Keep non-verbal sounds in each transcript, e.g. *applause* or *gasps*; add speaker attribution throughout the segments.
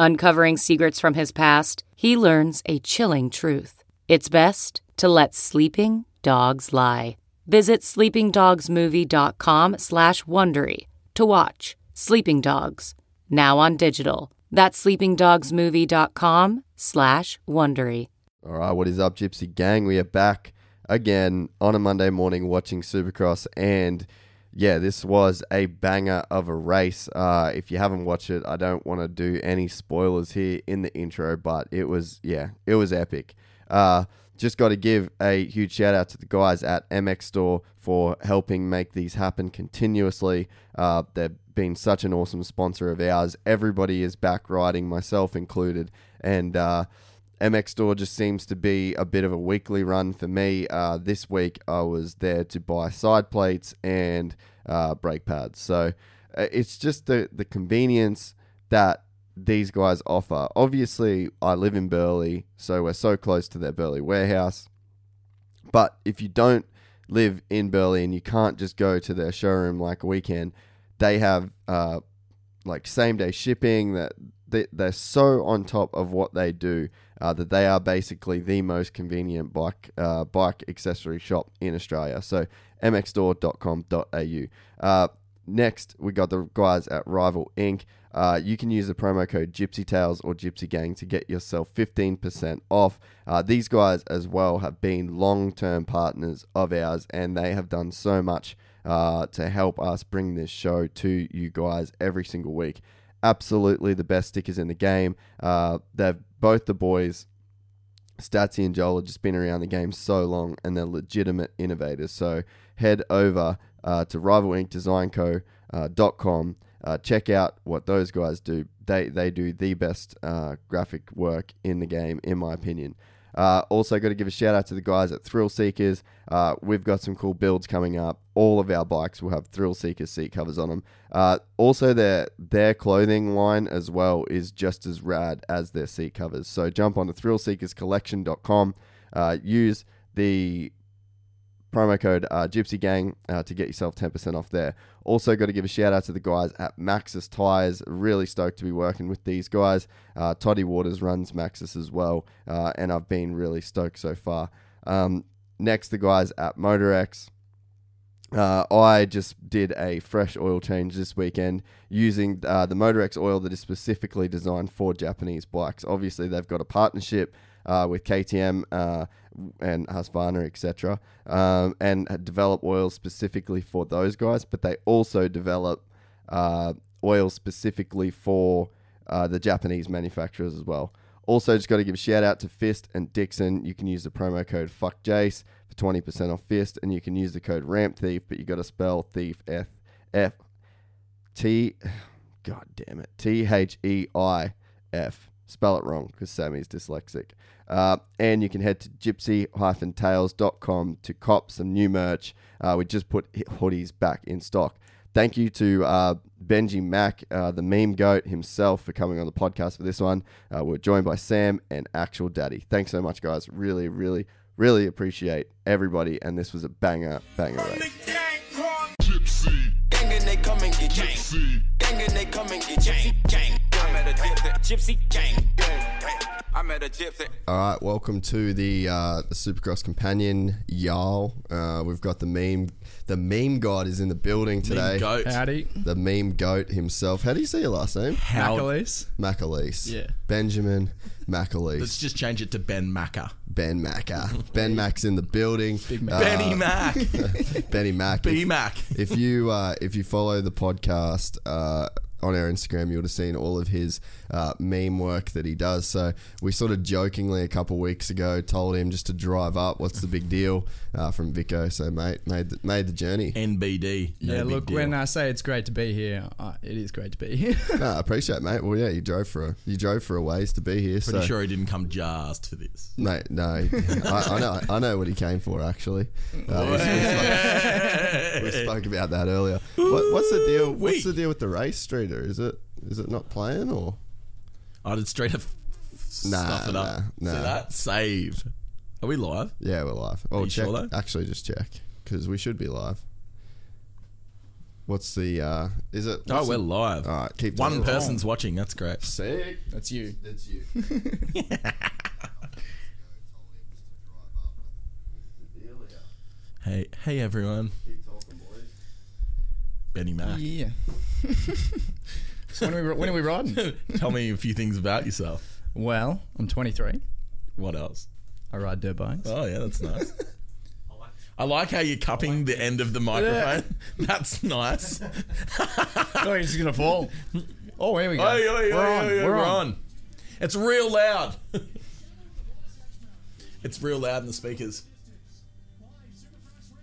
Speaker 1: Uncovering secrets from his past, he learns a chilling truth. It's best to let sleeping dogs lie. Visit sleepingdogsmovie.com slash Wondery to watch Sleeping Dogs, now on digital. That's sleepingdogsmovie.com slash Wondery.
Speaker 2: All right, what is up, Gypsy Gang? We are back again on a Monday morning watching Supercross, and yeah, this was a banger of a race. Uh, if you haven't watched it, I don't want to do any spoilers here in the intro, but it was yeah, it was epic. Uh, just got to give a huge shout out to the guys at MX Store for helping make these happen continuously. Uh, they've been such an awesome sponsor of ours. Everybody is back riding, myself included, and uh, MX Store just seems to be a bit of a weekly run for me. Uh, this week I was there to buy side plates and uh, brake pads. So uh, it's just the, the convenience that these guys offer. Obviously, I live in Burley, so we're so close to their Burley warehouse. But if you don't live in Burley and you can't just go to their showroom like a weekend, they have uh, like same day shipping. That they, they're so on top of what they do uh, that they are basically the most convenient bike uh, bike accessory shop in Australia. So mxstore.com.au. Uh, next, we got the guys at Rival Inc. Uh, you can use the promo code Gypsy Tales or Gypsy Gang to get yourself 15% off. Uh, these guys, as well, have been long term partners of ours and they have done so much uh, to help us bring this show to you guys every single week. Absolutely the best stickers in the game. Uh, they've both the boys Statsy and Joel have just been around the game so long and they're legitimate innovators. So head over uh, to rivalinkdesignco.com. Uh, check out what those guys do. They, they do the best uh, graphic work in the game, in my opinion. Uh, also, got to give a shout out to the guys at Thrill Seekers. Uh, we've got some cool builds coming up. All of our bikes will have Thrill Seekers seat covers on them. Uh, also, their their clothing line as well is just as rad as their seat covers. So jump onto thrillseekerscollection.com. Uh, use the promo code uh, Gypsy Gang uh, to get yourself 10% off there. Also, got to give a shout out to the guys at Maxis Tires. Really stoked to be working with these guys. Uh, Toddy Waters runs Maxis as well, uh, and I've been really stoked so far. Um, next, the guys at MotorX. Uh, I just did a fresh oil change this weekend using uh, the Motorex oil that is specifically designed for Japanese bikes. Obviously, they've got a partnership uh, with KTM uh, and Husqvarna, etc., um, and develop oils specifically for those guys. But they also develop uh, oil specifically for uh, the Japanese manufacturers as well. Also, just got to give a shout out to Fist and Dixon. You can use the promo code FUCKJACE for 20% off Fist, and you can use the code RAMPTHIEF, but you got to spell Thief F F T. God damn it. T H E I F. Spell it wrong because Sammy's dyslexic. Uh, and you can head to gypsy-tales.com to cop some new merch. Uh, we just put hoodies back in stock. Thank you to uh, Benji Mack, uh, the meme goat himself, for coming on the podcast for this one. Uh, we're joined by Sam and Actual Daddy. Thanks so much, guys. Really, really, really appreciate everybody. And this was a banger, banger race.
Speaker 3: Gypsy,
Speaker 4: Gang and they come and get gypsy. Gang and they come and get gypsy. Gang. I'm at a gypsy. Gypsy gang. gang. I met a gypsy.
Speaker 2: All right, welcome to the uh, the Supercross companion, Yarl. Uh, we've got the meme the meme god is in the building today.
Speaker 5: Goat.
Speaker 6: Howdy.
Speaker 2: The meme goat himself. How do you say your last name?
Speaker 5: How-
Speaker 6: Macalise.
Speaker 2: McAleese.
Speaker 5: Yeah. *laughs*
Speaker 2: Benjamin McAleese.
Speaker 5: Let's just change it to Ben Macker.
Speaker 2: Ben
Speaker 5: *laughs*
Speaker 2: Macca. ben Mac's in the building. Uh, *laughs*
Speaker 5: Benny Mac.
Speaker 2: Benny Mac.
Speaker 5: B
Speaker 2: If-
Speaker 5: Mac.
Speaker 2: if you uh, if you follow the podcast uh, on our Instagram, you would have seen all of his uh, meme work that he does. So we sort of jokingly a couple weeks ago told him just to drive up. What's the big deal uh, from Vico? So mate made the, made the journey.
Speaker 5: NBD. No
Speaker 6: yeah,
Speaker 5: big
Speaker 6: look,
Speaker 5: deal.
Speaker 6: when I say it's great to be here, uh, it is great to be here. *laughs*
Speaker 2: No, I Uh, appreciate it, mate. Well, yeah, you drove for a you drove for a ways to be here. so.
Speaker 5: Pretty sure he didn't come just for this.
Speaker 2: Mate, no, *laughs* I, I know, I know what he came for. Actually, uh, we, spoke, we spoke about that earlier. What, what's the deal? What's the deal with the race, Streeter? Is it is it not playing or?
Speaker 5: I did straight up
Speaker 2: Nah,
Speaker 5: stuff it up.
Speaker 2: nah, nah.
Speaker 5: See that? Save. Are we live?
Speaker 2: Yeah, we're live. Oh,
Speaker 5: you
Speaker 2: check.
Speaker 5: sure, though?
Speaker 2: actually, just check because we should be live. What's the? uh Is it?
Speaker 5: Oh,
Speaker 2: what's
Speaker 5: we're
Speaker 2: the-
Speaker 5: live.
Speaker 2: All right, keep doing
Speaker 5: One
Speaker 2: it.
Speaker 5: person's watching. That's great.
Speaker 2: Sick.
Speaker 6: That's you.
Speaker 2: That's
Speaker 5: *laughs*
Speaker 2: you.
Speaker 5: Hey, hey everyone. Benny Mac.
Speaker 6: Yeah. *laughs* so when are, we, when are we
Speaker 5: *laughs*
Speaker 6: riding?
Speaker 5: Tell me a few things about yourself.
Speaker 6: well, I'm 23.
Speaker 5: What else?
Speaker 6: I ride dirt bikes.
Speaker 5: *laughs* Oh yeah,
Speaker 2: *laughs*
Speaker 5: that's nice. I like how you're cupping the end of the microphone. *laughs* That's nice.
Speaker 6: oh, he's going to fall. Oh, here we go.
Speaker 5: Oi, oi, oi,
Speaker 6: we're, on,
Speaker 5: oi, oi,
Speaker 6: we're, on.
Speaker 5: It's real loud. *laughs* it's real loud in the speakers.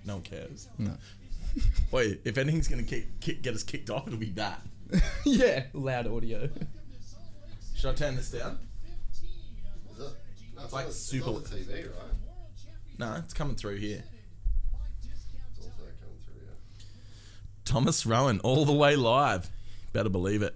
Speaker 5: No one cares.
Speaker 6: No.
Speaker 5: *laughs* Wait, if anything's gonna kick, kick, get us kicked off, it'll be that.
Speaker 6: *laughs* yeah, loud audio.
Speaker 5: Should I turn this down?
Speaker 2: It's
Speaker 5: like super-
Speaker 2: TV, right?
Speaker 5: No, it's coming through here.
Speaker 2: It's also coming through, yeah.
Speaker 5: Thomas Rowan, all the way live. Better believe it.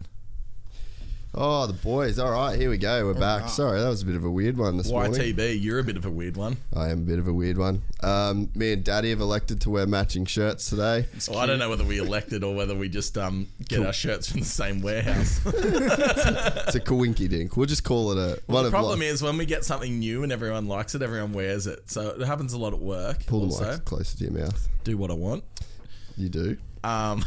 Speaker 2: Oh, the boys. All right, here we go. We're back. Sorry, that was a bit of a weird one this morning.
Speaker 5: YTB, you're a bit of a weird one.
Speaker 2: I am a bit of a weird one. Um, me and Daddy have elected to wear matching shirts today.
Speaker 5: Well, I don't know whether we elected or whether we just um, get our shirts from the
Speaker 6: *laughs*
Speaker 5: same warehouse.
Speaker 2: It's a coinky dink. We'll just call it a one
Speaker 5: the
Speaker 2: of
Speaker 5: problem
Speaker 2: lo-
Speaker 5: is when we get something new and everyone likes it, everyone wears it. So it happens a lot at work.
Speaker 2: Pull the
Speaker 5: also,
Speaker 2: mic closer to your mouth.
Speaker 5: do what I want.
Speaker 2: You do.
Speaker 5: Um,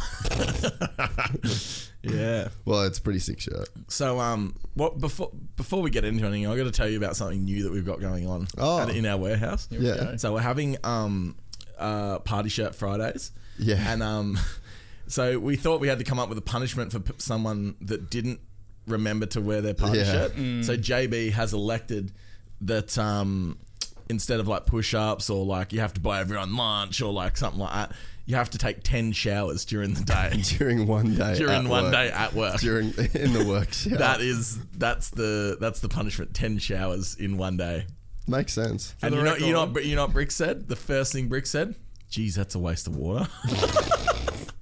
Speaker 5: yeah.
Speaker 2: Well, it's a pretty sick shirt. *laughs*
Speaker 5: So um, what before before we get into anything, I got to tell you about something new that we've got going on
Speaker 2: Oh.
Speaker 5: at- in our warehouse.
Speaker 2: Yeah.
Speaker 6: go.
Speaker 5: So we're having um, uh, party shirt Fridays.
Speaker 2: Yeah.
Speaker 5: And um, *laughs* so we thought we had to come up with a punishment for p- someone that didn't remember to wear their party
Speaker 2: Yeah.
Speaker 5: shirt. So JB has elected that um, instead of like push ups or like you have to buy everyone lunch or like something like that, you have to take ten showers during the day.
Speaker 2: *laughs* During one day.
Speaker 5: during
Speaker 2: at
Speaker 5: one
Speaker 2: work.
Speaker 5: day at work.
Speaker 2: During in the
Speaker 5: *laughs*
Speaker 2: work shirt.
Speaker 5: That is that's the that's the punishment. Ten showers in one day.
Speaker 2: Makes sense.
Speaker 5: and you know, you know,
Speaker 6: record-
Speaker 5: what- you know, what Brick said the first thing Brick said. Geez, that's a waste of water. *laughs*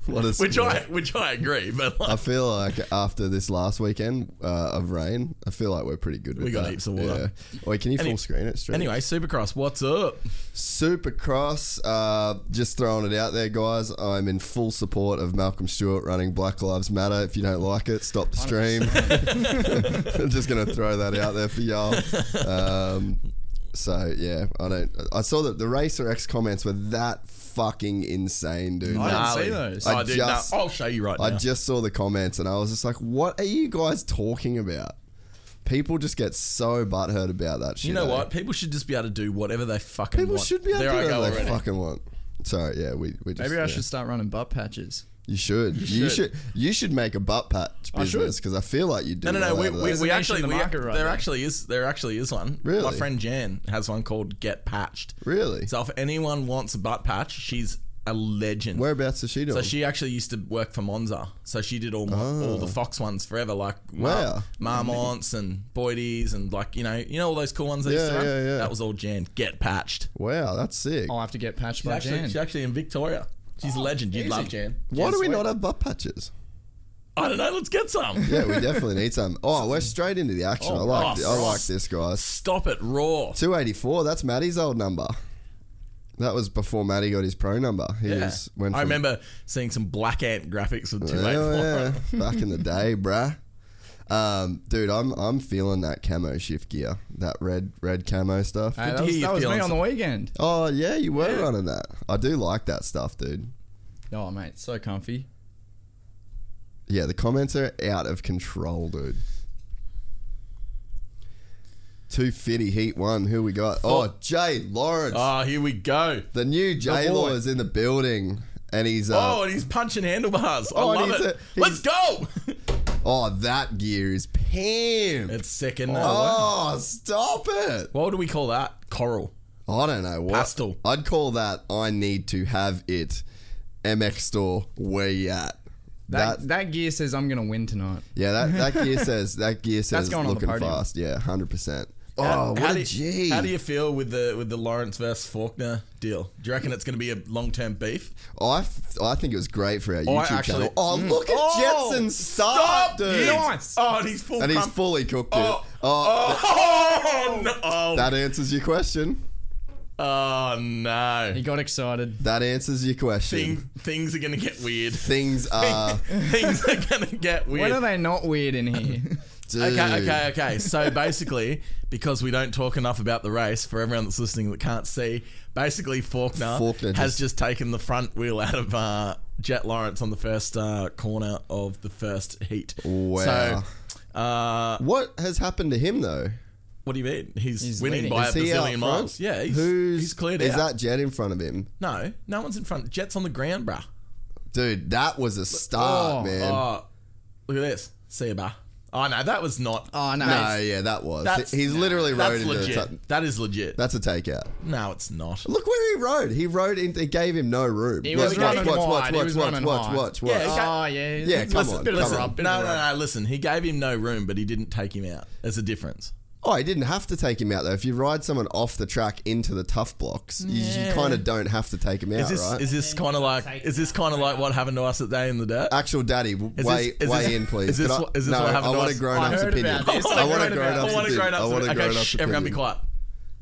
Speaker 2: What a
Speaker 5: which I
Speaker 2: sport.
Speaker 5: which I agree, but
Speaker 2: I
Speaker 5: like,
Speaker 2: feel like after this last weekend uh, of rain, I feel like we're pretty good with
Speaker 5: got
Speaker 2: that.
Speaker 5: heaps of water.
Speaker 2: Yeah. Wait, can you
Speaker 5: Any-
Speaker 2: full screen it? Straight?
Speaker 5: anyway, Supercross, what's up?
Speaker 2: Supercross, uh, just throwing it out there, guys. I'm in full support of Malcolm Stewart running Black Lives Matter. If you don't like it, stop the stream. *laughs* I'm just going to throw that out there for y'all. Um, so yeah, I don't. I saw that the Racer X comments were that fucking insane, dude.
Speaker 6: I didn't see
Speaker 5: Gnarly.
Speaker 6: those.
Speaker 5: Oh,
Speaker 2: I
Speaker 5: dude,
Speaker 2: just-
Speaker 5: no, I'll show you right
Speaker 2: I
Speaker 5: now.
Speaker 2: just saw the comments and I was just like, "What are you guys talking about?" People just get so butthurt about that shit.
Speaker 5: you know
Speaker 2: eh?
Speaker 5: what? People should just be able to do whatever they fucking
Speaker 2: People
Speaker 5: want.
Speaker 2: should be able
Speaker 5: there
Speaker 2: to
Speaker 5: I
Speaker 2: do
Speaker 5: go
Speaker 2: whatever they
Speaker 5: already.
Speaker 2: fucking want. Sorry, yeah, we, we just
Speaker 6: Maybe I
Speaker 2: yeah.
Speaker 6: should start running butt patches.
Speaker 2: You should. You should.
Speaker 6: should.
Speaker 2: You should make a butt patch
Speaker 6: I should.
Speaker 2: business because I, feel like you do.
Speaker 5: No, no, no.
Speaker 2: well out
Speaker 5: We,
Speaker 2: of that.
Speaker 5: we, we
Speaker 6: a niche
Speaker 5: actually
Speaker 6: in the
Speaker 5: we,
Speaker 6: market right
Speaker 5: there
Speaker 6: now.
Speaker 5: actually is there actually is one. My
Speaker 2: Really?
Speaker 5: friend Jan has one called Get Patched.
Speaker 2: really.
Speaker 5: So if anyone wants a butt patch, she's a legend.
Speaker 2: Whereabouts is she doing?
Speaker 5: So she actually used to work for Monza. So she did all all the Fox ones forever, like
Speaker 2: Oh. Wow.
Speaker 5: Mar- Marmonts and Boydies and like you know you know all those cool ones. They used to
Speaker 2: Yeah,
Speaker 5: run?
Speaker 2: yeah, yeah.
Speaker 5: That was all Jan. Get patched.
Speaker 2: wow, that's sick.
Speaker 5: Oh,
Speaker 6: I'll have to get patched
Speaker 5: She's
Speaker 6: by
Speaker 5: actually,
Speaker 6: Jan.
Speaker 5: she's actually in Victoria. She's a legend. You'd love Jan.
Speaker 2: Why do we not have butt patches?
Speaker 5: I don't know. Let's get some.
Speaker 2: *laughs* Yeah, we definitely need
Speaker 5: *laughs*
Speaker 2: some. Oh, we're straight into the action. I like.
Speaker 5: oh,
Speaker 2: I like
Speaker 5: s-
Speaker 2: this, guys.
Speaker 5: Stop it, raw.
Speaker 2: Two eighty four. That's Maddie's old number. That was before Maddie got his pro number. He
Speaker 5: Yeah.
Speaker 2: was went.
Speaker 5: I
Speaker 2: from-
Speaker 5: remember seeing some black ant graphics with two eight
Speaker 2: Oh,
Speaker 5: four.
Speaker 2: yeah, back in the day, bruh. Um, dude, I'm I'm feeling that camo shift gear, that red red camo stuff.
Speaker 6: Hey, that
Speaker 5: to
Speaker 6: was,
Speaker 5: hear
Speaker 6: that
Speaker 5: you
Speaker 6: was me
Speaker 5: feeling
Speaker 6: on the weekend.
Speaker 2: oh yeah, you were running that. I do like that stuff, dude.
Speaker 6: Oh, mate, so comfy.
Speaker 2: Yeah, the comments are out of control, dude. Two fifty heat one. Who we got? Oh, Jay Lawrence,
Speaker 5: Oh, here we go.
Speaker 2: the new Jay Law
Speaker 6: boy.
Speaker 2: is in the building, and he's
Speaker 5: Oh,
Speaker 2: uh,
Speaker 5: and he's punching handlebars. I
Speaker 2: Oh, and
Speaker 5: love
Speaker 2: he's
Speaker 5: it.
Speaker 2: a-
Speaker 5: Let's go. *laughs*
Speaker 2: oh, that gear is pimp.
Speaker 5: it's second.
Speaker 2: Oh, stop it!
Speaker 5: What would we call that? Coral.
Speaker 2: I don't know what.
Speaker 5: Pastel.
Speaker 2: I'd call that. I need to have it. MX store, where you at?
Speaker 6: That, that gear says I'm gonna win tonight.
Speaker 2: Yeah, that,
Speaker 5: *laughs*
Speaker 2: that gear says that gear says
Speaker 6: going on the
Speaker 2: looking
Speaker 6: podium.
Speaker 2: fast. Yeah, hundred percent. Oh, what
Speaker 5: how
Speaker 2: a
Speaker 5: do,
Speaker 2: G.
Speaker 5: How do you feel with the with the Lawrence versus Faulkner deal? Do you reckon it's going to be a long term beef?
Speaker 2: I, f- I think it was great for our
Speaker 5: I
Speaker 2: YouTube
Speaker 5: actually-
Speaker 2: channel. Oh, look at
Speaker 5: Oh,
Speaker 2: Jetson start, dude.
Speaker 6: Nice.
Speaker 5: Oh, and he's full.
Speaker 2: And he's
Speaker 5: cum-
Speaker 2: fully cooked
Speaker 5: Oh,
Speaker 2: it. Oh,
Speaker 5: oh, no. Oh,
Speaker 2: that answers your question.
Speaker 5: oh, no.
Speaker 6: He got excited.
Speaker 2: That answers your question.
Speaker 5: Thing, things are going to get weird. *laughs*
Speaker 2: Things are.
Speaker 5: things are going to get
Speaker 6: When are
Speaker 5: weird.
Speaker 6: they not weird in
Speaker 2: *laughs*
Speaker 6: here?
Speaker 2: dude.
Speaker 5: Okay, okay,
Speaker 2: *laughs*
Speaker 5: okay. So basically, because we don't talk enough about the race for everyone that's listening that can't see, basically Faulkner,
Speaker 2: Faulkner just-
Speaker 5: has just taken the front wheel out of uh, Jet Lawrence on the first uh, corner of the first heat.
Speaker 2: Wow.
Speaker 5: So, uh,
Speaker 2: What has happened to him though?
Speaker 5: what do you mean? He's,
Speaker 6: He's
Speaker 5: winning
Speaker 6: leading.
Speaker 5: by
Speaker 2: Is
Speaker 5: a
Speaker 2: he out
Speaker 5: bazillion
Speaker 2: front?
Speaker 5: miles. Yeah, he's,
Speaker 2: Who's
Speaker 5: he's cleared
Speaker 2: Is
Speaker 5: out.
Speaker 2: that Jet in front of him?
Speaker 5: no, no one's in front. Jet's on the ground, bruh.
Speaker 2: Dude, that was a start,
Speaker 6: Oh,
Speaker 2: man.
Speaker 5: Oh, look at this. See you, bruh. Oh, no, that was not.
Speaker 6: oh no.
Speaker 2: no, yeah, that was.
Speaker 5: That's-
Speaker 2: He's literally rode
Speaker 5: that's
Speaker 2: into the
Speaker 5: legit.
Speaker 2: top.
Speaker 5: that is legit.
Speaker 2: That's a takeout.
Speaker 5: no, it's not.
Speaker 2: Look where he rode. He rode in. It gave him no room.
Speaker 6: He
Speaker 2: Look,
Speaker 6: was
Speaker 2: watch,
Speaker 6: running
Speaker 2: watch,
Speaker 6: wide.
Speaker 2: watch,
Speaker 6: He
Speaker 2: watch,
Speaker 6: was
Speaker 2: watch,
Speaker 6: running
Speaker 2: watch,
Speaker 6: wide.
Speaker 2: watch,
Speaker 5: Yeah,
Speaker 2: watch.
Speaker 5: okay.
Speaker 6: Oh yeah.
Speaker 2: Yeah, come
Speaker 6: Listen,
Speaker 2: on,
Speaker 6: Bit of a
Speaker 2: come on.
Speaker 6: rub, bit
Speaker 5: No,
Speaker 6: of a
Speaker 5: no,
Speaker 6: rub.
Speaker 5: no. Listen, he gave him no room, but he didn't take him out. There's a difference.
Speaker 2: Oh, he didn't have to take him out though. If you ride someone off the track into the tough blocks, you- you, kind of don't have to take him out,
Speaker 5: Is this
Speaker 2: right?
Speaker 5: is this kind of like is this kind of like what happened to us at Day in the Dirt?
Speaker 2: Actual daddy, w-
Speaker 5: Is
Speaker 2: weigh
Speaker 5: this- is
Speaker 2: weigh
Speaker 5: this-
Speaker 2: in, please.
Speaker 5: is this
Speaker 2: Could I-
Speaker 5: what- is this
Speaker 2: no,
Speaker 5: what
Speaker 2: I
Speaker 5: happened to
Speaker 2: want a
Speaker 5: us?
Speaker 2: grown
Speaker 6: I
Speaker 2: up's
Speaker 6: heard
Speaker 2: opinion.
Speaker 6: about this.
Speaker 2: I
Speaker 6: I
Speaker 2: want a
Speaker 6: heard
Speaker 2: grown
Speaker 6: about
Speaker 5: *laughs* I
Speaker 2: up's
Speaker 6: this.
Speaker 5: want to
Speaker 2: opinion.
Speaker 5: grown
Speaker 2: I want
Speaker 5: up.
Speaker 2: a grown
Speaker 5: Okay,
Speaker 2: up's
Speaker 5: shh, everyone be
Speaker 2: opinion.
Speaker 5: quiet.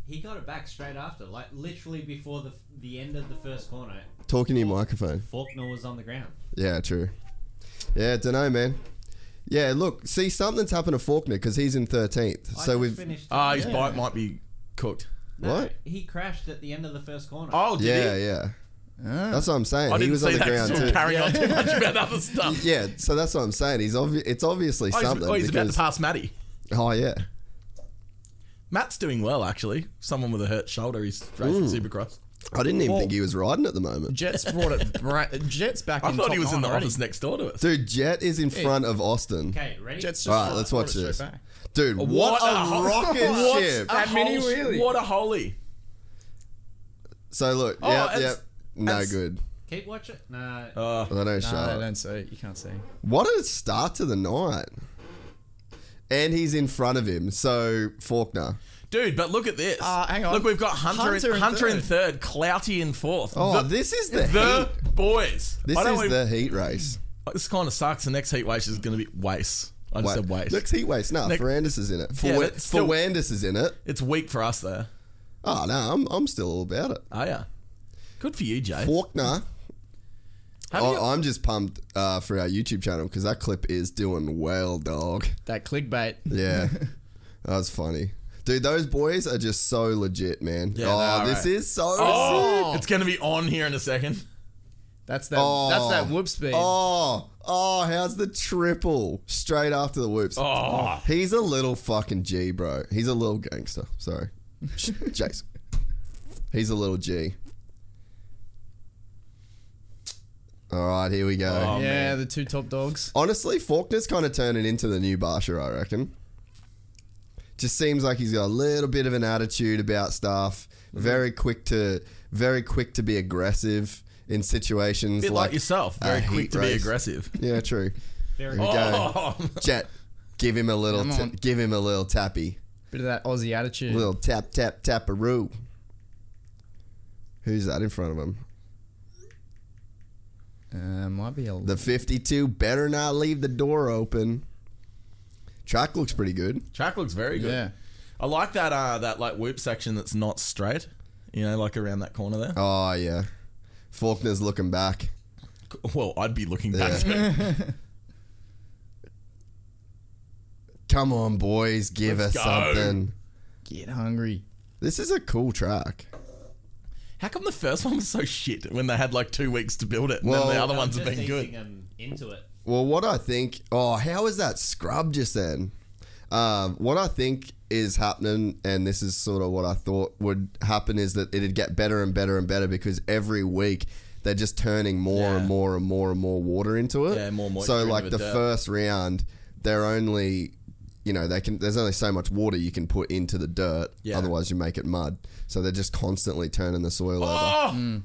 Speaker 7: He got it back straight after, like literally before the the end of the first corner.
Speaker 2: Talking to your microphone.
Speaker 7: Faulkner was on the ground.
Speaker 2: Yeah, true. Yeah, don't know, man. Yeah, look, see, something's happened to Faulkner because he's in thirteenth.
Speaker 7: I
Speaker 2: So
Speaker 7: just
Speaker 2: we've
Speaker 7: finished.
Speaker 5: Ah, his bike might be cooked.
Speaker 7: No,
Speaker 2: what?
Speaker 7: He crashed at the end of the first corner.
Speaker 5: Oh, did
Speaker 2: yeah,
Speaker 5: he? Ah.
Speaker 2: yeah. That's what I'm saying.
Speaker 5: I
Speaker 2: he
Speaker 5: didn't
Speaker 2: was
Speaker 5: see
Speaker 2: on the
Speaker 5: that 'cause
Speaker 2: ground
Speaker 5: we were
Speaker 2: too.
Speaker 5: carrying on too much
Speaker 2: *laughs*
Speaker 5: about other stuff.
Speaker 2: Yeah, so that's what I'm saying. He's obvi- it's obviously
Speaker 5: Oh, he's,
Speaker 2: something.
Speaker 5: oh, he's about to
Speaker 2: because-
Speaker 5: pass Matty.
Speaker 2: Oh yeah.
Speaker 5: Matt's doing well actually. Someone with a hurt shoulder, he's racing Supercross.
Speaker 2: I didn't even
Speaker 6: Well-
Speaker 2: think he was riding at the moment.
Speaker 6: Jets brought it. Right, Jets back.
Speaker 5: I
Speaker 6: in
Speaker 5: thought
Speaker 6: top
Speaker 5: he was in
Speaker 6: nine
Speaker 5: the
Speaker 6: already.
Speaker 5: office next door to us.
Speaker 2: Dude, Jet is in front of Austin.
Speaker 7: Okay, ready?
Speaker 6: Jets just
Speaker 2: All right,
Speaker 6: brought-
Speaker 2: let's watch
Speaker 6: brought it
Speaker 2: this.
Speaker 6: straight back.
Speaker 2: Dude, what, a rocket
Speaker 5: *laughs* what
Speaker 2: ship.
Speaker 5: A
Speaker 6: That mini
Speaker 5: hole-
Speaker 6: wheelie.
Speaker 5: What a holy.
Speaker 2: So look,
Speaker 5: Oh,
Speaker 2: yep,
Speaker 5: it's-
Speaker 2: yep. No
Speaker 5: it's-
Speaker 2: good.
Speaker 7: Keep watching. Nah.
Speaker 5: Oh.
Speaker 2: I don't
Speaker 5: Uh,
Speaker 2: know,
Speaker 6: No,
Speaker 2: Charlotte.
Speaker 6: they don't see. it. You can't see.
Speaker 2: What a start to the night. And he's in front of him, so Faulkner.
Speaker 5: Dude, but look at this.
Speaker 6: Uh, hang on.
Speaker 5: Look, we've got Hunter,
Speaker 6: Hunter
Speaker 5: in,
Speaker 6: in
Speaker 5: Hunter in third, Clouty in fourth.
Speaker 2: Oh,
Speaker 5: the,
Speaker 2: this is the,
Speaker 5: the
Speaker 2: heat.
Speaker 5: boys.
Speaker 2: This
Speaker 5: I don't
Speaker 2: is
Speaker 5: even-
Speaker 2: the heat race.
Speaker 5: This kind of sucks. The next heat race is going to be waste. I just
Speaker 2: Wait,
Speaker 5: said waste.
Speaker 2: Next heat race. No,
Speaker 5: Next-
Speaker 2: Ferrandis is in it.
Speaker 5: Yeah,
Speaker 2: For
Speaker 5: that's still-
Speaker 2: Ferrandis is in it.
Speaker 5: It's weak for us though.
Speaker 2: Oh no, I'm, I'm still all about it.
Speaker 5: Oh yeah. Good for you, Jay.
Speaker 2: Faulkner.
Speaker 5: Have you-
Speaker 2: I, I'm just pumped uh, for our YouTube channel because that clip is doing well, dog.
Speaker 5: *laughs*
Speaker 6: That clickbait.
Speaker 2: Yeah, that was funny, dude. Those boys are just so legit, man.
Speaker 5: Yeah,
Speaker 2: oh,
Speaker 5: they are,
Speaker 2: this
Speaker 5: right.
Speaker 2: is so
Speaker 5: oh,
Speaker 2: sick.
Speaker 5: it's going to be on here in a second.
Speaker 6: That's that.
Speaker 2: Oh.
Speaker 6: That's that whoop speed.
Speaker 2: Oh, oh, how's the triple straight after the whoops?
Speaker 5: Oh,
Speaker 2: He's a little fucking G, bro. He's a little gangster.
Speaker 5: *laughs*
Speaker 2: Sorry, Jason. He's a little G. All right, here we go.
Speaker 6: yeah,
Speaker 5: man.
Speaker 6: the two top dogs.
Speaker 2: Honestly, Faulkner's kind of turning into the new Barsha, I reckon. Just seems like he's got a little bit of an attitude about stuff.
Speaker 5: Mm-hmm.
Speaker 2: Very quick to, very quick to be aggressive in situations
Speaker 5: bit like, yourself.
Speaker 2: a
Speaker 5: Very
Speaker 2: heat
Speaker 5: quick to be
Speaker 2: race.
Speaker 5: aggressive.
Speaker 2: Yeah, true. There
Speaker 7: Very-
Speaker 2: we go.
Speaker 5: *laughs* Oh,
Speaker 2: Jet, give him a little,
Speaker 6: Come
Speaker 2: ta-
Speaker 6: on.
Speaker 2: give him a little tappy,
Speaker 6: Bit of that Aussie attitude.
Speaker 2: little tap tap taparoo. Who's that in front of him?
Speaker 6: Uh, might be a.
Speaker 2: The fifty-two better not leave the door open. Track looks pretty good.
Speaker 5: track looks very good.
Speaker 6: yeah.
Speaker 5: I like that. Uh, that like whoop section that's not straight. You know, like around that corner there.
Speaker 2: Oh yeah, Faulkner's looking back. Oh.
Speaker 5: Well, I'd be looking back.
Speaker 2: Come on, boys, give us
Speaker 5: go.
Speaker 2: something.
Speaker 6: Get hungry.
Speaker 2: This is a cool track.
Speaker 5: How come the first one was so shit when they had like two weeks to build it, and
Speaker 2: Well-
Speaker 5: then the other
Speaker 2: I'm
Speaker 5: ones have
Speaker 7: Just
Speaker 5: been
Speaker 7: thinking
Speaker 5: good?
Speaker 7: I'm into it.
Speaker 2: Well, what I think, oh, how is that scrub just then? Um, what I think is happening, and this is sort of what I thought would happen, is that it'd get better and better and better because every week they're just turning more and
Speaker 5: Yeah.
Speaker 2: more and more and more water into it.
Speaker 5: Yeah, more moisture
Speaker 2: So,
Speaker 5: into
Speaker 2: like
Speaker 5: it,
Speaker 2: the
Speaker 5: yeah.
Speaker 2: first round, they're only, you know, they can. There's only so much water you can put into the dirt.
Speaker 5: Yeah.
Speaker 2: Otherwise, you make it mud. So they're just constantly turning the soil over.
Speaker 5: Oh,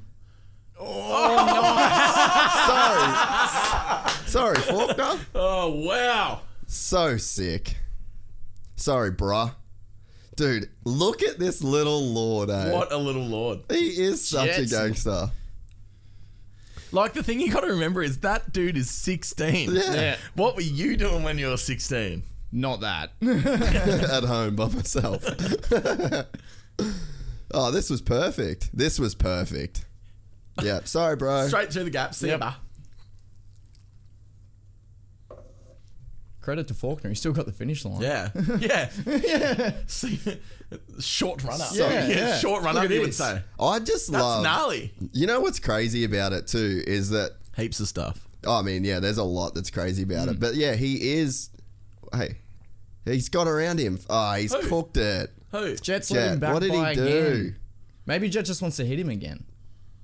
Speaker 2: Sorry, *laughs*
Speaker 5: Hmm.
Speaker 2: sorry, Faulkner.
Speaker 5: oh wow!
Speaker 2: So sick. Sorry, bruh. Dude, look at this little lord, eh?
Speaker 5: What a little lord.
Speaker 2: He is such
Speaker 5: Jets.
Speaker 2: a gangster. *laughs*
Speaker 5: Like the thing you got to remember is that dude is 16.
Speaker 2: Yeah.
Speaker 6: Yeah.
Speaker 5: What were you doing when you were 16?
Speaker 6: Not that. *laughs*
Speaker 2: At home by myself. *laughs* oh, this was perfect. This was perfect. Yeah, sorry, bro.
Speaker 5: Straight through the gap. See ya.
Speaker 6: Credit to Faulkner. He's still got the finish line.
Speaker 5: Yeah. Yeah. See, short runner.
Speaker 2: So-
Speaker 5: yeah,
Speaker 6: yeah.
Speaker 5: *laughs* Short runner,
Speaker 6: Look at
Speaker 5: he would
Speaker 6: this.
Speaker 5: say.
Speaker 2: I just
Speaker 5: That's
Speaker 2: love.
Speaker 5: gnarly.
Speaker 2: You know what's crazy about it, too, is that
Speaker 5: Heaps of stuff.
Speaker 2: I mean, yeah, there's a lot that's crazy about
Speaker 5: Hmm.
Speaker 2: it. But yeah, he is. Hey, he's got around him. Ah, he's
Speaker 5: Who?
Speaker 2: cooked it.
Speaker 5: Who?
Speaker 6: Jet's let
Speaker 2: Jet,
Speaker 6: him back
Speaker 2: what did
Speaker 6: by
Speaker 2: he do?
Speaker 6: again. Maybe Jet just wants to hit him again.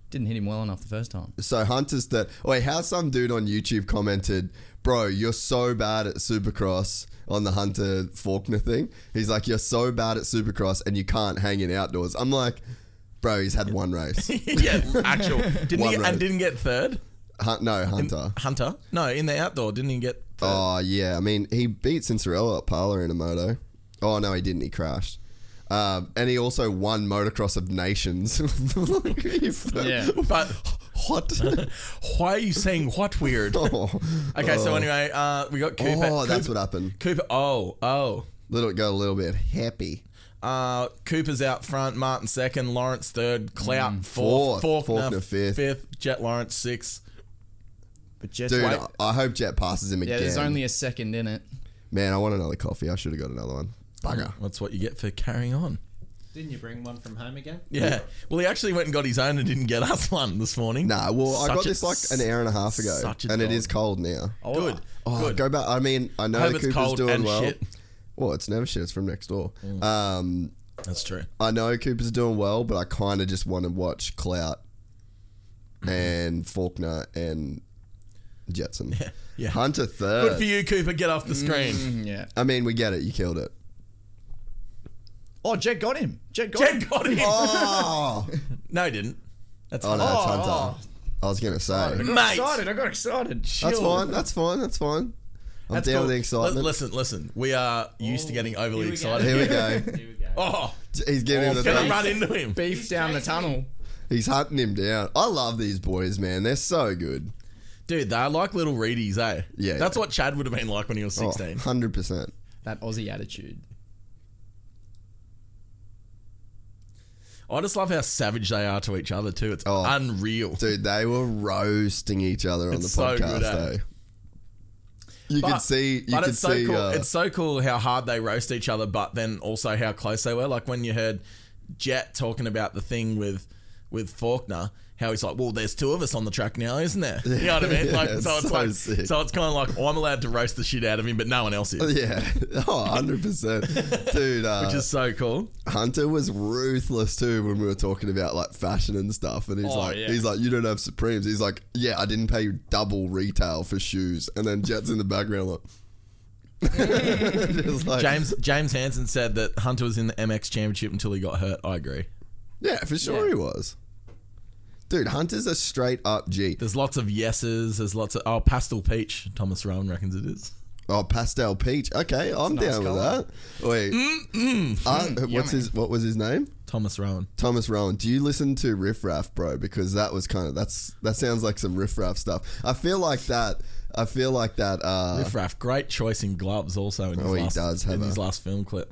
Speaker 6: Didn't hit him well enough the first time.
Speaker 2: So Hunter's that. Wait, how some dude on YouTube commented, "Bro, you're so bad at Supercross." On the Hunter Faulkner thing, he's like, "You're so bad at Supercross, and you can't hang in outdoors." I'm like, "Bro, he's had one
Speaker 5: *laughs*
Speaker 2: race."
Speaker 5: *laughs* yeah, actual. Didn't
Speaker 2: One
Speaker 5: he,
Speaker 2: road.
Speaker 5: and didn't get third?
Speaker 2: Hun- no, Hunter.
Speaker 5: Hunter? No, in the outdoor. Didn't he get third?
Speaker 2: Oh yeah, I mean, he beat Cinderella at Parlor in a moto. Oh no, he didn't. He crashed. Um, and he also won motocross of nations. *laughs*
Speaker 6: Yeah.
Speaker 5: *laughs* But
Speaker 2: What?
Speaker 5: *laughs* why are you saying what weird?
Speaker 2: *laughs* oh,
Speaker 5: Okay, so anyway, uh, we got Cooper.
Speaker 2: oh, that's
Speaker 5: Cooper-
Speaker 2: what happened.
Speaker 5: Cooper. Oh, oh.
Speaker 2: Little got a little bit happy.
Speaker 5: Uh, Cooper's out front, Martin second, Lawrence third, Clout fourth,
Speaker 2: Mm. Fourth.
Speaker 5: fourth,
Speaker 2: Faulkner
Speaker 5: no,
Speaker 2: fifth.
Speaker 5: fifth, Jet Lawrence sixth.
Speaker 6: But Jet's
Speaker 2: Dude,
Speaker 6: Wait.
Speaker 2: I, I hope Jet passes him
Speaker 6: Yeah,
Speaker 2: again.
Speaker 6: there's only a second in it.
Speaker 2: Man, I want another coffee. I should have got another one. Bugger.
Speaker 5: That's what you get for carrying on.
Speaker 7: Didn't you bring one from home again?
Speaker 5: Yeah. Well, he actually went and got his own and didn't get us *laughs* one this morning.
Speaker 2: Nah, well, I
Speaker 5: Such
Speaker 2: got
Speaker 5: a-
Speaker 2: this like an hour and a half ago,
Speaker 5: such a
Speaker 2: and it
Speaker 5: dog.
Speaker 2: is cold now.
Speaker 5: Good.
Speaker 2: Oh,
Speaker 5: good.
Speaker 2: go back. I mean, I know
Speaker 5: I hope
Speaker 2: the
Speaker 5: it's
Speaker 2: Cooper's
Speaker 5: cold
Speaker 2: doing
Speaker 5: and
Speaker 2: well.
Speaker 5: shit. Mm.
Speaker 2: Well, it's never shit. It's from next door. Um,
Speaker 5: That's true.
Speaker 2: I know Cooper's doing well, but I kind of just want to watch Clout
Speaker 5: Mm-hmm.
Speaker 2: and Faulkner and Jetson.
Speaker 5: *laughs* yeah.
Speaker 2: Hunter
Speaker 5: Good
Speaker 2: third.
Speaker 5: for you, Cooper. Get off the screen.
Speaker 6: Yeah.
Speaker 2: I mean, we get it. You killed it.
Speaker 6: Oh, Jet got him. Jet got him.
Speaker 5: Jet got him.
Speaker 2: Oh,
Speaker 5: No, he didn't. That's
Speaker 2: oh no,
Speaker 5: fine.
Speaker 2: it's Hunter. I was gonna say.
Speaker 6: I got
Speaker 5: Mate.
Speaker 6: excited. I got excited. Chill.
Speaker 2: That's fine. That's fine. That's fine. I'm
Speaker 5: That's
Speaker 2: down
Speaker 5: cool.
Speaker 2: with the
Speaker 5: Li-
Speaker 2: excitement.
Speaker 5: Listen, listen. We are used to getting overly
Speaker 7: Oh, Here we go.
Speaker 5: excited.
Speaker 2: Here we go.
Speaker 7: Here we
Speaker 5: *laughs*
Speaker 7: go.
Speaker 2: *laughs*
Speaker 5: Oh,
Speaker 2: He's giving him the
Speaker 5: gonna
Speaker 2: thing.
Speaker 5: run into him.
Speaker 6: Beef down the tunnel.
Speaker 2: He's hunting him down. I love these boys, man. They're so good.
Speaker 5: Dude, they're like little reedies, eh?
Speaker 2: Yeah, Oh.
Speaker 5: That's
Speaker 2: yeah.
Speaker 5: what Chad would have been like when he was
Speaker 2: *laughs*
Speaker 5: 16.
Speaker 2: Hundred percent.
Speaker 6: That Aussie attitude.
Speaker 5: I just love how savage they are to each other, too. It's
Speaker 2: Oh.
Speaker 5: unreal.
Speaker 2: Dude, they were roasting each other on
Speaker 5: It's
Speaker 2: the
Speaker 5: so
Speaker 2: podcast,
Speaker 5: good, eh?
Speaker 2: though. You
Speaker 5: But-
Speaker 2: could see. You
Speaker 5: but
Speaker 2: could
Speaker 5: it's so
Speaker 2: see.
Speaker 5: cool.
Speaker 2: uh,
Speaker 5: it's so cool how hard they roast each other, but then also how close they were. Like when you heard Jet talking about the thing with with Faulkner, how he's like, "Well, there's two of us on the track now, isn't there?" You know what I
Speaker 2: *laughs*
Speaker 5: mean?
Speaker 2: Yeah,
Speaker 5: Like,
Speaker 2: it's
Speaker 5: so it's
Speaker 2: so
Speaker 5: like,
Speaker 2: sick.
Speaker 5: so it's kind of like, oh, I'm allowed to roast the shit out of him, but no one
Speaker 2: *laughs*
Speaker 5: else is,
Speaker 2: *laughs* yeah. Oh,
Speaker 5: *laughs*
Speaker 2: 100%. Dude, uh,
Speaker 5: which is so cool.
Speaker 2: Hunter was ruthless too when we were talking about like fashion and stuff. And he's
Speaker 6: Oh,
Speaker 2: like,
Speaker 6: yeah.
Speaker 2: he's like, you don't have Supremes. He's like, yeah, I didn't pay you double retail for shoes. And then Jet's in the background like, *laughs*
Speaker 5: *laughs*
Speaker 2: Just like,
Speaker 5: James James Hansen said that Hunter was in the MX Championship until he got hurt. I agree.
Speaker 2: Yeah, for sure he was. Dude, Hunter's a straight up G.
Speaker 5: There's lots of yeses. There's lots of oh, pastel peach. Thomas Rowan reckons it is.
Speaker 2: Oh, pastel peach. Okay, I'm down
Speaker 6: colour.
Speaker 2: with that. Wait,
Speaker 5: Mm,
Speaker 2: Uh, what's his? What was his name?
Speaker 5: Thomas Rowan.
Speaker 2: Thomas Rowan. Do you listen to Riff Raff, bro? Because that was kind of that's that sounds like some Riff Raff stuff. I feel like that. I feel like that. Uh,
Speaker 5: Riff Raff, great choice in gloves also in his,
Speaker 2: Oh, he
Speaker 5: last,
Speaker 2: does have
Speaker 5: in
Speaker 2: a-
Speaker 5: his last film clip.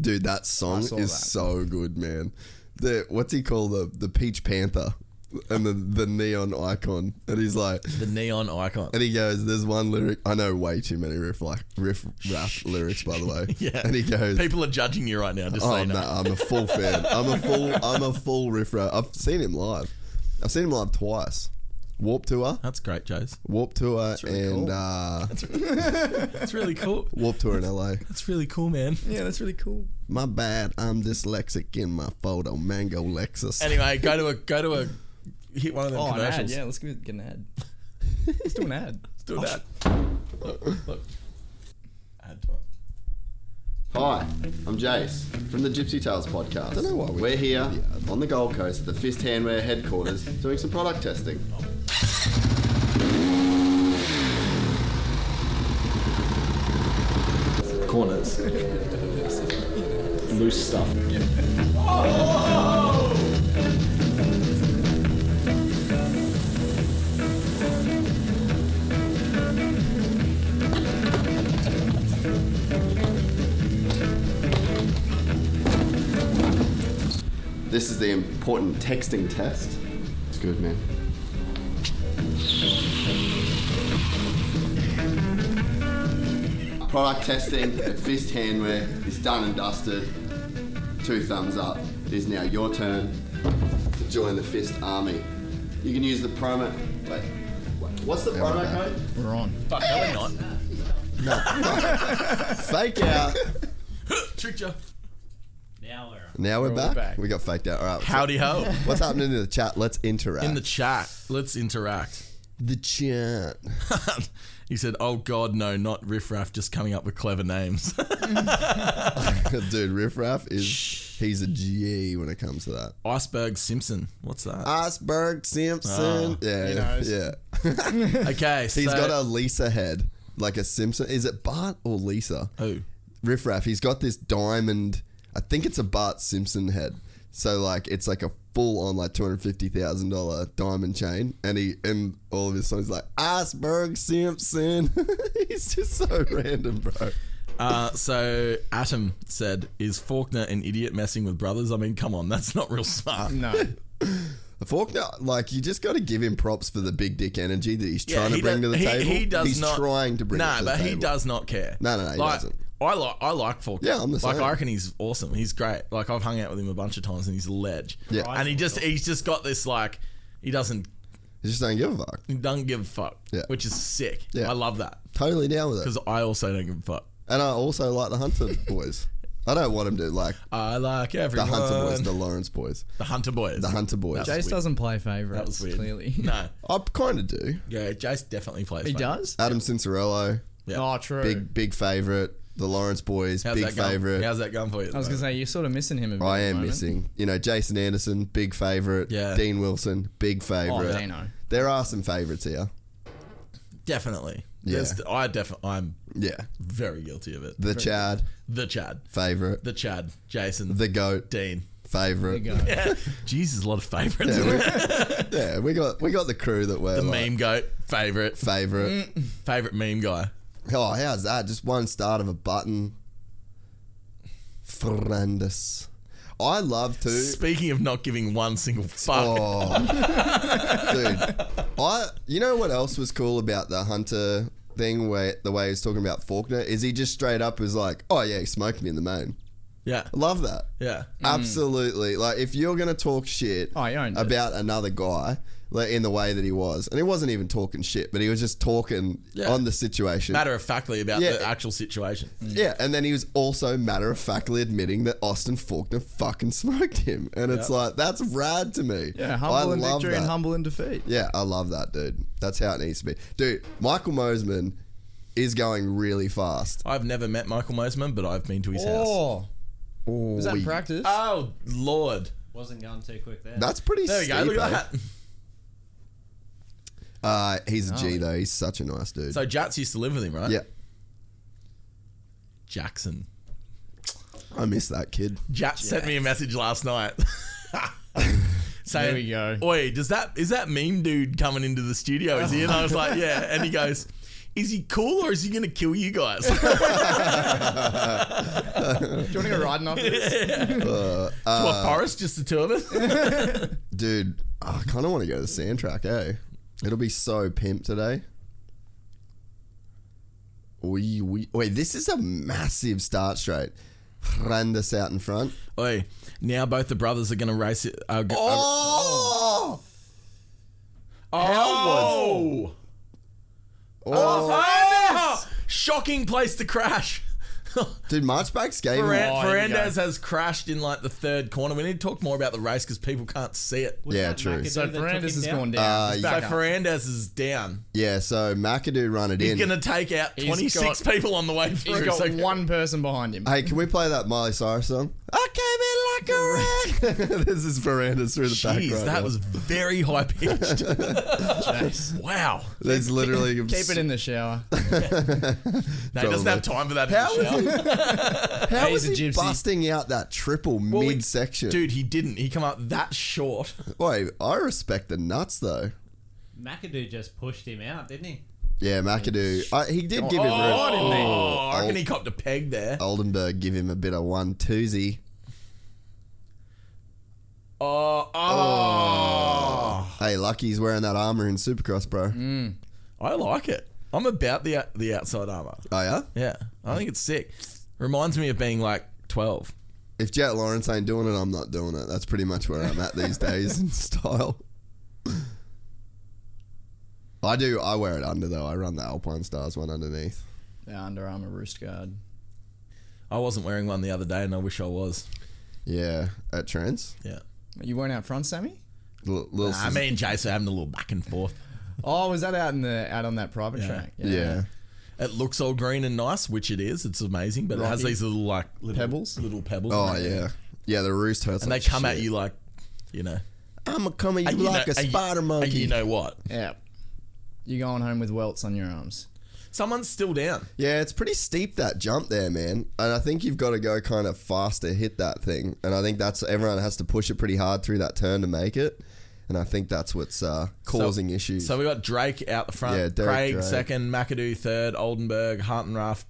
Speaker 2: dude, that song is
Speaker 6: that.
Speaker 2: so good, man. The what's he call the the Peach Panther? and the, the neon icon, and he's like,
Speaker 5: The neon icon.
Speaker 2: and he goes, "There's one lyric I know way too many riff like riff raff lyrics, by the way."
Speaker 5: *laughs* *laughs* Yeah.
Speaker 2: and he goes,
Speaker 5: People are judging you right now. Just
Speaker 2: "Oh
Speaker 5: so you
Speaker 2: no,
Speaker 5: know.
Speaker 2: I'm a full
Speaker 5: *laughs*
Speaker 2: fan. I'm a full. I'm a full riff raff. I've seen him live. I've seen him live twice. Warp tour,
Speaker 5: That's great, Jase.
Speaker 2: Warp tour,
Speaker 6: really
Speaker 2: and
Speaker 6: cool.
Speaker 2: uh,
Speaker 5: That's
Speaker 2: *laughs*
Speaker 5: really cool.
Speaker 2: Warp
Speaker 5: *laughs*
Speaker 2: tour in LA."
Speaker 5: That's really cool, man.
Speaker 6: Yeah, that's really cool.
Speaker 2: My bad. I'm dyslexic in my photo. Mango Lexus.
Speaker 5: Anyway, go to a go to a hit one of them
Speaker 6: Oh, an ad.
Speaker 5: commercials.
Speaker 6: Yeah, let's give- get an *laughs* ad. Let's do an ad.
Speaker 5: Let's do that. Look, look. Add to it.
Speaker 8: Hi, I'm Jace from the Gypsy Tales podcast.
Speaker 2: know why we-
Speaker 8: are here on the Gold Coast at the Fist Handwear headquarters doing some product testing.
Speaker 5: corners. Loose stuff.
Speaker 8: This is the important texting test. It's good, man. Product testing at Fist Handwear is done and dusted. Two thumbs up. It is now your turn to join the Fist Army. You can use the promo. Wait, wait, what's the promo
Speaker 2: back.
Speaker 8: code?
Speaker 6: We're on.
Speaker 5: Fuck, no, we're not.
Speaker 2: Fake
Speaker 5: *laughs*
Speaker 2: out.
Speaker 5: Tricked you.
Speaker 7: Now we're on.
Speaker 2: now we're, back.
Speaker 5: back.
Speaker 2: We got faked out. All right.
Speaker 5: Howdy ho.
Speaker 2: What's happening in the chat? Let's interact.
Speaker 5: In the chat, let's interact.
Speaker 2: the chat.
Speaker 5: he said, "Oh God, no, not Riff Raff, just coming up with clever names." *laughs*
Speaker 2: *laughs* Dude, Riff Raff is he's a G when it comes to that.
Speaker 5: Iceberg Simpson, what's that?
Speaker 2: Iceberg Simpson. yeah. Yeah.
Speaker 5: okay, so
Speaker 2: Ah, He's got a Lisa head. Like a Simpson. Is it Bart or Lisa?
Speaker 5: Who?
Speaker 2: Riff Raff, he's got this diamond. I think it's a Bart Simpson head. So like it's like a full on like two hundred fifty thousand dollar diamond chain, and he and all of his songs like Iceberg Simpson. *laughs* he's just so random, bro.
Speaker 5: Uh, so Atom said, "Is Faulkner an idiot messing with brothers? I mean, come on, that's not real smart."
Speaker 6: No.
Speaker 2: Faulkner, like you just got to give him props for the big dick energy that he's trying to
Speaker 5: he
Speaker 2: bring
Speaker 5: does-
Speaker 2: to the
Speaker 5: he,
Speaker 2: table.
Speaker 5: He does
Speaker 2: he's
Speaker 5: not,
Speaker 2: trying to bring.
Speaker 5: No,
Speaker 2: it to the
Speaker 5: but he
Speaker 2: table.
Speaker 5: does not care.
Speaker 2: No, no, no, he
Speaker 5: like,
Speaker 2: doesn't.
Speaker 5: I like I like Faulkner.
Speaker 2: Yeah, I'm the
Speaker 5: like
Speaker 2: same.
Speaker 5: I reckon he's awesome. He's great. Like I've hung out with him a bunch of times, and he's a ledge.
Speaker 2: Yeah.
Speaker 5: and he just he's just got this like he doesn't
Speaker 2: He just don't give a fuck.
Speaker 5: he doesn't give a fuck,
Speaker 2: Yeah.
Speaker 5: which is sick.
Speaker 2: Yeah.
Speaker 5: I love that
Speaker 2: Totally down with it.
Speaker 5: because I also don't give a fuck.
Speaker 2: And I also like the
Speaker 5: *laughs*
Speaker 2: Hunter boys. I don't want him to like
Speaker 5: I like
Speaker 2: the
Speaker 5: everyone.
Speaker 2: Hunter boys, the Lawrence boys,
Speaker 5: The Hunter boys.
Speaker 2: the Hunter boys.
Speaker 5: That's
Speaker 6: Jace
Speaker 5: weird.
Speaker 6: doesn't play favorites.
Speaker 5: That was weird.
Speaker 6: Clearly.
Speaker 5: No.
Speaker 2: I kind of do.
Speaker 5: Yeah, Jace definitely plays.
Speaker 6: *laughs* He
Speaker 5: favourite.
Speaker 6: does?
Speaker 2: Adam Cincerello,
Speaker 5: Yeah.
Speaker 6: Oh, true.
Speaker 2: big big favorite. The Lawrence boys,
Speaker 5: How's
Speaker 2: big
Speaker 5: that going?
Speaker 2: favorite.
Speaker 5: How's that going for you?
Speaker 6: I was going to say, you're sort of missing him a bit.
Speaker 2: I
Speaker 6: at the
Speaker 2: am
Speaker 6: moment.
Speaker 2: missing. You know, Jason Anderson, big favorite.
Speaker 5: Yeah.
Speaker 2: Dean Wilson, big favorite.
Speaker 6: Dino.
Speaker 2: There are some favorites here.
Speaker 5: definitely.
Speaker 2: Yeah.
Speaker 5: There's- I definitely. I'm
Speaker 2: Yeah.
Speaker 5: very guilty of it.
Speaker 2: The Chad,
Speaker 5: The Chad.
Speaker 2: favorite.
Speaker 5: The Chad. Jason.
Speaker 2: The goat,
Speaker 5: Dean.
Speaker 2: favorite.
Speaker 6: There you go.
Speaker 5: Jesus, a lot of favourites.
Speaker 2: *laughs*
Speaker 5: *laughs*
Speaker 2: Yeah, we got we got the crew that were
Speaker 5: the
Speaker 2: like,
Speaker 5: meme goat. Favourite.
Speaker 2: favorite.
Speaker 5: Favourite meme guy.
Speaker 2: Oh, how's that? Just one start of a button. Ferrandis. I love to.
Speaker 5: Speaking of not giving one single fuck.
Speaker 2: Uh, Oh, dude! I you know what else was cool about the Hunter thing? Where the way he's talking about Faulkner is he just straight up was like, "Oh yeah, he smoked me in the main."
Speaker 5: Yeah.
Speaker 2: Love that.
Speaker 5: Yeah.
Speaker 2: Absolutely. Like if you're gonna talk shit
Speaker 6: Mm. Oh, he owned it.
Speaker 2: about another guy, like in the way that he was, and he wasn't even talking shit, but he was just talking
Speaker 5: Yeah.
Speaker 2: on the situation.
Speaker 5: Matter of factly about
Speaker 2: Yeah.
Speaker 5: the actual situation.
Speaker 2: yeah, and then he was also matter of factly admitting that Austin Faulkner fucking *laughs* smoked him, and it's like that's rad to me.
Speaker 6: Yeah, humble
Speaker 2: I
Speaker 6: in
Speaker 2: love
Speaker 6: victory and
Speaker 2: that.
Speaker 6: humble in defeat.
Speaker 2: Yeah, I love that, dude. That's how it needs to be, dude. Michael Moseman is going really fast.
Speaker 5: I've never met Michael Moseman, but I've been to his house.
Speaker 6: Oh. Was that in practice? *laughs*
Speaker 5: Oh, Lord.
Speaker 7: Wasn't going too quick there.
Speaker 2: That's pretty.
Speaker 5: There we go.
Speaker 2: steep,
Speaker 5: Look at
Speaker 2: eh?
Speaker 5: that.
Speaker 2: Uh, he's a G though. He's such a nice dude.
Speaker 5: So Jats used to live with him, right?
Speaker 2: yeah,
Speaker 5: Jackson.
Speaker 2: I miss that kid.
Speaker 5: Jats sent me a message last night. *laughs* saying,
Speaker 6: There we go.
Speaker 5: Oi, does that is that meme dude coming into the studio? Is he? And I was *laughs* like, yeah. And he goes, is he cool or is he gonna kill you guys?
Speaker 6: Do you
Speaker 5: *laughs*
Speaker 6: want to go riding off this? *laughs*
Speaker 5: *laughs* what forest? Just the two of us.
Speaker 2: Dude, I kind of want to go to the sand track, eh? It'll be so pimp today. We, we, wait, this is a massive start straight. Randus out in front.
Speaker 5: Oi, now both the brothers are going to race it. Are, go- uh, are-
Speaker 2: Oh!
Speaker 5: oh!
Speaker 2: Oh.
Speaker 5: Ah! Shocking place to crash. *laughs*
Speaker 2: Dude, Marchback's game.
Speaker 5: Ferran-
Speaker 6: Oh, here we
Speaker 5: Fernandez
Speaker 6: go.
Speaker 5: has crashed in like the third corner. We need to talk more about the race because people can't see it.
Speaker 7: Was
Speaker 2: Yeah,
Speaker 7: that
Speaker 2: true.
Speaker 7: McAdoo
Speaker 6: So
Speaker 7: that took
Speaker 6: Fernandez
Speaker 7: him
Speaker 6: has
Speaker 7: down?
Speaker 6: gone
Speaker 2: Uh,
Speaker 6: down. He's
Speaker 5: So
Speaker 6: back up.
Speaker 5: Fernandez is down.
Speaker 2: Yeah, so McAdoo run it
Speaker 5: He's
Speaker 2: in.
Speaker 5: going to take out
Speaker 6: He's
Speaker 5: 26
Speaker 6: got-
Speaker 5: people on the way through.
Speaker 6: He's got
Speaker 5: So-
Speaker 6: one person behind him.
Speaker 2: Hey, can we play that Miley Cyrus song? I came in like a wreck. *laughs* this is Verandas through the
Speaker 5: Jeez,
Speaker 2: back right
Speaker 5: that
Speaker 2: now.
Speaker 5: was very high *laughs* pitched. wow.
Speaker 2: There's
Speaker 5: *laughs*
Speaker 2: literally
Speaker 6: Keep it in the *laughs* shower.
Speaker 5: No, he doesn't
Speaker 2: Probably.
Speaker 5: have time for that. How
Speaker 2: How
Speaker 6: He's
Speaker 2: was
Speaker 6: a
Speaker 2: he
Speaker 6: gypsy.
Speaker 2: busting out that triple mid-section?
Speaker 5: Dude, he didn't. He come up that short.
Speaker 2: Wait, I respect the nuts though.
Speaker 7: McAdoo just pushed him out, didn't he?
Speaker 2: Yeah, McAdoo. I, he did give him
Speaker 5: Oh,
Speaker 2: room.
Speaker 5: I reckon he copped a peg there.
Speaker 2: Oldenburg give him a bit of one twosie.
Speaker 5: Oh, oh.
Speaker 2: Hey, Lucky's wearing that armor in Supercross, bro.
Speaker 5: Mm. I like it. I'm about the the outside armor.
Speaker 2: Oh yeah.
Speaker 5: Yeah, I think it's sick. Reminds me of being like 12.
Speaker 2: If Jet Lawrence ain't doing it, I'm not doing it. That's pretty much where I'm at these days in *laughs* style. I do. I wear it under though. I run the Alpine Stars one underneath.
Speaker 6: Yeah, Under Armour wrist guard.
Speaker 5: I wasn't wearing one the other day, and I wish I was.
Speaker 2: Yeah, at Trent's.
Speaker 5: Yeah.
Speaker 6: You weren't out front, Sammy?
Speaker 2: L- little
Speaker 5: Nah,
Speaker 2: Suz-
Speaker 5: me and Jason are having a little back and forth.
Speaker 6: Oh, was that out in the out on that private track?
Speaker 2: yeah.
Speaker 5: It looks all green and nice, which it is. It's amazing, but it has
Speaker 6: Rocky.
Speaker 5: these little like little,
Speaker 6: Pebbles?
Speaker 5: little pebbles.
Speaker 2: Oh
Speaker 5: in it.
Speaker 2: yeah. Yeah, the roost hurts.
Speaker 5: and they
Speaker 2: like
Speaker 5: come at
Speaker 2: shit.
Speaker 5: you like, you know,
Speaker 2: I'ma come at
Speaker 5: and
Speaker 2: you
Speaker 5: you
Speaker 2: like
Speaker 5: know-
Speaker 2: a
Speaker 5: and you-
Speaker 2: spider
Speaker 5: and
Speaker 2: monkey.
Speaker 5: You know what?
Speaker 6: Yeah. You're going home with welts on your arms.
Speaker 5: Someone's still down.
Speaker 2: Yeah, it's pretty steep that jump there, man. And I think you've got to go kind of fast to hit that thing. And I think that's everyone has to push it pretty hard through that turn to make it. And I think that's what's uh, causing issues.
Speaker 5: So we got Drake out the front,
Speaker 2: Yeah, Derek
Speaker 5: Craig
Speaker 2: Drake.
Speaker 5: second, McAdoo third, Oldenburg, Hartenraft.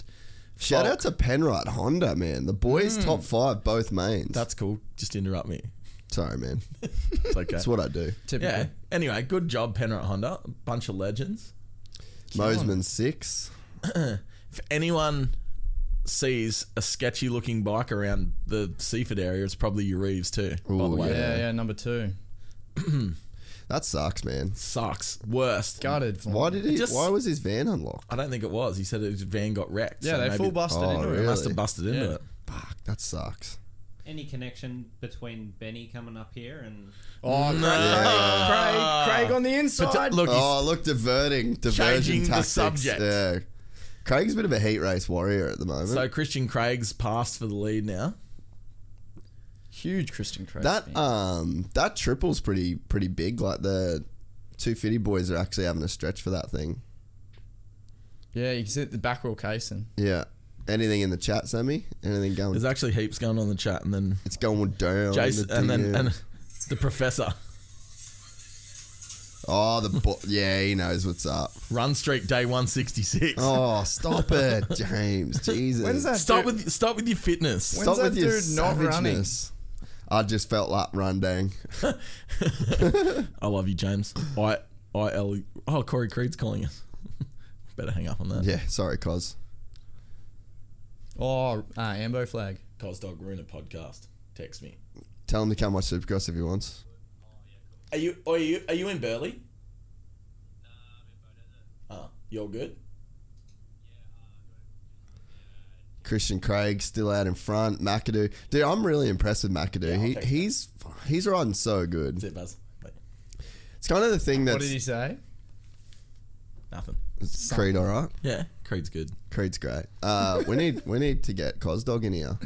Speaker 2: Shout
Speaker 5: Falk. Hmm.
Speaker 2: out to Penrite Honda, man. The boys top five, both mains.
Speaker 5: That's cool. Just interrupt me.
Speaker 2: sorry,
Speaker 5: *laughs*
Speaker 2: man. *laughs*
Speaker 5: It's okay.
Speaker 2: That's what I do.
Speaker 6: Typical.
Speaker 5: yeah. Anyway, good job, Penrite Honda. Bunch of legends.
Speaker 2: Mosman six.
Speaker 5: If anyone sees a sketchy looking bike around the Seaford area, it's probably your Reeves too. by the
Speaker 2: Ooh,
Speaker 5: way,
Speaker 6: Yeah, yeah, number two.
Speaker 2: That sucks, man.
Speaker 5: sucks. Worst.
Speaker 6: Gutted for
Speaker 2: Why
Speaker 6: him.
Speaker 2: did he?
Speaker 5: Just-
Speaker 2: why was his van unlocked?
Speaker 5: I don't think it was. He said his van got wrecked.
Speaker 6: Yeah,
Speaker 5: so
Speaker 6: they
Speaker 5: maybe-
Speaker 6: full busted
Speaker 2: Oh,
Speaker 6: into
Speaker 5: They
Speaker 6: it.
Speaker 5: must
Speaker 2: Really?
Speaker 5: have busted into
Speaker 6: Yeah.
Speaker 5: it.
Speaker 2: Fuck, that sucks.
Speaker 7: Any connection between Benny coming up here and
Speaker 6: Oh, Craig, Craig, Craig on the
Speaker 5: But
Speaker 6: inside.
Speaker 5: look, he's-
Speaker 2: Oh, look, diverting, diversion
Speaker 5: Changing the
Speaker 2: tactics.
Speaker 5: subject.
Speaker 2: Yeah. Craig's a bit of a heat race warrior at the moment.
Speaker 5: so Christian Craig's passed for the lead now.
Speaker 6: Huge Christian Craig.
Speaker 2: That
Speaker 6: fan.
Speaker 2: um that triple's pretty pretty big. Like the two fifty boys are actually having a stretch for that thing.
Speaker 6: yeah, you can see the back wheel casing.
Speaker 2: Yeah. Anything in the chat, Sammy? Anything going?
Speaker 5: There's actually heaps going on in the chat, and then
Speaker 2: it's going down.
Speaker 5: Jason,
Speaker 2: the
Speaker 5: and then
Speaker 2: DM.
Speaker 5: and the professor.
Speaker 2: *laughs* oh the bo- yeah he knows what's up.
Speaker 5: Run streak day 166.
Speaker 2: Oh stop
Speaker 6: *laughs*
Speaker 2: it, James. Jesus.
Speaker 6: When's that?
Speaker 5: Start
Speaker 6: dude-
Speaker 5: with start with your fitness.
Speaker 6: When's
Speaker 2: Stop
Speaker 6: that
Speaker 2: with your
Speaker 6: dude not running?
Speaker 2: savageness. I just felt like run
Speaker 6: *laughs*
Speaker 2: dang.
Speaker 5: I love you, James. I I L. Oh, Corey Creed's calling us. *laughs* Better hang up on that.
Speaker 2: Yeah, sorry, Cos.
Speaker 6: Oh, uh, Ambo flag.
Speaker 5: Cos Dog Runa podcast. Text me.
Speaker 2: Tell him to come watch Supercross if he wants.
Speaker 5: Are you are you are you in Burley? Oh, you're good.
Speaker 2: Christian Craig still out in front. McAdoo, dude, I'm really impressed with McAdoo.
Speaker 5: I'll
Speaker 2: he
Speaker 5: take that.
Speaker 2: he's he's riding so good.
Speaker 5: That's it, Buzz. Wait,
Speaker 2: It's kind of the thing
Speaker 6: What did he
Speaker 2: that's
Speaker 6: say?
Speaker 5: nothing.
Speaker 2: it's Creed. All right,
Speaker 5: Yeah, Creed's good.
Speaker 2: Creed's great. Uh, we need we need to get Cosdog in here.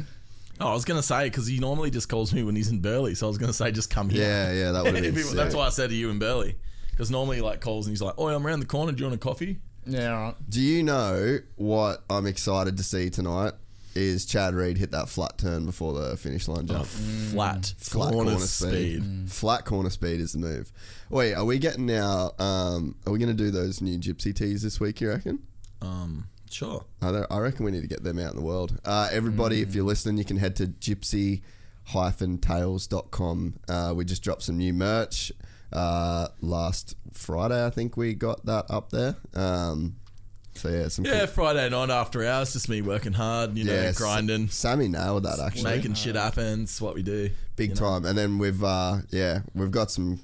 Speaker 5: Oh, I was gonna say because he normally just calls me when he's in Burley, so I was gonna say just come here.
Speaker 2: Yeah, yeah,
Speaker 5: *laughs*
Speaker 2: that would have been.
Speaker 5: People- that's
Speaker 2: sick.
Speaker 5: why I said to you in Burley because normally he, like calls and he's like, "Oi, I'm around the corner. Do you want a coffee?"
Speaker 6: Yeah, all right.
Speaker 2: Do you know what I'm excited to see tonight? Is Chad Reed hit that flat turn before the finish line jump?
Speaker 5: Flat,
Speaker 2: flat corner, speed.
Speaker 6: Mm.
Speaker 2: Flat corner speed is the move. Wait, are we getting now? Um, are we going to do those new Gypsy tees this week? You reckon?
Speaker 5: Um, sure. Mm.
Speaker 2: I, don't- I reckon we need to get them out in the world. Uh, everybody, if you're listening, you can head to gypsy hyphen tails.com. Uh, we just dropped some new merch uh, last Friday, I think we got that up there. Um, so yeah, some
Speaker 5: Yeah,
Speaker 2: cool-
Speaker 5: Friday night after hours, just me working hard, you know,
Speaker 2: yeah,
Speaker 5: grinding,
Speaker 2: Sammy nailed that actually.
Speaker 5: making shit happen. It's what we do.
Speaker 2: big
Speaker 5: you know.
Speaker 2: time. And then we've uh, yeah, we've got some.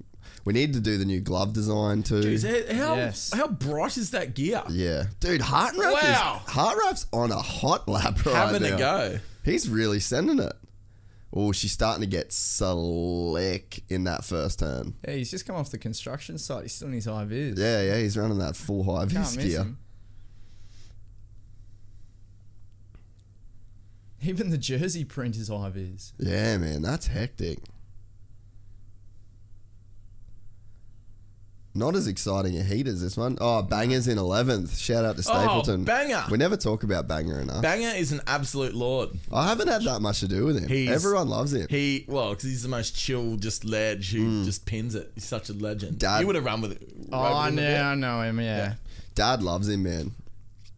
Speaker 2: We need to do the new glove design too.
Speaker 5: Jeez, how,
Speaker 6: Yes.
Speaker 5: how bright is that gear?
Speaker 2: yeah, dude, Heart Rap
Speaker 5: Wow.
Speaker 2: is Heart Rap's on a hot lap right
Speaker 5: Having
Speaker 2: now.
Speaker 5: a go.
Speaker 2: He's really sending it. Oh, she's starting to get slick in that first turn.
Speaker 6: Yeah, he's just come off the construction site. He's still in his high vis.
Speaker 2: Yeah, yeah, he's running that full high
Speaker 6: Can't
Speaker 2: vis
Speaker 6: miss
Speaker 2: gear.
Speaker 6: him. Even the jersey print is high vis.
Speaker 2: Yeah, man, that's hectic. Not as exciting a heat as this one. Oh, Banger's in 11th. Shout out to Stapleton.
Speaker 5: Banger.
Speaker 2: We never talk about Banger enough.
Speaker 5: Banger is an absolute lord.
Speaker 2: I haven't had that much to do with him.
Speaker 5: He's-
Speaker 2: Everyone loves him.
Speaker 5: He, well, because he's the most chill, just ledge who just pins it. He's such a legend.
Speaker 2: Mm. Dad-
Speaker 5: He would have run with it.
Speaker 6: Oh, I
Speaker 5: run with
Speaker 6: know,
Speaker 5: him a
Speaker 6: I know him. Yeah.
Speaker 2: Dad loves him, man.
Speaker 5: bit.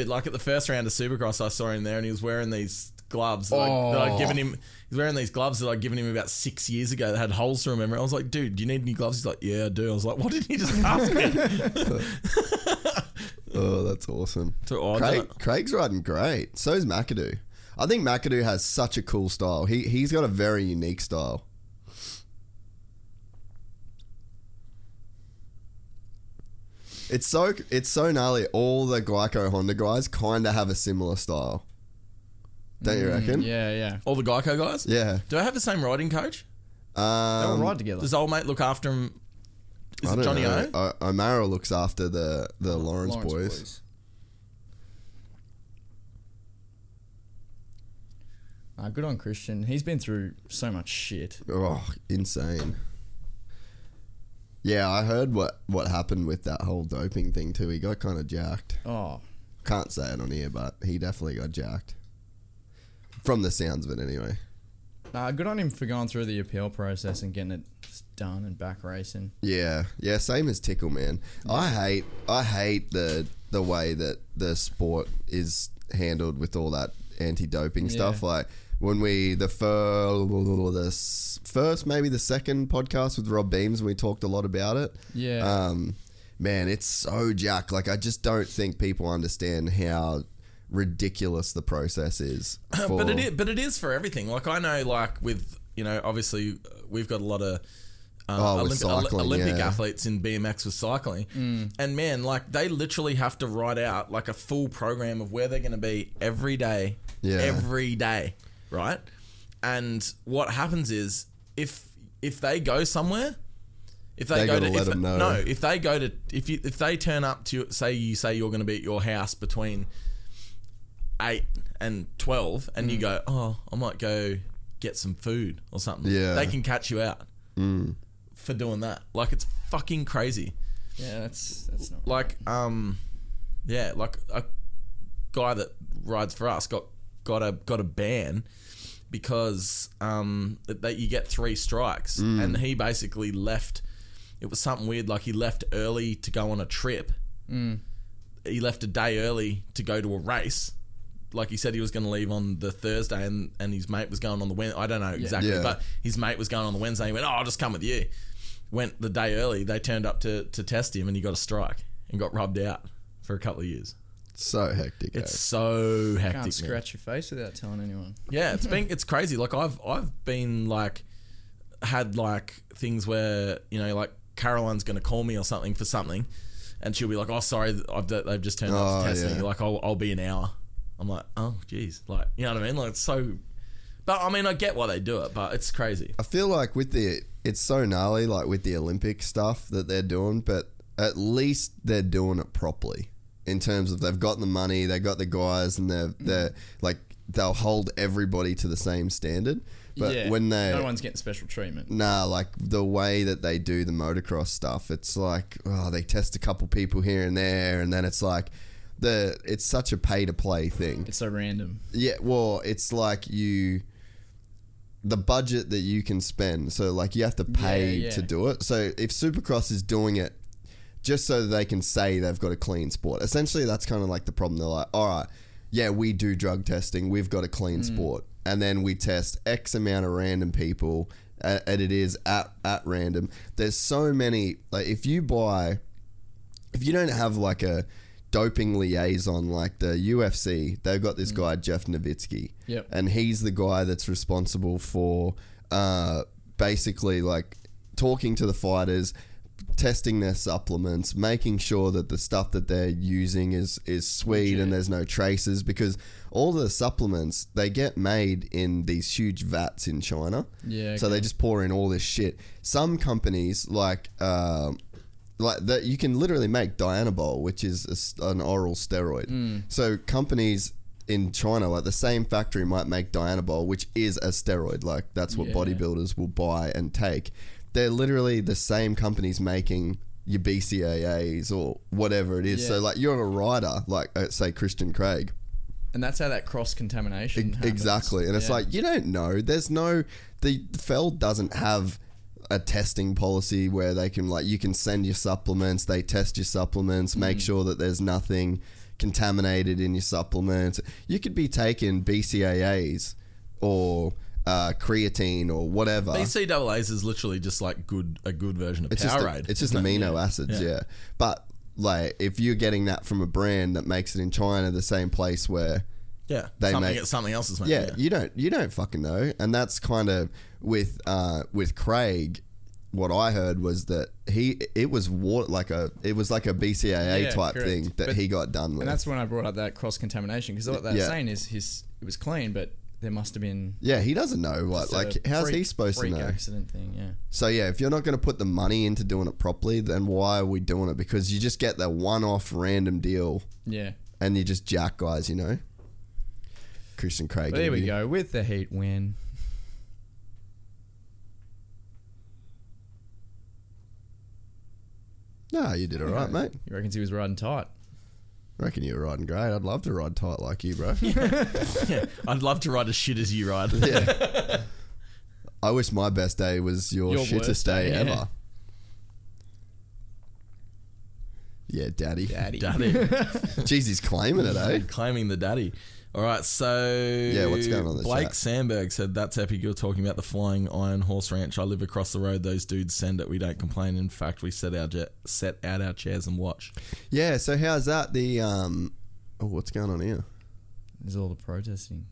Speaker 5: Dude, like at the first round of Supercross, I saw him there and he was wearing these gloves that, I, that
Speaker 6: Oh.
Speaker 5: I'd given him. He's wearing these gloves that I'd given him about six years ago that had holes through them. Remember? I was like, dude, do you need any gloves? He's like, yeah, I do. I was like, what did he just ask me? *laughs*
Speaker 2: Oh, that's awesome.
Speaker 5: So, oh, I don't
Speaker 2: Craig,
Speaker 5: know.
Speaker 2: Craig's riding great. So is McAdoo. I think McAdoo has such a cool style. He he's got a very unique style. It's so it's so gnarly. All the Glyco Honda guys kind of have a similar style, don't you reckon?
Speaker 6: Hmm. Yeah, yeah.
Speaker 5: All the Geico guys?
Speaker 2: Yeah.
Speaker 5: Do I have the same riding coach?
Speaker 6: They all
Speaker 2: Um,
Speaker 6: ride together.
Speaker 5: Does old mate look after him? Is
Speaker 2: I
Speaker 5: it
Speaker 2: don't
Speaker 5: Johnny
Speaker 2: know.
Speaker 5: O?
Speaker 2: O? O'Mara looks after the the Lawrence,
Speaker 6: Lawrence
Speaker 2: boys.
Speaker 6: Ah, good on Christian. He's been through so much shit.
Speaker 2: Oh, insane. Yeah, I heard what what happened with that whole doping thing too. He got kind of jacked.
Speaker 6: Oh,
Speaker 2: Can't say it on here, but he definitely got jacked. From the sounds of it, anyway.
Speaker 6: nah, good on him for going through the appeal process and getting it done and back racing.
Speaker 2: Yeah, yeah, same as Tickle Man. I hate, I hate the the way that the sport is handled with all that anti-doping stuff. Like when we the fir, the s- first maybe the second podcast with Rob Beams, we talked a lot about it.
Speaker 6: Yeah.
Speaker 2: Um, man, it's so jack. Like I just don't think people understand how ridiculous the process is. For,
Speaker 5: *laughs* *clears throat* but it is, but it is for everything. Like I know, like with you know, obviously uh, we've got a lot of. Um,
Speaker 2: Oh, with
Speaker 5: Olympi- Oli-
Speaker 2: cycling,
Speaker 5: Olympic
Speaker 2: yeah. Mm.
Speaker 5: athletes in BMX with cycling, and man, like they literally have to write out like a full program of where they're going to be every day,
Speaker 2: Yeah.
Speaker 5: every day, right? And what happens is if if they go somewhere, if they,
Speaker 2: They
Speaker 5: go
Speaker 2: gotta
Speaker 5: to
Speaker 2: let
Speaker 5: if,
Speaker 2: them know.
Speaker 5: no, if they go to if you if they turn up to say you say you're going to be at your house between eight and twelve, and you go, oh, I might go get some food or something.
Speaker 2: Yeah.
Speaker 5: they can catch you out for doing that. Like it's fucking crazy.
Speaker 6: yeah, that's that's not.
Speaker 5: Like um, yeah, like a guy that rides for us got got a got a ban because um that- that you get three strikes,
Speaker 2: Mm.
Speaker 5: and he basically left. It was something weird. Like he left early to go on a trip.
Speaker 2: Mm.
Speaker 5: He left a day early to go to a race. Like he said, he was going to leave on the Thursday, and, and his mate was going on the Wednesday. I don't know exactly,
Speaker 2: Yeah.
Speaker 5: but his mate was going on the Wednesday. He went, "Oh, I'll just come with you." Went the day early. They turned up to to test him, and he got a strike and got rubbed out for a couple of years.
Speaker 2: so hectic. eh?
Speaker 5: It's so hectic.
Speaker 6: Can't
Speaker 5: man.
Speaker 6: scratch your face without telling anyone.
Speaker 5: Yeah, it's been it's crazy. Like I've I've been like had like things where you know like Caroline's gonna call me or something for something, and she'll be like, "Oh, sorry, th- I've d- they've just turned up
Speaker 2: Oh,
Speaker 5: to test
Speaker 2: yeah.
Speaker 5: me." Like I'll I'll be an hour. I'm like, oh jeez, like you know what I mean? Like it's so. But I mean, I get why they do it, but it's crazy.
Speaker 2: I feel like with the it's so gnarly, like with the Olympic stuff that they're doing, but at least they're doing it properly in terms of they've got the money, they got the guys, and they're they're like they'll hold everybody to the same standard. But
Speaker 6: yeah,
Speaker 2: when they
Speaker 6: no one's getting special treatment.
Speaker 2: Nah, like the way that they do the motocross stuff, it's like oh, they test a couple people here and there, and then it's like the it's such a pay to play thing.
Speaker 6: It's so random.
Speaker 2: Yeah, well, it's like you the budget that you can spend. So like you have to pay
Speaker 6: Yeah, yeah.
Speaker 2: to do it. So if Supercross is doing it just so that they can say they've got a clean sport.
Speaker 6: Hmm.
Speaker 2: Essentially that's kind of like the problem. They're like, "All right, yeah, we do drug testing. We've got a clean sport." and then we test X amount of random people, a- and it is at at random. There's so many. Like if you buy, if you don't have like a doping liaison like the UFC, they've got this guy Jeff Nowitzki,
Speaker 6: Mm. Yep.
Speaker 2: and he's the guy that's responsible for uh, basically like talking to the fighters, testing their supplements, making sure that the stuff that they're using is is sweet and there's no traces because all the supplements they get made in these huge vats in China.
Speaker 6: Yeah,
Speaker 2: So they just pour in all this shit. Some companies like um like that you can literally make Dianabol, which is a s an oral steroid.
Speaker 6: Hmm.
Speaker 2: So companies in China, like the same factory might make Dianabol, which is a steroid. Like that's what
Speaker 6: Yeah.
Speaker 2: bodybuilders will buy and take. They're literally the same companies making your BCAAs or whatever it is. So
Speaker 6: Yeah.
Speaker 2: like you're a rider, like uh, say Christian Craig.
Speaker 6: And that's how that cross contamination.
Speaker 2: Ex- Exactly. And it's like, you don't know. There's no, the Feld doesn't have a testing policy where they can, like, you can send your supplements, they test your supplements, make sure that there's nothing contaminated in your supplements. You could be taking BCAAs or uh, creatine or whatever.
Speaker 5: BCAAs is literally just like good a good version of
Speaker 2: It's just,
Speaker 5: Powerade.
Speaker 2: it's just amino acids, yeah. But, like, if you're getting that from a brand that makes it in China, the same place where
Speaker 5: yeah,
Speaker 2: they
Speaker 5: something
Speaker 2: make-
Speaker 5: something else is made.
Speaker 2: yeah, you don't you don't fucking know and that's kind of with uh with craig what i heard was that he it was war like a it was like a bcaa
Speaker 6: Yeah,
Speaker 2: type
Speaker 6: correct.
Speaker 2: thing that
Speaker 6: But-
Speaker 2: he got done with
Speaker 6: And that's when I brought up that cross contamination because what they're
Speaker 2: Yeah.
Speaker 6: saying is his it was clean, but there must have been
Speaker 2: yeah he doesn't know what
Speaker 6: just a
Speaker 2: like how's he
Speaker 6: freak-
Speaker 2: supposed to
Speaker 6: freak
Speaker 2: know
Speaker 6: accident thing? Yeah.
Speaker 2: so yeah if you're not going to put the money into doing it properly then why are we doing it because you just get that one-off random deal
Speaker 6: Yeah.
Speaker 2: and you just jack guys you know christian craig
Speaker 6: But there we
Speaker 2: interview.
Speaker 6: go with the Heat win.
Speaker 2: no you did all right mate
Speaker 6: You reckon he was riding tight?
Speaker 2: reckon you were riding great i'd love to ride tight like you
Speaker 6: *laughs*
Speaker 2: bro
Speaker 5: Yeah. *laughs* I'd love to ride as shit as you ride.
Speaker 2: yeah. I wish my best day was your,
Speaker 6: Your
Speaker 2: shittest
Speaker 6: worst
Speaker 2: day
Speaker 6: day, yeah.
Speaker 2: ever. Yeah, daddy. Daddy.
Speaker 5: *laughs*
Speaker 2: *laughs*
Speaker 5: Daddy.
Speaker 2: Jeez, he's claiming it, eh?
Speaker 5: *laughs* Claiming the daddy. All right, so
Speaker 2: Yeah, what's going on in the
Speaker 5: Blake
Speaker 2: chat?
Speaker 5: Sandberg said that's epic. You're talking about the Flying Iron Horse Ranch. I live across the road. Those dudes send it. We don't complain. In fact, we set our jet, set out our chairs and watch.
Speaker 2: Yeah, so how's that? The, um, oh, what's going on here?
Speaker 6: There's all the protesting.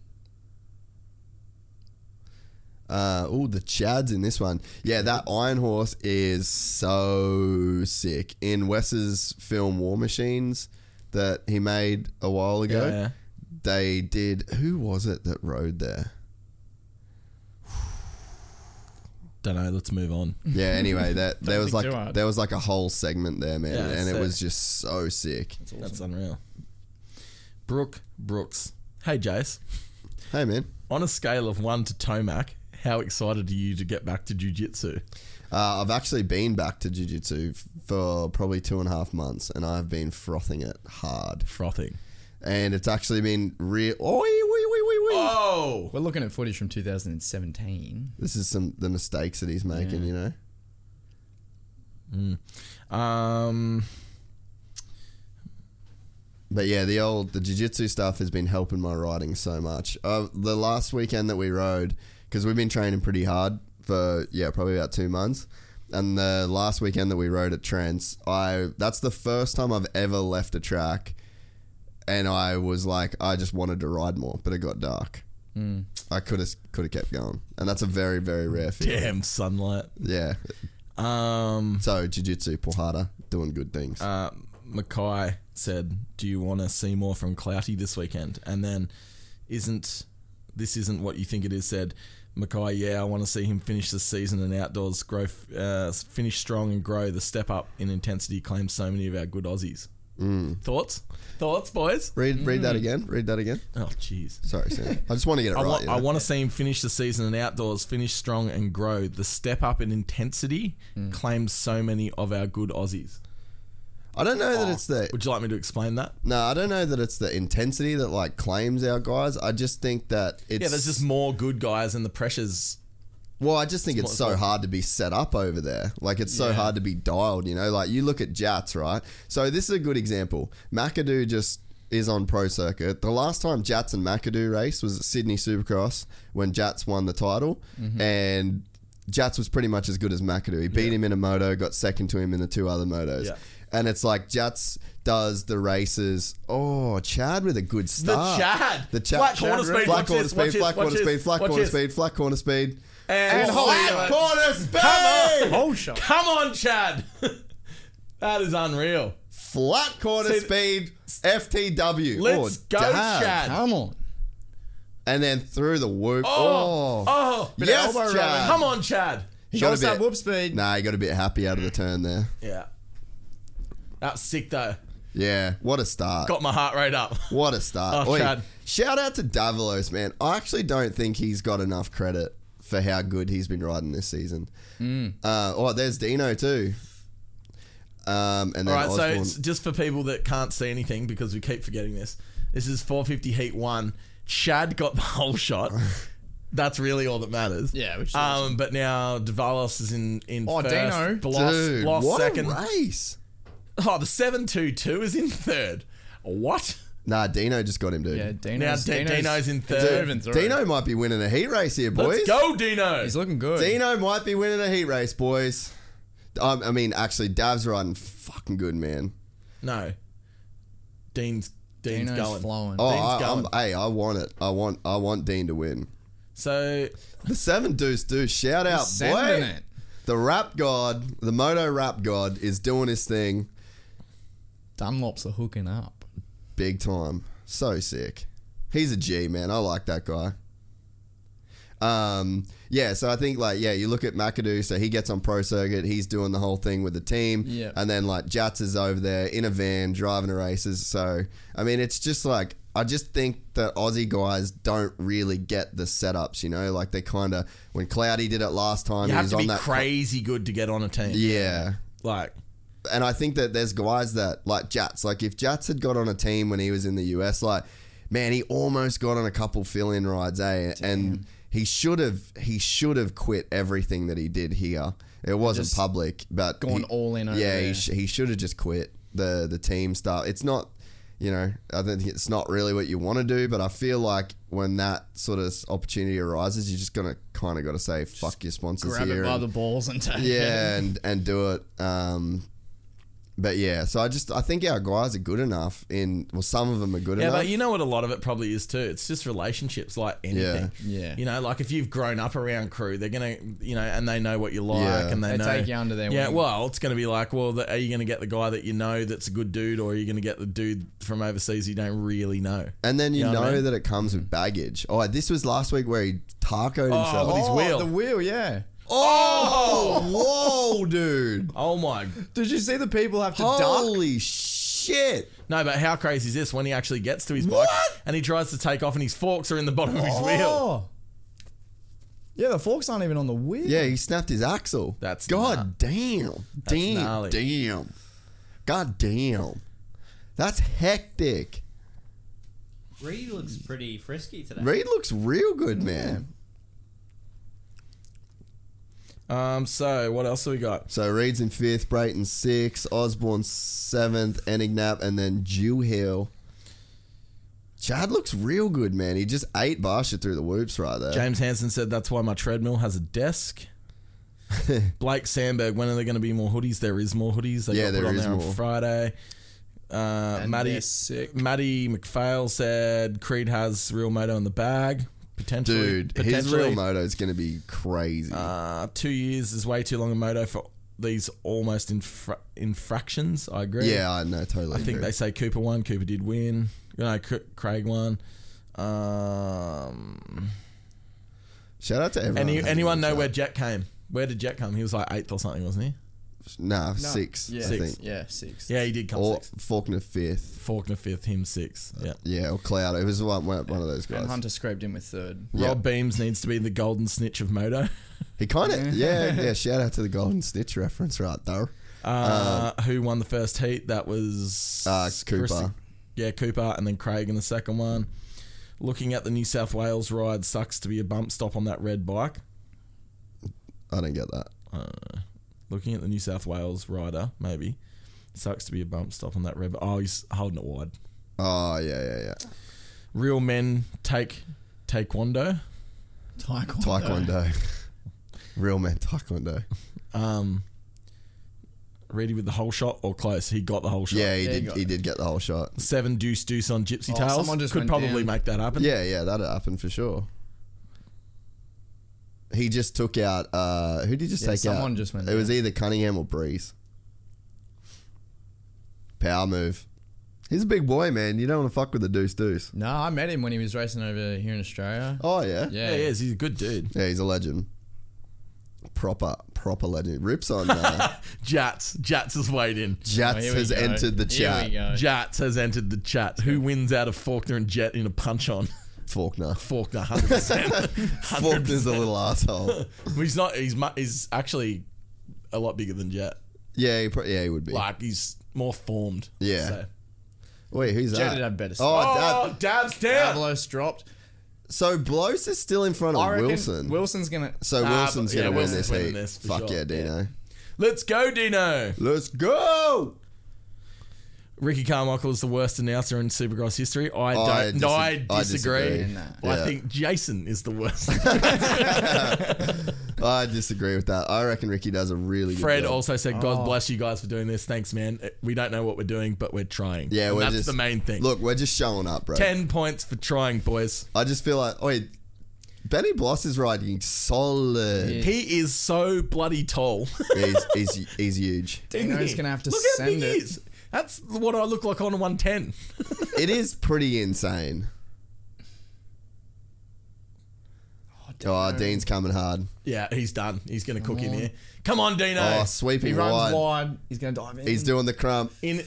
Speaker 2: Uh, oh, the Chads in this one. Yeah, that Iron Horse is so sick. In Wes's film War Machines that he made a while ago,
Speaker 5: Yeah.
Speaker 2: they did, who was it that rode there?
Speaker 5: Don't know. Let's move on.
Speaker 2: Yeah. Anyway,
Speaker 6: *laughs*
Speaker 2: that there was
Speaker 6: think
Speaker 2: like
Speaker 6: too hard.
Speaker 2: there was like a whole segment there, man,
Speaker 5: Yeah,
Speaker 2: and it
Speaker 5: sick.
Speaker 2: was just so sick.
Speaker 5: That's unreal. Brooke Brooks. Hey, Jace.
Speaker 2: Hey, man.
Speaker 5: On a scale of one to Tomac, how excited are you to get back to jujitsu?
Speaker 2: Uh, I've actually been back to jujitsu f- for probably two and a half months, and I've been frothing it hard.
Speaker 5: Frothing.
Speaker 2: And it's actually been real. Oi, wee, wee, wee, wee.
Speaker 5: Oh,
Speaker 6: We're looking at footage from 2017.
Speaker 2: This is some the mistakes that he's making, you know.
Speaker 5: um,
Speaker 2: But yeah, the old the jiu-jitsu stuff has been helping my riding so much. Uh, the last weekend that we rode, because we've been training pretty hard for yeah probably about two months, and the last weekend that we rode at Trent's, I that's the first time I've ever left a track, and I was like I just wanted to ride more, but it got dark.
Speaker 5: Mm.
Speaker 2: I could have could have kept going, and that's a very very
Speaker 5: *laughs*
Speaker 2: rare feeling.
Speaker 5: damn sunlight.
Speaker 2: Yeah.
Speaker 5: Um,
Speaker 2: So jiu-jitsu, pull harder, doing good things.
Speaker 5: uh, Mackay said, "Do you want to see more from Clouty this weekend?" And then, isn't this isn't what you think it is? Said Mackay, "Yeah, I want to see him finish the season and outdoors grow, f- uh, finish strong and grow the step up in intensity." Claims so many of our good Aussies. Thoughts? Thoughts, boys?
Speaker 2: read read that again. Read that again.
Speaker 5: Oh, jeez.
Speaker 2: Sorry,
Speaker 5: *laughs*
Speaker 2: Sam. I just want to get it
Speaker 5: mm. I
Speaker 2: right.
Speaker 5: want,
Speaker 2: you know?
Speaker 5: I want to see him finish the season and outdoors, finish strong and grow. The step up in intensity claims so many of our good Aussies.
Speaker 2: I don't know
Speaker 5: Oh.
Speaker 2: that it's the
Speaker 5: Would you like me to explain that?
Speaker 2: no. I don't know that it's the intensity that like claims our guys. I just think that it's
Speaker 5: Yeah, there's just more good guys, and the pressures.
Speaker 2: well. I just think it's, so hard to be set up over there. Like it's so hard to be dialed. You know, like you look at Jats, right? So this is a good example. McAdoo just is on pro circuit. The last time Jats and McAdoo race was at Sydney Supercross when Jats won the title,
Speaker 5: Mm-hmm.
Speaker 2: and Jats was pretty much as good as McAdoo. He beat him in a moto, got second to him in the two other motos.
Speaker 5: Yeah.
Speaker 2: And it's like Jats does the races. Oh, Chad with a good start.
Speaker 5: Chad.
Speaker 2: The Chad.
Speaker 5: Flat corner
Speaker 2: Chad
Speaker 5: speed,
Speaker 2: Flat
Speaker 5: watch
Speaker 2: corner
Speaker 5: this,
Speaker 2: speed.
Speaker 5: watch this,
Speaker 2: Flat
Speaker 5: watch
Speaker 2: corner
Speaker 5: this,
Speaker 2: speed. Flat
Speaker 5: watch
Speaker 2: corner
Speaker 5: this.
Speaker 2: speed. Flat corner speed.
Speaker 5: And
Speaker 2: Flat corner speed.
Speaker 5: Oh, Come on, Chad. *laughs* that is unreal.
Speaker 2: Flat corner
Speaker 5: See,
Speaker 2: speed. FTW.
Speaker 5: Let's
Speaker 2: Oh,
Speaker 5: go,
Speaker 2: damn.
Speaker 5: Chad.
Speaker 6: Come on.
Speaker 2: And then through the whoop.
Speaker 5: Oh,
Speaker 2: Oh.
Speaker 5: oh, bit of
Speaker 2: Yes,
Speaker 5: elbow rubbing.
Speaker 2: Chad.
Speaker 5: Come on, Chad.
Speaker 2: He
Speaker 6: Show
Speaker 2: got a
Speaker 6: us that
Speaker 2: bit-
Speaker 6: whoop speed.
Speaker 2: Nah, he got a bit happy out of the turn there.
Speaker 5: Yeah, that's sick though.
Speaker 2: Yeah, what a start.
Speaker 5: Got my heart rate up.
Speaker 2: What a start.
Speaker 5: Oh, Chad.
Speaker 2: Shout out to Davalos, man. I actually don't think he's got enough credit for how good he's been riding this season.
Speaker 5: Hmm.
Speaker 2: Uh, oh, there's Dino too. Um, and then
Speaker 5: All right, so
Speaker 2: Osborne.
Speaker 5: it's just for people that can't see anything because we keep forgetting this. This is 450 heat one. Chad got the *laughs* whole shot. That's really all that matters.
Speaker 6: Yeah, which is
Speaker 5: um, but now Davalos is in in
Speaker 6: Oh,
Speaker 5: first.
Speaker 6: Dino.
Speaker 5: Bloss,
Speaker 2: Dude,
Speaker 5: Bloss
Speaker 2: what
Speaker 5: second.
Speaker 2: a race.
Speaker 5: Oh, the seven two two is in third. What?
Speaker 2: Nah, Dino just got him, dude.
Speaker 6: Yeah,
Speaker 5: Now
Speaker 6: Dino's,
Speaker 5: D- Dino's, in
Speaker 6: Dude,
Speaker 5: third.
Speaker 6: even through.
Speaker 2: Dino might be winning a heat race here, boys.
Speaker 5: Let's go, Dino.
Speaker 6: He's looking good.
Speaker 2: Dino might be winning a heat race, boys. Um, I mean, actually, Dav's riding fucking good, man.
Speaker 5: No, Dean's Dean's
Speaker 6: Dino's
Speaker 5: going.
Speaker 6: flowing.
Speaker 2: Oh,
Speaker 5: Dean's
Speaker 2: I,
Speaker 5: going.
Speaker 2: I'm, hey, I want it. I want, I want Dean to win.
Speaker 5: So
Speaker 2: The seven deuce deuce. Shout out,
Speaker 6: Sending
Speaker 2: boy.
Speaker 6: it.
Speaker 2: The rap god, the moto rap god, is doing his thing
Speaker 6: Dunlops are hooking up.
Speaker 2: big time. So sick. He's a G man. I like that guy. Um, yeah, so I think like yeah, you look at McAdoo, so he gets on pro circuit, he's doing the whole thing with the team,
Speaker 6: Yeah.
Speaker 2: and then like Jats is over there in a van driving the races. So I mean, it's just like I just think that Aussie guys don't really get the setups, you know, like they kind of when Cloudy did it last time,
Speaker 5: you
Speaker 2: he
Speaker 5: have
Speaker 2: was
Speaker 5: to
Speaker 2: on
Speaker 5: be
Speaker 2: that
Speaker 5: crazy good to get on a team.
Speaker 2: yeah,
Speaker 5: Like
Speaker 2: and I think that there's guys that like Jats. Like if Jats had got on a team when he was in the US, like man, he almost got on a couple fill-in rides, eh? And he should have he should have quit everything that he did here. It wasn't
Speaker 6: Just
Speaker 2: public, but
Speaker 6: gone
Speaker 2: he-
Speaker 6: all in over
Speaker 2: yeah, he,
Speaker 6: there.
Speaker 2: sh- he should have just quit the the team stuff. It's not. You know, I don't think it's not really what you want to do, but I feel like when that sort of opportunity arises, you're just gonna kind of got to say, "Fuck your sponsors
Speaker 6: Grab
Speaker 2: here."
Speaker 6: it by
Speaker 2: and-
Speaker 6: the balls and take it.
Speaker 2: yeah, and and do it. Um, but yeah, so I just I think our guys are good enough. In well, some of them are good
Speaker 5: Yeah,
Speaker 2: enough.
Speaker 5: but you know what a lot of it probably is too. It's just relationships like anything.
Speaker 6: Yeah.
Speaker 5: You know, like if you've grown up around crew, they're gonna you know, and they know what you like
Speaker 2: Yeah.
Speaker 5: and they,
Speaker 6: They
Speaker 5: know
Speaker 6: take you under their
Speaker 5: Yeah,
Speaker 6: wing.
Speaker 5: well, it's gonna be like, well, the, are you gonna get the guy that you know that's a good dude or are you gonna get the dude from overseas you don't really know?
Speaker 2: and then you
Speaker 5: You know
Speaker 2: know,
Speaker 5: what I mean?
Speaker 2: that it comes with baggage. Oh, this was last week where he tacoed himself.
Speaker 5: with his
Speaker 2: oh,
Speaker 5: wheel.
Speaker 6: The wheel, yeah.
Speaker 2: oh, whoa,
Speaker 5: *laughs*
Speaker 2: dude!
Speaker 5: Oh my
Speaker 6: Did you see the people have to duck?
Speaker 2: Holy shit!
Speaker 5: No, but how crazy is this when he actually gets to his bike and he tries to take off and his forks are in the bottom of his
Speaker 6: Oh.
Speaker 5: wheel.
Speaker 6: Yeah, the forks aren't even on the wheel.
Speaker 2: Yeah, he snapped his axle.
Speaker 5: That's
Speaker 2: god damn, damn,
Speaker 5: gnarly.
Speaker 2: damn, god damn. That's hectic.
Speaker 7: Reed looks pretty frisky today.
Speaker 2: Reed looks real good, man.
Speaker 5: Um, so what else do we got?
Speaker 2: So Reed's in fifth, Brayton sixth, Osborne seventh, Enignap, and then Jew Hill. Chad looks real good, man. He just ate Barsha through the whoops right there.
Speaker 5: James Hansen said that's why my treadmill has
Speaker 2: *laughs*
Speaker 5: a desk. Blake Sandberg, when are there going to be more hoodies? There is more hoodies. They
Speaker 2: Yeah,
Speaker 5: got
Speaker 2: there
Speaker 5: put on
Speaker 2: is
Speaker 5: there
Speaker 2: more.
Speaker 5: on Friday. Uh,
Speaker 6: And
Speaker 5: Maddie,
Speaker 6: they're sick.
Speaker 5: Maddie McPhail said Creed has real moto in the bag. Potentially,
Speaker 2: Dude, his
Speaker 5: potentially.
Speaker 2: real moto is going to be crazy.
Speaker 5: Uh, two years is way too long a moto for these almost infra- infractions. I agree.
Speaker 2: yeah, I know, totally.
Speaker 5: I think they say Cooper won. Cooper did win. You know, C- Craig won. Um,
Speaker 2: Shout out to everyone.
Speaker 5: any,
Speaker 2: having
Speaker 5: anyone
Speaker 2: a
Speaker 5: know
Speaker 2: chat.
Speaker 5: where Jet came? Where did Jet come? He was like eighth or something, wasn't he?
Speaker 2: Nah, six.
Speaker 6: Yeah,
Speaker 2: I
Speaker 6: six.
Speaker 2: think.
Speaker 6: Yeah, six.
Speaker 5: Yeah, he did come
Speaker 2: Or Uh,
Speaker 5: sixth.
Speaker 2: Faulkner fifth.
Speaker 5: Faulkner fifth, him sixth. Yeah.
Speaker 2: Yeah, or Cloud. It was one, one one of those
Speaker 6: And
Speaker 2: guys.
Speaker 6: Hunter scraped in with third.
Speaker 2: Yeah.
Speaker 5: Rob Beams needs to be the golden snitch of moto.
Speaker 2: He kind of, yeah,
Speaker 6: *laughs*
Speaker 2: yeah. Shout out to the Golden Snitch reference right there.
Speaker 5: Uh, who won the first heat? That was
Speaker 2: Uh, Cooper.
Speaker 5: Yeah, Cooper, and then Craig in the second one. Looking at the New South Wales ride, sucks to be a bump stop on that red bike.
Speaker 2: I don't get that.
Speaker 5: Looking at the New South Wales rider, maybe sucks to be a bump stop on that red. Oh, he's holding it wide.
Speaker 2: Oh yeah, yeah, yeah.
Speaker 5: Real men take taekwondo.
Speaker 6: Taekwondo.
Speaker 2: Taekwondo. *laughs* Real man
Speaker 6: *laughs*
Speaker 2: Taekwondo.
Speaker 5: Um, Reedy with the whole shot or close. He got the whole shot.
Speaker 2: Yeah, he
Speaker 6: Yeah, you
Speaker 2: did.
Speaker 6: got
Speaker 2: He
Speaker 6: it.
Speaker 2: did get the whole shot.
Speaker 5: Seven deuce deuce on Gypsy
Speaker 6: Oh,
Speaker 5: Tails.
Speaker 6: someone just
Speaker 5: Could
Speaker 6: went
Speaker 5: probably
Speaker 6: down.
Speaker 5: make that happen.
Speaker 2: Yeah, yeah, that happened for sure. He just took out. Uh, who did he just
Speaker 6: Yeah,
Speaker 2: take out?
Speaker 6: someone just went
Speaker 2: It was either Cunningham or Breeze. Power move. He's a big boy, man. You don't want to fuck with the deuce deuce.
Speaker 6: No, I met him when he was racing over here in Australia.
Speaker 2: Oh yeah, yeah.
Speaker 5: Yeah, he is. He's a good dude.
Speaker 2: he's a legend. Proper, proper legend. Rips on.
Speaker 6: *laughs*
Speaker 2: Uh,
Speaker 5: Jats. Jats has weighed in.
Speaker 6: Oh,
Speaker 2: Jats
Speaker 6: here we
Speaker 2: has
Speaker 6: go.
Speaker 2: entered the
Speaker 6: Here we
Speaker 2: chat.
Speaker 6: go.
Speaker 5: Jats has entered the chat. Who wins out of Faulkner and Jet in a punch on? *laughs*
Speaker 6: *laughs*
Speaker 2: Faulkner.
Speaker 5: Faulkner, 100%.
Speaker 2: Faulkner's a little asshole.
Speaker 5: he's not, he's, mu- he's actually a lot bigger than Jet.
Speaker 2: Yeah, he pro- yeah, he would be.
Speaker 5: Like, he's more formed.
Speaker 2: Yeah.
Speaker 5: So.
Speaker 2: Wait, who's
Speaker 6: Jet
Speaker 2: that?
Speaker 6: did have better
Speaker 2: Oh,
Speaker 5: Oh,
Speaker 2: Dab-
Speaker 5: Dab's down.
Speaker 6: Avalos dropped.
Speaker 2: so Blows is still in front
Speaker 6: I
Speaker 2: of
Speaker 6: reckon
Speaker 2: Oh, Wilson.
Speaker 6: Wilson's gonna.
Speaker 2: So
Speaker 5: Ah,
Speaker 2: Wilson's
Speaker 5: but- yeah,
Speaker 2: gonna win
Speaker 5: Wilson's
Speaker 2: this
Speaker 5: winning
Speaker 2: heat.
Speaker 5: this for
Speaker 2: Fuck
Speaker 5: sure.
Speaker 2: yeah, Dino.
Speaker 5: Let's go, Dino.
Speaker 2: Let's go.
Speaker 5: Ricky Carmichael is the worst announcer in Supercross history. I don't.
Speaker 2: I
Speaker 5: no, I
Speaker 2: dis-
Speaker 5: disagree.
Speaker 2: I
Speaker 5: I,
Speaker 2: disagree. Nah. Yeah.
Speaker 5: think Jason is
Speaker 2: *laughs*
Speaker 5: the worst.
Speaker 2: I disagree with that. I reckon Ricky does a really good
Speaker 5: Fred
Speaker 2: job.
Speaker 5: also said, "God
Speaker 6: Oh.
Speaker 5: bless you guys for doing this. Thanks, man. We don't know what we're doing, but we're trying.
Speaker 2: Yeah,
Speaker 5: And
Speaker 2: we're
Speaker 5: that's
Speaker 2: just,
Speaker 5: the main thing.
Speaker 2: Look, we're just showing up, bro.
Speaker 5: ten points for trying, boys.
Speaker 2: I just feel like, wait, Benny Bloss is riding solid.
Speaker 5: He is so bloody tall.
Speaker 2: *laughs*
Speaker 5: *laughs*
Speaker 2: he's, he's, he's huge.
Speaker 6: Dino's gonna have to
Speaker 5: look how
Speaker 6: send
Speaker 5: big
Speaker 6: it.
Speaker 5: he is. That's what I look like on a one ten.
Speaker 2: It is pretty insane. Oh, Dean's coming hard.
Speaker 5: yeah, he's done. He's gonna cook in here. Come on, Dino.
Speaker 2: Oh,
Speaker 6: He
Speaker 2: sweeping
Speaker 6: runs
Speaker 2: wide.
Speaker 6: wide. He's gonna dive in.
Speaker 2: He's doing the crump.
Speaker 5: in.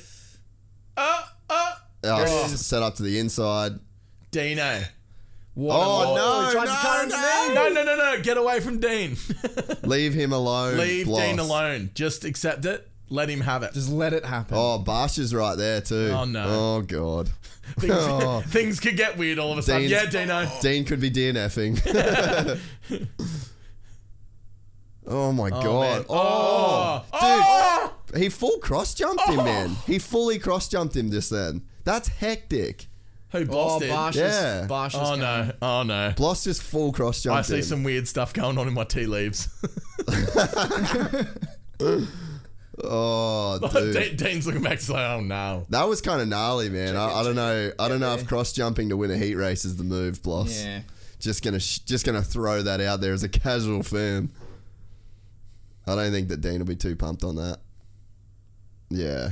Speaker 5: Uh, uh,
Speaker 2: Oh,
Speaker 5: There it is.
Speaker 2: set up to the inside.
Speaker 5: Dino. What a
Speaker 2: Oh,
Speaker 5: lo-
Speaker 2: no,
Speaker 5: tried to
Speaker 2: no,
Speaker 5: cut his
Speaker 2: no.
Speaker 5: knee. no, no, no, no! Get away from Dean.
Speaker 2: Leave him alone.
Speaker 5: Leave
Speaker 2: Bloss.
Speaker 5: Dean alone. Just accept it. Let him have it.
Speaker 6: Just let it happen.
Speaker 2: Oh, Bash is right there too.
Speaker 5: Oh, no.
Speaker 2: Oh god.
Speaker 5: things,
Speaker 2: Oh.
Speaker 5: *laughs* things could get weird all of a sudden.
Speaker 2: Dean's- Oh.
Speaker 5: yeah, Dino.
Speaker 2: Dean could be DNFing. *laughs* oh my god.
Speaker 5: man.
Speaker 2: Oh,
Speaker 5: Oh.
Speaker 2: dude. He full cross jumped him, man. He fully cross jumped him just then. That's hectic.
Speaker 5: Who
Speaker 6: oh
Speaker 5: bossed it?
Speaker 6: Bosch
Speaker 2: Yeah.
Speaker 6: is, Bosch is
Speaker 5: Oh
Speaker 6: gonna-
Speaker 5: no! Oh no!
Speaker 2: Bloss just full cross
Speaker 5: I
Speaker 2: jumped
Speaker 5: see
Speaker 2: him.
Speaker 5: some weird stuff going on in my tea leaves. *laughs* *laughs*
Speaker 2: oh, dude.
Speaker 5: De- Dean's looking back, he's like, "Oh no!"
Speaker 2: That was kind of gnarly, man. I, I don't know. I don't know if cross jumping to win a heat race is the move, Bloss.
Speaker 6: Yeah.
Speaker 2: Just gonna sh- just gonna throw that out there as a casual fan. I don't think that Dean will be too pumped on that. Yeah.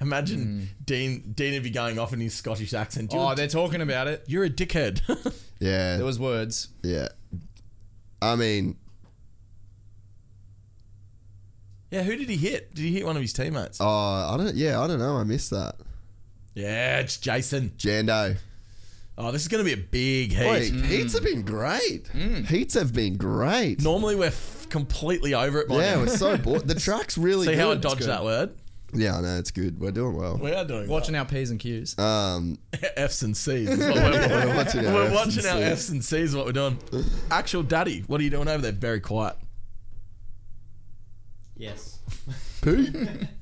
Speaker 5: Imagine
Speaker 2: Hmm.
Speaker 5: Dean. Dean would be going off in his Scottish accent. You're,
Speaker 6: Oh, they're talking about it.
Speaker 5: you're a dickhead. *laughs*
Speaker 2: Yeah.
Speaker 6: There was words.
Speaker 2: yeah. I mean,
Speaker 5: yeah, who did he hit? Did he hit one of his teammates?
Speaker 2: uh, I don't. Yeah, I don't know. I missed that.
Speaker 5: Yeah, it's Jason.
Speaker 2: Jando.
Speaker 5: Oh, this is going to be a big heat.
Speaker 2: Wait, heats have been great.
Speaker 5: Mm.
Speaker 2: Heats have been great.
Speaker 5: Normally we're f- completely over it. By
Speaker 2: yeah,
Speaker 5: now.
Speaker 2: we're so bored.
Speaker 5: *laughs*
Speaker 2: The track's really
Speaker 5: See
Speaker 2: good.
Speaker 5: how I
Speaker 2: It's
Speaker 5: dodged
Speaker 2: good.
Speaker 5: that word?
Speaker 2: Yeah, I know it's good. We're doing well.
Speaker 5: We are doing
Speaker 6: Watching our P's and Q's.
Speaker 5: *laughs*
Speaker 2: Um,
Speaker 5: F's and C's. is what *laughs* we're,
Speaker 2: we're watching our
Speaker 5: we're
Speaker 2: Fs and
Speaker 5: watching our
Speaker 2: Cs.
Speaker 5: F's and C's. is What we're doing? Actual daddy, what are you doing over there? Very quiet.
Speaker 7: Yes.
Speaker 2: Peep.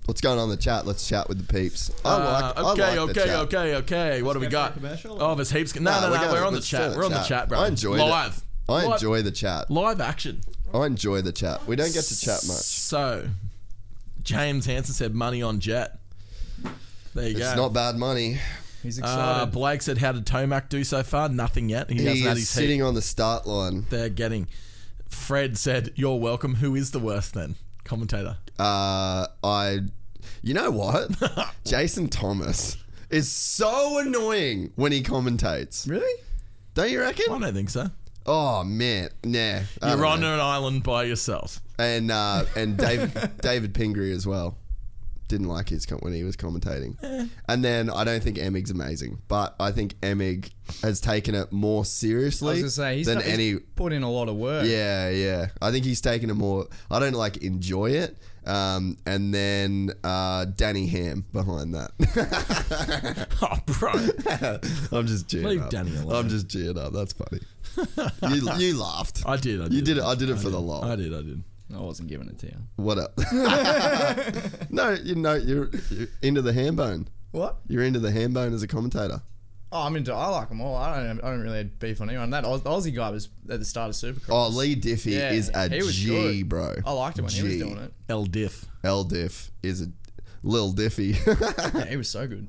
Speaker 2: What's going on in the chat? Let's chat with the peeps. I like.
Speaker 5: Uh, okay,
Speaker 2: I like the
Speaker 5: okay,
Speaker 2: chat.
Speaker 5: okay, okay. What do we
Speaker 7: go for
Speaker 5: got?
Speaker 7: a commercial,
Speaker 5: Oh, there's heaps. No,
Speaker 2: Nah,
Speaker 5: no,
Speaker 2: we're
Speaker 5: no.
Speaker 2: going-
Speaker 5: We're on the
Speaker 2: let's do
Speaker 5: chat.
Speaker 2: the
Speaker 5: We're on the
Speaker 2: chat.
Speaker 5: chat, bro.
Speaker 2: I enjoyed it.
Speaker 5: live.
Speaker 2: I
Speaker 5: Live-
Speaker 2: enjoy the chat.
Speaker 5: live action.
Speaker 2: I enjoy the chat. We don't get to chat much.
Speaker 5: So, James Hansen said money on Jet. There you
Speaker 2: It's
Speaker 5: go.
Speaker 2: not bad money.
Speaker 6: He's
Speaker 5: uh,
Speaker 6: excited.
Speaker 5: Blake said, "How did Tomac do so far? Nothing yet. He, hasn't
Speaker 2: He
Speaker 5: had
Speaker 2: is
Speaker 5: his heat.
Speaker 2: sitting on the start line.
Speaker 5: They're getting." Fred said, "You're welcome. Who is the worst then?" Commentator.
Speaker 2: Uh, I, you know
Speaker 6: *laughs*
Speaker 2: what? Jason Thomas is so annoying when he commentates.
Speaker 6: really?
Speaker 2: Don't you
Speaker 5: I
Speaker 2: reckon?
Speaker 5: don't think so.
Speaker 2: Oh man, nah. I don't
Speaker 5: You're on
Speaker 2: know.
Speaker 5: an island by yourself. *laughs*
Speaker 2: and uh, and
Speaker 6: *laughs*
Speaker 2: David David Pingree as well. Didn't like his com- when he was commentating.
Speaker 6: Eh.
Speaker 2: And then I don't think Emig's amazing, but I think Emig has taken it more
Speaker 6: I was
Speaker 2: seriously
Speaker 6: gonna say he's,
Speaker 2: than
Speaker 6: not,
Speaker 2: any.
Speaker 6: he's put in a lot of work.
Speaker 2: Yeah, yeah. I think he's taken it more. I don't like enjoy it. Um, and then uh, Danny Ham behind that. *laughs*
Speaker 5: Oh, bro.
Speaker 2: I'm just cheering
Speaker 5: Leave
Speaker 2: up.
Speaker 5: Danny alone.
Speaker 2: I'm just
Speaker 6: *laughs*
Speaker 2: cheering up. That's funny. you, you laughed.
Speaker 5: I did. I did.
Speaker 2: you did it. I did it
Speaker 5: I
Speaker 2: for the
Speaker 5: did.
Speaker 2: laugh.
Speaker 5: I did. I did.
Speaker 6: I wasn't giving it to you.
Speaker 2: What up? *laughs*
Speaker 6: *laughs*
Speaker 2: no, you know you're, you're into the ham bone.
Speaker 6: What?
Speaker 2: You're into the ham bone as a commentator.
Speaker 6: Oh, I'm into. I like them all. I don't. I don't really have beef on anyone. That Aus- Aussie guy was at the start of Supercross.
Speaker 2: Oh, Lee Diffie
Speaker 6: Yeah,
Speaker 2: is a
Speaker 6: he was
Speaker 2: G,
Speaker 6: good.
Speaker 2: bro.
Speaker 6: I liked it when he was
Speaker 2: G.
Speaker 6: doing it.
Speaker 5: L diff.
Speaker 2: L Diff is a Lil Diffie. *laughs*
Speaker 6: Yeah, he was so good.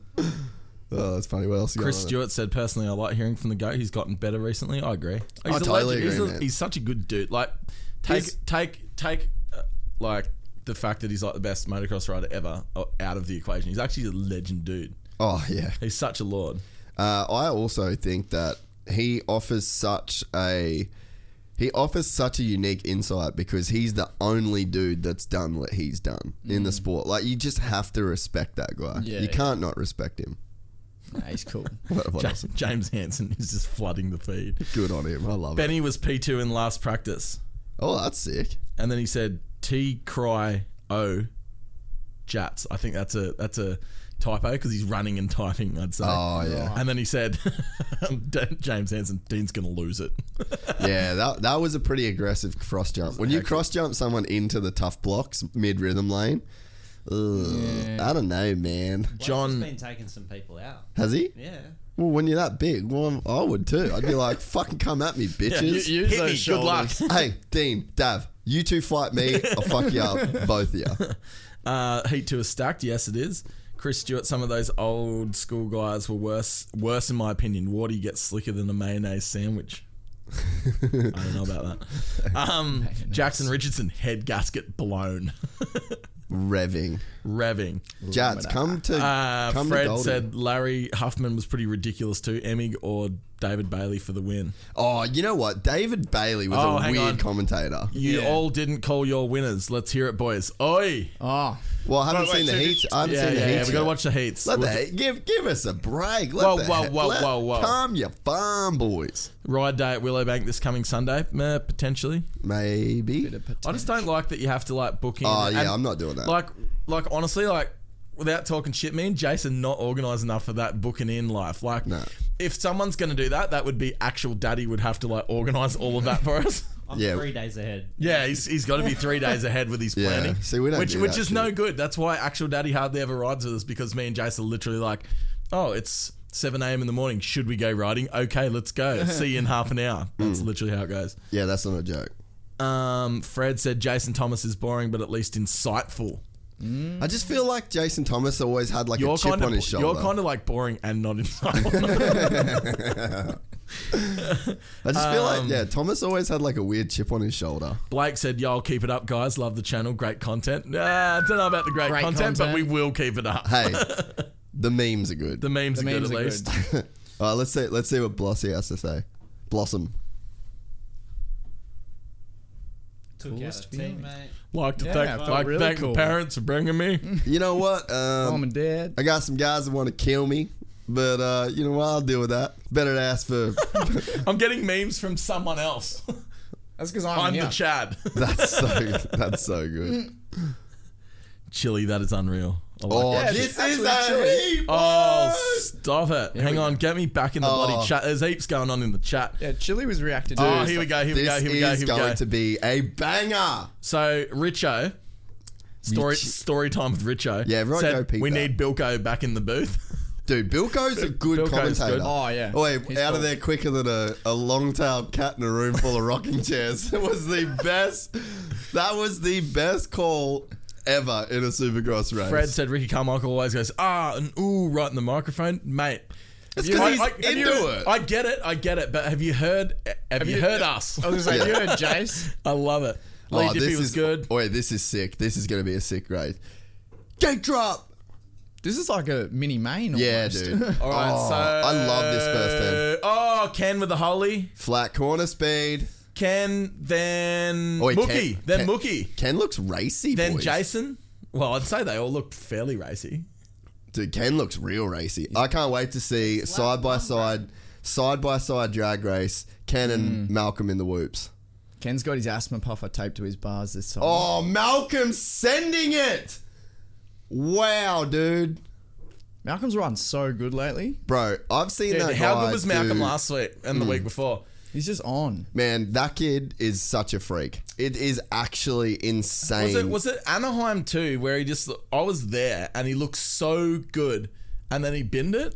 Speaker 2: oh, that's funny. What else? You got
Speaker 5: Chris
Speaker 2: on it?
Speaker 5: Stewart said, personally, I like hearing from the goat. He's gotten better recently. I agree. He's a
Speaker 2: totally
Speaker 5: legend.
Speaker 2: agree,
Speaker 5: he's, a-
Speaker 2: man.
Speaker 5: he's such a good dude. Like, take,
Speaker 2: He's-
Speaker 5: take, take, uh, like, the fact that he's like the best motocross rider ever uh, out of the equation. He's actually a legend, dude.
Speaker 2: Oh yeah.
Speaker 5: He's such a lord.
Speaker 2: Uh, I also think that he offers such a he offers such a unique insight because he's the only dude that's done what he's done in the sport. Like you just have to respect that guy.
Speaker 6: Yeah,
Speaker 2: you
Speaker 6: yeah.
Speaker 2: can't not respect him.
Speaker 6: Nah, he's cool.
Speaker 2: What, what
Speaker 5: Ja-
Speaker 2: else?
Speaker 5: James Hansen is just flooding the feed.
Speaker 2: Good on him. I love it.
Speaker 5: Benny was P2 in last practice.
Speaker 2: Oh, that's sick.
Speaker 5: and then he said T cry O Jats. I think that's a that's a typo because he's running and typing. I'd say.
Speaker 2: Oh yeah,
Speaker 5: And then he said, *laughs* D- James Hansen, Dean's gonna lose it. *laughs*
Speaker 2: yeah. That that was a pretty aggressive cross jump. When you cross jump someone into the tough blocks mid rhythm lane, ugh, I don't know, man.
Speaker 5: John-
Speaker 7: has been taking some people out.
Speaker 2: Has he?
Speaker 7: Yeah.
Speaker 2: Well, when you're that big, well, I would too. I'd be like, *laughs* "Fucking come at me, bitches."
Speaker 5: you- Hit me, good luck.
Speaker 2: *laughs* hey, Dean, Dav, you two fight me, I'll fuck you
Speaker 5: *laughs*
Speaker 2: up, both of you.
Speaker 5: Uh, heat two is stacked. Yes, it is. Chris Stewart. Some of those old school guys were worse. Worse in my opinion. Wardy gets slicker than a
Speaker 2: *laughs*
Speaker 5: mayonnaise sandwich. I don't know about that. Um, Jackson Richardson head gasket blown, *laughs*
Speaker 2: Revving.
Speaker 5: revving.
Speaker 2: Jads, come to
Speaker 5: Uh,
Speaker 2: come to
Speaker 5: Fred
Speaker 2: Goldie.
Speaker 5: said Larry Huffman was pretty ridiculous too. Emig or David Bailey for the win.
Speaker 2: "Oh, you know what? David Bailey was
Speaker 5: Oh,
Speaker 2: a
Speaker 5: hang
Speaker 2: weird
Speaker 5: on.
Speaker 2: commentator.
Speaker 5: You
Speaker 6: Yeah.
Speaker 5: all didn't call your winners. Let's hear it, boys. Oi!
Speaker 6: Oh,
Speaker 2: Well, I haven't
Speaker 5: Wait, wait,
Speaker 2: seen the
Speaker 5: so did-
Speaker 2: heat. I haven't
Speaker 5: yeah,
Speaker 2: seen the
Speaker 5: yeah,
Speaker 2: heat.
Speaker 5: yeah. We gotta
Speaker 2: yet.
Speaker 5: watch the heats.
Speaker 2: Let
Speaker 5: We'll
Speaker 2: the, give give us a break. Let
Speaker 5: Whoa,
Speaker 2: the,
Speaker 5: whoa,
Speaker 2: he-
Speaker 5: whoa,
Speaker 2: let-
Speaker 5: whoa, whoa.
Speaker 2: Calm your farm, boys.
Speaker 5: Ride day at Willowbank this coming Sunday, Meh, potentially.
Speaker 2: Maybe.
Speaker 5: I just don't like that you have to like book in.
Speaker 2: Oh
Speaker 5: and-
Speaker 2: yeah, I'm not doing that.
Speaker 5: Like, like honestly, like without talking shit, me and Jason not organized enough for that booking in life. Like,
Speaker 2: No.
Speaker 5: if someone's gonna do that, that would be actual daddy would have to like organize all of that for us. *laughs*
Speaker 7: I'm
Speaker 2: Yeah.
Speaker 7: three days ahead.
Speaker 5: Yeah, he's, he's got to be three days ahead with his
Speaker 2: *laughs* Yeah,
Speaker 5: planning.
Speaker 2: see, we don't
Speaker 5: which
Speaker 2: do
Speaker 5: which
Speaker 2: that
Speaker 5: is
Speaker 2: shit.
Speaker 5: no good. That's why actual daddy hardly ever rides with us because me and Jason are literally like, oh, it's seven a.m. in the morning. Should we go riding? Okay, let's
Speaker 2: *laughs*
Speaker 5: go. See you in half an hour.
Speaker 2: Hmm.
Speaker 5: That's literally how it goes.
Speaker 2: yeah, that's not a joke.
Speaker 5: Um, Fred said Jason Thomas is boring, but at least insightful.
Speaker 2: I just feel like Jason Thomas always had like
Speaker 5: You're
Speaker 2: a chip
Speaker 5: kind
Speaker 2: on
Speaker 5: of
Speaker 2: his shoulder.
Speaker 5: you're kind of like boring and not insightful.
Speaker 2: *laughs* I just feel like
Speaker 5: Um,
Speaker 2: yeah, Thomas always had like a weird chip on his shoulder.
Speaker 5: Blake said, "Y'all keep it up, guys. Love the channel. Great content. Nah, I don't know about the great,
Speaker 6: Great
Speaker 5: content, but
Speaker 6: content.
Speaker 5: we will keep it up. *laughs*
Speaker 2: Hey, the memes are good.
Speaker 5: The memes
Speaker 6: the
Speaker 5: are
Speaker 6: memes
Speaker 5: good
Speaker 6: are
Speaker 5: at least."
Speaker 6: good.
Speaker 2: *laughs* All right, let's see. Let's see what Blossy has to say. Blossom.
Speaker 7: Took out
Speaker 6: Coolest
Speaker 7: a
Speaker 6: feeling.
Speaker 7: teammate.
Speaker 5: Like to
Speaker 6: Yeah,
Speaker 5: thank,
Speaker 6: I felt
Speaker 5: like to
Speaker 6: really
Speaker 5: thank
Speaker 6: cool.
Speaker 5: my parents for bringing *laughs* me.
Speaker 2: You know what?
Speaker 5: Oh,
Speaker 2: Um,
Speaker 6: Mom and Dad.
Speaker 2: I got some guys that want to kill me, but uh, you know what? I'll deal with that. Better to ask
Speaker 5: *laughs*
Speaker 2: for. *laughs*
Speaker 5: I'm getting memes from someone *laughs* else.
Speaker 6: That's because I'm,
Speaker 5: I'm
Speaker 6: here.
Speaker 5: the Chad.
Speaker 2: that's so. That's so good.
Speaker 5: *laughs* Chili, that is unreal. I like
Speaker 2: Oh,
Speaker 5: it.
Speaker 2: this is
Speaker 6: actually
Speaker 2: a
Speaker 6: chilly.
Speaker 2: heap.
Speaker 5: oh, stop it! Hang on, get me back in the
Speaker 2: Oh.
Speaker 5: bloody chat. There's heaps going on in the chat.
Speaker 6: yeah, Chili was reacted to.
Speaker 5: Oh, here we go. Here we
Speaker 2: This
Speaker 5: go. Here we go.
Speaker 2: is
Speaker 5: Here we
Speaker 2: going
Speaker 5: go.
Speaker 2: to be a banger.
Speaker 5: So Richo, story
Speaker 2: Rich-
Speaker 5: story time with Richo.
Speaker 2: Yeah, everyone
Speaker 5: said,
Speaker 2: go peep
Speaker 5: We
Speaker 2: that.
Speaker 5: need Bilko back in the booth. *laughs*
Speaker 2: Dude, Bilko's a good
Speaker 5: Bilko's
Speaker 2: commentator.
Speaker 5: good.
Speaker 6: Oh, yeah.
Speaker 2: Wait,
Speaker 6: He's
Speaker 2: out of
Speaker 6: cool.
Speaker 2: there quicker than a, a long-tailed cat in a room full of rocking chairs. *laughs* It was the best. That was the best call ever in a Supercross race.
Speaker 5: Fred said Ricky Carmichael always goes ah and ooh right in the microphone, mate. It's
Speaker 2: 'cause he's into it.
Speaker 5: I get it, I get it, but have you heard? Have, you,
Speaker 6: you-
Speaker 5: heard us?
Speaker 6: I was like,
Speaker 2: Yeah.
Speaker 6: you heard Jace?
Speaker 5: *laughs* I love it. Lee Diffie was
Speaker 2: is
Speaker 5: good.
Speaker 2: Wait, Oh, this is sick. This is going to be a sick race. Gate drop.
Speaker 6: This is like a mini main.
Speaker 2: Yeah,
Speaker 6: almost.
Speaker 2: dude.
Speaker 5: All right,
Speaker 2: Oh,
Speaker 5: so
Speaker 2: I love this
Speaker 5: *laughs*
Speaker 2: first team.
Speaker 5: Oh, Ken with the holy.
Speaker 2: Flat corner speed.
Speaker 5: Ken then
Speaker 2: Oh, wait,
Speaker 5: Mookie,
Speaker 2: Ken-
Speaker 5: then
Speaker 2: Ken-
Speaker 5: Mookie,
Speaker 2: Ken looks racy.
Speaker 5: then
Speaker 2: boys.
Speaker 5: Jason. Well, I'd say they all look fairly racy.
Speaker 2: Dude, Ken looks real racy. I can't wait to see side by side, side by side drag race. Ken
Speaker 5: Mm.
Speaker 2: and Malcolm in the whoops.
Speaker 6: Ken's got his asthma puffer taped to his bars this time.
Speaker 2: Oh, Malcolm sending it. Wow, dude.
Speaker 6: Malcolm's run so good lately.
Speaker 2: Bro, I've seen
Speaker 5: Dude,
Speaker 2: that
Speaker 5: how
Speaker 2: guy
Speaker 5: good was Malcolm
Speaker 2: do- Hmm.
Speaker 5: last week and the week before?
Speaker 6: He's just on.
Speaker 2: Man, that kid is such a freak. It is actually insane.
Speaker 5: Was it was it Anaheim too, where he just I was there and he looked so good, and then he binned it.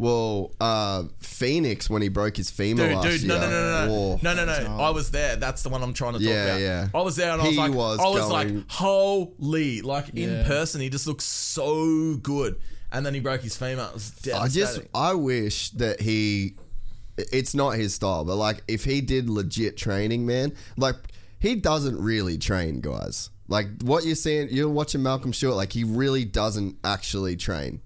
Speaker 2: well, uh, Phoenix when he broke his femur
Speaker 5: Dude,
Speaker 2: last
Speaker 5: dude, no,
Speaker 2: year.
Speaker 5: no, no, no,
Speaker 2: Whoa.
Speaker 5: no, no, no, Oh, no. I was there. That's the one I'm trying to talk
Speaker 2: Yeah,
Speaker 5: about.
Speaker 2: yeah.
Speaker 5: I was there, and I was
Speaker 2: He
Speaker 5: like,
Speaker 2: was
Speaker 5: I was
Speaker 2: going-
Speaker 5: like, holy! Like in
Speaker 6: Yeah.
Speaker 5: person, he just looks so good. And then he broke his femur. It was
Speaker 2: I just
Speaker 5: devastating.
Speaker 2: I wish that he it's not his style, but like if he did legit training, man, like he doesn't really train guys. Like what you're seeing you're watching Malcolm Short, like he really doesn't actually train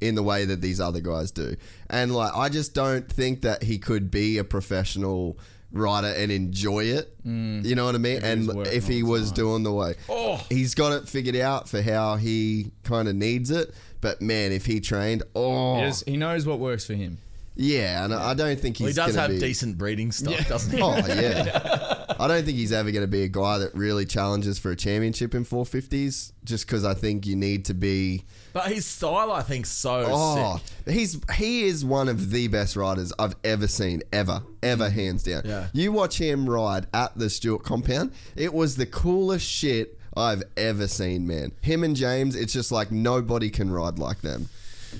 Speaker 2: in the way that these other guys do. And like I just don't think that he could be a professional writer and enjoy it. You know what I mean? and
Speaker 6: working
Speaker 2: if he was doing the way
Speaker 5: Oh.
Speaker 2: he's got it figured out for how he kind of needs it. But man, if he trained, oh,
Speaker 6: He, just, he knows what works for him.
Speaker 2: yeah, and I I don't think he's
Speaker 5: Well, he does
Speaker 2: gonna
Speaker 5: have
Speaker 2: be,
Speaker 5: decent breeding stuff, doesn't
Speaker 2: *laughs*
Speaker 5: he?
Speaker 2: Oh yeah, I don't think he's ever going to be a guy that really challenges for a championship in 450s. Just because I think you need to be.
Speaker 5: But his style, I think, so
Speaker 2: Oh,
Speaker 5: sick.
Speaker 2: he's he is one of the best riders I've ever seen, ever, ever, hands down.
Speaker 5: Yeah.
Speaker 2: You watch him ride at the Stewart compound, it was the coolest shit I've ever seen, man. Him and James, it's just like nobody can ride like them.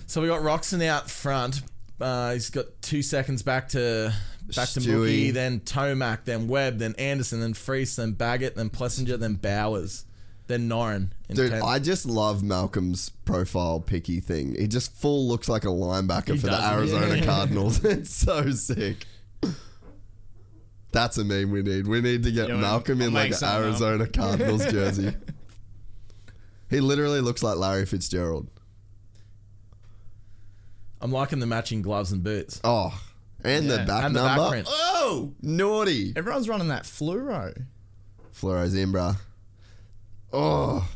Speaker 5: So we got Roxon out front. Uh, he's got two seconds back to back to
Speaker 2: Stewie.
Speaker 5: Mookie, then Tomac, then Webb, then Anderson, then Freese, then Baggett, then Plessinger, then Bowers, then Norin. in
Speaker 2: Dude,
Speaker 5: 10th.
Speaker 2: I just love Malcolm's profile picky thing. He just full looks like a linebacker for the
Speaker 5: does.
Speaker 2: Arizona Cardinals. *laughs* it's so sick. That's a meme we need. We need to get
Speaker 6: Yeah,
Speaker 2: Malcolm
Speaker 6: I'll
Speaker 2: in
Speaker 6: make
Speaker 2: like an
Speaker 6: some
Speaker 5: um,
Speaker 6: up.
Speaker 2: Arizona
Speaker 5: *laughs*
Speaker 2: Cardinals jersey. he literally looks like Larry Fitzgerald.
Speaker 5: I'm liking the matching gloves and boots.
Speaker 2: Oh, and the
Speaker 6: Yeah,
Speaker 2: back
Speaker 5: and the back
Speaker 2: number.
Speaker 5: print.
Speaker 2: oh, naughty.
Speaker 6: Everyone's running that fluoro.
Speaker 2: Flores in, bruh. Oh.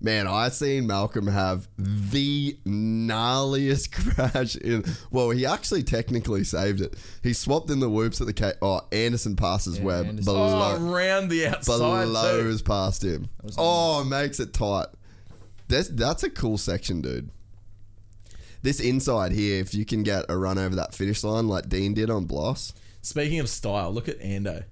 Speaker 2: Man, I seen Malcolm have the gnarliest *laughs* crash in. Well, he actually technically saved it. He swapped in the whoops at the K. Oh, Anderson passes Webb
Speaker 6: Anderson.
Speaker 2: below,
Speaker 5: Oh, around the outside. too.
Speaker 2: belows past him. Oh, makes it tight. That's that's a cool section, dude. This inside here, if you can get a run over that finish line like Dean did on Bloss,
Speaker 5: Speaking of style, look at Ando.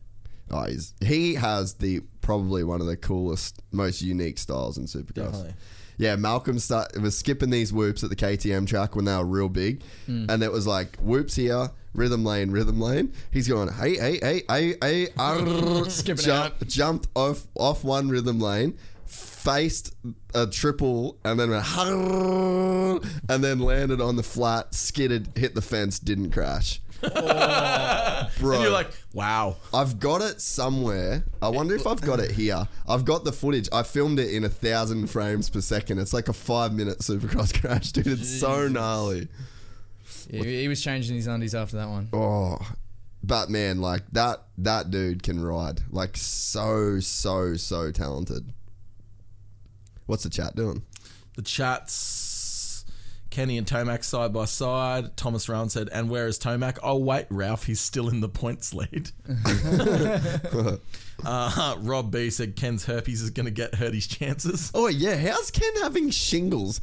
Speaker 2: Oh, he's, he has the probably one of the coolest, most unique styles in Supercross.
Speaker 5: Definitely.
Speaker 2: Yeah, Malcolm start, was skipping these whoops at the KTM track when they were real big,
Speaker 5: Mm.
Speaker 2: and it was like whoops here, rhythm lane, rhythm lane. He's going hey hey hey hey hey, arr,
Speaker 5: *laughs*
Speaker 6: Skipping out.
Speaker 2: jumped off off one rhythm lane. Faced a triple and then went "Arr," and then landed on the flat, skidded, hit the fence, didn't
Speaker 5: *laughs*
Speaker 2: crash. Bro,
Speaker 5: And you're like, wow.
Speaker 2: I've got it somewhere. I wonder if I've got it here. I've got the footage. I filmed it in a thousand frames per second. It's like a five minute supercross *laughs* crash, dude. It's so gnarly.
Speaker 6: Yeah, he he was changing his undies after that one.
Speaker 2: Oh, but man, like that that dude can ride. Like so so so talented. What's the chat doing?
Speaker 5: The chats. Kenny and Tomac side by side. Thomas Rowan said, and where is Tomac? Oh, wait, Ralph, he's still in the points lead. uh, Rob B said, Ken's herpes is going to get hurt his chances.
Speaker 2: Oh yeah, how's Ken having shingles?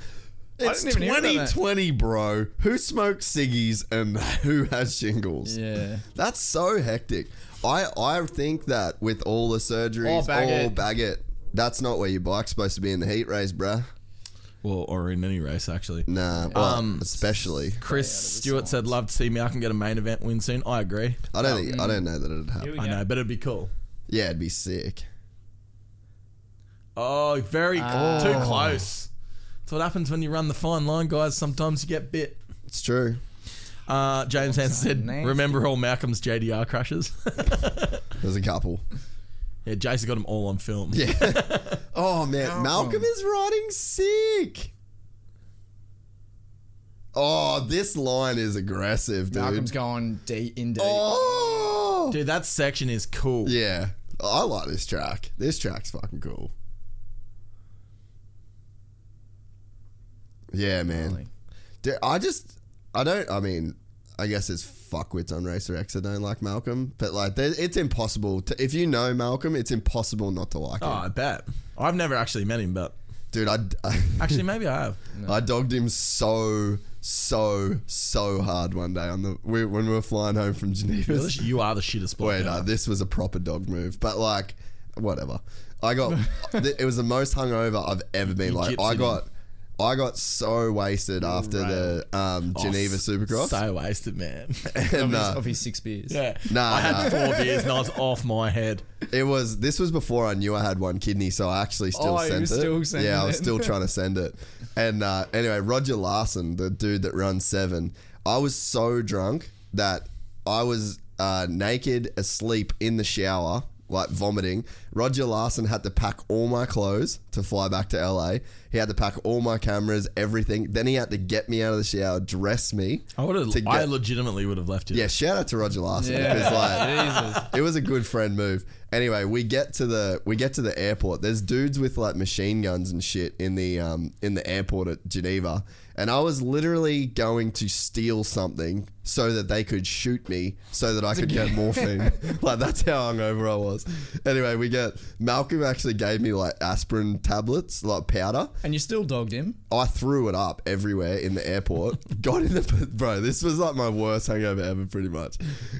Speaker 2: It's
Speaker 6: didn't even hear about that.
Speaker 2: 2020, bro. Who smokes ciggies and *laughs* who has shingles?
Speaker 6: Yeah.
Speaker 2: That's so hectic. I I think that with all the surgeries, all
Speaker 6: All Baggett.
Speaker 2: Baggett, that's not where your bike's supposed to be in the heat race, bruh.
Speaker 5: Well, or in any race, actually.
Speaker 2: Nah, well, especially.
Speaker 5: Chris Stewart said, love to see me. I can get a main event win soon. I agree.
Speaker 2: I don't think, I don't know that it'd happen.
Speaker 7: we
Speaker 5: I know, but it'd be cool.
Speaker 2: Yeah, it'd be sick.
Speaker 5: Oh, very too close. That's what happens when you run the fine line, guys. Sometimes you get bit.
Speaker 2: It's true.
Speaker 5: Uh, James Hansen said,
Speaker 6: nasty.
Speaker 5: "Remember all Malcolm's JDR crashes? *laughs*
Speaker 2: There's a couple.
Speaker 5: yeah, Jason got them all on film.
Speaker 2: Yeah. oh man, Malcolm is riding sick. Oh, this line is aggressive, dude.
Speaker 6: Malcolm's going deep in deep.
Speaker 2: oh,
Speaker 5: dude, that section is cool.
Speaker 2: yeah. Oh, I like this track. This track's fucking cool. Yeah, man. Dude, I just, I don't. I mean, I guess it's fuckwits on Racer X. I don't like Malcolm, but like, there- it's impossible to. If you know Malcolm, it's impossible not to like
Speaker 5: Oh,
Speaker 2: him,
Speaker 5: I bet. I've never actually met him, but
Speaker 2: *laughs* dude. I, I, *laughs*
Speaker 5: actually, maybe I have.
Speaker 2: I dogged him so so so hard one day on the we, when we were flying home from Geneva.
Speaker 5: You are
Speaker 2: *laughs*
Speaker 5: the shittest bloke.
Speaker 2: Wait,
Speaker 5: ever.
Speaker 2: no, this was a proper dog move, but like, whatever. I
Speaker 5: *laughs*
Speaker 2: got th- it was the most hungover I've ever been. Like, I
Speaker 5: gypsied
Speaker 2: got, I got so wasted after the um,
Speaker 5: Oh,
Speaker 2: Geneva
Speaker 5: s-
Speaker 2: Supercross.
Speaker 5: So
Speaker 2: *laughs*
Speaker 5: wasted, man.
Speaker 2: and,
Speaker 6: his-
Speaker 2: uh,
Speaker 6: of his six beers.
Speaker 5: *laughs* yeah.
Speaker 2: Nah,
Speaker 5: I
Speaker 2: *laughs*
Speaker 5: had
Speaker 2: nah.
Speaker 5: four beers and I was off my head.
Speaker 2: It was this was before I knew I had one kidney, so I actually still
Speaker 6: Oh, you
Speaker 2: sent
Speaker 6: were
Speaker 2: it.
Speaker 6: still sending
Speaker 2: yeah, I was
Speaker 6: it. *laughs*
Speaker 2: still trying to send it. And uh, anyway, Roger Larson, the dude that runs Seven, I was so drunk that I was uh, naked, asleep in the shower, like vomiting. Roger Larson had to pack all my clothes to fly back to LA. He had to pack all my cameras, everything. Then he had to get me out of the shower, dress me.
Speaker 5: I would have.
Speaker 2: to get-
Speaker 5: I legitimately would have left you.
Speaker 2: yeah, shout out to Roger Larson
Speaker 6: Yeah.
Speaker 2: because like
Speaker 6: Jesus.
Speaker 2: it was a good friend move. Anyway, we get to the we get to the airport. There's dudes with like machine guns and shit in the um in the airport at Geneva, and I was literally going to steal something so that they could shoot me so that I could get morphine. like that's how hungover I was. Anyway, we get Malcolm actually gave me like aspirin tablets, like powder.
Speaker 6: And you still dogged him.
Speaker 2: I threw it up everywhere in the
Speaker 5: *laughs*
Speaker 2: airport. Got in the bro. This was like my worst hangover ever, pretty much.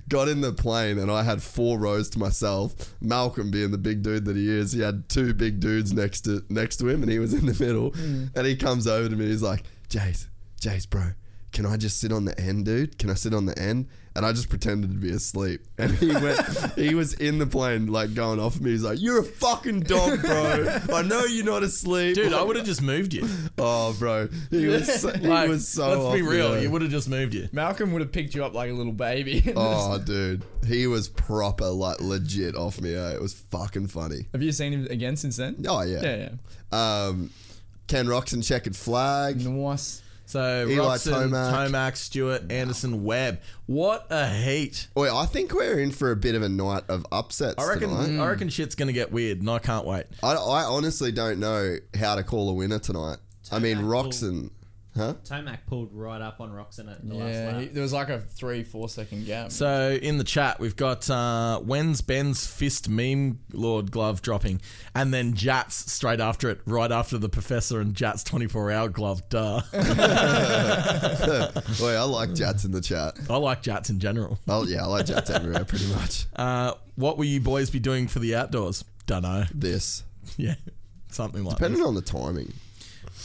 Speaker 2: Got in the plane and I had four rows to myself. Malcolm, being the big dude that he is, he had two big dudes next to next to him, and he was in the middle.
Speaker 5: Mm.
Speaker 2: And he comes over to me. He's like, "Jace, Jace, bro, can I just sit on the end, dude? Can I sit on the end?" And I just pretended to be asleep. And he
Speaker 5: *laughs*
Speaker 2: went, he was in the plane, like going off me. He's like, "You're a fucking dog,
Speaker 5: *laughs*
Speaker 2: bro. I know you're not asleep,
Speaker 5: dude. I would have just
Speaker 2: *laughs*
Speaker 5: moved you.
Speaker 2: Oh, bro, he was so, he
Speaker 5: Like,
Speaker 2: was so.
Speaker 5: Let's be
Speaker 2: off,
Speaker 5: real.
Speaker 2: yeah.
Speaker 5: You would have just moved you.
Speaker 6: Malcolm would have picked you up like a little baby. *laughs*
Speaker 2: Oh, dude, he was proper, like legit off me. eh? It was fucking funny.
Speaker 6: Have you seen him again since then?
Speaker 2: Oh yeah.
Speaker 6: Yeah,
Speaker 2: Um, Ken Roxon checkered flag.
Speaker 6: yeah. Nice.
Speaker 5: So
Speaker 2: Eli
Speaker 5: Roxon,
Speaker 2: Tomac.
Speaker 5: Tomac, Stewart, Anderson, Webb. What a heat!
Speaker 2: Wait, I think we're in for a bit of a night of upsets
Speaker 5: I reckon.
Speaker 2: tonight.
Speaker 5: I reckon shit's gonna get weird, and I can't wait.
Speaker 2: I, I honestly don't know how to call a winner tonight. I mean, Roxon, huh?
Speaker 7: Tomac pulled right up on Roxanne at the last
Speaker 6: Yeah,
Speaker 7: lap.
Speaker 6: he- there was like a three, four second gap.
Speaker 5: So in the chat, we've got uh, when's Ben's fist meme lord glove dropping, and then Jats straight after it, right after the professor and Jats twenty four hour glove. Duh. *laughs*
Speaker 2: Wait, I like Jats in the chat.
Speaker 5: I like Jats in general.
Speaker 2: Oh yeah, I like Jats everywhere, pretty much.
Speaker 5: Uh, what will you boys be doing for the outdoors? Dunno. *laughs*
Speaker 2: This
Speaker 5: Yeah. Something like that.
Speaker 2: depending on the timing.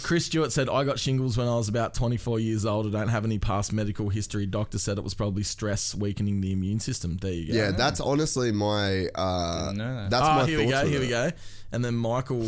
Speaker 5: Chris Stewart said, I got shingles when I was about 24 years old. I don't have any past medical history. Doctor said it was probably stress weakening the immune system. There you go.
Speaker 2: Yeah, that's honestly my. Uh,
Speaker 6: Didn't know that.
Speaker 2: That's
Speaker 5: Ah,
Speaker 2: my
Speaker 5: here we
Speaker 2: thoughts
Speaker 5: go.
Speaker 2: with
Speaker 5: Here
Speaker 2: it.
Speaker 5: we go. And then Michael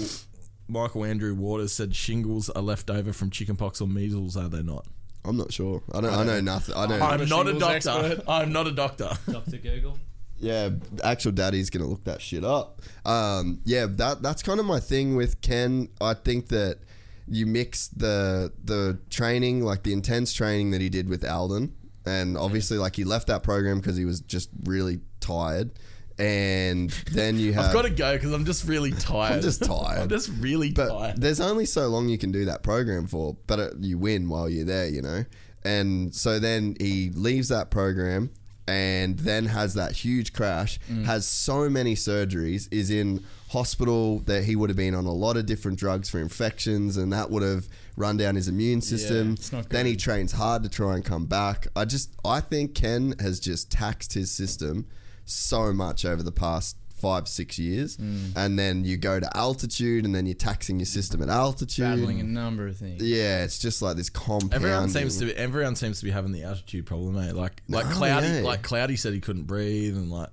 Speaker 5: Michael Andrew Waters said shingles are left over from chickenpox or measles, are they not?
Speaker 2: I'm not sure. I don't. I, know nothing. I don't.
Speaker 5: I'm not a
Speaker 6: shingles
Speaker 5: doctor.
Speaker 6: expert.
Speaker 5: *laughs* I'm not a doctor.
Speaker 2: *laughs*
Speaker 7: Dr. Google.
Speaker 2: yeah, actual daddy's gonna look that shit up. Um, yeah, that that's kind of my thing with Ken. I think that you mix the the training, like the intense training that he did with Alden, and obviously like he left that program because he was just really tired. And then you have
Speaker 5: I've got to go because I'm just really tired.
Speaker 2: *laughs* I'm just tired.
Speaker 5: *laughs* I'm just really
Speaker 2: but
Speaker 5: tired.
Speaker 2: there's only so long you can do that program for, but it, you win while you're there, you know? And so then he leaves that program and then has that huge crash, has so many surgeries, is in hospital that he would have been on a lot of different drugs for infections and that would have run down his immune system.
Speaker 6: it's not
Speaker 2: Then
Speaker 6: good.
Speaker 2: he trains hard to try and come back. I just I think Ken has just taxed his system so much over the past five six years,
Speaker 6: Mm.
Speaker 2: and then you go to altitude, and then you're taxing your system at altitude.
Speaker 6: Battling a number of things.
Speaker 2: yeah, it's just like this compound.
Speaker 5: Everyone seems to be everyone seems to be having the altitude problem, eh? Like like
Speaker 2: Gnarly,
Speaker 5: cloudy
Speaker 2: eh?
Speaker 5: like cloudy said he couldn't breathe and like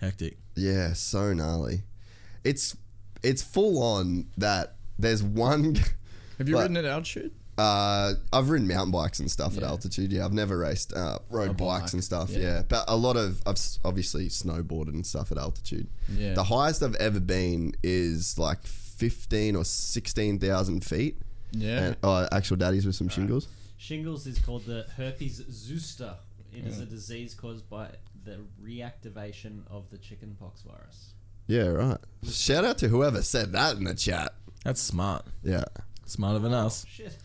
Speaker 5: hectic.
Speaker 2: Yeah, so gnarly. It's it's full on that. There's one. *laughs*
Speaker 6: Have you
Speaker 2: But-
Speaker 6: ridden at altitude?
Speaker 2: Uh, I've ridden mountain bikes and stuff at altitude. Yeah, I've never raced uh, road bikes and stuff. Yeah. but a lot of I've s- obviously snowboarded and stuff at altitude.
Speaker 6: Yeah.
Speaker 2: the highest I've ever been is like fifteen or sixteen thousand feet.
Speaker 6: Yeah.
Speaker 2: And- oh, actual daddies with some shingles.
Speaker 7: Shingles is called the herpes zoster. It is a disease caused by the reactivation of the chickenpox virus.
Speaker 2: Yeah, right. Shout out to whoever said that in the chat.
Speaker 5: That's smart.
Speaker 2: Yeah,
Speaker 5: Smarter than us.
Speaker 7: Shit.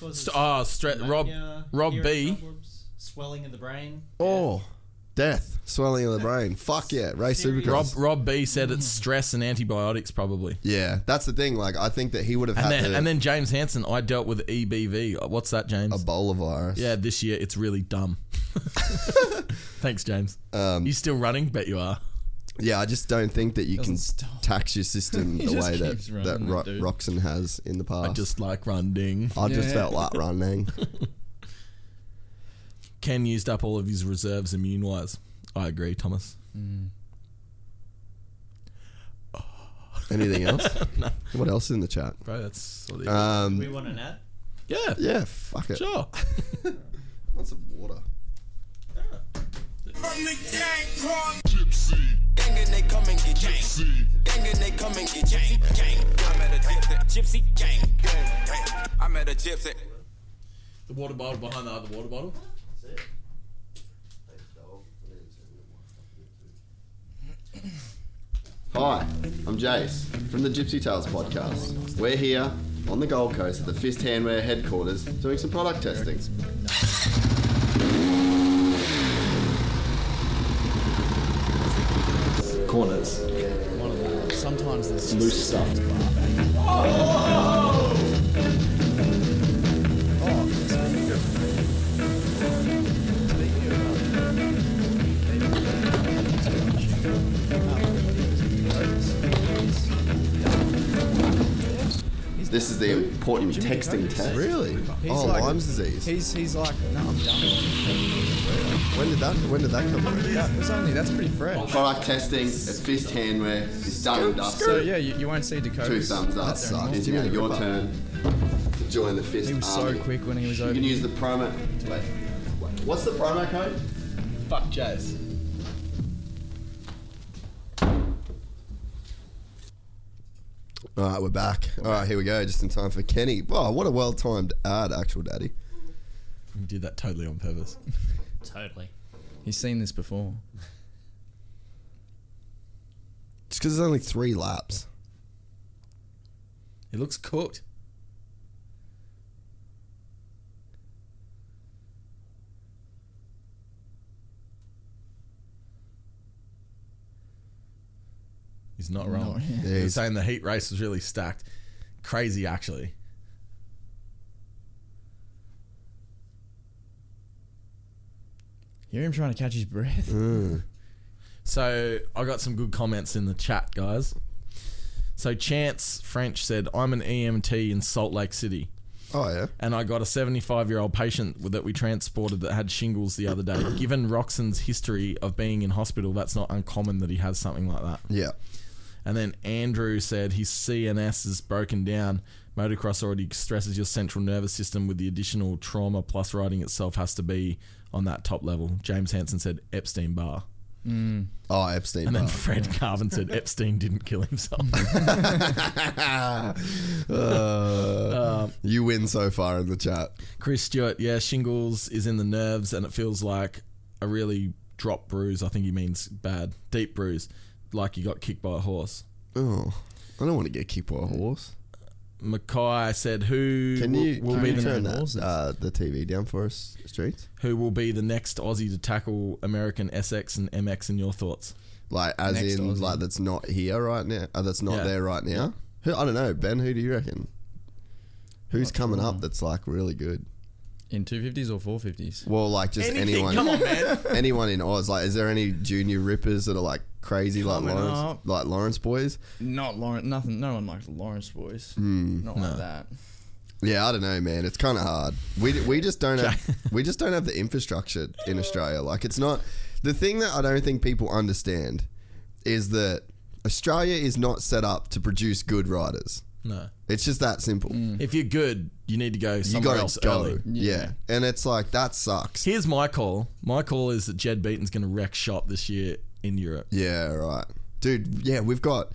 Speaker 7: Causes
Speaker 5: St- Ah, stre- Rob
Speaker 7: pneumonia,
Speaker 5: Rob
Speaker 7: hearing
Speaker 5: B.
Speaker 7: problems, swelling in the brain.
Speaker 2: Oh, Death, swelling of the brain. Fuck yeah, race
Speaker 5: Rob
Speaker 2: supercross.
Speaker 5: Rob B said
Speaker 2: Mm.
Speaker 5: it's stress and antibiotics probably.
Speaker 2: Yeah, that's the thing. Like, I think that he would have
Speaker 5: And
Speaker 2: had
Speaker 5: then,
Speaker 2: to,
Speaker 5: and then James Hansen, I dealt with EBV. What's that, James?
Speaker 2: Ebola virus.
Speaker 5: yeah, this year it's really dumb. *laughs* Thanks, James. you still running? Bet you are.
Speaker 2: yeah. I just don't think that you can
Speaker 6: Doesn't stop.
Speaker 2: tax your *laughs* system
Speaker 6: He
Speaker 2: the
Speaker 6: just
Speaker 2: way that
Speaker 6: keeps
Speaker 2: that
Speaker 6: running,
Speaker 2: Ro-
Speaker 6: dude.
Speaker 2: Roxon has in the past.
Speaker 5: I just like running.
Speaker 2: I just
Speaker 6: Yeah.
Speaker 2: felt like running.
Speaker 5: Ken used up all of his reserves immune wise. I agree, Thomas.
Speaker 2: Anything *laughs* else? What else in the chat?
Speaker 5: Bro, that's sort of
Speaker 2: Um,
Speaker 7: We want an ad?
Speaker 5: yeah,
Speaker 2: yeah, fuck it.
Speaker 5: sure. *laughs*
Speaker 2: Want some water?
Speaker 3: From the gang called Gypsy.
Speaker 4: Gang and they come and get gang.
Speaker 3: Gypsy.
Speaker 4: Gang and they come and get gang. Gang. I met a gypsy. Gypsy. Gang. Gang. I met a gypsy.
Speaker 5: the water bottle behind the other water bottle.
Speaker 8: Hi, I'm Jace from the Gypsy Tales podcast. We're here on the Gold Coast at the Fist Handwear headquarters doing some product testing.
Speaker 9: corners,
Speaker 6: Sometimes there's just
Speaker 9: loose stuff.
Speaker 8: This is the important texting test.
Speaker 2: Really?
Speaker 6: He's
Speaker 2: oh,
Speaker 6: like-
Speaker 2: Lyme's disease.
Speaker 6: He's he's like no, I'm done.
Speaker 2: when did that? When did that come? out?
Speaker 6: That was only that's pretty fresh.
Speaker 8: Product testing at Fist Handwear is done and dusted.
Speaker 6: So yeah, you, you won't see Dakota.
Speaker 8: Two thumbs up.
Speaker 2: That sucks.
Speaker 8: It's
Speaker 2: Give me
Speaker 8: now
Speaker 2: the
Speaker 8: your
Speaker 2: ripper.
Speaker 8: turn to join the Fist
Speaker 6: He was so
Speaker 8: Army.
Speaker 6: quick when he was
Speaker 8: You
Speaker 6: over.
Speaker 8: can use the promo. Wait, wait, what's the promo code?
Speaker 5: Fuck Jazz.
Speaker 2: All right, we're back. All right, here we go. Just in time for Kenny. Wow, what a well-timed ad, actual daddy.
Speaker 5: You did that totally on purpose.
Speaker 7: Totally.
Speaker 6: He's seen this before.
Speaker 2: It's because there's only three laps.
Speaker 5: It looks cooked. He's not wrong.
Speaker 2: Yeah,
Speaker 6: yeah.
Speaker 5: He was
Speaker 2: he's-
Speaker 5: saying the heat race was really stacked. Crazy, actually.
Speaker 6: Hear him trying to catch his breath.
Speaker 8: Mm.
Speaker 5: So I got some good comments in the chat, guys. So Chance French said, "I'm an EMT in Salt Lake City."
Speaker 2: Oh yeah.
Speaker 5: and I got a 75 year old patient that we transported that had shingles the other day. Given Roxon's history of being in hospital, that's not uncommon that he has something like that.
Speaker 2: Yeah.
Speaker 5: And then Andrew said his CNS is broken down. Motocross already stresses your central nervous system with the additional trauma, plus riding itself has to be on that top level. James Hansen said Epstein Barr.
Speaker 2: Oh, Epstein.
Speaker 5: And then
Speaker 2: Barr.
Speaker 5: Fred Carvin
Speaker 2: *laughs*
Speaker 5: said Epstein didn't kill himself.
Speaker 2: Uh, you win so far in the chat.
Speaker 5: Chris Stewart, yeah, shingles is in the nerves and it feels like a really drop bruise. I think he means bad, deep bruise, like you got kicked by a horse.
Speaker 2: Oh, I don't want to get kicked by a horse.
Speaker 5: Mackay said, "Who
Speaker 2: Can
Speaker 5: will,
Speaker 2: you,
Speaker 5: will
Speaker 2: can
Speaker 5: be
Speaker 2: you
Speaker 5: the
Speaker 2: turn that, uh, the TV down for us, Streets?
Speaker 5: who will be the next Aussie to tackle American SX and MX? In your thoughts,
Speaker 2: Like, as
Speaker 6: Next
Speaker 2: in,
Speaker 6: Aussie.
Speaker 2: like that's not here right now. Uh, that's not
Speaker 5: Yeah.
Speaker 2: there right now. Who, I don't know, Ben. Who do you reckon? Who's coming
Speaker 6: um,
Speaker 2: up that's like really good?
Speaker 6: In two fifties or four fifties.
Speaker 2: Well, like just anyone. anyone in Oz. Like, is there any junior rippers that are like crazy, like
Speaker 6: Coming
Speaker 2: Lawrence,
Speaker 6: up.
Speaker 2: like Lawrence boys?
Speaker 6: Not Lawrence. Nothing. No one likes Lawrence boys.
Speaker 8: Hmm.
Speaker 6: Not like that.
Speaker 2: Yeah, I don't know, man. It's kind of hard. We we just don't
Speaker 5: *laughs*
Speaker 2: have we just don't have the infrastructure in Australia. Like, it's not the thing that I don't think people understand is that Australia is not set up to produce good riders.
Speaker 5: no.
Speaker 2: It's just that simple.
Speaker 5: If you're good, you need to
Speaker 2: Mm-hmm.
Speaker 5: go
Speaker 2: You
Speaker 5: somewhere
Speaker 2: got
Speaker 5: else
Speaker 2: to go.
Speaker 5: early."
Speaker 2: Yeah. and it's like that sucks.
Speaker 5: Here's my call. My call is that Jed Beaton's going to wreck shop this year in Europe.
Speaker 2: Yeah, right, dude. Yeah, we've got.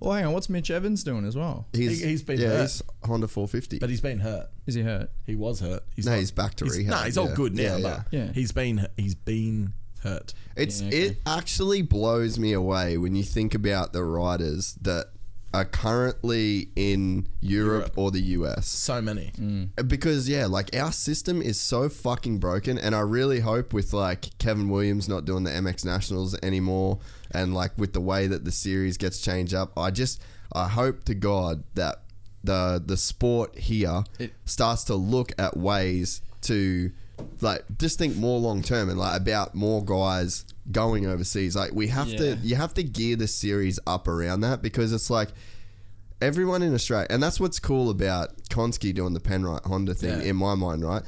Speaker 6: Oh, hang on. What's Mitch Evans doing as well?
Speaker 2: He's,
Speaker 5: He- he's been
Speaker 2: yeah,
Speaker 5: hurt.
Speaker 2: he's Honda 450.
Speaker 5: But he's been hurt.
Speaker 6: Is he hurt?
Speaker 5: He was hurt. He's
Speaker 2: No,
Speaker 5: not-
Speaker 2: he's back to rehab,
Speaker 5: No, he's all
Speaker 2: yeah.
Speaker 5: good now,
Speaker 2: Yeah,
Speaker 5: but
Speaker 6: yeah. Yeah.
Speaker 5: he's been he's been hurt.
Speaker 2: It's it actually blows me away when you think about the riders that are currently in Europe, or the US. So
Speaker 5: many.
Speaker 6: Mm.
Speaker 2: Uh, Because yeah, like our system is so fucking broken and I really hope with like Kevin Williams not doing the MX Nationals anymore and like with the way that the series gets changed up, I just I hope to God that the the sport here starts to look at ways to like just think more long term and like about more guys going overseas. Like we have to
Speaker 6: Yeah.
Speaker 2: you have to gear this series up around that because it's like everyone in Australia, and that's what's cool about Konski doing the Penrite Honda thing
Speaker 5: Yeah.
Speaker 2: in my mind, right?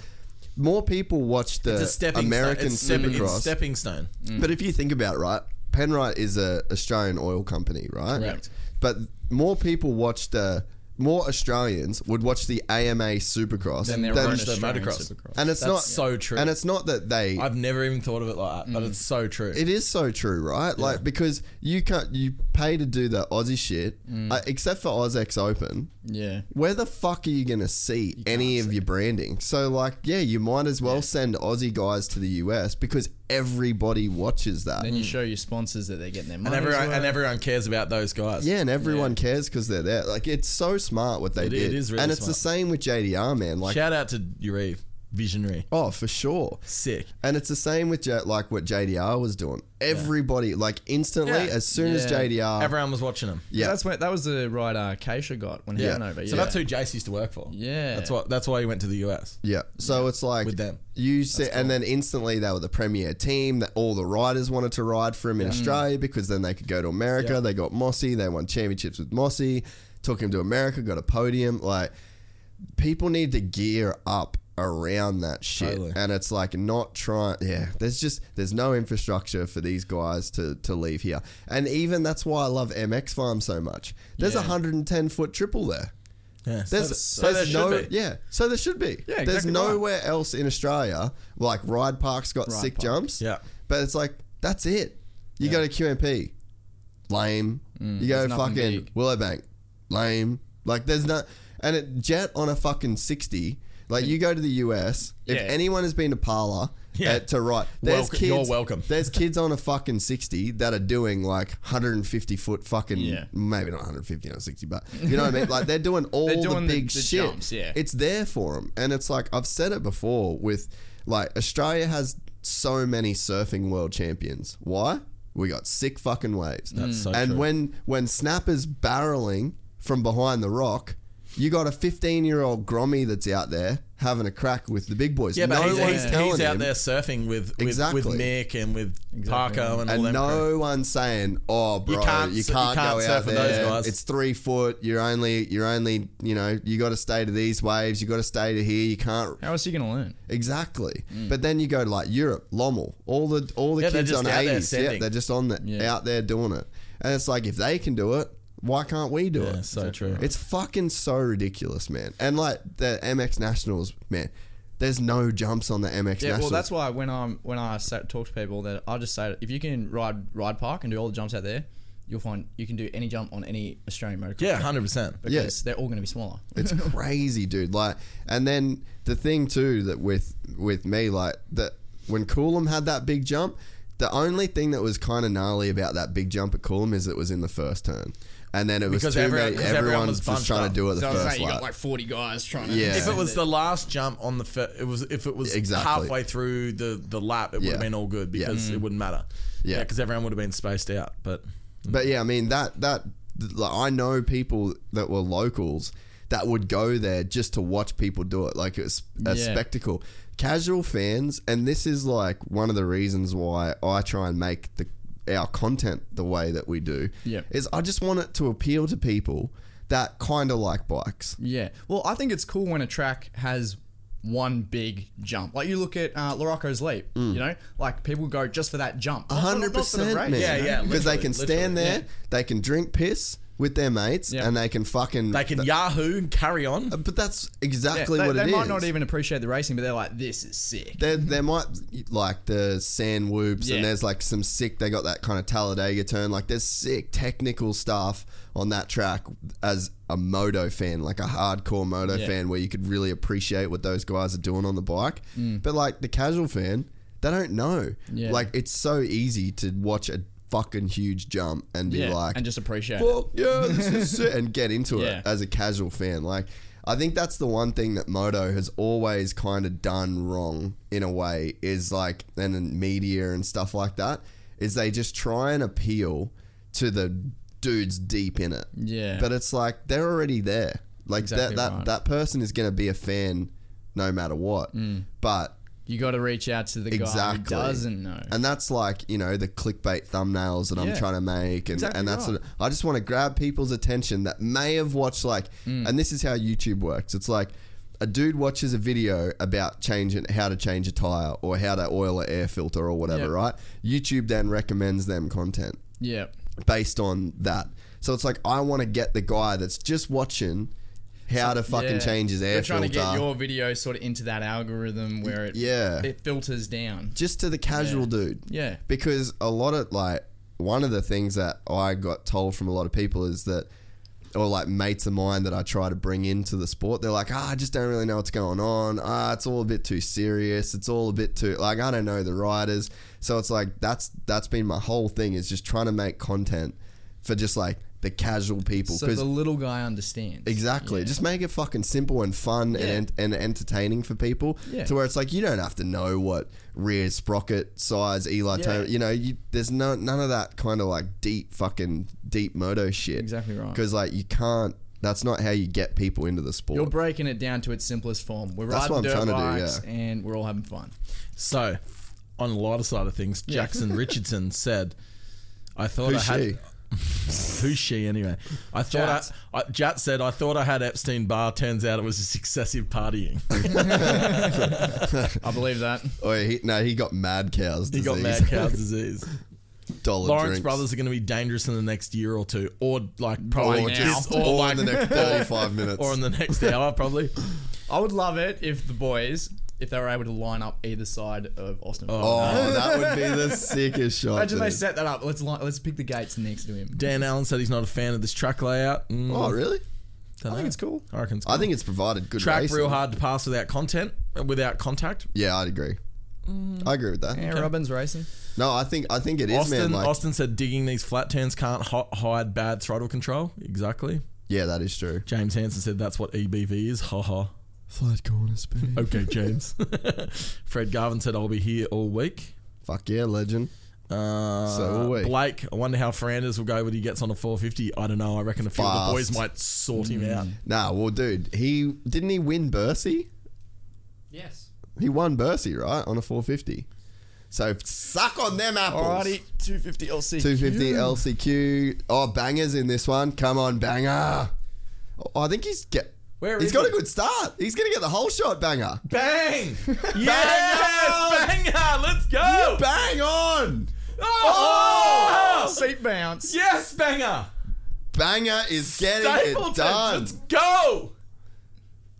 Speaker 2: More people watch the
Speaker 5: It's a stepping
Speaker 2: Uh, American
Speaker 5: stone. It's stepping-
Speaker 2: Supercross,
Speaker 5: it's stepping stone. Mm.
Speaker 2: but if you think about it, right, Penrite is a Australian oil company, right?
Speaker 5: Correct.
Speaker 2: But more people watch the more Australians would watch the AMA Supercross
Speaker 5: Than they watch the Australian motocross. Supercross.
Speaker 2: and it's
Speaker 5: That's
Speaker 2: not
Speaker 5: so true.
Speaker 2: And it's not that they
Speaker 5: I've never even thought of it like that,
Speaker 6: Mm.
Speaker 5: but it's so true.
Speaker 2: it is so true, right? Like because you can't you pay to do the Aussie shit,
Speaker 5: Mm.
Speaker 2: uh, except for OzX Open.
Speaker 6: Yeah.
Speaker 2: Where the fuck are you gonna see any of your branding? So like, yeah, you might as well send Aussie guys to the US because everybody watches that.
Speaker 5: Mm.
Speaker 6: Then you show your sponsors that they're getting their
Speaker 5: and
Speaker 6: money.
Speaker 5: everyone and everyone cares about those guys.
Speaker 2: Yeah, and everyone cares because they're there. Like, it's so smart what they
Speaker 5: It- it
Speaker 2: did.
Speaker 5: is really
Speaker 2: and it's the same with JDR, man. Like,
Speaker 5: Shout out to Urive, visionary.
Speaker 2: Oh, for sure.
Speaker 5: Sick.
Speaker 2: And it's the same with J- like what JDR was doing. Everybody, like instantly,
Speaker 5: Yeah.
Speaker 2: as soon as
Speaker 6: Yeah.
Speaker 2: JDR,
Speaker 5: Everyone was watching them.
Speaker 2: Um, yeah,
Speaker 6: That's when that was the ride uh, Keisha got when he went over.
Speaker 5: So
Speaker 6: yeah.
Speaker 5: that's who Jace used to work for.
Speaker 6: Yeah.
Speaker 5: That's what. That's why he went to the US.
Speaker 2: yeah. So it's like
Speaker 5: With them.
Speaker 2: You see, and then instantly they were the premier team. That all the riders wanted to ride for him in Australia because then they could go to America.
Speaker 5: Yeah.
Speaker 2: They got Mossy. They won championships with Mossy. Took him to America. Got a podium. Like people need to gear up around that shit
Speaker 5: Totally.
Speaker 2: and it's like not trying yeah there's just there's no infrastructure for these guys to to leave here and even that's why i love mx farm so much there's a
Speaker 6: Yeah.
Speaker 2: 110 foot triple there
Speaker 5: Yeah.
Speaker 2: there's,
Speaker 5: so there
Speaker 2: there's
Speaker 5: should
Speaker 2: no
Speaker 5: be.
Speaker 2: yeah so there should be
Speaker 6: Yeah,
Speaker 2: there's
Speaker 6: exactly
Speaker 2: nowhere else in australia like ride park's got
Speaker 6: Ride
Speaker 2: sick
Speaker 6: Park.
Speaker 2: jumps
Speaker 5: Yeah.
Speaker 2: but it's like that's it you go to qmp lame
Speaker 5: Mm,
Speaker 2: you go
Speaker 6: there's nothing
Speaker 2: fucking
Speaker 6: big.
Speaker 2: willowbank lame like there's no and it jet on a fucking 60 like you go to the us if
Speaker 6: Yeah.
Speaker 2: anyone has been to parlor
Speaker 5: Yeah.
Speaker 2: uh, to right there's
Speaker 5: Welcome-
Speaker 2: kids
Speaker 5: you're welcome. *laughs*
Speaker 2: there's kids on a fucking 60 that are doing like 150 foot fucking
Speaker 6: Yeah.
Speaker 2: maybe not 150 not 60 but you know what i mean like they're doing all
Speaker 6: They're
Speaker 2: all
Speaker 6: doing
Speaker 2: the
Speaker 6: the-
Speaker 2: big
Speaker 6: the
Speaker 2: shit.
Speaker 6: jumps, yeah.
Speaker 2: It's there for them. And it's like, I've said it before with like, Australia has so many surfing world champions. Why? We got sick fucking waves. That's
Speaker 5: so
Speaker 2: And
Speaker 5: true.
Speaker 2: when when snappers barreling from behind the rock, you got a 15 year old grommy that's out there having a crack with the big boys.
Speaker 5: Yeah, but
Speaker 2: no
Speaker 5: he's,
Speaker 2: one's
Speaker 5: he's,
Speaker 2: telling
Speaker 5: he's out
Speaker 2: him,
Speaker 5: there surfing with with,
Speaker 2: Exactly.
Speaker 5: with Mick and with Parker and
Speaker 2: and
Speaker 5: all them. crew.
Speaker 2: no one's saying, "Oh, bro, you can't,
Speaker 5: can't-
Speaker 2: you
Speaker 5: you
Speaker 2: can't,
Speaker 5: can't
Speaker 2: go
Speaker 5: surf
Speaker 2: out
Speaker 5: with those
Speaker 2: there.
Speaker 5: guys."
Speaker 2: It's three foot. You're only, you're only, you know, you got to stay to these waves. You got to stay to here. You can't
Speaker 6: How else are you gonna learn?
Speaker 2: exactly." But then you go to like Europe, Lommel, all the all the
Speaker 5: Mm. Yeah, they're
Speaker 2: kids
Speaker 5: just
Speaker 2: on
Speaker 5: out there
Speaker 2: eighties, yeah,
Speaker 5: sending.
Speaker 2: they're just on the
Speaker 6: Yeah.
Speaker 2: out there doing it, and it's like if they can do it, why can't we do
Speaker 5: Yeah,
Speaker 2: it?
Speaker 5: so true.
Speaker 2: It's fucking so ridiculous, man. And like the MX Nationals, man. There's no jumps on the MX Nationals.
Speaker 6: Yeah, well, that's why when I'm when I sa talk to people that I just say if you can ride ride park and do all the jumps out there, you'll find you can do any jump on any Australian motocross.
Speaker 5: Yeah,
Speaker 6: track
Speaker 5: hundred percent.
Speaker 6: because they're all going to be smaller.
Speaker 2: It's
Speaker 5: *laughs*
Speaker 2: crazy, dude. Like, and then the thing too that with with me, like that when Coolum had that big jump, the only thing that was kind of gnarly about that big jump at Coolum is it was in the first turn, and then it was
Speaker 5: Because
Speaker 2: too
Speaker 5: everyone-
Speaker 2: many.
Speaker 5: because everyone
Speaker 2: Everyone
Speaker 5: was
Speaker 2: was
Speaker 5: bunched
Speaker 2: trying to
Speaker 5: up.
Speaker 2: do it the
Speaker 6: So I was
Speaker 2: first
Speaker 6: saying you got
Speaker 2: lap.
Speaker 6: like 40 guys trying to.
Speaker 2: Yeah.
Speaker 5: If it was the last jump on the, fir- it was if it was
Speaker 2: Exactly.
Speaker 5: halfway through the the lap, it would
Speaker 2: Yeah.
Speaker 5: have been all good
Speaker 2: Yeah.
Speaker 5: because it wouldn't matter.
Speaker 2: Yeah.
Speaker 5: because everyone would have been spaced out. But
Speaker 2: But yeah, I mean that that like, I know people that were locals that would go there just to watch people do it. Like it's a
Speaker 6: Yeah.
Speaker 2: spectacle. Casual fans, and this is like one of the reasons why I try and make the our content the way that we do.
Speaker 6: Yeah.
Speaker 2: is I just want it to appeal to people that kind of like bikes.
Speaker 6: Yeah. Well, I think it's cool when a track has one big jump. Like you look at uh, Larocco's leap,
Speaker 2: Mm.
Speaker 6: you know, like people go just for that jump. Not- not-
Speaker 2: hundred
Speaker 6: not for the
Speaker 2: percent,
Speaker 6: race,
Speaker 2: man.
Speaker 5: Yeah,
Speaker 6: you know?
Speaker 5: yeah,
Speaker 2: Because they
Speaker 5: literally,
Speaker 2: can stand
Speaker 5: literally,
Speaker 2: there, they can drink piss with their mates,
Speaker 6: Yeah.
Speaker 2: and they can fucking
Speaker 5: they can Yahoo and carry on.
Speaker 2: But that's
Speaker 6: Yeah,
Speaker 2: exactly
Speaker 6: they,
Speaker 2: what it is.
Speaker 6: they might not even appreciate the racing, but they're like, this is sick.
Speaker 2: there, there might like the sand whoops
Speaker 6: Yeah.
Speaker 2: and there's like some sick they got that kind of Talladega turn like there's sick technical stuff on that track as a moto fan like a hardcore moto
Speaker 6: Yeah.
Speaker 2: fan where you could really appreciate what those guys are doing on the bike but like the casual fan they don't know
Speaker 6: Mm. Yeah.
Speaker 2: like it's so easy to watch a fucking huge jump and be
Speaker 6: Yeah,
Speaker 2: like,
Speaker 6: and just appreciate it.
Speaker 2: fuck yeah,
Speaker 6: *laughs*
Speaker 2: this is sick, and get into
Speaker 6: Yeah.
Speaker 2: it as a casual fan. Like, I think that's the one thing that Moto has always kind of done wrong in a way is like, and in media and stuff like that, is they just try and appeal to the dudes deep in it.
Speaker 6: Yeah.
Speaker 2: But it's like they're already there. Like
Speaker 6: Exactly
Speaker 2: that that
Speaker 6: right.
Speaker 2: that person is going to be a fan no matter what.
Speaker 6: Mm.
Speaker 2: But
Speaker 6: You got to reach out to the guy who
Speaker 2: Exactly.
Speaker 6: doesn't know.
Speaker 2: and that's like you know the clickbait thumbnails that
Speaker 6: Yeah.
Speaker 2: I'm trying to make, and
Speaker 6: Exactly
Speaker 2: and that's
Speaker 6: right.
Speaker 2: sort of- I just want to grab people's attention that may have watched like,
Speaker 6: Mm.
Speaker 2: and this is how YouTube works. It's like a dude watches a video about changing how to change a tire or how to oil an air filter or whatever,
Speaker 6: Yeah.
Speaker 2: right? YouTube then recommends them content
Speaker 6: yeah.
Speaker 2: based on that. So it's like I want to get the guy that's just watching how to fucking
Speaker 6: Yeah.
Speaker 2: change his air
Speaker 6: We're trying
Speaker 2: filter.
Speaker 6: to get your video sort of into that algorithm where it
Speaker 2: Yeah.
Speaker 6: it filters down.
Speaker 2: just to the casual dude.
Speaker 6: Yeah.
Speaker 2: Because a lot of like one of the things that I got told from a lot of people is that or like mates of mine that I try to bring into the sport, they're like, ah, I just don't really know what's going on. Ah, it's all a bit too serious. It's all a bit too like I don't know the riders. So it's like that's that's been my whole thing is just trying to make content for just like the casual people.
Speaker 6: So
Speaker 2: 'Cause-
Speaker 6: the little guy understands.
Speaker 2: Exactly. Just make it fucking simple and fun and and entertaining for people.
Speaker 6: Yeah.
Speaker 2: To where it's like you don't have to know what rear sprocket size Eli
Speaker 6: Yeah.
Speaker 2: Tomac- You know, you, there's no none of that kind of like deep fucking deep moto shit.
Speaker 6: Exactly right.
Speaker 2: Because like you can't. That's not how you get people into the sport.
Speaker 6: You're breaking it down to its simplest form. We're
Speaker 2: That's
Speaker 6: riding
Speaker 2: what I'm
Speaker 6: dirt
Speaker 2: trying to do,
Speaker 6: bikes
Speaker 2: yeah.
Speaker 6: and we're all having fun.
Speaker 5: So, on a lighter side of things,
Speaker 2: *laughs*
Speaker 5: Jackson Richardson said, "I thought
Speaker 2: Who's
Speaker 5: I had." Who's she anyway? I thought
Speaker 6: Jats.
Speaker 5: I, I Jat said I thought I had Epstein Barr. Turns out it was just excessive partying. *laughs*
Speaker 6: I believe that.
Speaker 2: oh, he, no, he got mad cows.
Speaker 5: He got
Speaker 2: disease.
Speaker 5: mad cow's disease.
Speaker 2: *laughs* Dollar
Speaker 5: Lawrence
Speaker 2: drinks.
Speaker 5: brothers are going to be dangerous in the next year or two, or like probably
Speaker 2: Or,
Speaker 5: just,
Speaker 2: just,
Speaker 5: *laughs* or,
Speaker 2: all
Speaker 5: like
Speaker 2: in the next 35 minutes.
Speaker 5: or in the next hour probably.
Speaker 6: I would love it if the boys, if they were able to line up either side of Austin. Oh.
Speaker 2: oh, that would be
Speaker 5: *laughs*
Speaker 2: the sickest shot.
Speaker 6: Imagine they
Speaker 2: dude.
Speaker 6: set that up. Let's line, let's pick the gates next to him.
Speaker 5: Dan Allen said he's not a fan of this track layout. Mm,
Speaker 2: Oh, really?
Speaker 5: don't
Speaker 6: I
Speaker 5: know.
Speaker 6: think it's cool.
Speaker 5: I reckon it's
Speaker 2: I think it's provided good
Speaker 5: track
Speaker 2: racing.
Speaker 5: real hard to pass without content, without contact.
Speaker 2: Yeah, I'd agree. I agree with that.
Speaker 6: Yeah, Robin's racing.
Speaker 2: No, I think I think it is,
Speaker 5: Austin,
Speaker 2: man. Like,
Speaker 5: Austin said digging these flat turns can't ho- hide bad throttle control. Exactly.
Speaker 2: yeah, that is true.
Speaker 5: James Hansen said that's what EBV is. Ha ha.
Speaker 2: Flat corner speed.
Speaker 5: Okay,
Speaker 2: *laughs*
Speaker 5: James. *laughs* Fred Garvin said I'll be here all week.
Speaker 2: Fuck yeah, legend.
Speaker 5: Uh,
Speaker 2: So will we.
Speaker 5: Blake, I wonder how Fernandez will go when he gets on a 450. I don't know. I reckon a few of the
Speaker 2: Fast. Mm.
Speaker 5: boys might sort him out.
Speaker 2: Nah, well, dude, he didn't he win Bercy?
Speaker 7: Yes.
Speaker 2: He won Bercy, right, on a 450. So suck on them apples.
Speaker 6: 250 LC.
Speaker 2: 250 LCQ. Oh, bangers in this one. Come on, banger. Oh, I think he's get.
Speaker 5: Where
Speaker 2: he's
Speaker 5: is
Speaker 2: got
Speaker 5: he?
Speaker 2: a good start. He's gonna get the whole shot, banger. *laughs*
Speaker 5: Bang! yes! Banger! Let's go!
Speaker 2: Bang on.
Speaker 5: Oh!
Speaker 6: Seat bounce.
Speaker 5: Yes, banger!
Speaker 2: Banger is getting it done.
Speaker 5: Let's go!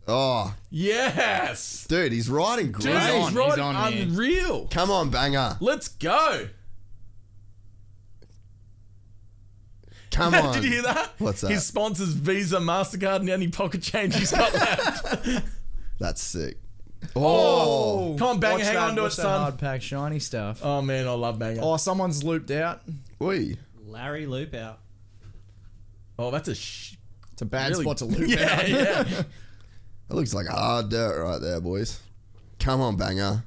Speaker 2: Oh,
Speaker 5: Yes!
Speaker 2: dude, he's riding great.
Speaker 5: Dude,
Speaker 6: on,
Speaker 5: he's
Speaker 6: he's
Speaker 5: riding
Speaker 6: on here.
Speaker 5: unreal.
Speaker 2: Come on, banger.
Speaker 5: Let's go.
Speaker 2: Come on.
Speaker 5: *laughs* Did you hear that?
Speaker 2: What's that?
Speaker 5: His sponsors Visa, Mastercard, and any pocket change
Speaker 6: *laughs*
Speaker 5: he's got left.
Speaker 2: That's sick. Oh,
Speaker 5: Come on, banger,
Speaker 6: Watch
Speaker 5: hang
Speaker 6: that-
Speaker 5: on to it,
Speaker 6: watch that
Speaker 5: son.
Speaker 6: Hard pack, shiny stuff.
Speaker 5: Oh man, I love banger.
Speaker 6: Oh,
Speaker 5: Oh,
Speaker 6: someone's looped out.
Speaker 2: we.
Speaker 7: Larry Loop out.
Speaker 5: Oh, that's a sh-
Speaker 6: It's a bad
Speaker 5: really-
Speaker 6: spot to loop out.
Speaker 5: *laughs* yeah, yeah.
Speaker 2: *laughs* That looks like hard dirt right there, boys. Come on, banger.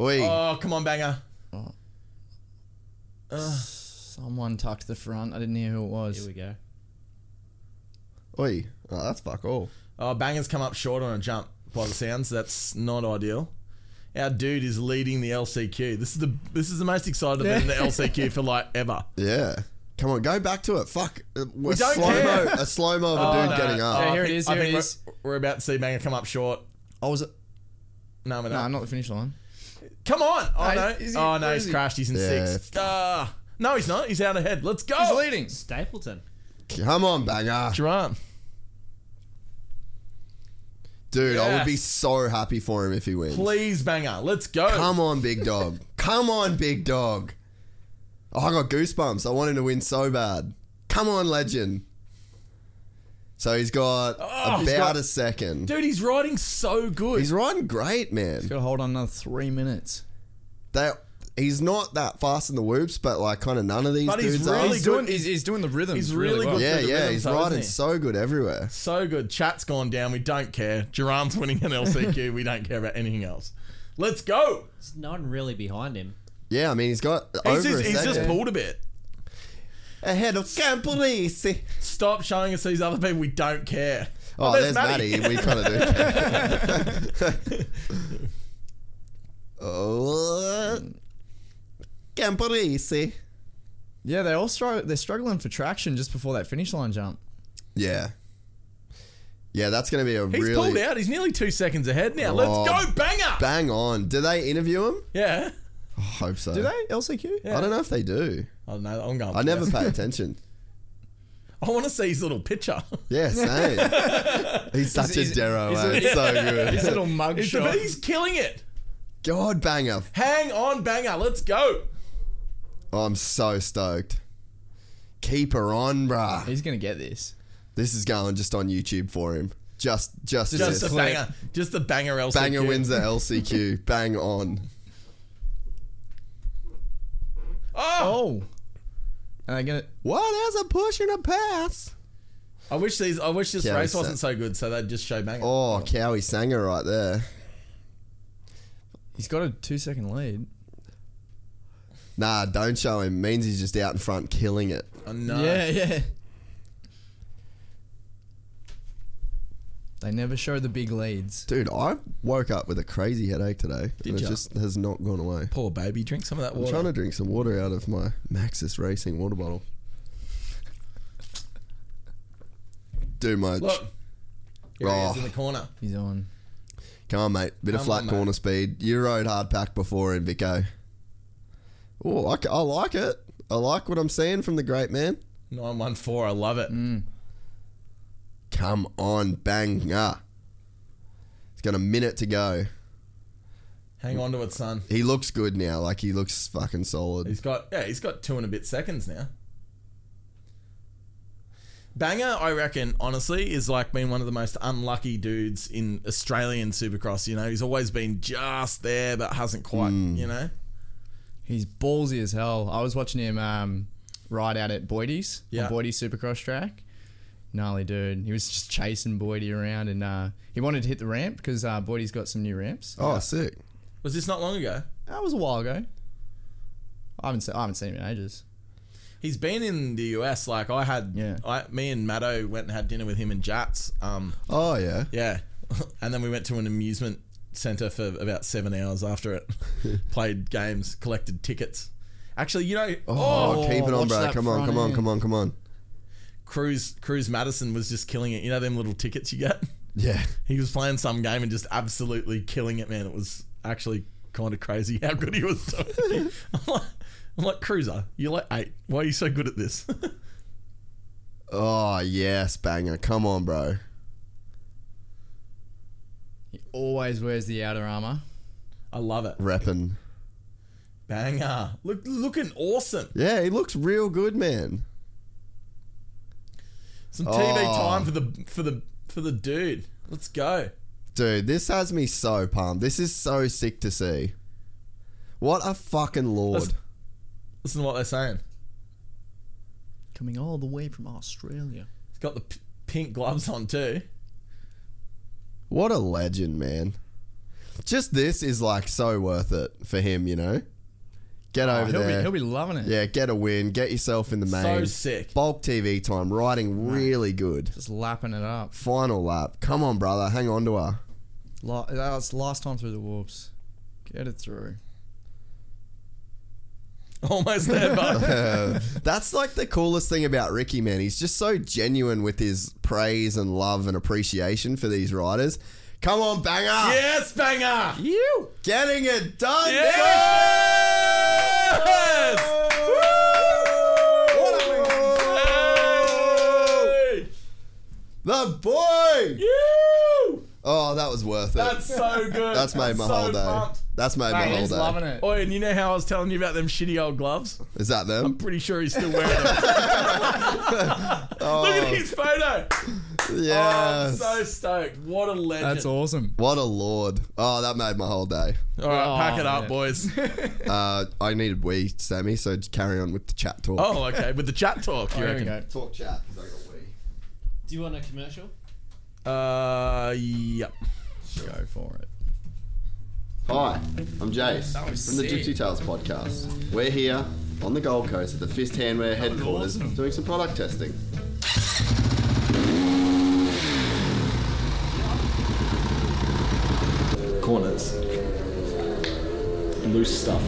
Speaker 2: Oi.
Speaker 5: Oh, come on, banger.
Speaker 6: Someone tucked the front. I didn't hear who it
Speaker 7: Here
Speaker 6: was.
Speaker 7: we go.
Speaker 2: Oi. Oh, that's fuck all.
Speaker 5: Oh, bangers come up short on a jump by the sounds. That's not ideal. Our dude is leading the LCQ. This is the this is the most excited I've been
Speaker 6: *laughs*
Speaker 5: in the LCQ for like ever.
Speaker 2: Yeah. Come on, go back to it. Fuck. We
Speaker 5: don't
Speaker 2: slow-mo,
Speaker 5: care.
Speaker 2: a slow mo of a dude
Speaker 5: no.
Speaker 2: getting up.
Speaker 6: Yeah,
Speaker 5: Oh,
Speaker 6: here
Speaker 5: I
Speaker 6: it
Speaker 5: think-
Speaker 6: is,
Speaker 5: I
Speaker 6: here
Speaker 5: think
Speaker 6: it
Speaker 5: we're-
Speaker 6: is.
Speaker 5: We're about to see banger come up short.
Speaker 6: Oh, was it?
Speaker 5: No, we're
Speaker 6: No,
Speaker 5: not.
Speaker 6: not the finish line.
Speaker 5: Come on! Oh
Speaker 6: No,
Speaker 5: no!
Speaker 6: is he-
Speaker 5: oh no!
Speaker 6: where
Speaker 5: He's
Speaker 6: is he?
Speaker 5: crashed. He's in
Speaker 2: Yeah,
Speaker 5: sixth. Ah. no, he's not. He's out ahead. Let's go.
Speaker 6: He's leading.
Speaker 7: Stapleton.
Speaker 2: Come on, banger.
Speaker 5: Duran.
Speaker 2: Dude, I would be
Speaker 5: Yes.
Speaker 2: so happy for him if he wins.
Speaker 5: Please, banger. Let's go.
Speaker 2: Come on, big dog. Come on, big dog. Oh, I got goosebumps. I want him to win so bad. Come on, legend. So he's got about
Speaker 5: Oh, got-
Speaker 2: a second.
Speaker 5: Dude, he's riding so good.
Speaker 2: He's riding great, man.
Speaker 6: Got to hold on another three minutes.
Speaker 2: They he's not that fast in the whoops, but like kind of none of these
Speaker 5: But he's
Speaker 2: dudes
Speaker 5: really
Speaker 2: are.
Speaker 6: He's doing, he's, he's doing the rhythms.
Speaker 5: He's
Speaker 6: really,
Speaker 5: really
Speaker 6: well.
Speaker 5: good.
Speaker 2: Yeah,
Speaker 5: through the
Speaker 2: yeah,
Speaker 5: rhythm,
Speaker 2: he's
Speaker 5: so, isn't
Speaker 2: riding
Speaker 5: he?
Speaker 2: so good everywhere.
Speaker 5: So good. Chat's gone down. We don't care. Jerom's winning
Speaker 2: *laughs*
Speaker 5: an LCQ. we don't care about anything else. Let's go.
Speaker 7: There's no one really behind him.
Speaker 2: Yeah, I mean he's got
Speaker 5: He's
Speaker 2: over
Speaker 5: just,
Speaker 2: a
Speaker 5: he's just
Speaker 2: second.
Speaker 5: pulled a bit.
Speaker 2: ahead of Campolisi.
Speaker 5: Stop showing us these other people. We don't care.
Speaker 2: Oh, there's Maddie. we kind of do.
Speaker 6: *laughs*
Speaker 2: oh, Campolisi.
Speaker 6: Yeah, they all struggle. They're struggling for traction just before that finish line jump.
Speaker 2: Yeah, yeah, that's gonna be a
Speaker 5: He's
Speaker 2: really
Speaker 5: pulled out. He's nearly two seconds ahead now.
Speaker 2: Oh.
Speaker 5: Let's go, banger.
Speaker 2: bang on. Do they interview him?
Speaker 5: yeah.
Speaker 2: I hope so.
Speaker 6: Do they LCQ?
Speaker 2: I don't know if they do.
Speaker 5: I don't know. I'm going.
Speaker 2: I never pay attention.
Speaker 5: *laughs* I want to see his
Speaker 2: *laughs*
Speaker 5: little picture.
Speaker 6: *laughs*
Speaker 2: Yeah, same. he's such
Speaker 6: Is-
Speaker 2: a Dero,
Speaker 6: is
Speaker 2: man.
Speaker 6: it-
Speaker 2: It's so good.
Speaker 6: His little mug
Speaker 5: It's
Speaker 6: shot.
Speaker 5: a- he's killing it.
Speaker 2: God banger.
Speaker 5: Hang on, banger. Let's go.
Speaker 2: Oh, I'm so stoked. Keep her on, bruh.
Speaker 6: He's gonna get this.
Speaker 2: This is going just on YouTube for him. Just, just,
Speaker 5: Just
Speaker 2: this.
Speaker 5: the banger. Just the banger. LCQ.
Speaker 2: banger wins the
Speaker 5: *laughs*
Speaker 2: LCQ. Bang on.
Speaker 6: Oh, and they're gonna.
Speaker 2: What? How's a push and a pass?
Speaker 5: I wish these. I wish this
Speaker 2: Yeah,
Speaker 5: race
Speaker 2: it's
Speaker 5: wasn't so good, so they'd just show banger.
Speaker 2: Oh, Cowie Sanger right there.
Speaker 6: He's got a two second lead.
Speaker 2: Nah, don't show him. Means he's just out in front killing it.
Speaker 5: Oh, no.
Speaker 6: Yeah, yeah. They never show the big leads.
Speaker 2: Dude, I woke up with a crazy headache today. and it
Speaker 5: ya?
Speaker 2: just has not gone away.
Speaker 5: Poor baby. Drink some of that
Speaker 2: I'm
Speaker 5: water.
Speaker 2: trying to drink some water out of my Maxis Racing water bottle. Dude, my
Speaker 5: Look. Here he
Speaker 2: Oh.
Speaker 5: is in the corner.
Speaker 6: He's on.
Speaker 2: come on, mate. Bit of
Speaker 5: Come
Speaker 2: flat
Speaker 5: on, mate.
Speaker 2: corner speed. You rode hard pack before in Vico. Oh, I, I like it. I like what I'm seeing from the great man.
Speaker 5: Nine one four. I love it.
Speaker 2: Mm. Come on, banger. It's got a minute to go.
Speaker 5: Hang on to it, son.
Speaker 2: He looks good now. Like he looks fucking solid.
Speaker 5: He's got yeah. He's got two and a bit seconds now. Banger, I reckon, honestly, is like being one of the most unlucky dudes in Australian Supercross. You know, he's always been just there, but hasn't quite.
Speaker 2: Mm.
Speaker 5: You know,
Speaker 6: He's ballsy as hell. I was watching him um, ride out at Boydie's
Speaker 5: Yeah.
Speaker 6: on Boydie's Supercross track. Gnarly dude. He was just chasing Boydie around, and uh, he wanted to hit the ramp because uh, Boydie's got some new ramps.
Speaker 2: oh, sick.
Speaker 5: was this not long ago?
Speaker 6: That was a while ago. I haven't se- I haven't seen him in ages.
Speaker 5: He's been in the US. Like I had,
Speaker 6: Yeah.
Speaker 5: I, me and Maddo went and had dinner with him and Jats. Um,
Speaker 2: Oh yeah.
Speaker 5: yeah, *laughs* and then we went to an amusement center for about seven hours after it. Played games, collected tickets. Actually, you know,
Speaker 2: Oh,
Speaker 5: oh,
Speaker 2: keep it on,
Speaker 6: watch
Speaker 2: bro.
Speaker 6: that
Speaker 2: Come on,
Speaker 6: front
Speaker 2: come on,
Speaker 6: end.
Speaker 2: come on, come on.
Speaker 5: Cruz Cruz Madison was just killing it. You know them little tickets you get. *laughs*
Speaker 2: Yeah.
Speaker 5: He was playing some game and just absolutely killing it, man. It was actually kind of crazy how good he was. *laughs* Doing. I'm like, I'm like Cruiser, you're like eight. Why are you so good at this? *laughs*
Speaker 2: Oh yes, banger. Come on, bro.
Speaker 6: He always wears the outer armor.
Speaker 5: I love it.
Speaker 2: Reppin'.
Speaker 5: Banger. Look, looking awesome.
Speaker 2: Yeah, he looks real good, man.
Speaker 5: Some TV
Speaker 2: Oh.
Speaker 5: time for the for the for the dude. Let's go.
Speaker 2: Dude, this has me so pumped. This is so sick to see. What a fucking lord.
Speaker 5: Let's- Listen to what they're saying.
Speaker 6: Coming all the way from Australia.
Speaker 5: He's got the p- pink gloves on too.
Speaker 2: What a legend, man. Just this is like so worth it for him, you know? Get over
Speaker 6: Ah, he'll,
Speaker 2: there.
Speaker 6: be, he'll be loving it.
Speaker 2: yeah, get a win. Get yourself in the main.
Speaker 5: So sick.
Speaker 2: Bulk TV time. Riding really good.
Speaker 6: Just lapping it up.
Speaker 2: Final lap. Come on, brother. Hang on to her.
Speaker 6: La- that's last time through the warps. Get it through.
Speaker 5: Almost
Speaker 2: *laughs*
Speaker 5: there, but
Speaker 2: Uh, that's like the coolest thing about Ricky, man. He's just so genuine with his praise and love and appreciation for these riders. Come on, banger!
Speaker 5: yes, banger.
Speaker 6: You.
Speaker 2: Getting it done!
Speaker 5: Yes! Woo!
Speaker 2: What a-
Speaker 5: Hey!
Speaker 2: The boy!
Speaker 5: You!
Speaker 2: Oh, that was worth it.
Speaker 5: That's so good.
Speaker 2: That's made my
Speaker 5: so
Speaker 2: whole day.
Speaker 5: pumped.
Speaker 2: That's made my
Speaker 5: Mate,
Speaker 2: whole
Speaker 5: he's
Speaker 2: day.
Speaker 6: Loving it.
Speaker 5: Oi, and you know how I was telling you about them shitty old gloves?
Speaker 2: Is that
Speaker 5: Oh,
Speaker 2: them? *laughs*
Speaker 5: Pretty sure he's still wearing them. Look at his photo. Oh, I'm
Speaker 2: Oh. Yes.
Speaker 5: so stoked. What a legend.
Speaker 6: That's awesome.
Speaker 2: What a lord. Oh, that made my whole day.
Speaker 5: All right,
Speaker 6: Oh,
Speaker 5: pack it up,
Speaker 6: man. *laughs*
Speaker 5: boys.
Speaker 2: Uh, I needed wee, Sammy, so just carry on with the chat talk.
Speaker 5: Oh, okay. With the chat talk, you
Speaker 6: There Oh, we
Speaker 5: reckon?
Speaker 6: go.
Speaker 2: Talk chat, 'cause I got wee.
Speaker 7: Do you want a commercial?
Speaker 5: Uh, yep.
Speaker 6: Go for it.
Speaker 8: Hi, I'm Jace from
Speaker 6: was
Speaker 8: the
Speaker 6: sick.
Speaker 8: Gypsy Tales podcast. We're here on the Gold Coast at the Fist Handwear headquarters
Speaker 6: awesome.
Speaker 8: doing some product testing.
Speaker 5: Corners. Loose stuff.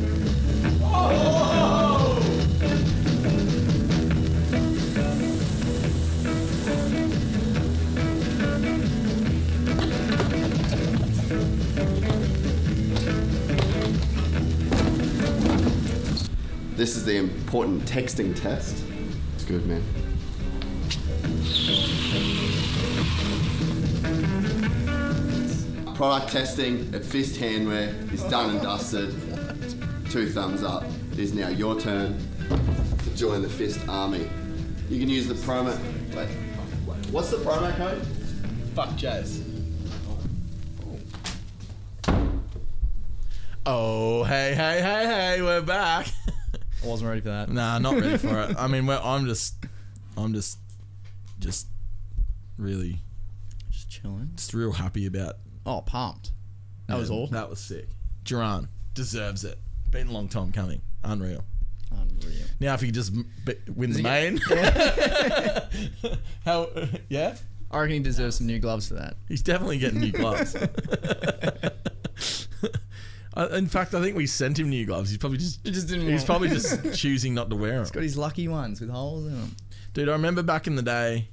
Speaker 8: This is the important texting test. It's good, man. Product testing at Fist Handwear is done and dusted. Two thumbs up. It is now your turn to join the Fist Army. You can use the promo. Wait, wait, what's the promo code?
Speaker 5: Fuck Jazz. Oh, hey, hey, hey, hey, we're back.
Speaker 6: I wasn't ready for that.
Speaker 5: nah, not ready for
Speaker 6: *laughs*
Speaker 5: it. I mean, we're, I'm just, I'm just, just really,
Speaker 6: Just chilling.
Speaker 5: just real happy about
Speaker 6: Oh, pumped. That was awesome.
Speaker 5: That was sick. Duran deserves it. Been a long time coming. Unreal.
Speaker 6: Unreal.
Speaker 5: Now, if he could just m- b- win the main, *laughs* how? Yeah,
Speaker 6: I reckon he deserves some new gloves for that.
Speaker 5: he's definitely getting
Speaker 6: *laughs*
Speaker 5: new gloves. *laughs* I- In fact, I think we sent him new gloves. He's probably just
Speaker 6: He just didn't want
Speaker 5: he's
Speaker 6: 'em.
Speaker 5: probably
Speaker 6: *laughs*
Speaker 5: just choosing not to wear
Speaker 6: Got
Speaker 5: them.
Speaker 6: his lucky ones with holes in them.
Speaker 5: Dude, I remember back in the day.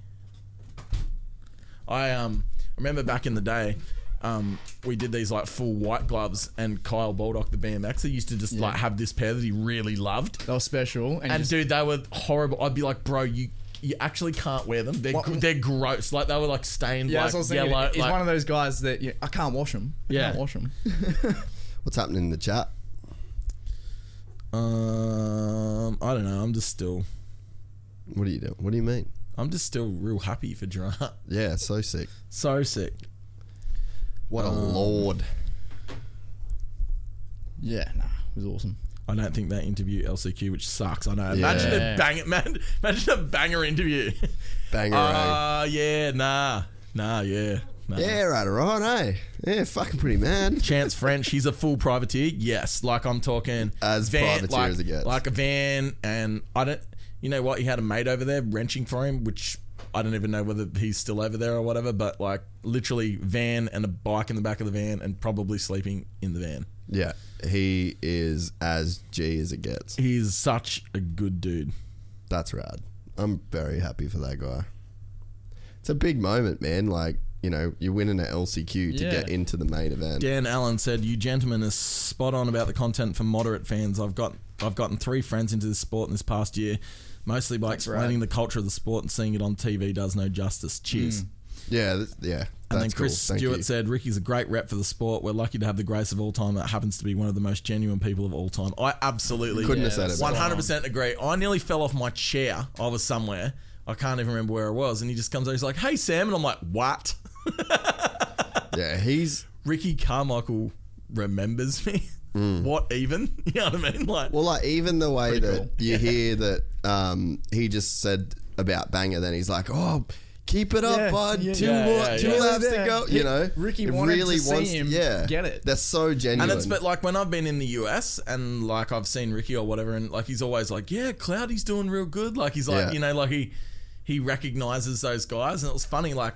Speaker 5: I um remember back in the day. Um, we did these like full white gloves, and Kyle Baldock, the BMXer, used to just like have this pair that he really loved.
Speaker 6: They were special. And, you
Speaker 5: And
Speaker 6: just-
Speaker 5: dude, they were horrible. I'd be like, bro, you you actually can't wear them. They're
Speaker 6: What-
Speaker 5: they're gross. Like they were like stained
Speaker 6: yeah,
Speaker 5: like
Speaker 6: that's what I was thinking.
Speaker 5: yellow.
Speaker 6: he's
Speaker 5: like-
Speaker 6: one of those guys that you, I can't wash him. I
Speaker 5: Yeah.
Speaker 6: can't wash him.
Speaker 2: What's happening in the chat?
Speaker 5: um, I don't know. I'm just still
Speaker 2: What do you do? What do you mean?
Speaker 5: I'm just still real happy for Durant.
Speaker 2: Yeah, so sick.
Speaker 5: *laughs*
Speaker 2: Um,
Speaker 5: So sick.
Speaker 2: What a lord.
Speaker 6: *laughs* yeah, nah, it was awesome.
Speaker 5: I don't think they interview LCQ, which sucks. I know. Imagine a
Speaker 6: Yeah.
Speaker 5: bang *laughs* man. Imagine a
Speaker 2: *laughs*
Speaker 5: banger interview.
Speaker 2: Banger.
Speaker 5: *laughs*
Speaker 2: eh?
Speaker 5: Ah, yeah, nah, nah, yeah, nah.
Speaker 2: Yeah, right, right, eh? Yeah, fucking pretty man.
Speaker 5: Chance French, he's a full privateer. Yes, like I'm talking
Speaker 2: As privateer
Speaker 5: like,
Speaker 2: as it gets.
Speaker 5: like a van, and I don't. You know what? He had a mate over there wrenching for him, which I don't even know whether he's still over there or whatever. But like literally, van and a bike in the back of the van, and probably sleeping in the van.
Speaker 2: Yeah, he is as G as it gets.
Speaker 5: He's such a good dude.
Speaker 2: That's rad. I'm very happy for that guy. It's a big moment, man. Like, you know, you're winning at LCQ to
Speaker 6: Yeah.
Speaker 2: get into the main event.
Speaker 5: Dan Allen said, "You gentlemen are spot on about the content for moderate fans. I've got I've gotten three friends into this sport in this past year, mostly by explaining the culture of the sport and seeing it on TV does no justice. Cheers."
Speaker 2: Yeah, th- yeah. Mm, That's
Speaker 5: And then Chris
Speaker 2: cool. Thank
Speaker 5: Stewart
Speaker 2: you.
Speaker 5: said, Ricky's a great rep for the sport. We're lucky to have the grace of all time that happens to be one of the most genuine people of all time. I absolutely
Speaker 2: Couldn't have said it better.
Speaker 5: 100% agree. I nearly fell off my chair. I was somewhere. I can't even remember where I was. And he just comes over. He's like, hey, Sam. And I'm like, what?
Speaker 2: Yeah, he's
Speaker 5: Ricky Carmichael remembers me.
Speaker 2: Mm.
Speaker 5: What even? *laughs* You know what I mean? Like,
Speaker 2: Well, like even the way that
Speaker 5: cool.
Speaker 2: you hear that um, he just said about Banger, then he's like, "Oh, keep it up,
Speaker 6: Yeah,
Speaker 2: bud.
Speaker 6: yeah,
Speaker 2: two
Speaker 5: yeah,
Speaker 2: more,
Speaker 5: yeah,
Speaker 2: two
Speaker 5: yeah.
Speaker 2: laps
Speaker 6: Yeah.
Speaker 2: to go." You know,
Speaker 6: Ricky
Speaker 2: It
Speaker 6: wanted to see him
Speaker 2: yeah,
Speaker 6: get it.
Speaker 2: That's so genuine.
Speaker 5: And it's but like when I've been in the US and like I've seen Ricky or whatever, and like he's always like, yeah, Cloudy's doing real good. Like he's like,
Speaker 2: Yeah.
Speaker 5: you know, like he he recognizes those guys, and it was funny. Like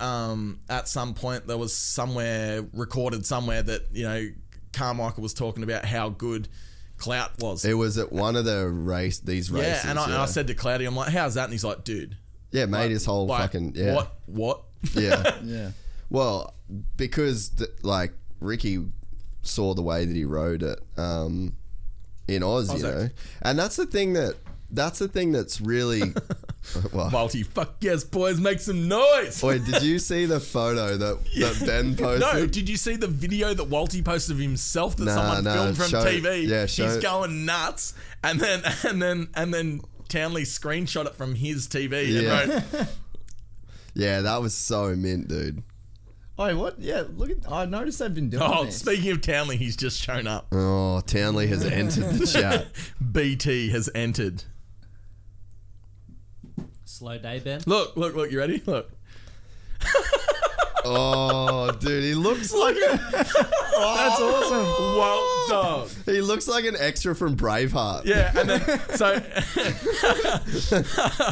Speaker 5: um, at some point there was somewhere recorded somewhere that you know Carmichael was talking about how good Clout was.
Speaker 2: it was at one of the race these
Speaker 5: yeah,
Speaker 2: races.
Speaker 5: and I, and
Speaker 2: yeah.
Speaker 5: I said to Cloudy, I'm like, how's that? And he's like, dude,
Speaker 2: yeah, made his whole
Speaker 5: like,
Speaker 2: fucking yeah,
Speaker 5: what, what?
Speaker 2: yeah.
Speaker 5: *laughs*
Speaker 6: Yeah.
Speaker 2: Well, because th- like Ricky saw the way that he rode it um, in Oz, you
Speaker 5: Ozak.
Speaker 2: know, and that's the thing that that's the thing that's
Speaker 5: *laughs*
Speaker 2: really well.
Speaker 5: Multi, fuck yes, boys, make some noise.
Speaker 2: Wait, did you see the photo
Speaker 5: *laughs*
Speaker 2: that, that Ben posted?
Speaker 5: No, did you see the video that Walty posted of himself that
Speaker 2: Nah,
Speaker 5: someone
Speaker 2: nah,
Speaker 5: filmed from
Speaker 2: show-
Speaker 5: TV?
Speaker 2: yeah, show-
Speaker 5: He's going nuts, and then *laughs* and then and then Townley screenshot it from his TV
Speaker 2: *laughs* Yeah.
Speaker 5: and wrote,
Speaker 2: Yeah, that was so mint, dude.
Speaker 6: Oh, what? Yeah, look at. I noticed they've been doing
Speaker 5: Oh,
Speaker 6: this.
Speaker 5: speaking of Townley, he's just shown up.
Speaker 2: Oh, Townley has entered the chat.
Speaker 5: *laughs* BT has entered.
Speaker 7: Slow day, Ben.
Speaker 5: Look, look, look. You ready? Look.
Speaker 2: Oh, dude, he looks like a,
Speaker 5: That's awesome. Well done.
Speaker 2: he looks like an extra from Braveheart.
Speaker 5: Yeah, and then so *laughs*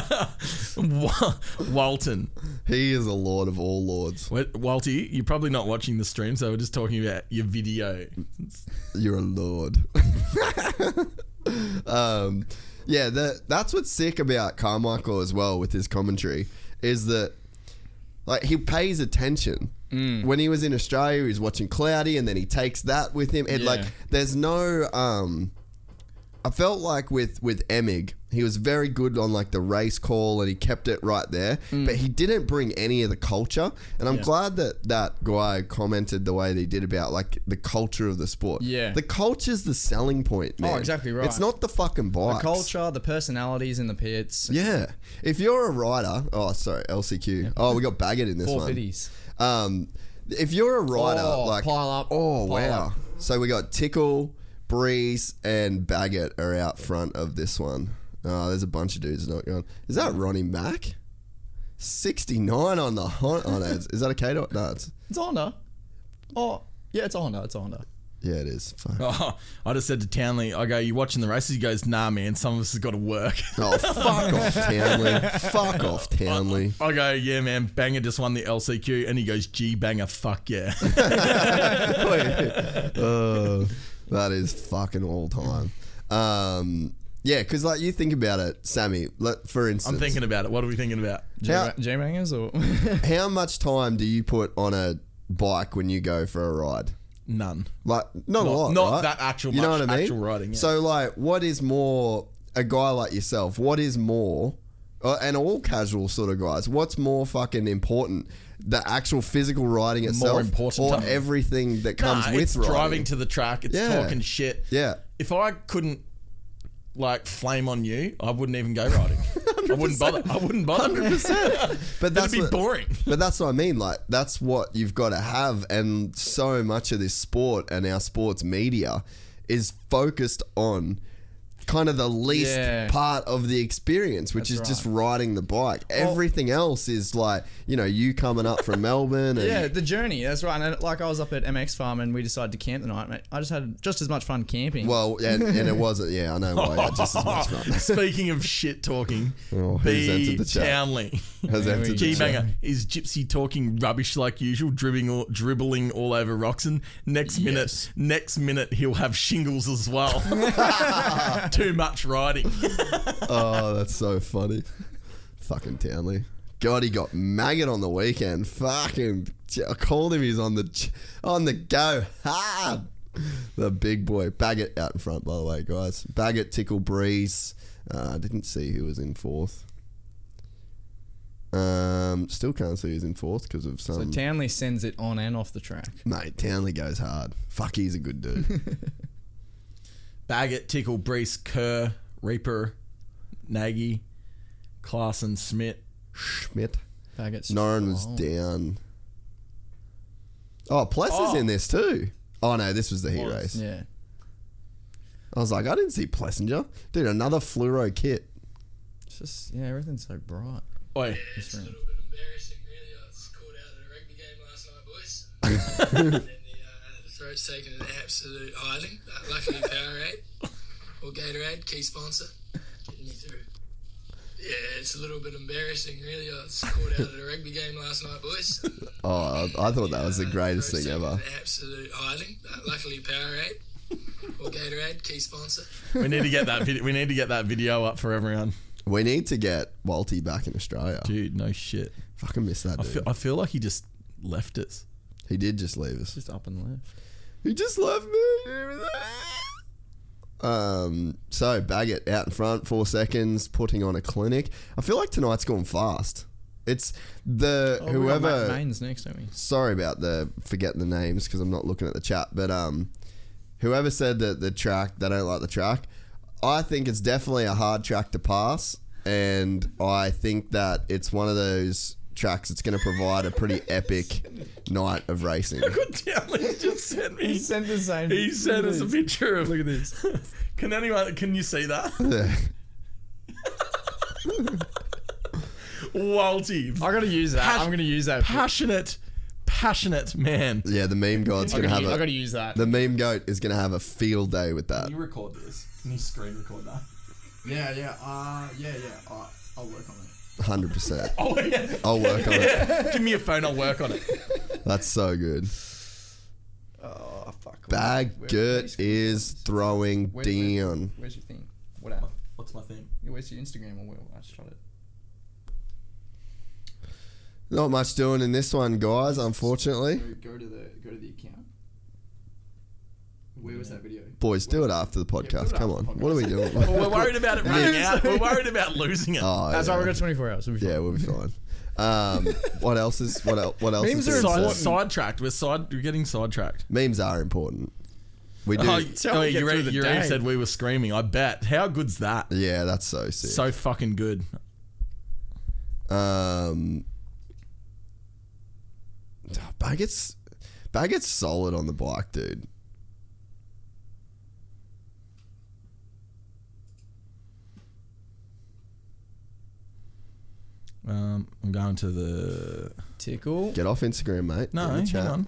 Speaker 5: Wa- Walton,
Speaker 2: He is a lord of all lords.
Speaker 5: Wait, Walty, you're probably not watching the stream, so we're just talking about your video.
Speaker 2: You're a lord. *laughs* um, yeah, the, that's what's sick about Carmichael as well with his commentary is that like he pays attention.
Speaker 5: Mm.
Speaker 2: When he was in Australia, he was watching Cloudy, and then he takes that with him. And like,
Speaker 6: Yeah.
Speaker 2: there's no. Um, I felt like with with Emig, he was very good on like the race call, and he kept it right there.
Speaker 6: Mm.
Speaker 2: But he didn't bring any of the culture, and I'm glad that that guy commented the way that he did about like the culture of the sport.
Speaker 6: Yeah. Oh,
Speaker 2: the culture's the selling point. Man.
Speaker 6: exactly right.
Speaker 2: It's not the fucking
Speaker 6: the
Speaker 2: bikes.
Speaker 6: culture, the personalities in the pits.
Speaker 2: Yeah. If you're a rider, oh sorry, LCQ. Oh, we got Baggett in this
Speaker 6: Four
Speaker 2: one.
Speaker 6: fitties.
Speaker 2: Um, if you're a rider,
Speaker 6: Oh,
Speaker 2: like
Speaker 6: pile up,
Speaker 2: Oh
Speaker 6: pile
Speaker 2: wow!
Speaker 6: up.
Speaker 2: So we got Tickle, Breeze, and Baggett are out front of this one. Oh, there's a bunch of dudes not going. Is that Ronnie Mack? Sixty nine on the Honda. Oh, no, it's- is that a K dot? No, it's
Speaker 6: It's a Honda. Oh, yeah, it's a Honda. It's a Honda.
Speaker 2: yeah, it is. Fuck.
Speaker 5: *laughs* Oh, I just said to Townley, I go, "You watching the races?" He goes, "Nah, man. Some of us has got to work." *laughs*
Speaker 2: Oh, fuck off, Townley. Fuck off,
Speaker 6: *laughs*
Speaker 2: Townley. *laughs*
Speaker 5: I go, "Yeah, man. Banger just won the LCQ," and he goes, "Gee, banger, fuck yeah." *laughs*
Speaker 2: Oh, that is fucking all time. Um, yeah, because like you think about it, Sammy. Like, for instance, *laughs*
Speaker 5: I'm thinking about it. What are we thinking about?
Speaker 2: How-
Speaker 6: J bangers or *laughs*
Speaker 2: How much time do you put on a bike when you go for a ride?
Speaker 5: None.
Speaker 2: Like not, a
Speaker 5: Not-
Speaker 2: lot,
Speaker 5: not
Speaker 2: right?
Speaker 5: that actual
Speaker 2: You know
Speaker 5: much,
Speaker 2: what I mean?
Speaker 5: actual riding, yeah.
Speaker 2: So like, what is more a guy like yourself? What is more, uh, and all casual sort of guys? What's more fucking important? The actual physical riding itself,
Speaker 5: important
Speaker 2: or
Speaker 5: time.
Speaker 2: everything that comes
Speaker 5: Nah,
Speaker 2: with
Speaker 5: it's
Speaker 2: riding?
Speaker 5: driving to the track. It's
Speaker 2: Yeah.
Speaker 5: talking shit.
Speaker 2: yeah,
Speaker 5: if I couldn't like flame on you, I wouldn't even
Speaker 2: *laughs*
Speaker 5: go riding. I wouldn't bother. I wouldn't bother. *laughs* 100%.
Speaker 2: but that's
Speaker 5: That'd be
Speaker 2: what-
Speaker 5: boring. *laughs*
Speaker 2: But that's what I mean. Like that's what you've got to have, and so much of this sport and our sports media is focused on kind of the least
Speaker 6: Yeah.
Speaker 2: part of the experience, which is just riding the bike. Everything else is like you know you coming up from Melbourne. And
Speaker 6: *laughs* yeah, the journey. That's right. And like I was up at MX Farm and we decided to camp the night, mate. I just had just as much fun camping.
Speaker 2: Well, and, and it wasn't. Yeah, I know why. I just as
Speaker 6: *laughs*
Speaker 2: much fun.
Speaker 5: Speaking of shit talking,
Speaker 2: Oh, who's
Speaker 5: B
Speaker 2: entered the chat?
Speaker 5: Townley.
Speaker 2: Has entered
Speaker 5: G
Speaker 2: the chat.
Speaker 5: banger is Gypsy talking rubbish like usual, dribbling all, dribbling all over Roxon. Next minute, next minute he'll have shingles
Speaker 6: *laughs*
Speaker 5: as well. *laughs* Too much riding.
Speaker 2: Oh, that's so funny. *laughs* Fucking Townley. God, he got maggot on the weekend. Fucking, I called him. He's on the ch- on the go hard. The big boy Baggett out in front, by the way, guys. Baggett, Tickle Breeze. Uh, I didn't see who was in fourth. Um, still can't see who's in fourth because of
Speaker 6: so
Speaker 2: some
Speaker 6: Townley sends it on and off the track.
Speaker 2: mate. Townley goes hard. Fuck, he's a good dude.
Speaker 5: Baggett, Tickle, Brees, Kerr, Reaper, Nagy, Clarson, Smith.
Speaker 2: Schmidt.
Speaker 6: Baggett's
Speaker 2: Norin was down. Oh, Pless is in this too. Oh no, this was the heat race.
Speaker 6: Yeah.
Speaker 2: I was like, I didn't see Plessinger. Dude, another fluoro kit.
Speaker 6: It's just yeah, everything's so bright.
Speaker 5: Oi.
Speaker 6: This room.
Speaker 9: little bit embarrassing, really. I was caught out at a rugby game last night,
Speaker 2: *laughs*
Speaker 9: boys. and the, uh, the throat's taken an absolute hiding. But luckily, Powerade or Gatorade, key sponsor, getting me through. Yeah, it's a little bit embarrassing, really. I was caught out at a rugby game last night,
Speaker 2: *laughs*
Speaker 9: boys.
Speaker 2: Oh, I, I thought that was the greatest thing
Speaker 9: Throat's taken
Speaker 2: ever.
Speaker 9: An absolute hiding. But luckily, Powerade or Gatorade, key sponsor.
Speaker 5: We need to get that video. We need to get that video up for everyone,
Speaker 2: We need to get Walty back in Australia.
Speaker 5: dude. No shit.
Speaker 2: Fucking miss that
Speaker 5: I
Speaker 2: dude.
Speaker 5: feel, I feel like he just left us.
Speaker 2: he did just leave us.
Speaker 6: Just up and left.
Speaker 2: He just left me. Um, so Baggett out in front, four seconds, putting on a clinic. I feel like tonight's gone fast. It's the
Speaker 6: Oh, we got
Speaker 2: whoever
Speaker 6: Matt Mains next, don't we?
Speaker 2: sorry about the forgetting the names because I'm not looking at the chat. But um, whoever said that the track they don't like the track, I think it's definitely a hard track to pass, and I think that it's one of those tracks, it's going to provide a
Speaker 6: *laughs*
Speaker 2: pretty epic night of racing.
Speaker 5: Downlink just sent me.
Speaker 6: He sent the same.
Speaker 5: He sent us a
Speaker 6: Please.
Speaker 5: picture of. Look at this. *laughs* Can anyone? Can you see that?
Speaker 2: Yeah.
Speaker 5: Walty.
Speaker 6: I gotta use that.
Speaker 5: Pas-
Speaker 6: I'm gonna use that.
Speaker 5: Passionate, passionate man.
Speaker 2: Yeah, the meme god's
Speaker 6: I
Speaker 2: going to
Speaker 6: gotta
Speaker 2: have
Speaker 6: use, I gotta
Speaker 2: a.
Speaker 6: use that.
Speaker 2: The meme goat is going to have a field day with that.
Speaker 5: Can you record this? Can you screen record that?
Speaker 6: yeah, yeah, uh, yeah, yeah. Uh, I'll work on it. *laughs*
Speaker 2: 100%.
Speaker 5: Oh yeah.
Speaker 2: I'll work on it.
Speaker 5: *laughs* Give me your phone. I'll work on it.
Speaker 2: That's so good.
Speaker 6: Oh fuck.
Speaker 2: Baggett is throwing
Speaker 6: Where- where-
Speaker 2: down.
Speaker 6: Where's your thing? What app?
Speaker 5: What's my thing?
Speaker 6: Yeah, Where's your Instagram? Or where? I just tried it.
Speaker 2: Not much doing in this one, guys, unfortunately.
Speaker 6: Go, go to the go to the account. Where was that video?
Speaker 2: Boys, do it after the podcast. Come on. What are we doing?
Speaker 5: We're worried about it running out.
Speaker 6: *laughs*
Speaker 5: We're worried about losing
Speaker 2: *laughs*
Speaker 5: it.
Speaker 2: Oh,
Speaker 6: That's
Speaker 2: yeah.
Speaker 6: why we got 24 hours. We'll be
Speaker 2: Yeah,
Speaker 6: fine.
Speaker 2: we'll be fine. Um, what else is what else? What else?
Speaker 6: Memes
Speaker 2: is
Speaker 6: are
Speaker 2: being
Speaker 5: Side-
Speaker 6: important.
Speaker 2: said?
Speaker 5: sidetracked. We're side. We're getting sidetracked.
Speaker 2: Memes are important. We do.
Speaker 5: oh,
Speaker 6: tell
Speaker 5: oh,
Speaker 6: me get
Speaker 5: you,
Speaker 6: through
Speaker 5: already,
Speaker 6: the
Speaker 5: you already
Speaker 6: day.
Speaker 5: said we were screaming. I bet. How good's that?
Speaker 2: yeah, that's so sick.
Speaker 5: So fucking good.
Speaker 2: um, Baggett's Baggett's solid on the bike, dude.
Speaker 5: Um, I'm going to the.
Speaker 6: Tickle.
Speaker 2: Get off Instagram, mate.
Speaker 5: No,
Speaker 2: Get in the
Speaker 5: hang
Speaker 2: chat.
Speaker 5: on.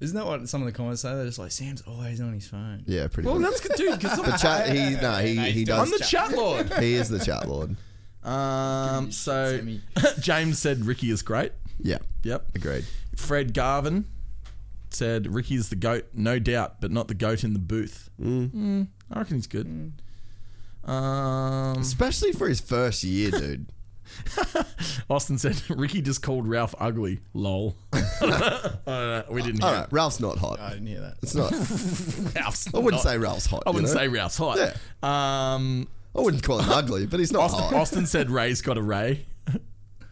Speaker 6: Isn't that what some of the comments say? They're just like, Sam's always on his phone.
Speaker 2: Yeah, pretty.
Speaker 5: Well,
Speaker 2: much.
Speaker 5: that's good, dude.
Speaker 2: *laughs*
Speaker 5: Because
Speaker 2: the chat. He no, he he
Speaker 5: I'm
Speaker 2: does.
Speaker 5: the chat lord.
Speaker 2: *laughs* he is the chat lord.
Speaker 5: Um, so
Speaker 6: Sammy.
Speaker 5: *laughs* James said Ricky is great. *laughs*
Speaker 2: Yeah,
Speaker 5: Yep.
Speaker 2: agreed.
Speaker 5: Fred Garvin said Ricky is the goat, no doubt, but not the goat in the booth. Mm. I reckon he's good. Um,
Speaker 2: Especially for his first year, dude.
Speaker 5: *laughs* Austin said *laughs* Ricky just called Ralph ugly. Lol. *laughs* I don't know. We didn't
Speaker 2: All
Speaker 5: hear
Speaker 2: right, Ralph's not hot.
Speaker 6: I didn't hear that.
Speaker 2: It's not.
Speaker 5: Ralph's.
Speaker 2: I wouldn't
Speaker 5: not-
Speaker 2: say Ralph's hot.
Speaker 5: I wouldn't
Speaker 2: you know?
Speaker 5: say Ralph's hot.
Speaker 2: Yeah.
Speaker 5: Um,
Speaker 2: I wouldn't call him ugly, but he's not
Speaker 5: Austin,
Speaker 2: hot. *laughs*
Speaker 5: Austin said Ray's got a Ray.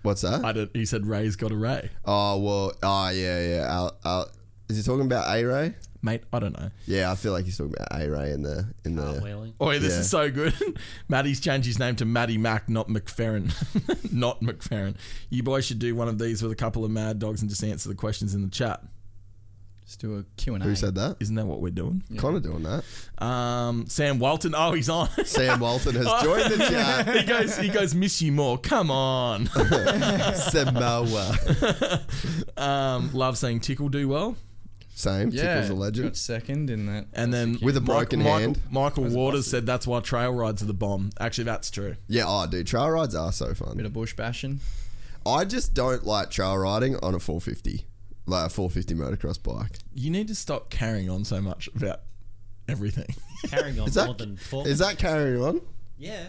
Speaker 2: What's that?
Speaker 5: I don't, he said Ray's got a Ray.
Speaker 2: Oh well, oh yeah, yeah. Al, Al, is he talking about A Ray?
Speaker 5: Mate, I don't know.
Speaker 2: Yeah, I feel like he's talking about A Ray in the in the.
Speaker 7: Whaling.
Speaker 5: Oh, this
Speaker 2: Yeah.
Speaker 5: is so good. *laughs* Matty's changed his name to Matty Mac, not McFerrin. *laughs* not McFerrin. You boys should do one of these with a couple of mad dogs and just answer the questions in the chat.
Speaker 6: Let's do a Q&A.
Speaker 2: who said that?
Speaker 5: Isn't that what we're doing?
Speaker 2: Connor doing that.
Speaker 5: Um, Sam Walton. Oh, he's on. *laughs*
Speaker 2: Sam Walton has joined the chat.
Speaker 5: he goes. He goes. Miss you more.
Speaker 2: *laughs*
Speaker 5: Come on.
Speaker 2: Samoa.
Speaker 5: um, love saying tickle do well.
Speaker 2: Same.
Speaker 6: Yeah.
Speaker 2: Tickle's a
Speaker 6: Got
Speaker 2: legend.
Speaker 6: second in that.
Speaker 5: And then
Speaker 2: With a
Speaker 5: Mike-
Speaker 2: broken
Speaker 5: Michael,
Speaker 2: hand.
Speaker 5: Michael Waters said that's why trail rides are the bomb. Actually, that's true.
Speaker 2: Yeah. Oh, dude, trail rides are so
Speaker 6: Bit
Speaker 2: fun.
Speaker 6: of bush bashing.
Speaker 2: I just don't like trail riding on a 450, like a 450 motocross bike.
Speaker 5: You need to stop carrying on so much about everything.
Speaker 7: Carrying on
Speaker 2: Is that-
Speaker 7: more than four.
Speaker 2: Is that carrying on?
Speaker 7: yeah.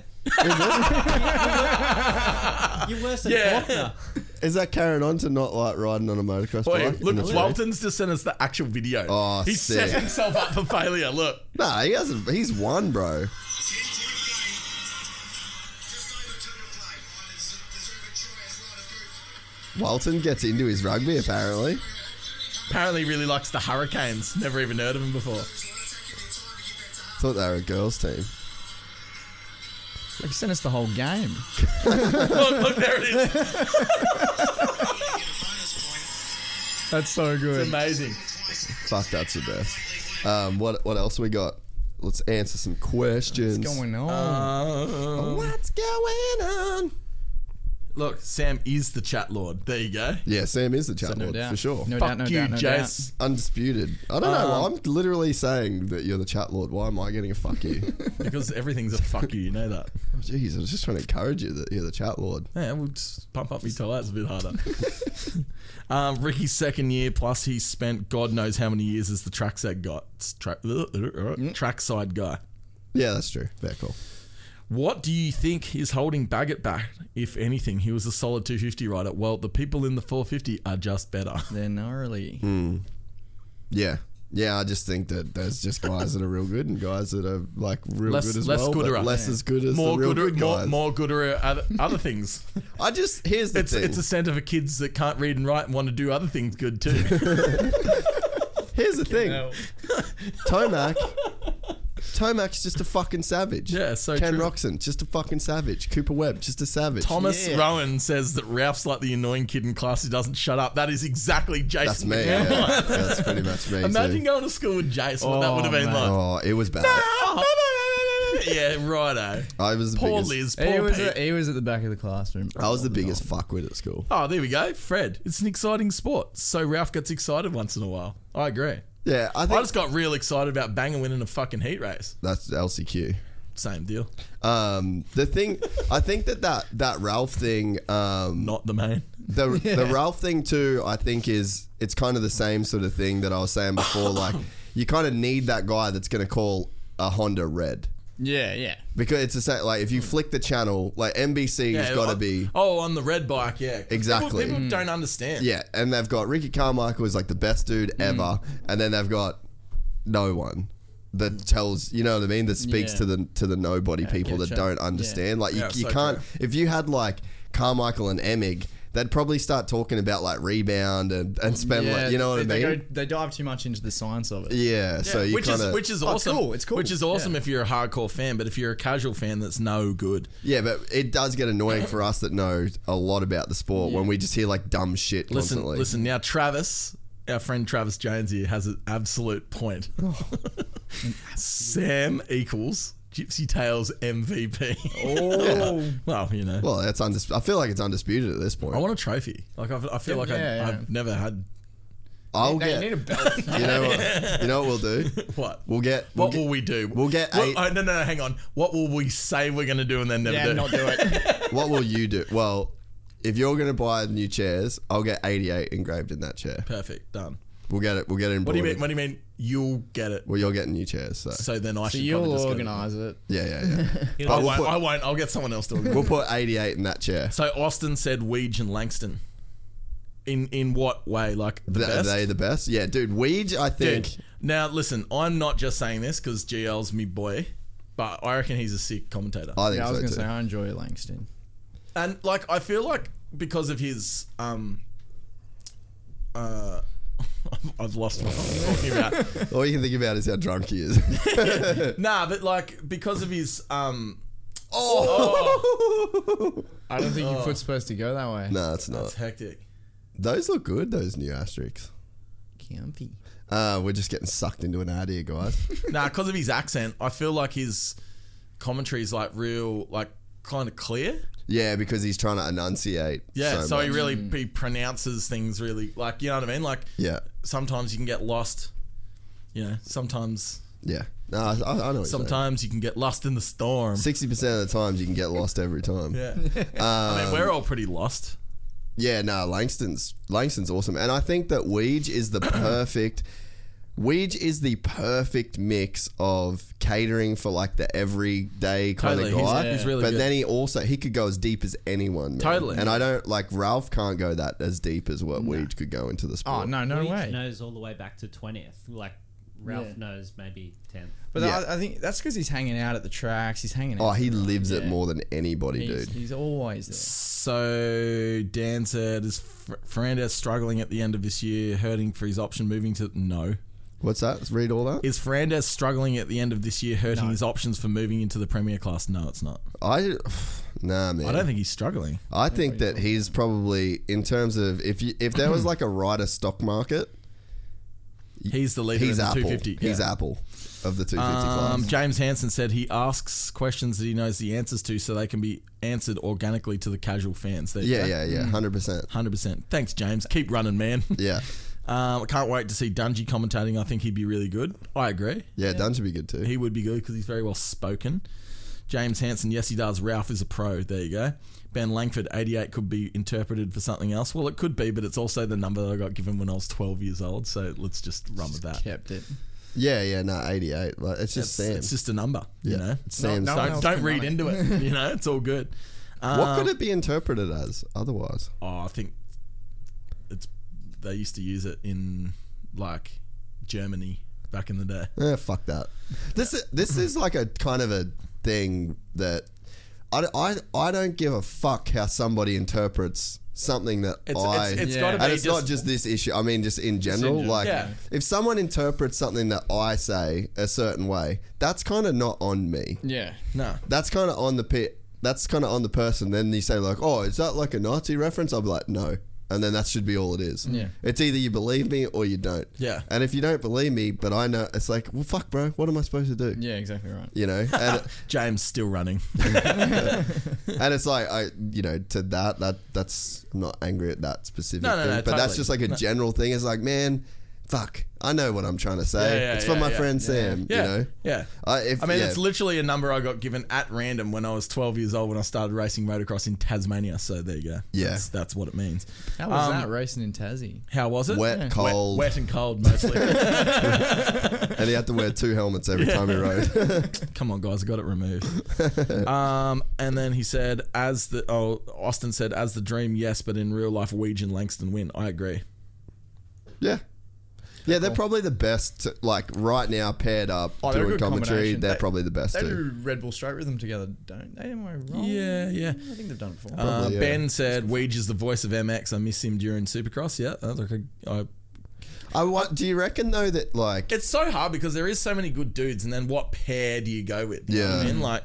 Speaker 7: You're worse than
Speaker 5: Yeah.
Speaker 7: Faulkner.
Speaker 2: Is that carrying on to not like riding on a motocross
Speaker 5: Wait,
Speaker 2: bike? in the
Speaker 5: look,
Speaker 2: city?
Speaker 5: Walton's just sent us the actual video.
Speaker 2: Oh,
Speaker 5: He's
Speaker 2: sick.
Speaker 5: set himself up for failure. Look,
Speaker 2: Nah, he hasn't. He's won, bro. Walton gets into his rugby apparently.
Speaker 5: apparently he really likes the Hurricanes. Never even heard of him before.
Speaker 2: Thought they were a girls' team.
Speaker 6: Like, sent us the whole game.
Speaker 5: look, look, there it is. It's
Speaker 6: That's so good.
Speaker 5: amazing.
Speaker 2: Fuck, that's the best. Um, what what else we got? Let's answer some questions.
Speaker 6: What's going on?
Speaker 2: uh,
Speaker 5: Um,
Speaker 2: What's going on?
Speaker 5: look, Sam is the chat lord. There you go.
Speaker 2: Yeah, Sam is the chat
Speaker 6: no
Speaker 2: lord
Speaker 6: doubt.
Speaker 2: for sure.
Speaker 6: No doubt,
Speaker 5: Fuck
Speaker 6: no
Speaker 5: you,
Speaker 6: doubt, no doubt.
Speaker 5: Jace.
Speaker 2: Undisputed. I don't know.
Speaker 5: Um,
Speaker 2: I'm literally saying that you're the chat lord. Why am I getting a fuck you?
Speaker 5: *laughs* Because everything's a fuck you. You know that.
Speaker 2: Jeez, I was just trying to encourage you that you're the chat lord.
Speaker 5: Yeah, we'll just pump up your tires a bit harder.
Speaker 2: *laughs*
Speaker 5: um, Ricky's second year, plus he spent God knows how many years as the trackside guy. Track, *laughs* trackside guy.
Speaker 2: Yeah, that's true. Fair call.
Speaker 5: What do you think is holding Baggett back? If anything, he was a solid 250 rider. Well, the people in the 450 are just better.
Speaker 6: They're gnarly.
Speaker 2: Hmm. Yeah. Yeah, I just think that there's just guys that are real good and guys that are like real
Speaker 5: *laughs* Less-
Speaker 2: good as
Speaker 5: less
Speaker 2: well. but
Speaker 5: gooder.
Speaker 2: Less
Speaker 5: Yeah.
Speaker 2: as good as
Speaker 5: More
Speaker 2: the real
Speaker 5: gooder,
Speaker 2: good
Speaker 5: more,
Speaker 2: guys.
Speaker 5: more
Speaker 2: *laughs*
Speaker 5: gooder at other- other things.
Speaker 2: I just here's the
Speaker 5: It's
Speaker 2: thing.
Speaker 5: it's a centre for kids that can't read and write and want to do other things
Speaker 2: *laughs*
Speaker 5: good too. *laughs*
Speaker 2: here's the thing. Tomac Tomac's just a fucking savage.
Speaker 5: Yeah, so
Speaker 2: Ken
Speaker 5: true.
Speaker 2: Roxon, just a fucking savage. Cooper Webb, just a savage.
Speaker 5: Thomas Rowan says that Ralph's like the annoying kid in class who doesn't shut up. That is exactly Jason.
Speaker 2: That's me.
Speaker 5: McCann.
Speaker 2: yeah. That's pretty much me.
Speaker 5: Imagine
Speaker 2: too.
Speaker 5: going to school with Jason. what that would have been
Speaker 2: man.
Speaker 5: like.
Speaker 2: Oh, it was bad.
Speaker 5: *laughs* yeah, righto.
Speaker 2: I was the
Speaker 5: Poor
Speaker 2: biggest.
Speaker 5: Liz.
Speaker 6: He
Speaker 5: Poor
Speaker 6: was,
Speaker 5: Pete.
Speaker 6: at, he was at the back of the classroom.
Speaker 2: I was the biggest fuckwit at school.
Speaker 5: Oh, there we go. Fred. It's an exciting sport. So Ralph gets excited once in a while. I agree.
Speaker 2: Yeah, I
Speaker 5: I,
Speaker 2: think
Speaker 5: just got real excited about Banger winning a fucking heat race.
Speaker 2: that's LCQ.
Speaker 5: Same deal.
Speaker 2: Um, the thing, I think that that, that Ralph thing, um,
Speaker 5: Not the main.
Speaker 2: the the Ralph thing too, I think is it's kind of the same sort of thing that I was saying before. like, you kind of need that guy that's going to call a Honda red
Speaker 6: Yeah, yeah.
Speaker 2: because it's the same. Like, if you flick the channel, like NBC has
Speaker 5: Yeah,
Speaker 2: got to
Speaker 5: on-
Speaker 2: be.
Speaker 5: Oh, on the red bike, yeah. 'Cause
Speaker 2: Exactly.
Speaker 6: Mm.
Speaker 5: People, people don't understand.
Speaker 2: Yeah, and they've got Ricky Carmichael is like the best dude ever, and then they've got no one that tells you know what I mean that speaks
Speaker 6: Yeah.
Speaker 2: to the to the nobody people that
Speaker 6: getcha.
Speaker 2: don't understand. Like you,
Speaker 5: Yeah,
Speaker 2: you
Speaker 5: so
Speaker 2: can't
Speaker 5: true.
Speaker 2: if you had like Carmichael and Emig, they'd probably start talking about like rebound and and spend like you know what I
Speaker 6: they,
Speaker 2: mean.
Speaker 6: They, go, they dive too much into the science of it.
Speaker 2: yeah, so you
Speaker 5: which
Speaker 2: kind
Speaker 5: is
Speaker 2: of
Speaker 5: which is
Speaker 6: Oh, it's
Speaker 5: awesome.
Speaker 6: cool, it's cool.
Speaker 5: Which is awesome if you're a hardcore fan, but if you're a casual fan, that's no good.
Speaker 2: yeah, but it does get annoying for us that know a lot about the sport when we just hear like dumb shit
Speaker 5: Listen,
Speaker 2: constantly.
Speaker 5: listen. Now, Travis, our friend Travis Jones here has an absolute point.
Speaker 2: Oh.
Speaker 5: *laughs* Sam equals Gypsy Tales MVP.
Speaker 6: Oh,
Speaker 5: well, you know,
Speaker 2: Well, that's undis- I feel like it's undisputed at this point.
Speaker 5: I want a trophy. Like I've, I feel like I,
Speaker 6: yeah, yeah.
Speaker 5: I've never had
Speaker 2: I'll
Speaker 6: Now you
Speaker 2: get
Speaker 6: need a belt.
Speaker 2: you know
Speaker 5: *laughs*
Speaker 2: what you know what we'll do.
Speaker 5: what.
Speaker 2: We'll get. We'll
Speaker 5: what
Speaker 2: get-
Speaker 5: will we do?
Speaker 2: we'll get
Speaker 5: What,
Speaker 2: eight-
Speaker 5: oh, no, no, no, hang on. What will we say we're going to do and then never
Speaker 6: yeah,
Speaker 5: do?
Speaker 6: not do it.
Speaker 2: what will you do? Well, if you're gonna buy new chairs, I'll get 88 engraved in that chair.
Speaker 5: *laughs* Perfect. Done.
Speaker 2: We'll get it. We'll get it.
Speaker 5: What do you mean? What do you mean? You'll get it.
Speaker 2: Well, you're getting new chairs, so,
Speaker 5: So then I
Speaker 6: so
Speaker 5: should
Speaker 6: you'll
Speaker 5: probably just get it.
Speaker 6: organise it.
Speaker 2: yeah, yeah,
Speaker 5: *laughs*
Speaker 2: yeah.
Speaker 5: I
Speaker 2: But we'll,
Speaker 5: won't, I
Speaker 2: put,
Speaker 5: won't. I'll get someone else
Speaker 2: *laughs*
Speaker 5: to organise.
Speaker 2: we'll put 88 in that chair.
Speaker 5: So Austin said Weege and Langston. In in what way? Like the
Speaker 2: Th- Are
Speaker 5: best?
Speaker 2: they the best? Yeah, dude. Weege, I think.
Speaker 5: Dude, now listen, I'm not just saying this because GL's me boy, but I reckon he's a sick commentator.
Speaker 2: I think
Speaker 6: Yeah,
Speaker 2: so
Speaker 6: I was going
Speaker 2: too.
Speaker 6: to say I enjoy Langston.
Speaker 5: and like I feel like because of his um uh *laughs* I've lost what I'm talking about.
Speaker 2: All you can think about is how drunk he
Speaker 5: *laughs*
Speaker 2: is.
Speaker 5: Nah, but like because of his um Oh.
Speaker 6: I don't think your foot's supposed to go that way.
Speaker 2: Oh! no, it's not.
Speaker 5: it's hectic.
Speaker 2: Those look good. Those new asterisks.
Speaker 6: Comfy.
Speaker 2: Uh, we're just getting sucked into an ad here,
Speaker 5: *laughs*
Speaker 2: guys.
Speaker 5: Nah, because of his accent, I feel like his commentary is like real like kind of clear.
Speaker 2: yeah, because he's trying to enunciate.
Speaker 5: Yeah, so,
Speaker 2: so much.
Speaker 5: he really he pronounces things really like you know what I mean. Like
Speaker 2: Yeah,
Speaker 5: sometimes you can get lost. You know, sometimes
Speaker 2: yeah. No, I, I I know. What you're saying.
Speaker 5: sometimes you can get lost in the storm.
Speaker 2: Sixty percent of the times you can get lost every time.
Speaker 5: *laughs* Yeah, I mean we're all pretty lost.
Speaker 2: Yeah, no, Langston's Langston's awesome, and I think that Weege is the perfect. Weege is the perfect mix of catering for like the everyday kind
Speaker 5: Totally,
Speaker 2: of
Speaker 5: he's-
Speaker 2: guy,
Speaker 5: he's really
Speaker 2: but
Speaker 5: good.
Speaker 2: then he also he could go as deep as anyone. man.
Speaker 5: Totally.
Speaker 2: and I don't like Ralph can't go that as deep as what Weege could go into the
Speaker 6: Oh
Speaker 2: sport.
Speaker 6: no, no
Speaker 7: Reach
Speaker 6: way.
Speaker 7: knows all the way back to 20th. Like, Ralph
Speaker 6: Yeah.
Speaker 7: knows maybe 10th.
Speaker 6: But
Speaker 2: Yeah.
Speaker 6: I, I think that's because he's hanging out at the tracks. He's hanging out.
Speaker 2: Oh, he lives it
Speaker 6: Yeah.
Speaker 2: more than anybody,
Speaker 6: he's,
Speaker 2: dude.
Speaker 6: he's always there.
Speaker 5: So Dan said, "Is Fer- Fernandez struggling at the end of this year, hurting for his option moving to no?
Speaker 2: What's that? Let's read all that.
Speaker 5: Is Fernandez struggling at the end of this year, hurting his options for moving into the Premier class? No, it's not.
Speaker 2: I, *sighs* nah, man.
Speaker 5: I don't think he's struggling.
Speaker 2: I think that he's probably in terms of if you if there was like a rider stock market,
Speaker 5: He's the leader
Speaker 2: he's
Speaker 5: in the
Speaker 2: Apple.
Speaker 5: 250.
Speaker 2: He's
Speaker 5: Yeah.
Speaker 2: Apple of the 250
Speaker 5: Um,
Speaker 2: class.
Speaker 5: James Hansen said he asks questions that he knows the answers to, so they can be answered organically to the casual fans. There you
Speaker 2: Yeah,
Speaker 5: go.
Speaker 2: yeah, yeah, hundred percent.
Speaker 5: Hundred percent. Thanks, James. Keep
Speaker 2: *laughs*
Speaker 5: running, man.
Speaker 2: Yeah,
Speaker 5: Um, I can't wait to see Dungy commentating. I think he'd be really good. I agree.
Speaker 2: yeah, Dunn should be good too.
Speaker 5: He would be good because he's very well spoken. James Hansen, yes, he does. Ralph is a pro. There you go. Ben Langford, 88, could be interpreted for something else. Well, it could be, but it's also the number that I got given when I was 12 years old. So let's just run with that.
Speaker 6: Kept it.
Speaker 2: Yeah, yeah, no, eighty-eight. Like, it's just Sam.
Speaker 5: It's just a number, you know.
Speaker 2: it's Sam's.
Speaker 6: no,
Speaker 2: stuff.
Speaker 6: one
Speaker 5: Don't,
Speaker 6: else
Speaker 5: don't
Speaker 6: can
Speaker 5: read
Speaker 6: run it.
Speaker 5: into
Speaker 6: *laughs*
Speaker 5: it. You know, it's all good. Um,
Speaker 2: what could it be interpreted as otherwise?
Speaker 5: Oh, I think it's they used to use it in like Germany back in the day.
Speaker 2: Eh, fuck that. This is this is like a kind of a thing that I, I, I don't give a fuck how somebody interprets something that
Speaker 5: It's-
Speaker 2: I.
Speaker 5: it's- it's gotta
Speaker 2: and
Speaker 5: be
Speaker 2: it's
Speaker 5: just-
Speaker 2: not just this issue. I mean, just in general.
Speaker 5: general.
Speaker 2: Like,
Speaker 5: Yeah.
Speaker 2: if someone interprets something that I say a certain way, that's kind of not on me.
Speaker 6: Yeah.
Speaker 5: No.
Speaker 2: That's kind of on the pit. That's kind of on the person. Then you say like, "Oh, is that like a Nazi reference?" I'm like, "No," and then that should be all it is.
Speaker 5: Yeah.
Speaker 2: It's either you believe me or you don't.
Speaker 5: Yeah.
Speaker 2: And if you don't believe me, but I know, it's like, well, fuck, bro. What am I supposed to do?
Speaker 6: Yeah, exactly right.
Speaker 2: You
Speaker 5: *laughs*
Speaker 2: know, and,
Speaker 5: James
Speaker 2: *laughs*
Speaker 5: still running.
Speaker 2: and it's like I, you know, to that that that's I'm not angry at that specific
Speaker 5: No, no,
Speaker 2: thing,
Speaker 5: no,
Speaker 2: but that's
Speaker 5: totally.
Speaker 2: just like a
Speaker 5: No.
Speaker 2: general thing. It's like, man, fuck, I know what I'm trying to say.
Speaker 5: Yeah, yeah,
Speaker 2: it's for
Speaker 5: yeah,
Speaker 2: my
Speaker 5: yeah.
Speaker 2: friend
Speaker 5: Yeah.
Speaker 2: Sam.
Speaker 5: Yeah,
Speaker 2: You know,
Speaker 5: yeah.
Speaker 2: I, if,
Speaker 5: I mean,
Speaker 2: yeah.
Speaker 5: it's literally a number I got given at random when I was 12 years old when I started racing motocross in Tasmania. So there you go.
Speaker 2: Yeah.
Speaker 5: that's, that's what it means.
Speaker 6: How was
Speaker 5: Um,
Speaker 6: that racing in Tassie?
Speaker 5: How was it?
Speaker 2: Wet, cold.
Speaker 5: wet, and cold
Speaker 2: *laughs*
Speaker 5: mostly. *laughs*
Speaker 2: and he had to wear two helmets every time he rode.
Speaker 5: Come on, guys, I got it removed.
Speaker 2: *laughs*
Speaker 5: um, and then he said, "As the oh, Austin said, as the dream, yes, but in real life, Weege and Langston win." I agree.
Speaker 2: yeah. Yeah, they're probably the best. Like right now, paired up
Speaker 6: Oh, they're a
Speaker 2: doing
Speaker 6: good
Speaker 2: commentary,
Speaker 6: combination.
Speaker 2: they're
Speaker 6: They-
Speaker 2: probably the best
Speaker 6: They
Speaker 2: too.
Speaker 6: do Red Bull Straight Rhythm together, don't they? Am I wrong?
Speaker 5: Yeah, yeah.
Speaker 6: I think they've done it before.
Speaker 5: Uh,
Speaker 2: yeah.
Speaker 5: Ben said, "Weege is the voice of MX. I miss him during Supercross." Yeah, that's like a, I
Speaker 2: I want. Do you reckon though that like
Speaker 5: it's so hard because there is so many good dudes, and then what pair do you go with? You know what I
Speaker 2: Yeah.
Speaker 5: mean? like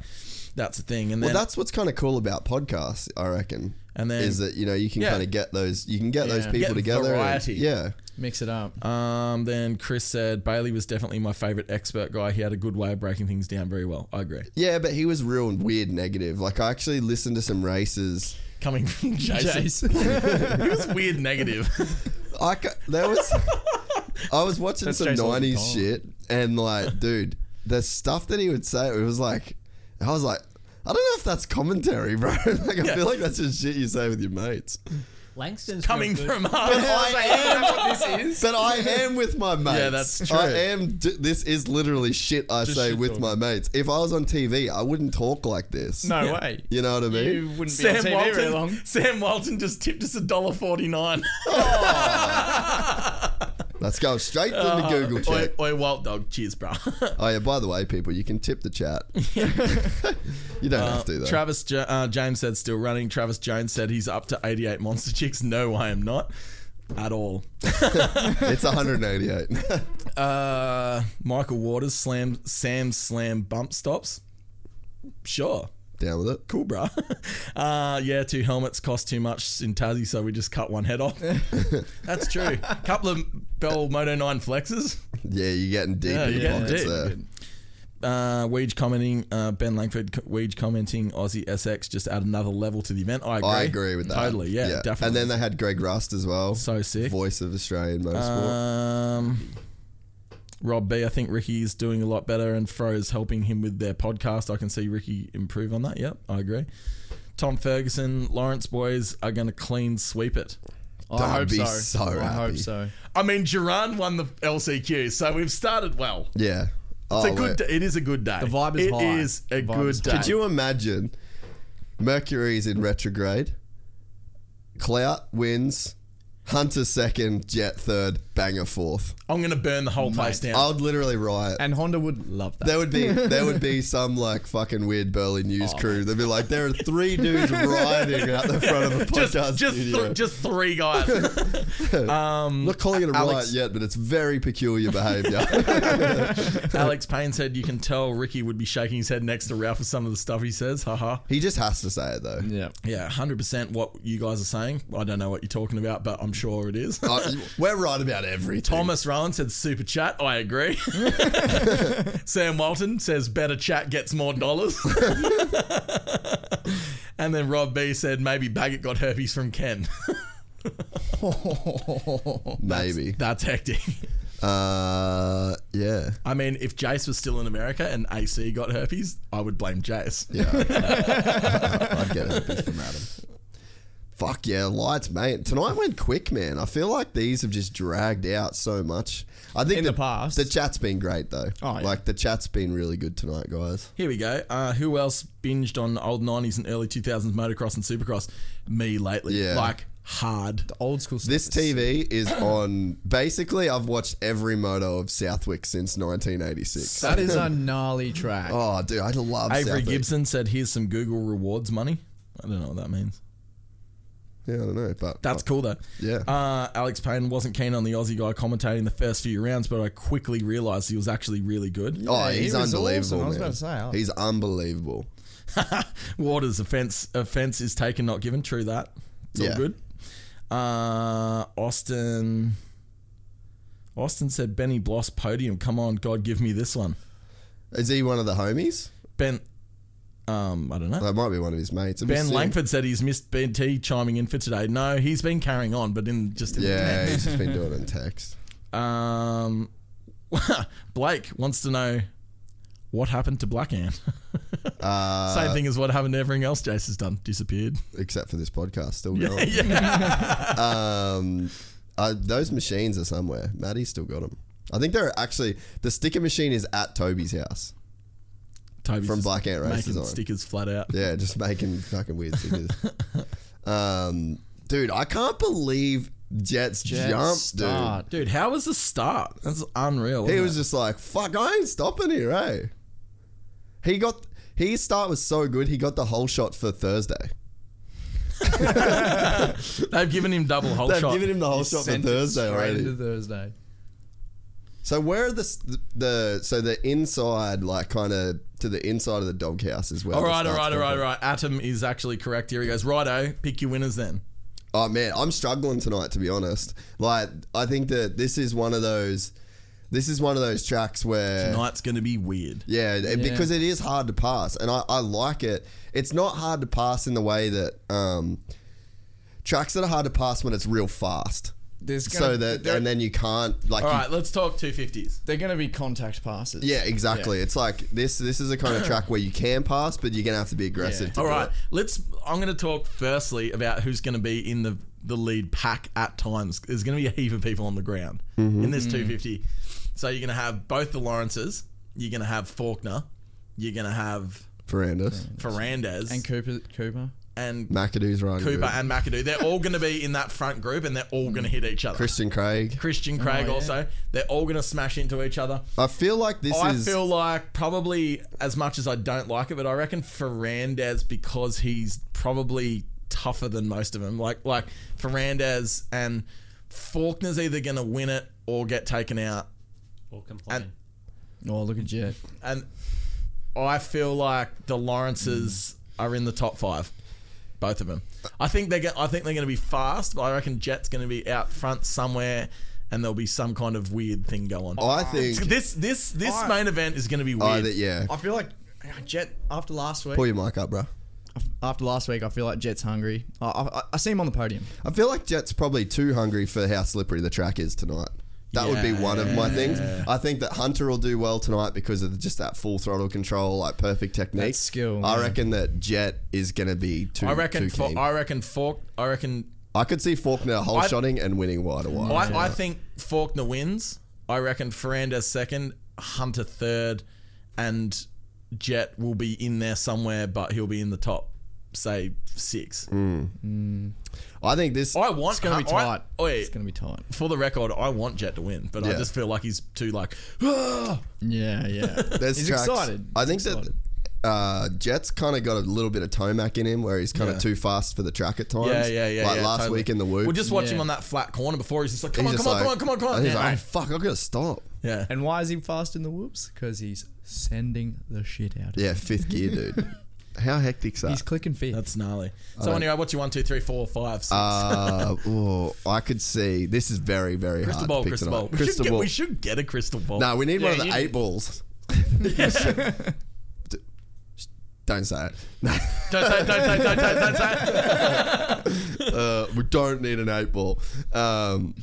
Speaker 5: that's the thing. And then
Speaker 2: Well, that's what's kind of cool about podcasts, I reckon.
Speaker 5: And then-
Speaker 2: is that you know you can
Speaker 5: Yeah.
Speaker 2: kind of get those you can get those
Speaker 6: Yeah.
Speaker 2: people
Speaker 5: Get
Speaker 2: together. and-
Speaker 5: variety.
Speaker 2: yeah,
Speaker 6: Mix it *laughs* up.
Speaker 5: um, then Chris said Bailey was definitely my favorite expert guy. He had a good way of breaking things down very well. I agree.
Speaker 2: yeah, but he was real and weird negative. Like I actually listened to some races.
Speaker 5: Coming from *laughs* Jason, *laughs* he was weird
Speaker 6: *laughs*
Speaker 5: negative.
Speaker 2: I ca- there was I was watching
Speaker 6: That's
Speaker 2: some
Speaker 6: Jason Wilson
Speaker 2: nineties
Speaker 6: Paul.
Speaker 2: shit and like, dude, the stuff that he would say, it was like, I was like. I don't know if that's commentary, bro. *laughs* like, I feel like that's just shit you say with your mates.
Speaker 7: Langston's
Speaker 5: Coming
Speaker 7: real good.
Speaker 5: from
Speaker 2: But
Speaker 5: us.
Speaker 2: I am *laughs* But I am with my mates.
Speaker 5: Yeah, that's true.
Speaker 2: I am. d- This is literally shit I say
Speaker 6: shit
Speaker 2: with
Speaker 6: talk.
Speaker 2: my mates. If I was on TV, I wouldn't talk like this.
Speaker 6: No *laughs* way.
Speaker 2: You know what I mean?
Speaker 6: You wouldn't be on TV
Speaker 5: Walton,
Speaker 6: very long.
Speaker 5: Sam Walton just tipped us a dollar forty nine.
Speaker 2: Let's go straight to the Google
Speaker 6: *laughs*
Speaker 5: Oi,
Speaker 2: check.
Speaker 5: oi, Walt dog, cheers, bro.
Speaker 2: Oh yeah. By the way, people, you can tip the chat. *laughs* you don't have to though.
Speaker 5: Travis jo- uh, James said still running. Travis Jones said he's up to 88 monster chicks. No, I am not at all.
Speaker 2: it's 188.
Speaker 5: Uh, Michael Waters slam Sam slam bump stops. Sure,
Speaker 2: *laughs* Down with it.
Speaker 5: cool, bruh. *laughs* Uh, yeah, two helmets cost too much in Tassie, so we just cut one
Speaker 2: *laughs*
Speaker 5: head off. That's true. Couple of Bell Moto Nine flexes.
Speaker 2: Yeah, you're getting deep
Speaker 5: Yeah,
Speaker 2: in
Speaker 5: you're
Speaker 2: the
Speaker 5: getting
Speaker 2: pockets
Speaker 5: deep.
Speaker 2: there.
Speaker 5: Uh, Weege commenting, uh, Ben Langford co- Weege commenting, Aussie SX just add another level to the event. I agree.
Speaker 2: I agree with that.
Speaker 5: Totally, yeah, definitely.
Speaker 2: And then they had Greg Rust as well.
Speaker 5: So sick.
Speaker 2: Voice of Australian motorsport.
Speaker 5: Um, Rob B, I think Ricky is doing a lot better, and Fro is helping him with their podcast. I can see Ricky improve on that. Yep, I agree. Tom Ferguson, Lawrence boys are going to clean sweep it.
Speaker 6: I hope
Speaker 2: be
Speaker 6: so.
Speaker 2: so
Speaker 6: I
Speaker 2: happy.
Speaker 6: hope so.
Speaker 5: I mean, Duran won the LCQ, so we've started well.
Speaker 2: yeah. Oh,
Speaker 5: It's a good.
Speaker 2: wait.
Speaker 5: Day. It is a good day. The
Speaker 6: vibe is high.
Speaker 5: It is a
Speaker 6: The vibe
Speaker 5: good
Speaker 6: is
Speaker 5: day.
Speaker 6: high.
Speaker 2: Could you imagine Mercury's in retrograde? Clout wins. Hunter second, Jet third, Banger fourth.
Speaker 5: I'm going to burn the whole place down.
Speaker 2: I would literally riot.
Speaker 6: And Honda would love that.
Speaker 2: there would be there would be some like fucking weird Burley news
Speaker 5: Oh.
Speaker 2: crew. They'd be like, there are three
Speaker 5: *laughs*
Speaker 2: dudes rioting out the front of a podcast
Speaker 5: just, just,
Speaker 2: studio.
Speaker 5: th- just three guys.
Speaker 2: *laughs* I'm not calling it a riot
Speaker 5: Alex-
Speaker 2: yet, but it's very peculiar behaviour.
Speaker 5: *laughs* Alex Payne said, "You can tell Ricky would be shaking his head next to Ralph for some of the stuff he says." Haha.
Speaker 2: he just has to say it though.
Speaker 6: yeah.
Speaker 5: Yeah, hundred percent. What you guys are saying, I don't know what you're talking about, but I'm sure it is.
Speaker 2: Uh, we're right about everything.
Speaker 5: *laughs* Thomas Rowan said super chat. I agree. *laughs* Sam Walton says better chat gets more dollars. *laughs* and then Rob B said maybe Baggett got herpes from Ken.
Speaker 2: maybe.
Speaker 5: That's hectic.
Speaker 2: Uh, yeah.
Speaker 5: I mean, if Jace was still in America and AC got herpes, I would blame Jace.
Speaker 2: I'd get a piece from Adam. Fuck yeah, lights, mate. Tonight went quick, man. I feel like these have just dragged out so much. I think
Speaker 6: In the past.
Speaker 2: the chat's been great though.
Speaker 6: Oh, yeah.
Speaker 2: Like the chat's been really good tonight, guys.
Speaker 5: Here we go. Uh, who else binged on old 90s and early 2000s motocross and supercross? Me lately.
Speaker 2: Yeah.
Speaker 5: Like, hard.
Speaker 6: Old school stuff.
Speaker 2: This TV is on. Basically, I've watched every moto of Southwick since 1986. *laughs*
Speaker 6: That is a gnarly track.
Speaker 2: Oh, dude, I love
Speaker 5: Avery
Speaker 2: Southwick.
Speaker 5: Gibson said, "Here's some Google rewards money." I don't know what that means.
Speaker 2: Yeah, I don't know, but
Speaker 5: That's cool though.
Speaker 2: Yeah.
Speaker 5: Uh, Alex Payne wasn't keen on the Aussie guy commentating the first few rounds, but I quickly realised he was actually really good.
Speaker 2: oh, he's unbelievable.
Speaker 6: I was
Speaker 2: man.
Speaker 6: about to say, oh. Alex.
Speaker 2: he's unbelievable.
Speaker 5: Waters offense offense is taken, not given. True that. It's all
Speaker 2: Yeah.
Speaker 5: good. Uh, Austin. Austin said Benny Bloss podium. Come on, God, give me this one.
Speaker 2: Is he one of the homies?
Speaker 5: Ben. Um, I don't know.
Speaker 2: That might be one of his mates. Have you
Speaker 5: Ben
Speaker 2: seen-
Speaker 5: Langford said he's missed BT chiming in for today. No, he's been carrying on, but in just in
Speaker 6: *laughs*
Speaker 2: Yeah,
Speaker 5: the
Speaker 2: he's just been doing it in text.
Speaker 5: Um, *laughs* Blake wants to know what happened to Black Ant. *laughs*
Speaker 2: Uh,
Speaker 5: Same thing as what happened to everything else Jace has done. Disappeared.
Speaker 2: Except for this podcast, still going. *laughs* um, uh, those machines are somewhere. Maddie's still got them. I think they're actually the sticker machine is at Toby's house.
Speaker 5: Toby's
Speaker 2: From
Speaker 5: just
Speaker 2: Black Ant Race
Speaker 5: making
Speaker 2: Design.
Speaker 5: stickers flat out.
Speaker 2: Yeah, just making fucking weird
Speaker 6: *laughs*
Speaker 2: stickers. um, dude, I can't believe Jets,
Speaker 6: Jet
Speaker 2: jumped,
Speaker 6: start.
Speaker 5: Dude, how was the start? That's unreal.
Speaker 2: dude. He
Speaker 5: wasn't
Speaker 2: was
Speaker 5: it?
Speaker 2: just like, "Fuck, I ain't stopping here." Eh? He got his start was so good. He got the whole shot for Thursday.
Speaker 5: They've given him double whole
Speaker 2: They've
Speaker 5: shot.
Speaker 2: given him oh, the whole shot for
Speaker 6: Sent it
Speaker 2: Thursday
Speaker 6: straight
Speaker 2: already.
Speaker 6: into Thursday.
Speaker 2: So where are the s- the so the inside like kind of to the inside of the doghouse as well?
Speaker 5: all right, all right, all right, all right. Atom is actually correct. Here he goes. Righto, pick your winners then.
Speaker 2: Oh man, I'm struggling tonight to be honest. Like I think that this is one of those this is one of those tracks where
Speaker 5: Night's going to be weird.
Speaker 2: yeah, it- because it is hard to pass and I, I like it. It's not hard to pass in the way that um tracks that are hard to pass when it's real fast.
Speaker 6: There's
Speaker 2: so
Speaker 6: gonna-
Speaker 2: that
Speaker 6: there-
Speaker 2: and then you can't like
Speaker 5: All
Speaker 2: you
Speaker 5: right, let's talk 250s.
Speaker 6: They're going to be contact passes.
Speaker 2: Yeah, exactly. It's like this. This is a kind of track where you can pass, but you're gonna have to be aggressive. To
Speaker 5: All
Speaker 2: do
Speaker 5: right,
Speaker 2: it.
Speaker 5: let's. I'm going to talk firstly about who's going to be in the the lead pack at times. There's going to be a heap of people on the ground in
Speaker 6: Mm.
Speaker 5: this 250. So you're going to have both the Lawrences. You're going to have Faulkner. You're going to have
Speaker 2: Ferrandis,
Speaker 5: Ferrandez
Speaker 6: And Cooper, Cooper.
Speaker 5: and
Speaker 2: McAdoo's right.
Speaker 5: Cooper and McAdoo. They're all going to be in that front group, and they're all going to hit each other.
Speaker 2: Christian Craig.
Speaker 5: Christian Craig
Speaker 6: Oh, yeah.
Speaker 5: also. They're all going to smash into each other.
Speaker 2: I feel like this
Speaker 5: I
Speaker 2: is.
Speaker 5: feel like probably as much as I don't like it, but I reckon Ferrandez because he's probably tougher than most of them. Like like Ferrandez and Faulkner's either going to win it or get taken out.
Speaker 7: Or complain.
Speaker 5: And-
Speaker 6: Oh, look at Jet.
Speaker 5: And I feel like the Lawrences are in the top five, both of them. I think they're go- I think they're going to be fast, but I reckon Jet's going to be out front somewhere, and there'll be some kind of weird thing going. on.
Speaker 2: I think.
Speaker 5: This this this
Speaker 6: I-
Speaker 5: main event is going to be weird.
Speaker 2: I that yeah.
Speaker 6: I feel like uh, Jet, after last week,
Speaker 2: Pull your mic up, bro.
Speaker 6: after last week, I feel like Jet's hungry. I, I, I see him on the podium.
Speaker 2: I feel like Jet's probably too hungry for how slippery the track is tonight. That would be one of my things. I think that Hunter will do well tonight because of just that full throttle control, like perfect technique,
Speaker 6: That skill,
Speaker 2: I
Speaker 6: yeah.
Speaker 2: reckon that Jet is gonna be too.
Speaker 5: I reckon.
Speaker 2: Too
Speaker 5: For,
Speaker 2: keen. I,
Speaker 5: I reckon Faulk. I reckon.
Speaker 2: could see Faulkner whole shotting and winning wide to wide.
Speaker 5: I, I think Faulkner wins. I reckon Ferrandez second, Hunter third, and Jet will be in there somewhere, but he'll be in the top, say six.
Speaker 2: Mm. I think this.
Speaker 5: I want.
Speaker 6: It's going to be
Speaker 5: I-
Speaker 6: tight.
Speaker 5: I,
Speaker 6: It's
Speaker 5: wait,
Speaker 6: going to be tight.
Speaker 5: for the record, I want Jet to win, but I
Speaker 2: Yeah.
Speaker 5: just feel like he's too like. *gasps* "Ah!"
Speaker 6: Yeah, yeah. *laughs*
Speaker 2: There's
Speaker 6: He's
Speaker 2: tracks-
Speaker 6: excited.
Speaker 2: I
Speaker 6: He's
Speaker 2: think
Speaker 6: excited.
Speaker 2: that uh, Jet's kind of got a little bit of Tomac in him, where he's kind of
Speaker 5: Yeah.
Speaker 2: too fast for the track at times.
Speaker 5: yeah, yeah, yeah.
Speaker 2: Like
Speaker 5: yeah,
Speaker 2: last
Speaker 5: totally.
Speaker 2: week in the whoop.
Speaker 5: We'll just watch him
Speaker 6: Yeah.
Speaker 5: on that flat corner before he's just like, come
Speaker 2: he's
Speaker 5: on,
Speaker 2: just
Speaker 5: come on, come on,
Speaker 2: like-
Speaker 5: come on, come on,
Speaker 2: And he's like,
Speaker 5: Yeah.
Speaker 2: oh, fuck, I've got to stop.
Speaker 5: yeah.
Speaker 6: And why is he fast in the whoops? Because he's sending the shit out.
Speaker 2: Yeah, fifth gear,
Speaker 5: *laughs*
Speaker 2: dude. How hectic's that?
Speaker 6: He's clicking feet.
Speaker 5: That's gnarly. So anyway, what's your one, two, three, four, five, six? *laughs*
Speaker 2: uh, oh, I could see this is very, very
Speaker 5: crystal
Speaker 2: hard.
Speaker 5: ball,
Speaker 2: to pick
Speaker 5: crystal
Speaker 2: tonight.
Speaker 5: ball. We,
Speaker 2: Crystal
Speaker 5: should get,
Speaker 2: ball.
Speaker 5: we should get a crystal ball. *laughs*
Speaker 2: No, we need one of
Speaker 5: you
Speaker 2: the
Speaker 5: need-
Speaker 2: eight
Speaker 5: *laughs*
Speaker 2: balls. D- *laughs* don't say it.
Speaker 5: *laughs* Don't say, it, don't say, it, don't say, it, don't say. it.
Speaker 2: uh, we don't need an eight ball. Um,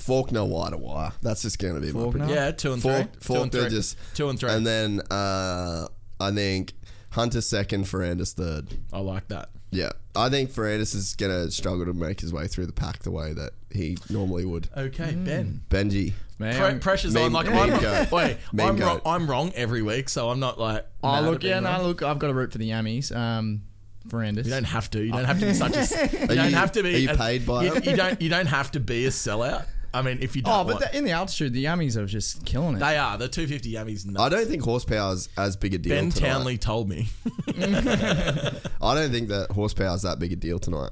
Speaker 2: Faulkner wire to wire. That's just going to be my prediction.
Speaker 5: *laughs* Yeah, two and three.
Speaker 2: Faulk,
Speaker 5: two and
Speaker 2: Faulkner
Speaker 5: three.
Speaker 2: just
Speaker 5: two and three.
Speaker 2: and then uh, I think Hunter second, Ferrandis third.
Speaker 5: I like that.
Speaker 2: Yeah, I think Ferrandis is gonna struggle to make his way through the pack the way that he normally would.
Speaker 5: Okay,
Speaker 6: Mm.
Speaker 5: Ben.
Speaker 2: Benji,
Speaker 6: Man,
Speaker 5: Pre- pressure's
Speaker 2: Mean-
Speaker 5: on. Like,
Speaker 2: mean
Speaker 5: I'm,
Speaker 2: goat.
Speaker 5: *laughs* wait,
Speaker 2: Mean
Speaker 5: I'm, wrong,
Speaker 2: goat.
Speaker 5: I'm wrong every week, so I'm not like.
Speaker 6: Oh,
Speaker 5: mad at
Speaker 6: look, yeah,
Speaker 5: being
Speaker 6: no,
Speaker 5: wrong.
Speaker 6: look, I've got to root for the Yammies. Um, Ferrandis.
Speaker 5: You don't have to. You don't have to be such a. You don't
Speaker 2: you-
Speaker 5: have to be.
Speaker 2: are you
Speaker 5: a-
Speaker 2: paid by
Speaker 5: you,
Speaker 2: it?
Speaker 5: you don't. You don't have to be a sellout. I mean, if you don't.
Speaker 6: *laughs* oh, but
Speaker 5: want-
Speaker 6: the, in the altitude, the Yammies are just killing it.
Speaker 5: they are the 250 yummies.
Speaker 2: I don't think horsepower's as big a deal.
Speaker 5: Ben
Speaker 2: tonight.
Speaker 5: Townley told me. *laughs*
Speaker 2: I don't think that horsepower's that big a deal tonight.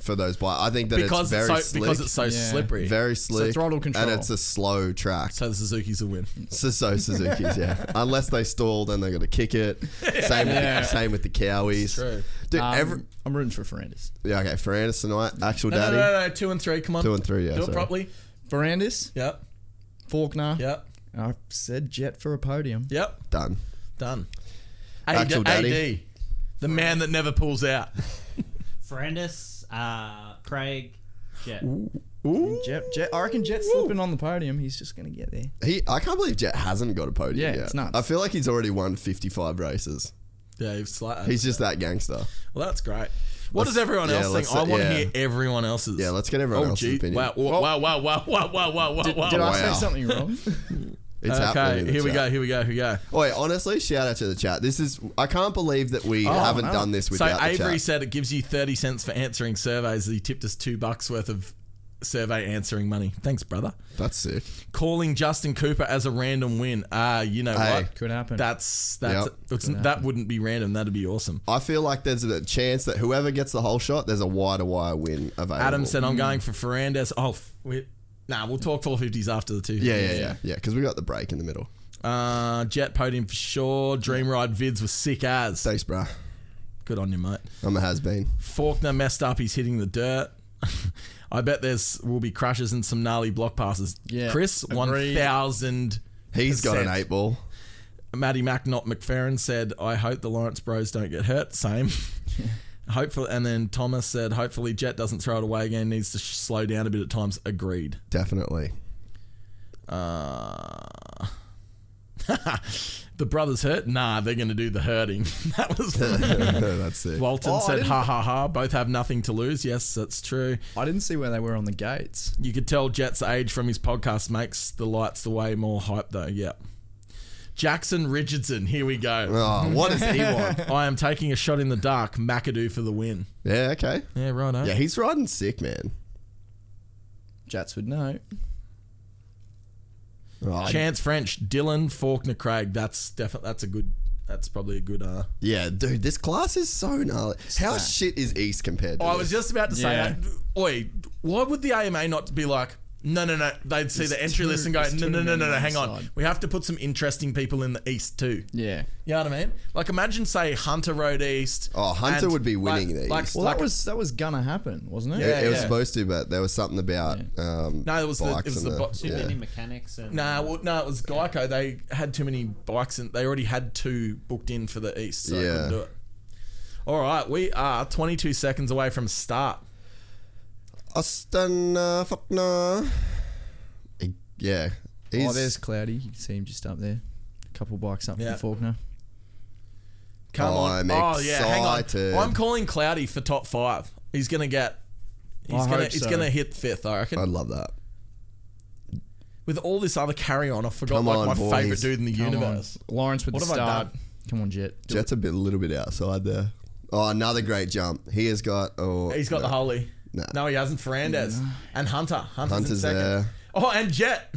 Speaker 2: for those bikes. I think that
Speaker 5: Because it's
Speaker 2: it's very
Speaker 5: so-
Speaker 2: slick.
Speaker 5: because it's so Yeah. slippery.
Speaker 2: Very
Speaker 5: So
Speaker 2: slick.
Speaker 5: throttle control.
Speaker 2: And it's a slow track. So
Speaker 5: the Suzuki's a win.
Speaker 2: So, Suzuki's,
Speaker 5: *laughs*
Speaker 2: yeah. Unless they stall, then they're going to kick it. Same,
Speaker 6: Yeah.
Speaker 2: with, the, same with the Cowies.
Speaker 5: true.
Speaker 2: Dude,
Speaker 6: Um,
Speaker 2: every,
Speaker 6: I'm rooting for Ferrandis.
Speaker 2: yeah, okay. Ferrandis tonight, actual
Speaker 5: No, no,
Speaker 2: daddy.
Speaker 5: no, no, two and three. Come on,
Speaker 2: Two and three, yeah,
Speaker 5: do it
Speaker 2: sorry.
Speaker 5: properly.
Speaker 6: Ferrandis.
Speaker 5: Yep.
Speaker 6: Faulkner.
Speaker 5: Yep.
Speaker 6: I said Jet for a podium.
Speaker 5: Yep,
Speaker 2: Done.
Speaker 5: done.
Speaker 2: Actual
Speaker 5: AD,
Speaker 2: daddy.
Speaker 5: AD, the man that never pulls out.
Speaker 7: Ferrandis, uh, Craig, Jet.
Speaker 6: Jet, Jet. I reckon Jet's slipping on the podium. He's just gonna get there.
Speaker 2: He, I can't believe Jet hasn't got a podium
Speaker 6: Yeah,
Speaker 2: yet.
Speaker 6: it's nuts.
Speaker 2: I feel like he's already won 55 races.
Speaker 5: Yeah, you've slightly.
Speaker 2: He's just that gangster.
Speaker 5: Well, that's great. What
Speaker 2: Let's-
Speaker 5: does everyone
Speaker 2: yeah,
Speaker 5: else
Speaker 2: let's-
Speaker 5: think? I want
Speaker 2: yeah.
Speaker 5: to hear everyone else's.
Speaker 2: Yeah, let's get everyone
Speaker 5: oh,
Speaker 2: else's
Speaker 5: gee.
Speaker 2: opinion.
Speaker 5: Wow, wow, wow, wow, wow, wow, wow, wow, wow.
Speaker 6: Did,
Speaker 5: Oh, wow.
Speaker 6: did I
Speaker 2: Wow.
Speaker 6: say something wrong?
Speaker 2: It's happening. in
Speaker 5: okay,
Speaker 2: the
Speaker 5: here we
Speaker 2: chat.
Speaker 5: go, here we go, here we go.
Speaker 2: Oh, wait, honestly, shout out to the chat. This is I can't believe that we haven't
Speaker 6: no.
Speaker 2: done this
Speaker 5: So
Speaker 2: without the
Speaker 5: Avery
Speaker 2: chat.
Speaker 5: said it gives you 30 cents for answering surveys. He tipped us two bucks worth of survey answering money. Thanks, brother.
Speaker 2: That's sick.
Speaker 5: Calling Justin Cooper as a random win. Ah, you know
Speaker 2: Hey.
Speaker 5: what?
Speaker 6: Could happen.
Speaker 5: That's that's
Speaker 2: Yep.
Speaker 5: it's- that wouldn't be random. That'd be awesome.
Speaker 2: I feel like there's a chance that whoever gets the whole shot, there's a wire to wire win available.
Speaker 5: Adam said
Speaker 6: Mm.
Speaker 5: I'm going for Ferrandez. Oh, f- we, nah, we'll talk 450s after the two.
Speaker 2: Yeah, yeah, yeah, yeah. Because we got the break in the middle.
Speaker 5: Uh, Jet podium for sure. Dream Ride vids was sick as.
Speaker 2: Thanks, bruh.
Speaker 5: Good on you, mate.
Speaker 2: I'm a has been.
Speaker 5: Faulkner messed up. He's hitting the dirt. *laughs* I bet there's will be crashes and some gnarly block passes.
Speaker 6: Yeah,
Speaker 5: Chris,
Speaker 6: agreed.
Speaker 5: one thousand.
Speaker 2: He's got an eight ball.
Speaker 5: Matty Mack, not McFerrin, said, "I hope the Lawrence Bros don't get
Speaker 6: *laughs*
Speaker 5: hurt." Same. Hopefully, and then Thomas said, "Hopefully, Jet doesn't throw it away again. Needs to sh- slow down a bit at times." Agreed.
Speaker 6: *laughs*
Speaker 2: Definitely. *laughs*
Speaker 5: Uh, *laughs* the brothers hurt? Nah, they're going to do the hurting. *laughs* that was
Speaker 2: That's it.
Speaker 5: Walton
Speaker 6: Oh, I
Speaker 5: said,
Speaker 6: didn't-
Speaker 5: "Ha ha ha!" Both have nothing to lose. Yes, that's true.
Speaker 6: I didn't see where they were on the gates.
Speaker 5: You could tell Jet's age from his podcast makes the lights the way more hype, though. Yep. Jackson Richardson, here we go.
Speaker 2: Oh, what does he
Speaker 5: *laughs*
Speaker 2: want?
Speaker 5: I am taking a shot in the dark. McAdoo for the win.
Speaker 2: Yeah, okay.
Speaker 5: Yeah, right. eh?
Speaker 2: Yeah, he's riding sick, man.
Speaker 6: Jets would know.
Speaker 2: Oh,
Speaker 5: Chance French, Dylan Faulkner, Craig. That's definitely that's a good. That's probably a good. Uh,
Speaker 2: yeah, dude, this class is so gnarly. How shit is East compared to
Speaker 5: Oh, I
Speaker 2: this?
Speaker 5: was just about to say,
Speaker 6: Yeah.
Speaker 5: uh, oi, why would the AMA not be like, no, no, no? They'd see the entry
Speaker 6: too-
Speaker 5: list and go,
Speaker 6: there's
Speaker 5: no,
Speaker 6: too
Speaker 5: no, no,
Speaker 6: many
Speaker 5: no, no,
Speaker 6: on
Speaker 5: hang
Speaker 6: the
Speaker 5: on.
Speaker 6: side."
Speaker 5: We have to put some interesting people in the east too.
Speaker 6: Yeah.
Speaker 5: You know what I mean? Like, imagine say Hunter Road East.
Speaker 2: Oh, Hunter would be winning
Speaker 5: like,
Speaker 2: the
Speaker 5: like,
Speaker 2: East.
Speaker 6: Well,
Speaker 5: like-
Speaker 6: that was that was gonna happen, wasn't it?
Speaker 2: It, it was
Speaker 5: yeah.
Speaker 2: supposed to, but there was something about um,
Speaker 5: No, it was the- it
Speaker 2: bikes
Speaker 5: was
Speaker 2: and
Speaker 5: the bo-
Speaker 7: Too many mechanics and
Speaker 5: Nah, well, no, it was Geico. They had too many bikes and they already had two booked in for the east, so they
Speaker 2: Yeah.
Speaker 5: couldn't do it. All right, we are 22 seconds away from start.
Speaker 2: Austin uh, Faulkner. He- Yeah, he's
Speaker 6: oh, there's Cloudy. You can see him just up there. A couple bikes up
Speaker 5: Yeah.
Speaker 6: from Faulkner.
Speaker 5: Come on.
Speaker 2: I'm
Speaker 5: oh, yeah, hang
Speaker 2: excited.
Speaker 5: on. I'm calling Cloudy for top five. He's going to get. He's
Speaker 6: I
Speaker 5: gonna,
Speaker 6: hope
Speaker 5: he's
Speaker 6: so.
Speaker 5: gonna hit fifth, I reckon.
Speaker 2: I love that.
Speaker 5: With all this other carry on, I forgot
Speaker 2: Come
Speaker 5: like
Speaker 2: on,
Speaker 5: my
Speaker 2: boys.
Speaker 5: favorite dude in the
Speaker 6: Come
Speaker 5: universe.
Speaker 6: on. Lawrence with
Speaker 5: What
Speaker 6: the
Speaker 5: have I
Speaker 6: start.
Speaker 5: done?
Speaker 6: Come on, Jet. Do
Speaker 2: Jet's a bit, little bit outside there. Oh, another great jump. He has got. Oh,
Speaker 5: He's got
Speaker 2: no.
Speaker 5: the holy.
Speaker 2: Nah.
Speaker 5: No, he hasn't. Fernandez and Hunter. Hunter's, in
Speaker 2: Hunter's
Speaker 5: second.
Speaker 2: there.
Speaker 5: Oh, and Jet.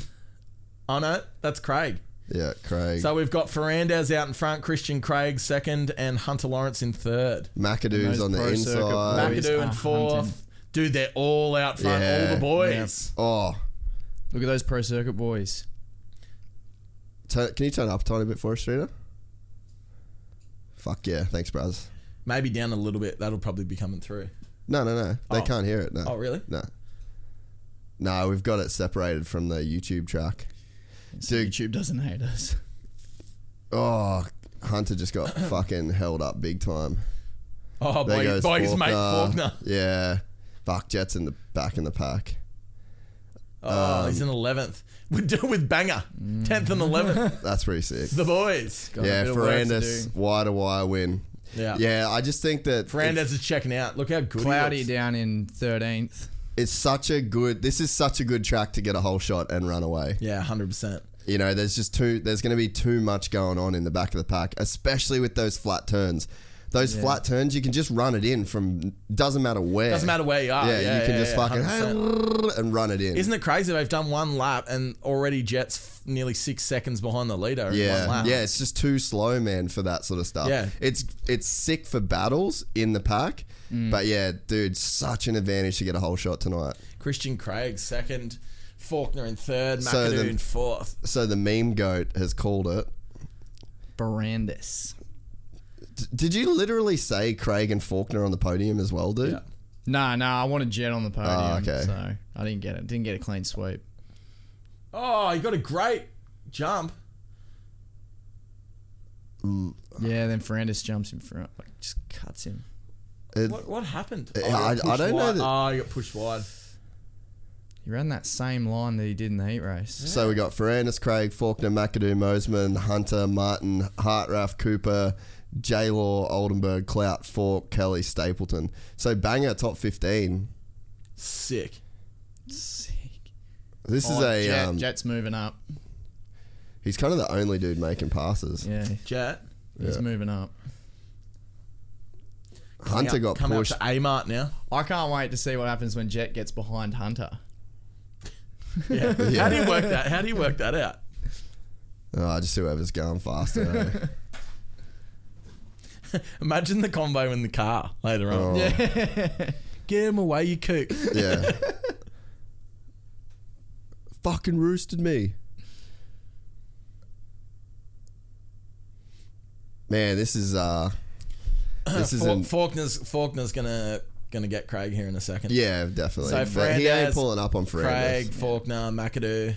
Speaker 5: Oh no, that's Craig.
Speaker 2: Yeah, Craig.
Speaker 5: So we've got Fernandez out in front, Christian Craig second, and Hunter Lawrence in third.
Speaker 2: McAdoo's
Speaker 6: those
Speaker 2: on the
Speaker 6: pro circuit
Speaker 2: inside.
Speaker 6: boys.
Speaker 5: McAdoo
Speaker 6: Ah,
Speaker 5: in fourth.
Speaker 6: Hunting.
Speaker 5: Dude, they're all out front.
Speaker 2: Yeah.
Speaker 5: All the boys.
Speaker 2: Oh,
Speaker 6: it. Look at those pro circuit boys.
Speaker 2: turn, can you turn up a tiny bit for us, Streeter? Fuck yeah, thanks, Braz.
Speaker 5: Maybe down a little bit. That'll probably be coming through.
Speaker 2: No, no, no. They
Speaker 5: Oh.
Speaker 2: can't hear it. No.
Speaker 5: Oh, really?
Speaker 2: No. No, we've got it separated from the YouTube track. Dude,
Speaker 6: YouTube doesn't hate *laughs* us.
Speaker 2: oh, Hunter just
Speaker 5: *coughs*
Speaker 2: got fucking held up big time.
Speaker 5: Oh,
Speaker 2: There
Speaker 5: boy,
Speaker 2: goes
Speaker 5: boys, mate,
Speaker 2: Faulkner.
Speaker 5: Faulkner.
Speaker 2: Yeah. Fuck, Jet's in the back in the pack.
Speaker 5: Oh,
Speaker 2: Um,
Speaker 5: he's in eleventh. We do it with banger, tenth and eleventh.
Speaker 2: *laughs* That's pretty sick.
Speaker 5: the boys.
Speaker 6: Got a
Speaker 2: yeah,
Speaker 6: bit of work to do.
Speaker 2: Ferrandis, wire to wire win.
Speaker 5: Yeah.
Speaker 2: Yeah, I just think that
Speaker 5: Fernandez is checking out. Look how good
Speaker 6: Cloudy
Speaker 5: he looks.
Speaker 6: down in thirteenth.
Speaker 2: it's such a good this is such a good track to get a whole shot and run away.
Speaker 5: Yeah, hundred percent.
Speaker 2: You know, there's just too there's gonna be too much going on in the back of the pack, especially with those flat turns. Those
Speaker 5: Yeah.
Speaker 2: flat turns, you can just run it in from doesn't matter where.
Speaker 5: Doesn't matter where you are. Yeah,
Speaker 2: you can
Speaker 5: yeah,
Speaker 2: just
Speaker 5: yeah,
Speaker 2: fucking *laughs*
Speaker 5: 100%.
Speaker 2: and run it in.
Speaker 5: Isn't it crazy they've done one lap and already Jets f- nearly six seconds behind the leader in one
Speaker 2: Yeah,
Speaker 5: lap?
Speaker 2: yeah, it's just too slow, man, for that sort of stuff.
Speaker 5: Yeah.
Speaker 2: it's it's sick for battles in the pack,
Speaker 5: Mm.
Speaker 2: but yeah, dude, such an advantage to get a whole shot tonight.
Speaker 5: Christian Craig second, Faulkner in third,
Speaker 2: So
Speaker 5: McAdoo
Speaker 2: the-
Speaker 5: in fourth.
Speaker 2: So the meme goat has called it.
Speaker 6: Brandis.
Speaker 2: D- did you literally say Craig and Faulkner on the podium as well, dude?
Speaker 6: Nah, nah, I wanted Jet on the podium.
Speaker 2: Oh, okay.
Speaker 6: So I didn't get it. Didn't get a clean sweep.
Speaker 5: Oh, you got a great jump.
Speaker 6: Yeah, then Ferrandis jumps in front, like just cuts him.
Speaker 2: It-
Speaker 5: What, what happened?
Speaker 6: Uh,
Speaker 5: you got
Speaker 6: I- I
Speaker 5: pushed
Speaker 6: don't know
Speaker 5: wide.
Speaker 6: that-
Speaker 5: Oh, you got pushed wide.
Speaker 6: He ran that same line that he did in the heat race.
Speaker 2: So we got Ferrandis, Craig, Faulkner, McAdoo, Mosman, Hunter, Martin, Hartraff, Cooper, J Law, Oldenburg, Clout, Fork, Kelly, Stapleton. So banger top 15.
Speaker 5: Sick.
Speaker 6: Sick.
Speaker 2: This is
Speaker 6: Oh,
Speaker 2: a.
Speaker 6: Jet,
Speaker 2: um,
Speaker 6: Jet's moving up.
Speaker 2: He's kind of the only dude making passes.
Speaker 6: Yeah.
Speaker 5: Jet.
Speaker 6: He's
Speaker 2: Yeah.
Speaker 6: moving up.
Speaker 2: Hunter got
Speaker 5: Come out
Speaker 2: pushed.
Speaker 5: to Amart
Speaker 2: *laughs*
Speaker 5: now.
Speaker 6: I can't wait to see what happens when Jet gets behind Hunter.
Speaker 5: Yeah.
Speaker 2: Yeah.
Speaker 5: How do you work that? How do you work that out?
Speaker 2: Oh, just whoever's going faster.
Speaker 6: *laughs*
Speaker 2: eh?
Speaker 5: Imagine the combo in the car later on.
Speaker 2: Oh.
Speaker 5: Get him away, you cook. *laughs*
Speaker 2: yeah. Fucking roosted me. Man, this is
Speaker 5: *clears throat*
Speaker 2: uh this is
Speaker 5: Faul-
Speaker 2: an,
Speaker 5: Faulkner's Faulkner's gonna gonna get Craig here in a second.
Speaker 2: yeah, definitely.
Speaker 5: So
Speaker 2: but he ain't
Speaker 5: Fernandez,
Speaker 2: pulling up on Fernandez.
Speaker 5: Craig Faulkner McAdoo.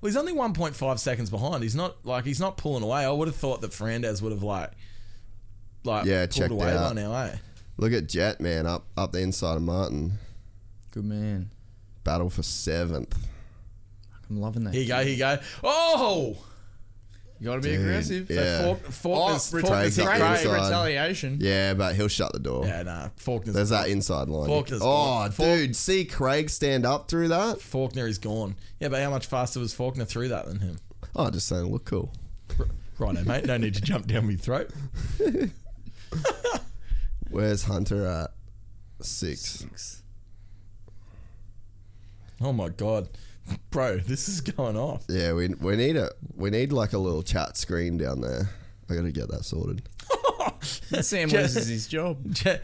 Speaker 5: Well, he's only 1.5 seconds behind. He's not like he's not pulling away. I would have thought that Fernandez would have like like
Speaker 2: yeah,
Speaker 5: pulled
Speaker 2: checked
Speaker 5: away
Speaker 2: out.
Speaker 5: by now. Eh?
Speaker 2: Look at Jet, man, up up the inside of Martin.
Speaker 6: Good man.
Speaker 2: Battle for seventh.
Speaker 6: I'm loving that.
Speaker 5: Here you go. Here you go. Oh,
Speaker 6: You gotta be
Speaker 2: Dude,
Speaker 6: aggressive.
Speaker 2: yeah.
Speaker 5: Faulk- Faulkner's,
Speaker 6: Oh,
Speaker 5: Faulkner's
Speaker 2: Craig's
Speaker 5: hit
Speaker 2: up the
Speaker 5: Craig.
Speaker 2: inside.
Speaker 6: retaliation.
Speaker 2: Yeah, but he'll shut the door.
Speaker 5: Yeah, nah. Faulkner's
Speaker 2: There's that inside line.
Speaker 5: Faulkner's
Speaker 2: oh,
Speaker 5: gone.
Speaker 2: dude, see Craig stand up through that?
Speaker 5: Faulkner is gone. Yeah, but how much faster was Faulkner through that than him?
Speaker 2: Oh, just saying, look cool.
Speaker 5: Righto, mate. No need to jump down my throat.
Speaker 2: Where's Hunter at? Six.
Speaker 5: Oh my god, bro, this is going off.
Speaker 2: Yeah, we, we need a we need like a little chat screen down there. I gotta get that
Speaker 5: *laughs*
Speaker 2: sorted.
Speaker 6: *laughs* Sam
Speaker 5: Jet-
Speaker 6: loses his *laughs* job.
Speaker 5: Jet.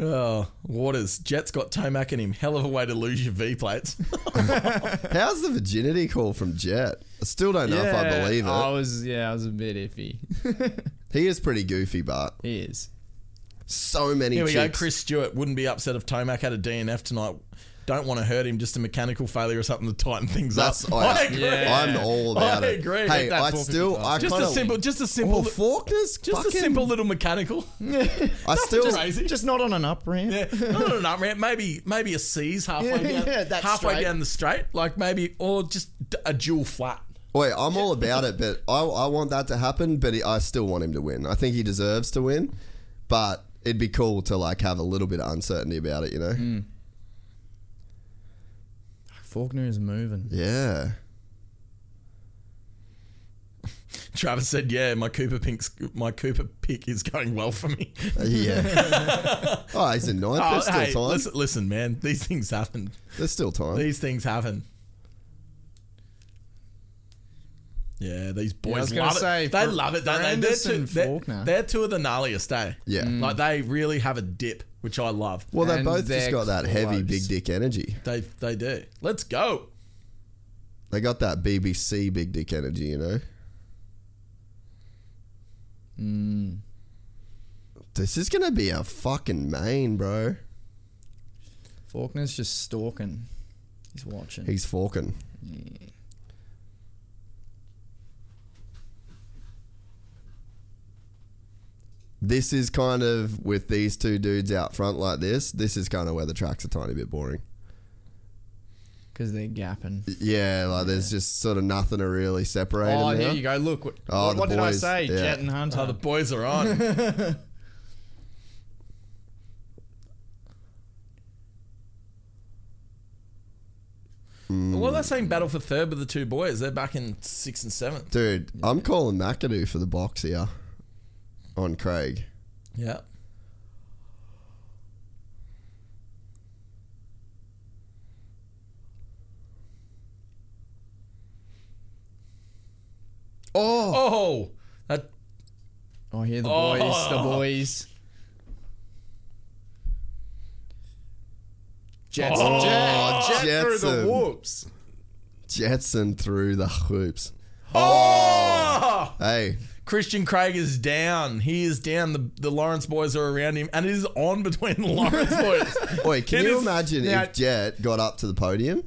Speaker 5: oh, Waters. Jet's got Tomac in him. Hell of a way to lose your V plates.
Speaker 2: How's the virginity call from Jet? I still don't know if I
Speaker 6: Yeah,
Speaker 2: believe it.
Speaker 6: I was yeah, I was a bit iffy.
Speaker 2: *laughs* he is pretty goofy, but
Speaker 6: he is.
Speaker 2: So many.
Speaker 5: Here we go.
Speaker 2: chicks.
Speaker 5: Chris Stewart wouldn't be upset if Tomac had a DNF tonight. Don't want to hurt him. Just a mechanical failure or something to tighten things
Speaker 2: That's
Speaker 5: up.
Speaker 2: I,
Speaker 5: *laughs*
Speaker 2: I'm all about
Speaker 5: I
Speaker 2: it.
Speaker 5: agree.
Speaker 2: Hey, I still I
Speaker 5: just
Speaker 2: kinda,
Speaker 5: a simple, just a simple,
Speaker 2: Oh, Faulkner's
Speaker 5: just
Speaker 2: fucking,
Speaker 5: a simple
Speaker 2: *laughs*
Speaker 5: little mechanical.
Speaker 2: I still
Speaker 5: just, crazy.
Speaker 6: Just not on an up ramp.
Speaker 5: Yeah, not an up ramp. Maybe maybe a C's halfway
Speaker 6: Yeah,
Speaker 5: down,
Speaker 6: yeah, that's
Speaker 5: halfway
Speaker 6: straight.
Speaker 5: down the straight. Like maybe or just d- a dual flat.
Speaker 2: Wait, I'm all about it, but I, I want that to happen. But he, I still want him to win. I think he deserves to win, but it'd be cool to like have a little bit of uncertainty about it, you know?
Speaker 5: Mm.
Speaker 6: Faulkner is moving.
Speaker 2: Yeah.
Speaker 5: Travis said, "Yeah, my Cooper pink's my Cooper pick is going well for me."
Speaker 2: Yeah.
Speaker 5: *laughs*
Speaker 2: oh, he's in ninth.
Speaker 5: Oh,
Speaker 2: There's still
Speaker 5: hey,
Speaker 2: time.
Speaker 5: listen, listen, man, these things happen.
Speaker 2: There's still time.
Speaker 5: These things happen. Yeah, these
Speaker 6: Yeah, I was
Speaker 5: boys
Speaker 6: gonna
Speaker 5: love
Speaker 6: say,
Speaker 5: it. They
Speaker 6: Fer-
Speaker 5: love it, don't they? They're
Speaker 6: Ferrandis
Speaker 5: two,
Speaker 6: and
Speaker 5: they're,
Speaker 6: Faulkner.
Speaker 5: they're two of the gnarliest, eh?
Speaker 2: Yeah. Mm.
Speaker 5: like they really have a dip, which I love.
Speaker 2: well, they
Speaker 6: And
Speaker 2: both
Speaker 6: they're
Speaker 2: just got that heavy big
Speaker 6: close.
Speaker 2: dick energy.
Speaker 5: They they do. Let's go.
Speaker 2: They got that BBC big dick energy, you know?
Speaker 5: Hmm.
Speaker 6: Mm.
Speaker 2: This is going to be a fucking main, bro.
Speaker 6: Faulkner's just stalking. He's watching.
Speaker 2: He's forking. This is kind of with these two dudes out front like this. This is kind of where the track's a tiny bit boring.
Speaker 6: Because they're gapping.
Speaker 2: Yeah, like there's just sort of nothing to really separate.
Speaker 6: Oh,
Speaker 2: them
Speaker 6: here
Speaker 2: now.
Speaker 6: you go. Look, what,
Speaker 2: Oh,
Speaker 6: what,
Speaker 2: the
Speaker 6: what did I
Speaker 2: boys,
Speaker 6: say?
Speaker 2: yeah.
Speaker 6: Jet and Hunter.
Speaker 5: Oh, the boys are on.
Speaker 2: Mm.
Speaker 5: Well, that's saying battle for third with the two boys. They're back in sixth and seventh.
Speaker 2: Dude, I'm calling McAdoo for the box here. on Craig.
Speaker 5: Yeah. Oh. Oh. That.
Speaker 6: Oh, here the
Speaker 5: Oh.
Speaker 6: boys, the boys. Jetson.
Speaker 2: Oh,
Speaker 6: Jet, Jet through the
Speaker 2: Jetson.
Speaker 6: whoops.
Speaker 2: Jetson through the hoops.
Speaker 5: Oh.
Speaker 2: Hey,
Speaker 5: Christian Craig is down. He is down. The, the Lawrence boys are around him, and it is on between the Lawrence boys.
Speaker 2: wait, can
Speaker 5: It
Speaker 2: you
Speaker 5: is-
Speaker 2: imagine
Speaker 5: now-
Speaker 2: if Jet got up to the podium?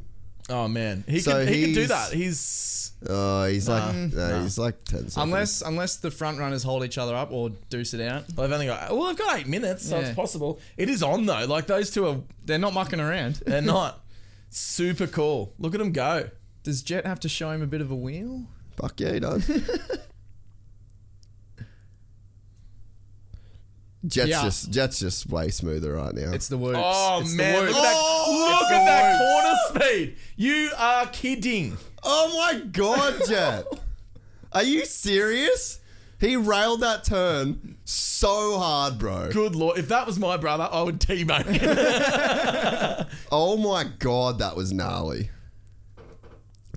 Speaker 5: Oh man, he
Speaker 2: So
Speaker 5: can he can do
Speaker 2: he's-
Speaker 5: that. He's
Speaker 2: Oh, he's like no, he's like ten seconds.
Speaker 6: Unless unless the front runners hold each other up or deuce it out.
Speaker 5: well, I've only got well, I've got eight minutes, so
Speaker 6: Yeah.
Speaker 5: it's possible. It is on though. Like those two are
Speaker 6: They're not
Speaker 2: *laughs*
Speaker 6: mucking around.
Speaker 5: they're not super cool. Look at them go.
Speaker 6: Does Jet have to show him a bit of a wheel?
Speaker 2: fuck yeah, he does. Jet's
Speaker 6: Yeah.
Speaker 2: just Jet's just way smoother right now.
Speaker 6: It's the whoops.
Speaker 5: Oh
Speaker 6: It's the
Speaker 5: man, look
Speaker 6: whoops.
Speaker 5: at that,
Speaker 2: Oh,
Speaker 5: look
Speaker 2: it's
Speaker 5: at
Speaker 2: the
Speaker 5: that corner speed. You are kidding.
Speaker 2: oh my
Speaker 5: *laughs*
Speaker 2: god, Jet! Are you serious? He railed that turn so hard, bro.
Speaker 5: Good lord, if that was my brother, I would teabag him.
Speaker 2: Oh my god, that was gnarly.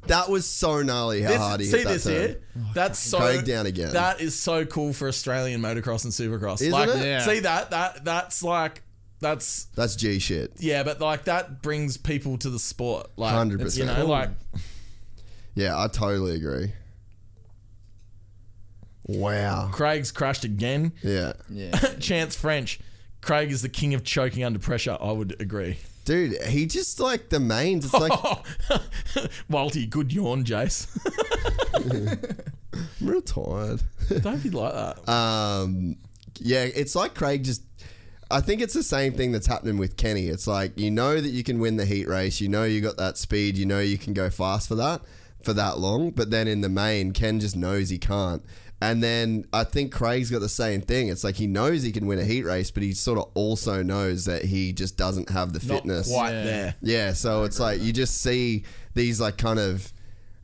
Speaker 2: That was so gnarly how hard he
Speaker 5: see
Speaker 2: hit that
Speaker 5: this
Speaker 2: turn.
Speaker 5: here? That's so
Speaker 2: Craig down again.
Speaker 5: That is so cool for Australian motocross and supercross.
Speaker 2: Isn't
Speaker 5: like,
Speaker 2: it?
Speaker 6: Yeah.
Speaker 5: see that that that's like that's
Speaker 2: That's G shit.
Speaker 5: Yeah, but like that brings people to the sport. Like
Speaker 2: 100%.
Speaker 5: You know, like
Speaker 2: Yeah, I totally agree. Wow.
Speaker 5: Craig's crashed again. *laughs*
Speaker 2: Yeah.
Speaker 6: Yeah.
Speaker 5: Chance French. Craig is the king of choking under pressure. I would agree. *laughs* Oh.
Speaker 2: Dude, he just like the mains. It's like
Speaker 5: Walty, good yawn, Jace. *laughs*
Speaker 2: I'm real tired. *laughs*
Speaker 5: Don't be like that.
Speaker 2: Um, yeah, it's like Craig just. I think it's the same thing that's happening with Kenny. It's like you know that you can win the heat race, you know you got that speed, you know you can go fast for that for that long, but then in the main, Ken just knows he can't. And then I think Craig's got the same thing. It's like he knows he can win a heat race, but he sort of also knows that he just doesn't have the fitness.
Speaker 5: Not quite there.
Speaker 2: Yeah, so it's like you just see these like kind of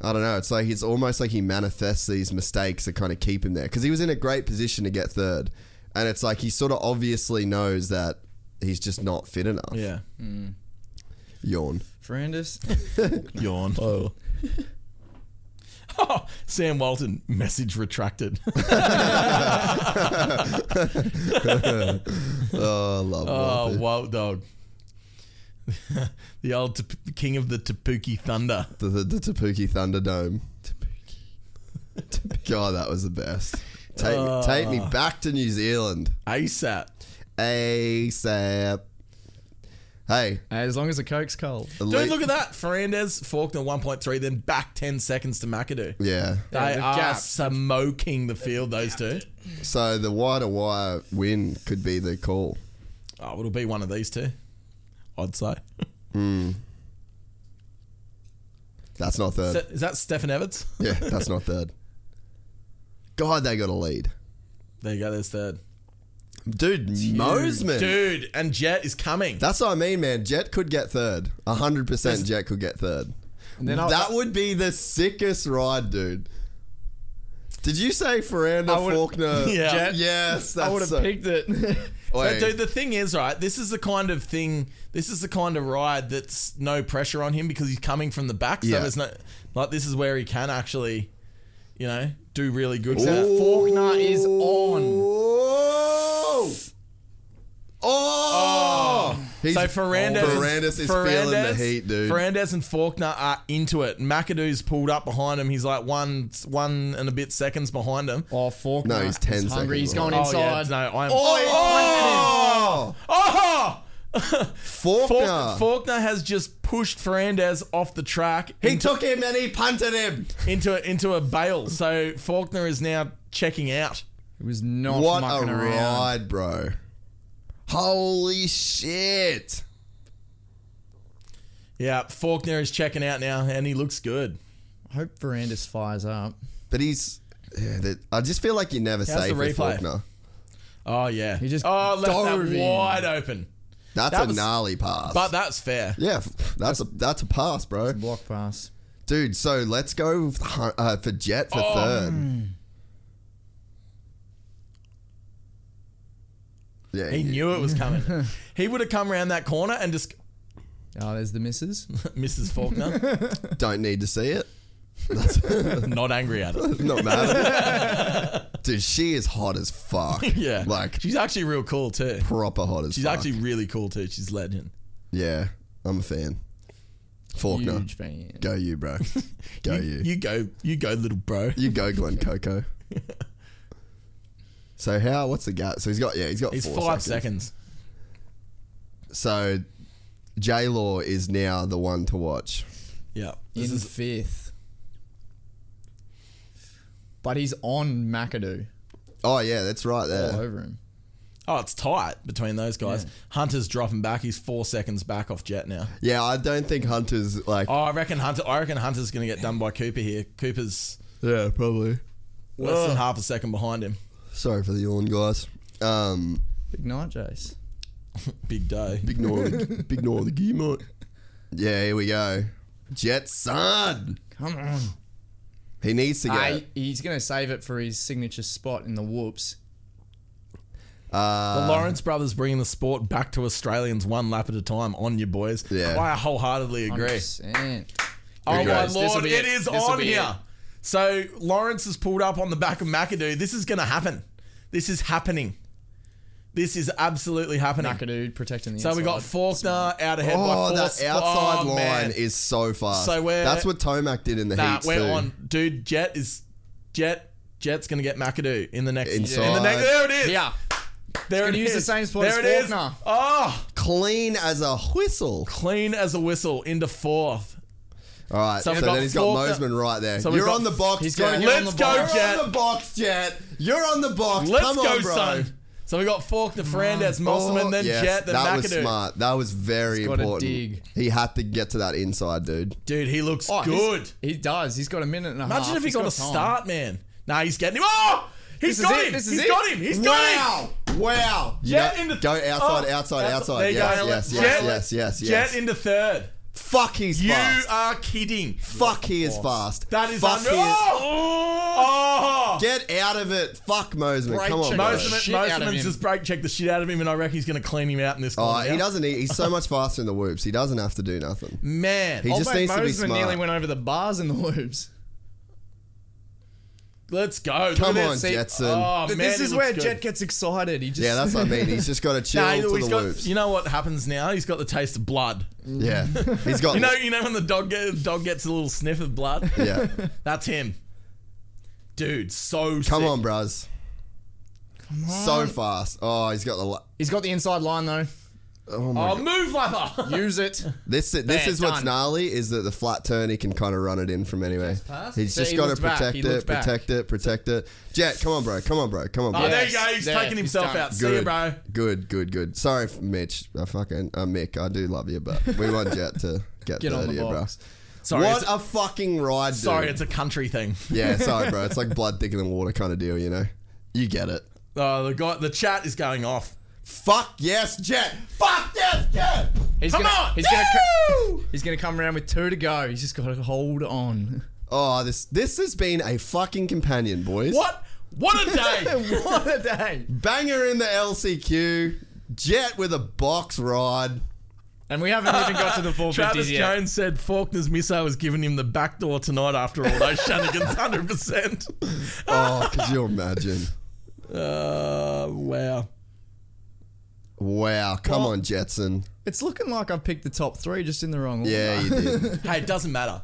Speaker 2: I don't know. It's like it's almost like he manifests these mistakes that kind of keep him there because he was in a great position to get third, and it's like he sort of obviously knows that he's just not fit enough.
Speaker 5: Yeah. *laughs*
Speaker 2: Yawn.
Speaker 6: Ferrandis.
Speaker 5: Yawn. Oh. *laughs* Oh, Sam Walton, message retracted. *laughs*
Speaker 2: Oh, I love
Speaker 5: oh,
Speaker 2: Walter.
Speaker 5: wild dog. *laughs* the old Tep- king of the Tapuki Thunder.
Speaker 2: the, the, the Tapuki Thunderdome. God, that was the best. Take,
Speaker 5: Uh.
Speaker 2: me, take me back to New Zealand
Speaker 5: ASAP.
Speaker 2: ASAP. Hey,
Speaker 6: As long as the Coke's cold.
Speaker 5: Dude, look at that. Fernandez, Faulkner 1.3, then back 10 seconds to McAdoo.
Speaker 2: yeah.
Speaker 5: They
Speaker 6: the
Speaker 5: are
Speaker 6: gap.
Speaker 5: smoking the field, those two.
Speaker 2: So the wider wire win could be the call.
Speaker 5: Oh, it'll be one of these two, I'd say.
Speaker 2: That's not
Speaker 5: Is
Speaker 2: third.
Speaker 5: that, is that Stefan Evans?
Speaker 2: yeah, that's not third. God, they got a lead.
Speaker 5: There you go, there's third.
Speaker 2: Dude, Moseman.
Speaker 5: Dude, and Jet is coming.
Speaker 2: That's what I mean, man. Jet could get third. 100% Jet could get third.
Speaker 6: then I'll-
Speaker 2: that would be the sickest ride, dude. Did you say Ferrando
Speaker 6: I would-
Speaker 2: Faulkner?
Speaker 5: Yeah. Jet?
Speaker 2: Yes, that's
Speaker 6: I would have
Speaker 2: so-
Speaker 6: picked it. *laughs*
Speaker 2: Wait.
Speaker 5: But dude, the thing is, right? This is the kind of thing. This is the kind of ride that's no pressure on him because he's coming from the back. So
Speaker 2: Yeah.
Speaker 5: there's no like. This is where he can actually, you know, do really good.
Speaker 2: Ooh.
Speaker 5: stuff.
Speaker 6: Faulkner is on.
Speaker 2: Whoa! Oh! He's-
Speaker 5: So Ferrandez,
Speaker 2: Ferrandis is feeling the
Speaker 5: Ferrandez-
Speaker 2: heat, dude.
Speaker 5: Ferrandez and Faulkner are into it. McAdoo's pulled up behind him. He's like one, one and a bit seconds behind him.
Speaker 6: Oh, fork.
Speaker 2: No, he's 10
Speaker 6: he's hungry.
Speaker 2: seconds
Speaker 6: He's going
Speaker 5: Oh, yeah,
Speaker 6: inside.
Speaker 5: no, I'm.
Speaker 2: oh!
Speaker 5: Oh!
Speaker 2: Faulkner.
Speaker 5: Faulkner, Faulkner has just pushed Fernandez off the track
Speaker 2: He
Speaker 5: into,
Speaker 2: took him and he punted him.
Speaker 5: into into a bail. So Faulkner is now checking out.
Speaker 6: It was not
Speaker 2: what a
Speaker 6: mucking around.
Speaker 2: ride, bro. Holy shit.
Speaker 5: Yeah, Faulkner is checking out now, and he looks good.
Speaker 6: I hope Ferrandis fires up.
Speaker 2: But he's. Yeah, that, I just feel like you're never
Speaker 5: How's
Speaker 2: safe
Speaker 5: the
Speaker 2: with
Speaker 5: replay?
Speaker 2: Faulkner.
Speaker 5: Oh yeah, he
Speaker 6: just
Speaker 5: oh left
Speaker 6: dove
Speaker 5: that
Speaker 6: in.
Speaker 5: wide open,
Speaker 2: That's
Speaker 5: That
Speaker 2: a
Speaker 5: was-
Speaker 2: gnarly pass.
Speaker 5: but that's fair.
Speaker 2: yeah, f- that's a that's a pass, bro.
Speaker 6: Block pass.
Speaker 2: Dude, so let's go
Speaker 5: Oh. Hmm.
Speaker 2: with Hun- uh, for Jet for third. Yeah, he-
Speaker 5: he knew it was coming. he would have come around that corner and just *laughs*
Speaker 6: Oh, there's the missus.
Speaker 5: Mrs. Faulkner,
Speaker 2: Don't need to see it.
Speaker 5: not angry at
Speaker 2: *laughs*
Speaker 5: it. *laughs*
Speaker 2: Not mad. Dude, she is hot as fuck.
Speaker 5: *laughs* yeah,
Speaker 2: Like
Speaker 5: she's actually real cool too.
Speaker 2: proper hot as
Speaker 5: She's
Speaker 2: fuck.
Speaker 5: actually really cool too. She's legend.
Speaker 2: Yeah, I'm a fan. Faulkner.
Speaker 6: Huge fan.
Speaker 2: Go you,
Speaker 5: *laughs*
Speaker 2: bro. Go you.
Speaker 5: You go, you go, little bro.
Speaker 2: You go, Glenn
Speaker 5: *laughs*
Speaker 2: Coco. so how? What's the gap? So he's got yeah, he's got
Speaker 5: It's
Speaker 2: four
Speaker 5: five
Speaker 2: seconds.
Speaker 5: seconds.
Speaker 2: So J Law is now the one to watch.
Speaker 5: Yeah,
Speaker 6: In
Speaker 5: this is
Speaker 6: fifth. But he's on McAdoo.
Speaker 2: Oh yeah, that's right
Speaker 6: All
Speaker 2: there.
Speaker 6: over him.
Speaker 5: oh, it's tight between those guys. Hunter's dropping back. He's four seconds back off Jet now.
Speaker 2: Yeah, I don't think Hunter's like.
Speaker 5: Oh, I reckon Hunter. I reckon Hunter's going to get done by Cooper here. Cooper's
Speaker 2: Yeah, probably.
Speaker 5: less than half a second behind him.
Speaker 2: Sorry for the yawn, guys. Um,
Speaker 6: Big night, Jace.
Speaker 5: Big day.
Speaker 2: big gnaw, on the- big gnaw on the key, mate. Yeah, here we go. Jet son.
Speaker 6: Come on.
Speaker 2: He needs to go.
Speaker 6: Ah, he- he's going to save it for his signature spot in the whoops.
Speaker 2: Uh,
Speaker 5: the Lawrence brothers bringing the sport back to Australians one lap at a time. On you, boys.
Speaker 2: Yeah.
Speaker 5: I wholeheartedly agree.
Speaker 6: 100%.
Speaker 5: Oh
Speaker 2: Here
Speaker 5: my
Speaker 2: goes.
Speaker 6: This'll
Speaker 5: lord,
Speaker 6: be
Speaker 5: it
Speaker 6: it.
Speaker 5: is
Speaker 6: This'll
Speaker 5: on
Speaker 6: be
Speaker 5: here. So Lawrence has pulled up on the back of McAdoo. This is going to happen. This is happening. This is absolutely happening.
Speaker 6: McAdoo protecting the
Speaker 5: So we got
Speaker 6: inside.
Speaker 5: Faulkner out ahead by
Speaker 2: Oh,
Speaker 5: four.
Speaker 2: that outside
Speaker 5: Oh,
Speaker 2: line
Speaker 5: man.
Speaker 2: is so fast.
Speaker 5: So we're-
Speaker 2: that's what Tomac did in the
Speaker 5: Nah,
Speaker 2: heats
Speaker 5: we're
Speaker 2: too.
Speaker 5: on, dude. Jet is Jet. Jet's gonna get McAdoo in the next.
Speaker 2: Inside.
Speaker 5: In the next. There it is.
Speaker 6: Yeah.
Speaker 5: There it
Speaker 6: gonna
Speaker 5: is.
Speaker 6: use the same spot
Speaker 5: There
Speaker 6: as
Speaker 5: it is.
Speaker 6: Faulkner.
Speaker 5: Oh,
Speaker 2: Clean as a whistle.
Speaker 5: clean as a whistle into fourth.
Speaker 2: All right,
Speaker 5: So
Speaker 2: so,
Speaker 5: we've got
Speaker 2: then he's got
Speaker 5: Faulkner-
Speaker 2: Moseman right there.
Speaker 5: so we've
Speaker 2: You're
Speaker 5: got-
Speaker 2: on the box,
Speaker 6: he's
Speaker 2: Jet.
Speaker 6: gonna
Speaker 5: get on Let's the go, box. Jet.
Speaker 2: You're on the box, Jet. You're on the box.
Speaker 5: Let's
Speaker 2: Come
Speaker 5: go,
Speaker 2: on, bro.
Speaker 5: son. So we got Faulkner, Fernandez, Mosselman,
Speaker 2: Oh,
Speaker 5: then
Speaker 2: yes,
Speaker 5: Jet, then
Speaker 2: that
Speaker 5: McAdoo.
Speaker 2: was smart. That was very
Speaker 6: He's gotta
Speaker 2: important.
Speaker 6: dig.
Speaker 2: He had to get to that inside, dude.
Speaker 5: Dude, he looks
Speaker 6: Oh, he's-
Speaker 5: good.
Speaker 6: He does. He's got a minute and a half.
Speaker 5: Imagine if he
Speaker 6: He's
Speaker 5: got, a
Speaker 6: time.
Speaker 5: start, man. Nah, he's getting him. Oh,
Speaker 6: This
Speaker 5: he's
Speaker 6: is
Speaker 5: got
Speaker 6: it.
Speaker 5: him.
Speaker 6: This
Speaker 5: He's
Speaker 6: is it.
Speaker 5: got him. He's got
Speaker 2: Wow!
Speaker 5: him.
Speaker 2: Wow! You
Speaker 5: Jet
Speaker 2: know-
Speaker 5: in the-
Speaker 2: go outside,
Speaker 5: oh,
Speaker 2: outside,
Speaker 5: that's-
Speaker 2: outside.
Speaker 5: there you
Speaker 2: Yes,
Speaker 5: go.
Speaker 2: yes, yes,
Speaker 5: Jet-
Speaker 2: yes, yes, yes.
Speaker 5: Jet into third.
Speaker 2: Fuck, he's
Speaker 5: You
Speaker 2: fast.
Speaker 5: are kidding.
Speaker 2: Fuck, he is fast.
Speaker 5: That is
Speaker 2: Fuck,
Speaker 5: unreal.
Speaker 2: he is-
Speaker 5: Oh, oh.
Speaker 2: Get out of it. Fuck Moseman.
Speaker 6: Break
Speaker 2: Come on,
Speaker 6: check.
Speaker 2: bro. Oh,
Speaker 6: Moseman-
Speaker 5: Moseman,
Speaker 6: shit out of
Speaker 5: Moseman's
Speaker 6: him.
Speaker 5: just break check the shit out of him, and I reckon he's going to clean him out in this
Speaker 2: Oh,
Speaker 5: corner.
Speaker 2: he doesn't need. He's so much faster in the whoops. He doesn't have to do nothing.
Speaker 5: Man,
Speaker 2: He
Speaker 5: oh,
Speaker 2: just
Speaker 6: Mate,
Speaker 2: needs to be
Speaker 6: Moseman nearly
Speaker 2: smart.
Speaker 6: went over the bars in the loops.
Speaker 5: let's go. Look
Speaker 2: Come
Speaker 5: at
Speaker 2: on,
Speaker 5: this.
Speaker 2: Jetson.
Speaker 5: Oh, man,
Speaker 6: But this
Speaker 5: he
Speaker 6: is
Speaker 5: looks
Speaker 6: where
Speaker 5: good.
Speaker 6: Jet gets excited. He just
Speaker 2: Yeah,
Speaker 6: *laughs*
Speaker 2: that's what I mean. He's just
Speaker 5: *laughs*
Speaker 2: got to chill
Speaker 5: Nah,
Speaker 2: to
Speaker 5: he's
Speaker 2: the
Speaker 5: got,
Speaker 2: loops.
Speaker 5: you know what happens now? He's got the taste of blood. *laughs*
Speaker 2: yeah, he's got.
Speaker 5: You know, you know when the dog get, dog gets a little sniff of blood.
Speaker 2: yeah,
Speaker 5: *laughs* That's him. Dude,
Speaker 2: come
Speaker 5: so sick.
Speaker 2: on, bros. So fast. Oh, he's got the. Li-
Speaker 6: He's got the inside line though.
Speaker 2: oh my.
Speaker 5: Oh, move, *laughs* Lapper.
Speaker 6: Use it.
Speaker 2: This this
Speaker 6: There,
Speaker 2: is what's
Speaker 6: done.
Speaker 2: gnarly is that the flat turn he can kind of run it in from anyway. He's
Speaker 6: So
Speaker 2: just
Speaker 6: he
Speaker 2: got to
Speaker 6: looked back,
Speaker 2: protect
Speaker 6: he
Speaker 2: it,
Speaker 6: looked back.
Speaker 2: protect it, protect it. Jet, come on, bro. Come on, bro. Come on, bro.
Speaker 5: Oh, there you
Speaker 6: Yes,
Speaker 5: go. He's
Speaker 6: there,
Speaker 5: taking
Speaker 6: he's
Speaker 5: himself
Speaker 6: done.
Speaker 5: out. See
Speaker 2: Good,
Speaker 5: you, bro.
Speaker 2: good, good, good. Sorry, for Mitch. I fucking uh, Mick. I do love you, but we want Jet to
Speaker 6: *laughs*
Speaker 2: get,
Speaker 6: Get on the
Speaker 2: thirty, bro.
Speaker 6: box.
Speaker 5: Sorry.
Speaker 2: what
Speaker 5: it's
Speaker 2: a fucking ride, dude.
Speaker 5: sorry, it's a country thing. *laughs*
Speaker 2: yeah, sorry, bro. It's like blood thicker than water kind of deal, you know. You get it.
Speaker 5: Oh, the guy, the chat is going off.
Speaker 2: Fuck yes, Jet. Fuck yes, Jet.
Speaker 6: He's
Speaker 5: Come
Speaker 6: gonna,
Speaker 5: on.
Speaker 6: He's gonna, co- he's gonna come around with two to go. He's just got to hold on. *laughs*
Speaker 2: Oh, this this has been a fucking companion, boys.
Speaker 5: What? What a
Speaker 6: *laughs*
Speaker 2: *laughs*
Speaker 5: day!
Speaker 6: what a day!
Speaker 2: Banger in the LCQ. Jet with a box
Speaker 5: *laughs*
Speaker 2: rod.
Speaker 6: And we haven't even got to the 450s
Speaker 5: Travis
Speaker 6: yet.
Speaker 5: Jones said Faulkner's missile was giving him the back door tonight after all those
Speaker 6: *laughs*
Speaker 5: shenanigans, 100%.
Speaker 2: Oh, could you imagine?
Speaker 5: Uh, wow.
Speaker 2: Wow, come on, Jetson.
Speaker 6: It's looking like I've picked the top three, just in the wrong order.
Speaker 2: Yeah, you
Speaker 5: *laughs*
Speaker 2: did.
Speaker 5: Hey, it doesn't matter.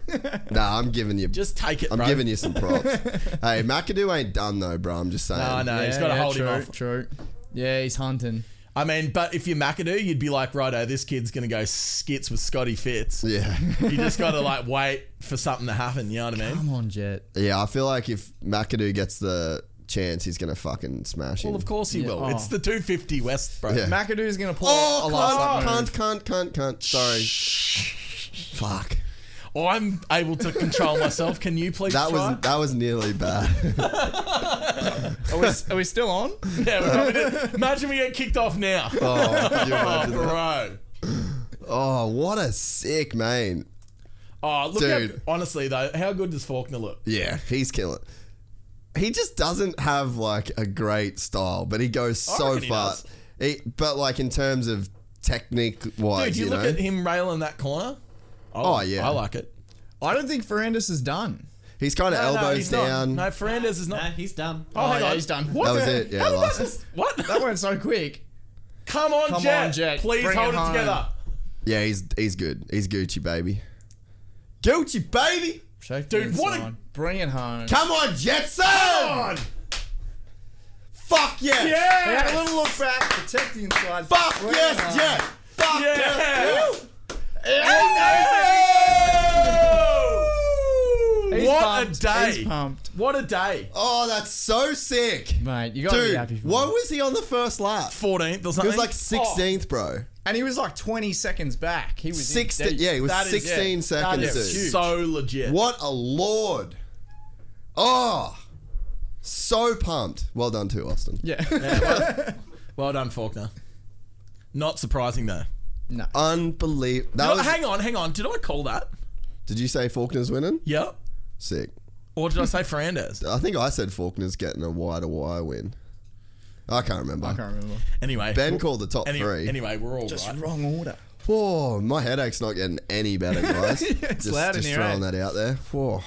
Speaker 2: nah, I'm giving you.
Speaker 5: Just take it,
Speaker 2: I'm
Speaker 5: bro.
Speaker 2: giving you some
Speaker 5: *laughs*
Speaker 2: props. hey, McAdoo ain't done though, bro. I'm just saying.
Speaker 5: No, Uh, no, he's got to hold
Speaker 6: true,
Speaker 5: him off.
Speaker 6: True. Yeah, he's hunting.
Speaker 5: I mean, but if you're McAdoo, you'd be like, righto, this kid's going to go skits with Scotty Fitz.
Speaker 2: Yeah, *laughs*
Speaker 5: You just got to, like, wait for something to happen. You know what I mean?
Speaker 6: Come on, Jet.
Speaker 2: yeah. I feel like if McAdoo gets the chance, he's gonna fucking smash him.
Speaker 5: Well, of course he will.
Speaker 6: Oh.
Speaker 5: It's the 250 West, bro.
Speaker 2: Yeah.
Speaker 6: McAdoo's gonna pull
Speaker 2: Oh,
Speaker 6: a last lap
Speaker 2: cunt,
Speaker 6: move.
Speaker 2: cunt, cunt, cunt, cunt. Sorry. Fuck.
Speaker 5: I'm able to control myself. Can you please
Speaker 2: That
Speaker 5: try?
Speaker 2: was *laughs* that was nearly bad. *laughs*
Speaker 6: Are we, are we still on?
Speaker 5: Yeah, *laughs* we're probably doing- imagine we get kicked off now. Oh,
Speaker 2: Oh, could you
Speaker 5: *laughs*
Speaker 2: imagine that?
Speaker 5: bro.
Speaker 2: oh what a sick main.
Speaker 5: Oh, look
Speaker 2: Dude.
Speaker 5: How, honestly though, how good does Faulkner look?
Speaker 2: Yeah, he's killing. He just doesn't have like a great style, but he goes
Speaker 5: I
Speaker 2: so
Speaker 5: reckon he
Speaker 2: fast. It, but like in terms of technique wise,
Speaker 5: Dude, you,
Speaker 2: you
Speaker 5: look
Speaker 2: know?
Speaker 5: at him railing that corner. I,
Speaker 2: Oh, yeah.
Speaker 5: I like it.
Speaker 6: I don't think Ferrandis is done.
Speaker 2: He's kind of
Speaker 5: No, no,
Speaker 2: elbows
Speaker 5: he's not.
Speaker 2: down.
Speaker 5: No, Fernandez is not.
Speaker 7: Nah, he's done.
Speaker 5: Oh, hang
Speaker 6: yeah,
Speaker 5: on.
Speaker 6: he's done.
Speaker 5: What
Speaker 2: That
Speaker 5: the
Speaker 2: was
Speaker 5: heck?
Speaker 2: it, yeah,
Speaker 5: How did
Speaker 2: last-
Speaker 5: that just- What?
Speaker 6: That went so quick.
Speaker 5: Come on,
Speaker 6: Come
Speaker 5: Jet.
Speaker 6: on, Jet.
Speaker 5: Please
Speaker 6: Bring
Speaker 5: hold
Speaker 6: it
Speaker 5: it,
Speaker 6: home.
Speaker 5: together.
Speaker 2: Yeah, he's he's good. He's Gucci baby. Gucci baby,
Speaker 6: Shake
Speaker 5: Dude, what a-
Speaker 6: on. Bring it home.
Speaker 2: come on, Jetson! Fuck yes!
Speaker 5: Yes!
Speaker 6: Have a little look back. Protect the inside.
Speaker 2: Fuck
Speaker 6: Bring it
Speaker 2: yes,
Speaker 6: home.
Speaker 2: Jet! Fuck
Speaker 5: Yeah.
Speaker 2: yes!
Speaker 6: He's
Speaker 5: What
Speaker 6: pumped.
Speaker 5: a day.
Speaker 6: He's pumped.
Speaker 5: What a day.
Speaker 2: Oh, that's so sick,
Speaker 6: Mate, you gotta be happy
Speaker 2: dude.
Speaker 6: for
Speaker 2: What
Speaker 6: him.
Speaker 2: was he on the first lap?
Speaker 5: 14th or
Speaker 2: He
Speaker 5: something.
Speaker 2: was like 16th, bro.
Speaker 6: And he was like 20 seconds back. He was in
Speaker 2: Sixteen.
Speaker 6: deep.
Speaker 2: Yeah, he was
Speaker 6: That is-
Speaker 2: sixteen
Speaker 6: That
Speaker 2: seconds.
Speaker 6: is
Speaker 2: dude.
Speaker 6: huge.
Speaker 5: Oh, So legit.
Speaker 2: What a lord! Oh, so pumped. Well done to Austin.
Speaker 6: Yeah.
Speaker 5: Well done, Faulkner. Not surprising, though.
Speaker 2: Unbelievable. That
Speaker 5: No,
Speaker 2: was,
Speaker 5: hang on, hang on. Did I call that?
Speaker 2: Did you say Faulkner's winning?
Speaker 5: Yep.
Speaker 2: Sick.
Speaker 5: Or did I
Speaker 2: *laughs*
Speaker 5: say Fernandez?
Speaker 2: I think I said Faulkner's getting a wire to wire win. I can't remember.
Speaker 6: I can't remember.
Speaker 5: Anyway.
Speaker 2: Ben called the top
Speaker 5: any-
Speaker 2: three.
Speaker 5: Anyway, we're all right.
Speaker 6: wrong order.
Speaker 2: Whoa, my headache's not getting any
Speaker 5: *laughs*
Speaker 2: better, guys.
Speaker 6: It's
Speaker 2: just
Speaker 6: loud in
Speaker 2: just
Speaker 6: here,
Speaker 2: throwing
Speaker 6: eh?
Speaker 2: that out there. Whoa.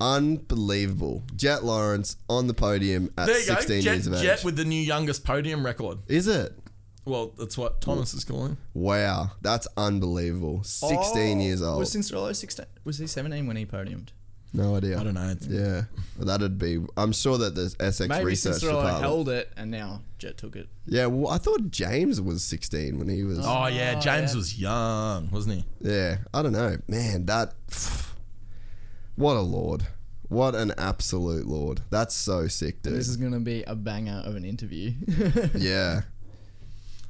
Speaker 2: Unbelievable. Jet Lawrence on the podium at
Speaker 5: There you
Speaker 2: 16
Speaker 5: go. Jet,
Speaker 2: years of age.
Speaker 5: Jet with the new youngest podium record.
Speaker 2: Is it?
Speaker 5: Well, that's what Thomas is calling.
Speaker 2: Wow, that's unbelievable. 16 years old.
Speaker 6: Oh, Was Cincerello 16? Was he 17 when he podiumed?
Speaker 2: no idea.
Speaker 5: I don't know. It's-
Speaker 2: Yeah, well, that'd be. I'm sure that the SX
Speaker 6: Maybe
Speaker 2: research
Speaker 6: Cincerello
Speaker 2: department.
Speaker 6: held it and now Jet took it.
Speaker 2: Yeah, well, I thought James was 16 when he was.
Speaker 5: Oh, yeah. James was young, wasn't he?
Speaker 2: Yeah, I don't know, man. That what a lord, what an absolute lord. That's so sick, dude.
Speaker 6: This is going to be a banger of an interview. *laughs*
Speaker 2: yeah,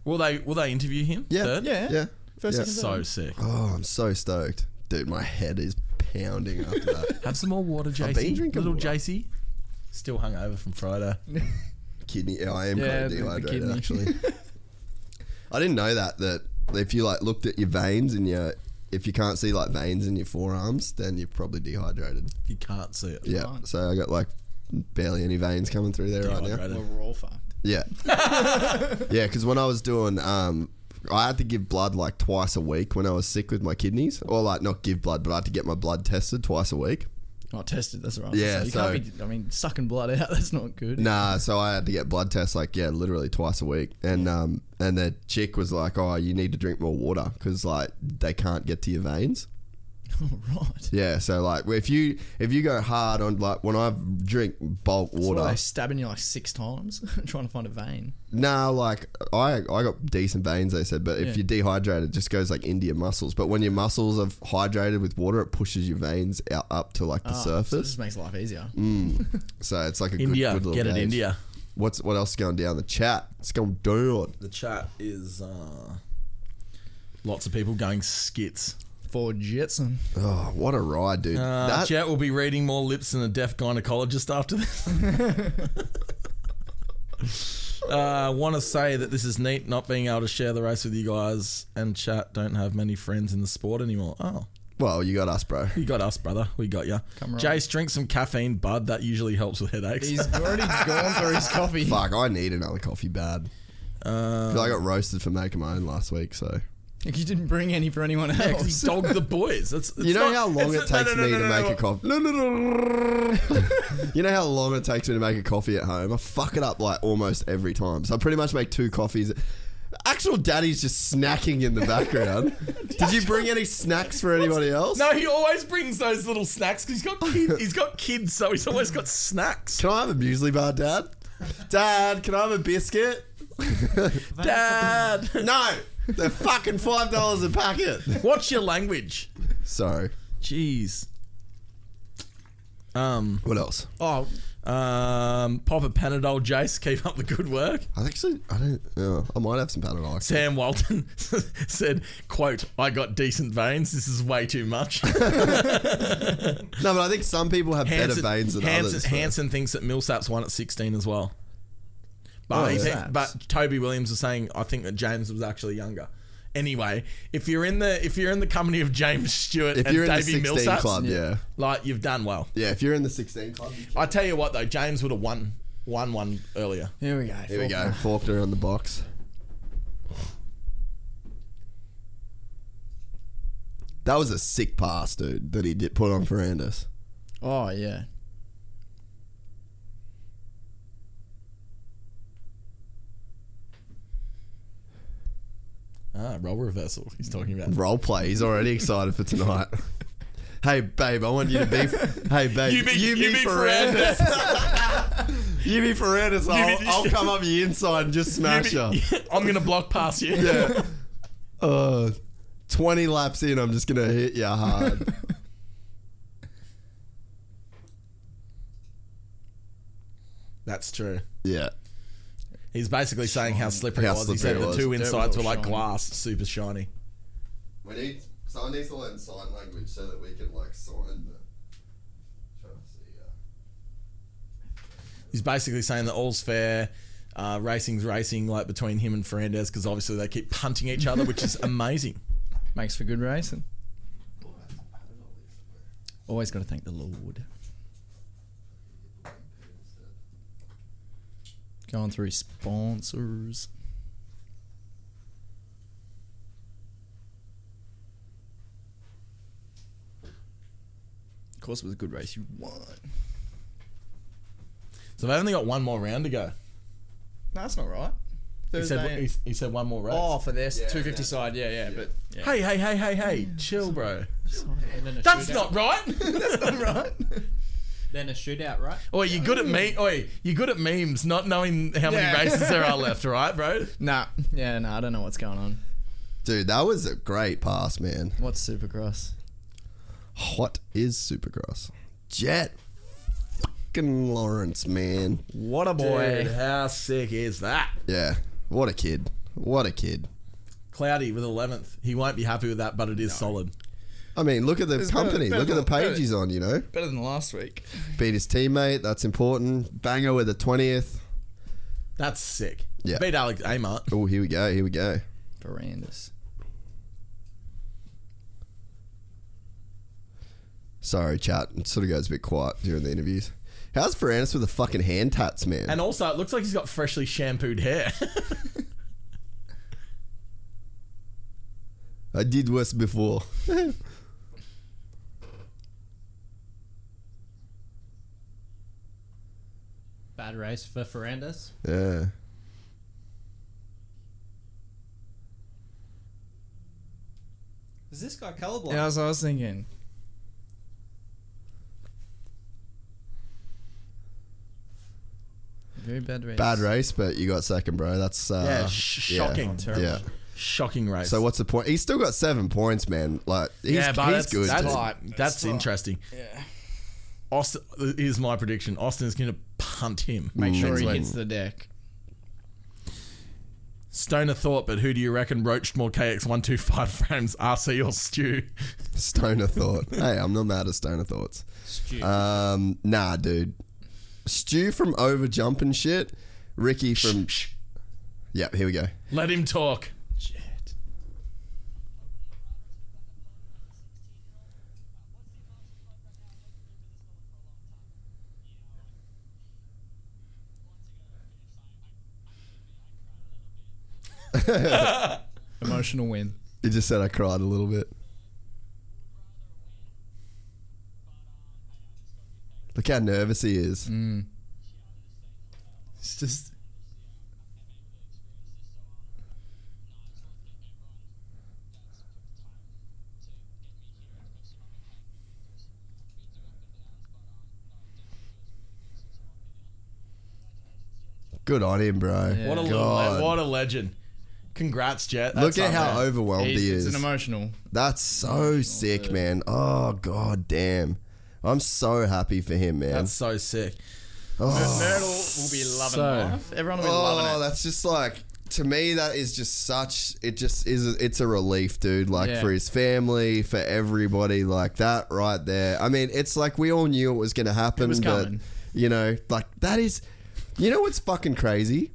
Speaker 5: Will they Will they interview him?
Speaker 2: yeah,
Speaker 5: Third?
Speaker 6: Yeah.
Speaker 2: yeah.
Speaker 6: First
Speaker 2: yeah.
Speaker 6: episode.
Speaker 5: So sick.
Speaker 2: Oh, I'm so stoked, dude. My head is pounding after
Speaker 6: *laughs*
Speaker 2: that.
Speaker 5: Have some more water, JC.
Speaker 2: been drinking
Speaker 5: Little
Speaker 2: water.
Speaker 5: JC. Still hungover from Friday.
Speaker 2: kidney. Yeah, I am
Speaker 6: Yeah,
Speaker 2: kind of
Speaker 6: the- the
Speaker 2: dehydrated
Speaker 6: kidney.
Speaker 2: actually. I didn't know that that if you like looked at your veins and your if you can't see like veins in your forearms, then you're probably dehydrated.
Speaker 5: You can't see it.
Speaker 2: Yeah.
Speaker 6: Right.
Speaker 2: So I got like barely any veins coming through there right now.
Speaker 6: *laughs*
Speaker 5: Dehydrated.
Speaker 6: We're all fucked.
Speaker 2: Yeah. yeah, because when I was doing, um, I had to give blood like twice a week when I was sick with my kidneys, or like not give blood, but I had to get my blood tested twice a week.
Speaker 6: Not Oh, tested, that's right.
Speaker 2: Yeah,
Speaker 6: you
Speaker 2: so-
Speaker 6: can't be, I mean, sucking blood out, *laughs* that's not good.
Speaker 2: Nah, so I had to get blood tests like yeah, literally twice a week, and um, and the chick was like, oh, you need to drink more water because like they can't get to your veins.
Speaker 6: All right.
Speaker 2: Yeah, so like if you if you go hard on like when I drink bulk
Speaker 6: That's why
Speaker 2: water,
Speaker 6: they stabbing you like six times *laughs* trying to find a vein.
Speaker 2: Nah, like I I got decent veins. They said, but if you're dehydrated, it just goes like into your muscles. But when your muscles are hydrated with water, it pushes your veins out up to like the
Speaker 6: Ah, So it
Speaker 2: surface. Mm.
Speaker 6: just makes life easier.
Speaker 2: So it's like a
Speaker 5: India.
Speaker 2: good, good little
Speaker 5: Get it,
Speaker 2: gauge.
Speaker 5: India.
Speaker 2: What's what else is going down the chat? It's going down.
Speaker 5: The chat is uh, lots of people going skits.
Speaker 6: For Jetson. *laughs*
Speaker 2: Oh, what a ride, dude!
Speaker 5: Uh,
Speaker 2: that
Speaker 5: Jet will be reading more lips than a deaf gynecologist
Speaker 2: *laughs*
Speaker 5: after this. I uh, want to say that this is neat not being able to share the race with you guys and chat. Don't have many friends in the sport anymore. Oh,
Speaker 2: well, you got us, bro.
Speaker 5: you got us, brother. We got you.
Speaker 6: Come right.
Speaker 5: Jace, drink some caffeine, bud. That usually helps with headaches.
Speaker 6: He's
Speaker 2: *laughs*
Speaker 6: already gone through his coffee. Uh,
Speaker 2: Fuck, I need another coffee bad. 'Cause I got roasted for making my own last week, so
Speaker 6: Like, You didn't bring any for anyone
Speaker 5: Yeah, 'cause
Speaker 6: else.
Speaker 5: *laughs* he dogged the boys. That's, it's
Speaker 2: You know
Speaker 5: not-
Speaker 2: how long it
Speaker 5: it's-
Speaker 2: takes
Speaker 5: no, no, no,
Speaker 2: me
Speaker 5: no,
Speaker 2: to
Speaker 5: no,
Speaker 2: make
Speaker 5: no.
Speaker 2: a coffee. No, no, no. *laughs* you know how long it takes me to make a coffee at home. I fuck it up like almost every time. So I pretty much make two coffees. Actual daddy's just snacking in the
Speaker 5: *laughs*
Speaker 2: background. Did you bring any snacks for anybody else?
Speaker 5: No, he always brings those little snacks because he's got kid, he's got kids, so he's always got snacks.
Speaker 2: Can I have a muesli bar, Dad? Dad, can I have a biscuit?
Speaker 5: Dad,
Speaker 2: No, they're fucking five dollars a packet.
Speaker 5: watch your language.
Speaker 2: Sorry.
Speaker 5: Jeez. Um,
Speaker 2: What else?
Speaker 6: oh,
Speaker 5: um, Papa Panadol, Jace, keep up the good work.
Speaker 2: I actually, I don't. Oh, I might have some Panadol. actually.
Speaker 5: Sam Walton *laughs* said, "quote I got decent veins. This is way
Speaker 2: *laughs*
Speaker 5: too much."
Speaker 2: No, but I think some people have better veins than
Speaker 5: Hansen,
Speaker 2: others. though.
Speaker 5: Hansen thinks that Millsap's won at 16 as well. But,
Speaker 2: Oh,
Speaker 5: he
Speaker 2: yeah.
Speaker 5: thinks- but Toby Williams was saying, I think that James was actually younger. Anyway, if you're in the if you're in the company of James Stewart
Speaker 2: If
Speaker 5: and
Speaker 2: you're in the
Speaker 5: Davey
Speaker 2: 16
Speaker 5: Millsaps,
Speaker 2: club, yeah.
Speaker 5: like you've done well.
Speaker 2: Yeah, if you're in the 16 club.
Speaker 5: I tell you what though, James would have won won one earlier.
Speaker 6: here we go.
Speaker 2: Here we go. Faulkner on the box. That was a sick pass, dude, that he did put on Ferrandis.
Speaker 6: Oh yeah.
Speaker 5: Ah, role reversal. He's talking about
Speaker 2: Role play. He's
Speaker 5: *laughs*
Speaker 2: already excited for tonight. hey, babe, I want you to be. hey, babe,
Speaker 5: You be- you be Ferrandis.
Speaker 2: *laughs* you be Ferrandis. I'll,
Speaker 5: be-
Speaker 2: I'll come up your inside and just smash
Speaker 5: *laughs*
Speaker 2: her.
Speaker 5: I'm gonna block past you.
Speaker 2: Yeah. Uh, 20 laps in, I'm just going to hit you
Speaker 5: *laughs*
Speaker 2: hard.
Speaker 5: That's true.
Speaker 2: yeah.
Speaker 5: He's basically saying how slippery
Speaker 2: How
Speaker 5: it was. He
Speaker 2: slippery
Speaker 5: said
Speaker 2: it
Speaker 5: the
Speaker 2: was.
Speaker 5: two
Speaker 2: Dirt
Speaker 5: insides were
Speaker 2: was all
Speaker 5: like
Speaker 2: shiny.
Speaker 5: glass, super shiny.
Speaker 2: We need someone needs to learn sign language so that we can like sign the. Trying to see. Uh,
Speaker 5: He's basically saying that all's fair. Uh, racing's racing, like between him and Fernandez, because obviously they keep punting each other, which is amazing.
Speaker 6: Makes for good racing. Always got to thank the Lord. Going through sponsors. Of course, it was a good race. You won.
Speaker 5: So they've only got one more round to go.
Speaker 6: No, that's not right.
Speaker 5: He
Speaker 6: Thursday.
Speaker 5: said, he, he said one more race.
Speaker 6: oh, for this 250 side. Yeah, yeah, but yeah.
Speaker 5: Hey, hey, hey, hey, hey! Chill, bro.
Speaker 7: And then a
Speaker 5: That's
Speaker 7: shootout.
Speaker 6: *laughs*
Speaker 5: not right. *laughs*
Speaker 6: right. Mm.
Speaker 7: Then a shootout, right?
Speaker 5: Oi, you're good at me. Oi, you're good at memes. Not knowing how many
Speaker 6: Yeah.
Speaker 5: races there
Speaker 6: *laughs*
Speaker 5: are left, right, bro?
Speaker 6: Nah, yeah, nah. I don't know what's going on.
Speaker 2: dude, that was a great pass, man.
Speaker 6: What's Supercross?
Speaker 2: What is Supercross? Jet fucking Lawrence, man.
Speaker 6: What a
Speaker 5: Boy, how sick is that?
Speaker 2: Yeah. What a kid. What a kid.
Speaker 5: Cloudy with 11th. He won't be happy with that, but it is solid.
Speaker 2: I mean, look at the
Speaker 6: It's better-
Speaker 2: company.
Speaker 6: better
Speaker 2: look at the
Speaker 6: than-
Speaker 2: page
Speaker 6: better-
Speaker 2: he's on, you know.
Speaker 6: Better than last week.
Speaker 2: Beat his teammate. That's important. Banger with the 20th.
Speaker 5: That's sick.
Speaker 2: Yeah.
Speaker 5: Beat Alex Amart.
Speaker 2: Oh, here we go. Here we go.
Speaker 6: Verandas.
Speaker 2: Sorry, chat. It sort of goes a bit quiet during the interviews. How's Ferranis with the fucking hand tats, man?
Speaker 5: And also, it looks like he's got freshly shampooed hair. *laughs*
Speaker 2: I did worse before.
Speaker 7: Bad race for Ferrandis.
Speaker 2: yeah.
Speaker 7: Is this guy colorblind?
Speaker 6: Yeah, that's what I was thinking. Very bad race.
Speaker 2: Bad race, but you got second, bro. That's uh,
Speaker 5: yeah, sh-
Speaker 2: yeah.
Speaker 5: shocking.
Speaker 2: Yeah.
Speaker 5: Shocking race.
Speaker 2: So what's the point? He's still got seven points, man. Like he's,
Speaker 5: yeah, but
Speaker 2: he's
Speaker 5: that's,
Speaker 2: good.
Speaker 5: That's,
Speaker 6: Tight.
Speaker 5: that's
Speaker 6: It's tight.
Speaker 5: interesting.
Speaker 6: Yeah.
Speaker 5: Austin is my prediction. Austin's going to punt him.
Speaker 6: Make sure he
Speaker 2: Mm.
Speaker 6: hits the deck.
Speaker 5: Stoner thought, but who do you reckon roached more KX125 *laughs* frames, RC or Stew?
Speaker 2: Stoner thought. *laughs* hey, I'm not mad at Stoner thoughts.
Speaker 7: Stu.
Speaker 2: Um, nah, dude. Stu from over jump and shit. Ricky from. Yeah, here we go.
Speaker 5: Let him talk.
Speaker 2: *laughs*
Speaker 6: Shit. *laughs* Emotional win.
Speaker 2: He just said I cried a little bit. Look how nervous he is.
Speaker 5: Mm.
Speaker 6: It's just.
Speaker 2: Good on him, bro.
Speaker 6: Yeah.
Speaker 5: What a
Speaker 2: God.
Speaker 5: le- what a legend! Congrats, Jet. That's
Speaker 2: Look at
Speaker 5: unreal.
Speaker 2: how overwhelmed
Speaker 6: He-
Speaker 2: he
Speaker 6: it's
Speaker 2: is.
Speaker 6: an emotional.
Speaker 2: That's so sick, man. Oh god damn. I'm so happy for him, man.
Speaker 5: That's so sick.
Speaker 6: Myrtle will be loving
Speaker 5: So-
Speaker 6: life. Everyone will be
Speaker 2: oh,
Speaker 6: loving it.
Speaker 2: that's just like to me that is just such it just is a, it's a relief, dude, like
Speaker 6: Yeah.
Speaker 2: for his family, for everybody like that right there. I mean, it's like we all knew it was going to happen,
Speaker 6: was
Speaker 2: but
Speaker 6: coming.
Speaker 2: you know, like that is you know what's fucking crazy?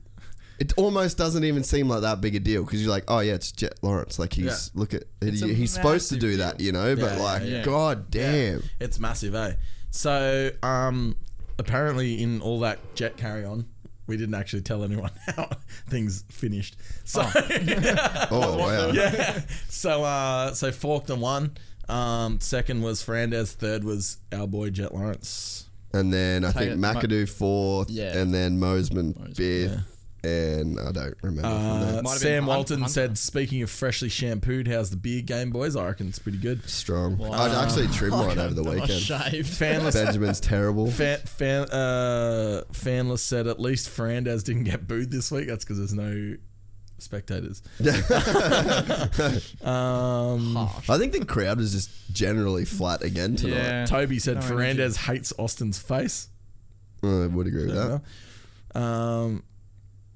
Speaker 2: It almost doesn't even seem like that big a deal because you're like, oh yeah, it's Jet Lawrence. Like he's look at
Speaker 6: a
Speaker 2: he's supposed to
Speaker 6: massive
Speaker 2: do that, you know. but
Speaker 5: Yeah,
Speaker 2: like,
Speaker 5: yeah, yeah.
Speaker 2: god damn,
Speaker 5: It's massive, eh? So, um, apparently, in all that Jet carry on, we didn't actually tell anyone *laughs* how things finished. So,
Speaker 2: oh wow,
Speaker 5: *laughs* yeah. So, uh, so Faulkner won. Um, second was Fernandez. Third was our boy Jet Lawrence.
Speaker 2: And then I
Speaker 5: Taylor-
Speaker 2: think McAdoo fourth,
Speaker 5: Yeah.
Speaker 2: and then Mosman fifth, and I don't remember. from
Speaker 5: Uh,
Speaker 2: there.
Speaker 5: Sam Walton said, "Speaking of freshly shampooed, how's the beard game, boys? I reckon it's
Speaker 2: *laughs*
Speaker 5: pretty good.
Speaker 2: Strong. I'd actually trimmed mine over the
Speaker 5: *laughs* Oh,
Speaker 6: Oh,
Speaker 2: weekend.
Speaker 5: Fanless
Speaker 2: Benjamin's terrible.
Speaker 5: Fan, fan, uh, Fanless said at least Fernandez didn't get booed this week. That's because there's no
Speaker 2: *laughs*
Speaker 5: spectators. um,
Speaker 2: I think the crowd is just generally flat again tonight.
Speaker 5: Toby said
Speaker 2: No energy.
Speaker 5: Fernandez hates Austin's face.
Speaker 2: Uh, I would agree with that.
Speaker 5: Um,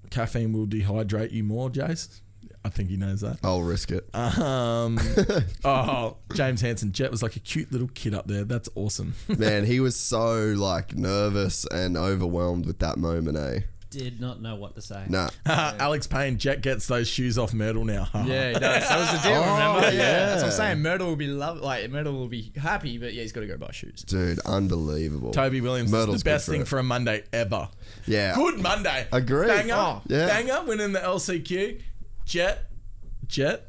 Speaker 5: caffeine will dehydrate you more, Jace. I think he knows that.
Speaker 2: I'll risk it. *laughs*
Speaker 5: Um, oh, James Hanson Jet was like a cute little kid up there. That's
Speaker 2: *laughs*
Speaker 5: awesome.
Speaker 2: Man, he was so like nervous and overwhelmed with that moment, eh?
Speaker 7: Did not know what to say.
Speaker 5: *laughs*
Speaker 2: Nah.
Speaker 5: Alex Payne, Jet gets those shoes off Myrtle now. *laughs*
Speaker 6: Yeah, he does. That was the deal.
Speaker 5: Oh,
Speaker 6: remember?
Speaker 5: *laughs*
Speaker 6: Yeah. that's what I'm saying. Myrtle will be love, like Myrtle will be happy, but yeah, he's got to go buy shoes.
Speaker 2: Dude, unbelievable.
Speaker 5: Toby Williams is
Speaker 2: Myrtle's
Speaker 5: the best
Speaker 2: good for
Speaker 5: thing
Speaker 2: it.
Speaker 5: for a Monday ever.
Speaker 2: Yeah.
Speaker 5: Good Monday.
Speaker 2: Agree.
Speaker 5: Banger.
Speaker 2: Oh, yeah.
Speaker 5: Banger winning the LCQ. Jet.
Speaker 2: *laughs*
Speaker 5: Jet.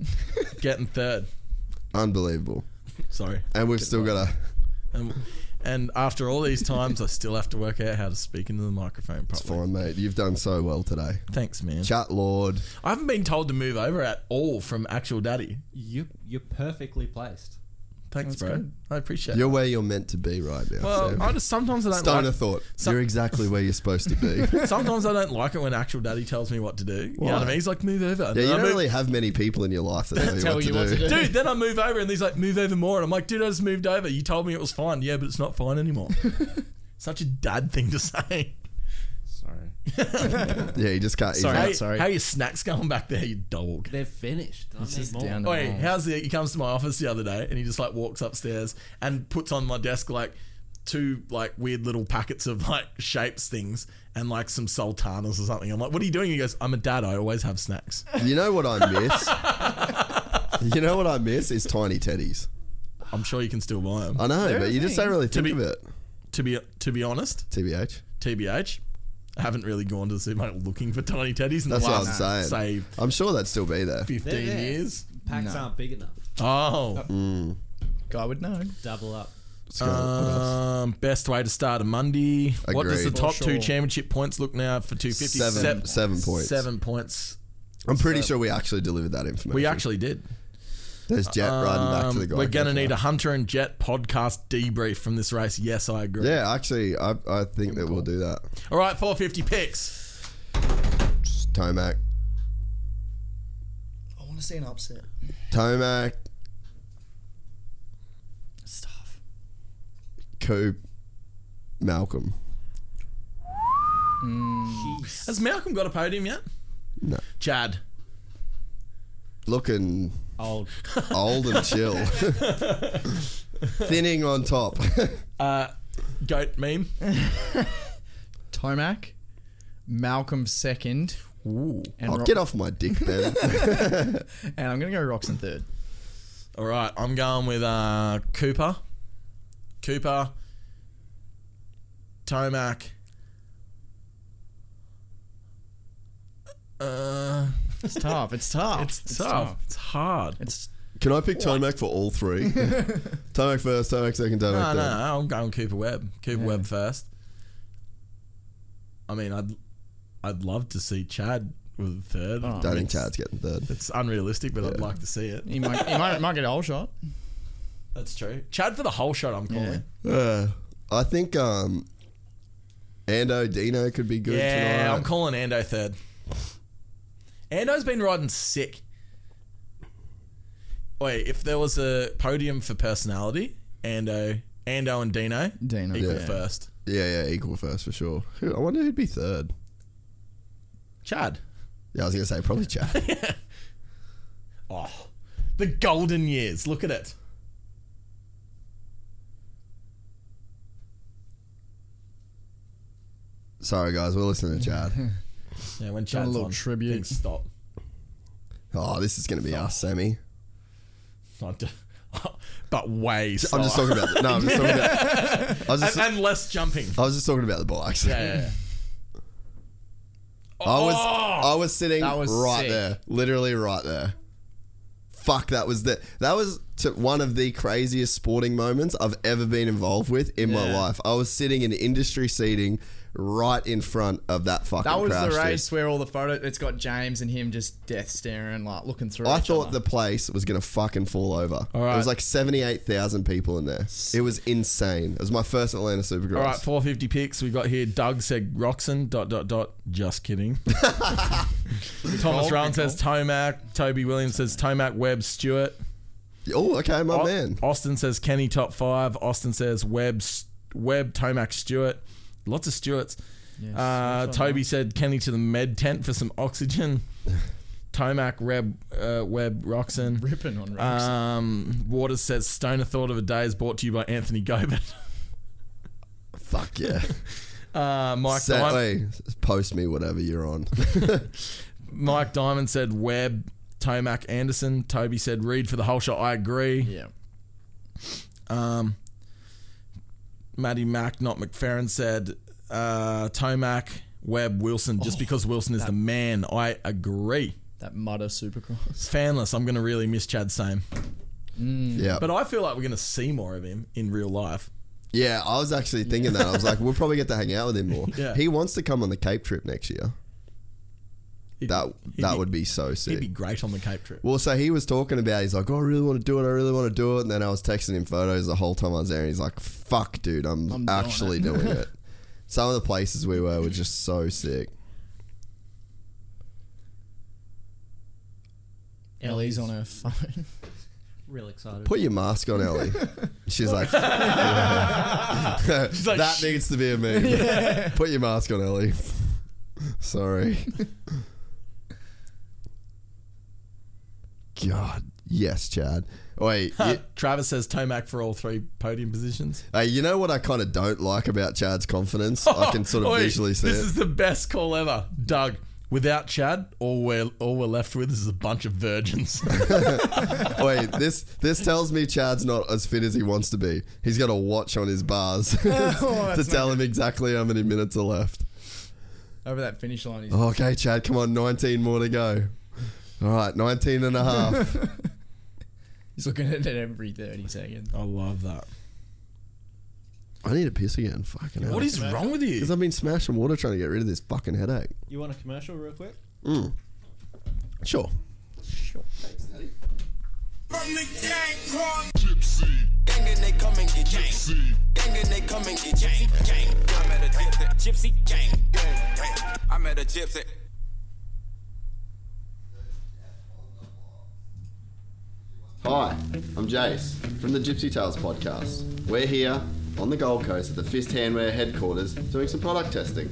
Speaker 5: getting third.
Speaker 2: Unbelievable.
Speaker 5: Sorry.
Speaker 2: And we've still got a.
Speaker 5: And, and after all these times, I still have to work out how to speak into the microphone
Speaker 2: It's fine,
Speaker 5: properly.
Speaker 2: mate. You've done so well today.
Speaker 5: Thanks, man.
Speaker 2: Chat Lord.
Speaker 5: I haven't been told to move over at all from actual daddy.
Speaker 7: You you're perfectly placed.
Speaker 5: Thanks, bro. I appreciate
Speaker 2: You're
Speaker 5: it.
Speaker 2: where you're meant to be right now.
Speaker 5: Well,
Speaker 2: Sam.
Speaker 5: Uh, I just sometimes I don't
Speaker 2: Stone
Speaker 5: like-
Speaker 2: of thought.
Speaker 5: Some-
Speaker 2: you're exactly where you're supposed to
Speaker 5: *laughs*
Speaker 2: be.
Speaker 5: Sometimes I don't like it when actual daddy tells me what to do. You know what I
Speaker 2: Why?
Speaker 5: mean? He's like, move over. And
Speaker 2: Yeah,
Speaker 5: then
Speaker 2: you
Speaker 5: I
Speaker 2: don't
Speaker 5: move-
Speaker 2: really have many people in your life that tell you, what, to do.
Speaker 5: *laughs* Dude, then I move over and he's like, move over more. And I'm like, dude, I just moved over. You told me it was fine. Yeah, but it's not
Speaker 2: *laughs*
Speaker 5: fine anymore. Such a dad thing to say.
Speaker 7: Sorry.
Speaker 2: Yeah, you just can't.
Speaker 5: how,
Speaker 2: easily-
Speaker 5: How your snacks going back there, you dog?
Speaker 7: They're finished. I
Speaker 6: This
Speaker 7: need
Speaker 6: is
Speaker 7: more.
Speaker 6: down to
Speaker 5: Wait,
Speaker 6: Oh.
Speaker 5: how's the? He comes to my office the other day and he just like walks upstairs and puts on my desk like two like weird little packets of like shapes things and like some sultanas or something. I'm like, what are you doing? He goes, I'm a dad. I always have snacks.
Speaker 2: You know what I miss?
Speaker 5: *laughs*
Speaker 2: you know what I miss is tiny teddies.
Speaker 5: I'm sure you can still buy them.
Speaker 2: I know,
Speaker 6: They're a
Speaker 2: but you just don't
Speaker 6: thing.
Speaker 2: really
Speaker 5: To
Speaker 2: think
Speaker 5: be-
Speaker 2: of it.
Speaker 5: To be to be honest,
Speaker 2: TBH.
Speaker 5: TBH. I haven't really gone to the supermarket looking for tiny teddies in
Speaker 2: That's
Speaker 5: the
Speaker 2: what I'm
Speaker 5: last
Speaker 2: saying.
Speaker 5: say
Speaker 2: I'm sure that'd still be there.
Speaker 5: 15
Speaker 7: They're there.
Speaker 5: years.
Speaker 7: Packs aren't big enough.
Speaker 5: Oh,
Speaker 6: Mm. Guy would know.
Speaker 7: Double up.
Speaker 2: Let's go. What else?
Speaker 5: um, best way to start a Monday. What does the
Speaker 2: Agreed.
Speaker 5: top
Speaker 6: For
Speaker 5: two
Speaker 6: sure.
Speaker 5: championship points look now for 250?
Speaker 2: Seven- seven points.
Speaker 5: Seven points.
Speaker 2: I'm pretty sure we actually delivered that information.
Speaker 5: We actually did.
Speaker 2: There's Jet riding back to
Speaker 5: Um,
Speaker 2: the guy.
Speaker 5: we're gonna need a Hunter and Jet podcast debrief from this race. Yes, I agree.
Speaker 2: Yeah, actually, I, I think that we'll do that.
Speaker 5: All right, 450 picks.
Speaker 2: Tomac.
Speaker 6: I want to see an upset.
Speaker 2: Tomac.
Speaker 6: Stuff.
Speaker 2: Coop. Malcolm.
Speaker 7: Jeez.
Speaker 5: Has Malcolm got a podium yet?
Speaker 2: No.
Speaker 5: Chad.
Speaker 2: Looking
Speaker 7: Old.
Speaker 2: old and chill. Thinning on top.
Speaker 5: Uh, goat meme.
Speaker 6: Tomac, Malcolm second,
Speaker 5: Ooh.
Speaker 6: and
Speaker 2: I'll
Speaker 6: Ro-
Speaker 2: Oh, get off my dick, Ben.
Speaker 6: and I'm gonna go Roxon third.
Speaker 5: All right, I'm going with uh, Cooper, Cooper, Tomac. Uh,
Speaker 6: It's tough. It's tough.
Speaker 5: it's, tough. It's hard.
Speaker 6: It's
Speaker 2: Can I pick Tomac for all three? Tomac first, Tomac second, Tomac
Speaker 5: no,
Speaker 2: third.
Speaker 5: no, no, I'm going Cooper Webb. Cooper Webb first. I mean, I'd, I'd love to see Chad with a third.
Speaker 6: Oh.
Speaker 2: Don't think Chad's getting third.
Speaker 5: It's unrealistic, but I'd like to see it.
Speaker 6: he might he might, might get a whole shot.
Speaker 5: That's true. Chad for the whole shot. I'm calling.
Speaker 2: Uh, I think um, Ando Dino could be good
Speaker 5: Yeah,
Speaker 2: tonight.
Speaker 5: I'm calling Ando third. Ando's been riding sick. Wait, if there was a podium for personality, Ando, Ando and Dino,
Speaker 6: Dino,
Speaker 5: equal
Speaker 6: yeah.
Speaker 5: first.
Speaker 2: yeah, yeah, equal first for sure. Who, I wonder who'd be third.
Speaker 5: Chad.
Speaker 2: Yeah, I was gonna say probably Chad.
Speaker 5: Oh, the golden years. Look at it.
Speaker 2: Sorry guys, we're listening to Chad.
Speaker 6: *laughs*
Speaker 5: Yeah, when Chad's
Speaker 6: little
Speaker 5: on,
Speaker 6: tribute.
Speaker 5: things stop.
Speaker 2: Oh, this is gonna be us, Sammy.
Speaker 5: Not *laughs* to- but way.
Speaker 2: I'm just talking about. The, no, I'm just talking about.
Speaker 6: *laughs*
Speaker 2: I was
Speaker 5: and,
Speaker 2: just,
Speaker 5: and less jumping.
Speaker 2: I was just talking about the bikes.
Speaker 5: Yeah, yeah, yeah.
Speaker 2: I was *laughs*
Speaker 5: Oh!
Speaker 2: I was sitting
Speaker 6: That was
Speaker 2: right
Speaker 6: sick.
Speaker 2: there, literally right there. Fuck, that was the that was to one of the craziest sporting moments I've ever been involved with in my
Speaker 6: Yeah.
Speaker 2: life. I was sitting in industry seating right in front of that fucking
Speaker 6: That was
Speaker 2: crash.
Speaker 6: the
Speaker 2: dude.
Speaker 6: race where all the photo. It's got James and him just death staring, like looking through.
Speaker 2: I
Speaker 6: each
Speaker 2: thought
Speaker 6: other.
Speaker 2: the place was gonna fucking fall over.
Speaker 5: All
Speaker 2: All
Speaker 5: right.
Speaker 2: right. It was like seventy-eight thousand people in there. It was insane. It was my first Atlanta Supercross.
Speaker 5: All right, 450 picks. We got here. Doug said Roxon. Dot dot dot.
Speaker 2: *laughs*
Speaker 5: Just kidding. Thomas
Speaker 6: call,
Speaker 5: Rowan
Speaker 6: good
Speaker 5: says Tomac. Toby Williams says Tomac. Webb Stewart.
Speaker 2: Oh, okay, my
Speaker 5: Au-
Speaker 2: man.
Speaker 5: Austin says Kenny top five. Austin says Webb, Webb Tomac Stewart. Lots of Stewarts. uh, Toby said Kenny to the med tent for some
Speaker 2: *laughs*
Speaker 5: oxygen. Tomac, Reb, uh, Webb, Roxon.
Speaker 6: ripping on rocks.
Speaker 5: Um, Waters says Stoner Thought of a Day is brought to you by Anthony Gobert. *laughs*
Speaker 2: Fuck yeah.
Speaker 5: Uh, Mike,
Speaker 2: Say,
Speaker 5: Diamond,
Speaker 2: hey, post me whatever you're on. *laughs*
Speaker 5: Mm. Mike Diamond said Webb, Tomac, Anderson. Toby said Reed for the whole shot. I agree.
Speaker 6: yeah.
Speaker 5: Um, Maddie Mack, not McFerrin, said uh, Tomac, Webb, Wilson, just because Wilson is the man. I agree.
Speaker 6: That mutter supercross.
Speaker 5: Fanless, I'm going to really miss Chad Same.
Speaker 2: yeah.
Speaker 5: But I feel like we're going to see more of him in real life.
Speaker 2: Yeah, I was actually thinking that. I was like, we'll probably get to hang out with him more.
Speaker 5: *laughs* Yeah.
Speaker 2: He wants to come on the Cape trip next year.
Speaker 5: He'd-
Speaker 2: That
Speaker 5: he'd
Speaker 2: that
Speaker 5: be-
Speaker 2: would be so
Speaker 5: He'd be
Speaker 2: sick.
Speaker 5: great on the Cape trip.
Speaker 2: Well, so he was talking about. He's like, oh, I really want to do it. I really want to do it. And then I was texting him photos the whole time I was there. And he's like, fuck, dude, I'm,
Speaker 6: I'm doing
Speaker 2: actually
Speaker 6: it."
Speaker 5: *laughs*
Speaker 2: doing it. Some of the places we were were just so sick.
Speaker 6: Ellie's on her phone.
Speaker 7: Real excited.
Speaker 2: Put your mask on, Ellie. She's like,
Speaker 5: like,
Speaker 2: that
Speaker 5: "Shh."
Speaker 2: needs to be a meme. Put your mask on, Ellie. *laughs*
Speaker 5: *laughs*
Speaker 2: Sorry. God, yes, Chad. Wait, you,
Speaker 5: Travis says Tomac for all three podium positions.
Speaker 2: hey, you know what I kind of don't like about Chad's confidence? I *laughs* can sort
Speaker 5: *laughs*
Speaker 2: of
Speaker 5: Oi,
Speaker 2: visually see
Speaker 5: This
Speaker 2: it.
Speaker 5: is the best call ever, Doug. Without Chad, all we're all we're left with is a bunch of virgins.
Speaker 2: Wait, this this tells me Chad's not as fit as he wants to be. He's got a watch on his
Speaker 5: *laughs*
Speaker 2: bars
Speaker 5: Oh,
Speaker 2: *laughs* to tell him exactly how many minutes are left.
Speaker 6: *laughs* Over that finish line. He's,
Speaker 2: Oh, Okay, Chad, come on, 19 more to go. All right, 19 and a
Speaker 5: *laughs*
Speaker 2: half.
Speaker 6: he's looking at it every 30 seconds.
Speaker 5: I love that.
Speaker 2: I need to piss again. Fucking hell.
Speaker 5: What is wrong with you?
Speaker 2: Because I've been smashing water trying to get rid of this fucking headache.
Speaker 7: You want a commercial real quick?
Speaker 2: Sure.
Speaker 3: From the gang called Gypsy.
Speaker 4: Gang and they come and get gang.
Speaker 3: Gypsy.
Speaker 4: Gang and they come and get gang. Gang. I'm at a gypsy. Gypsy gang. Gang. I'm at a gypsy.
Speaker 8: Hi, I'm Jace from the Gypsy Tales podcast. We're here on the Gold Coast at the Fist Handwear headquarters doing some product testing.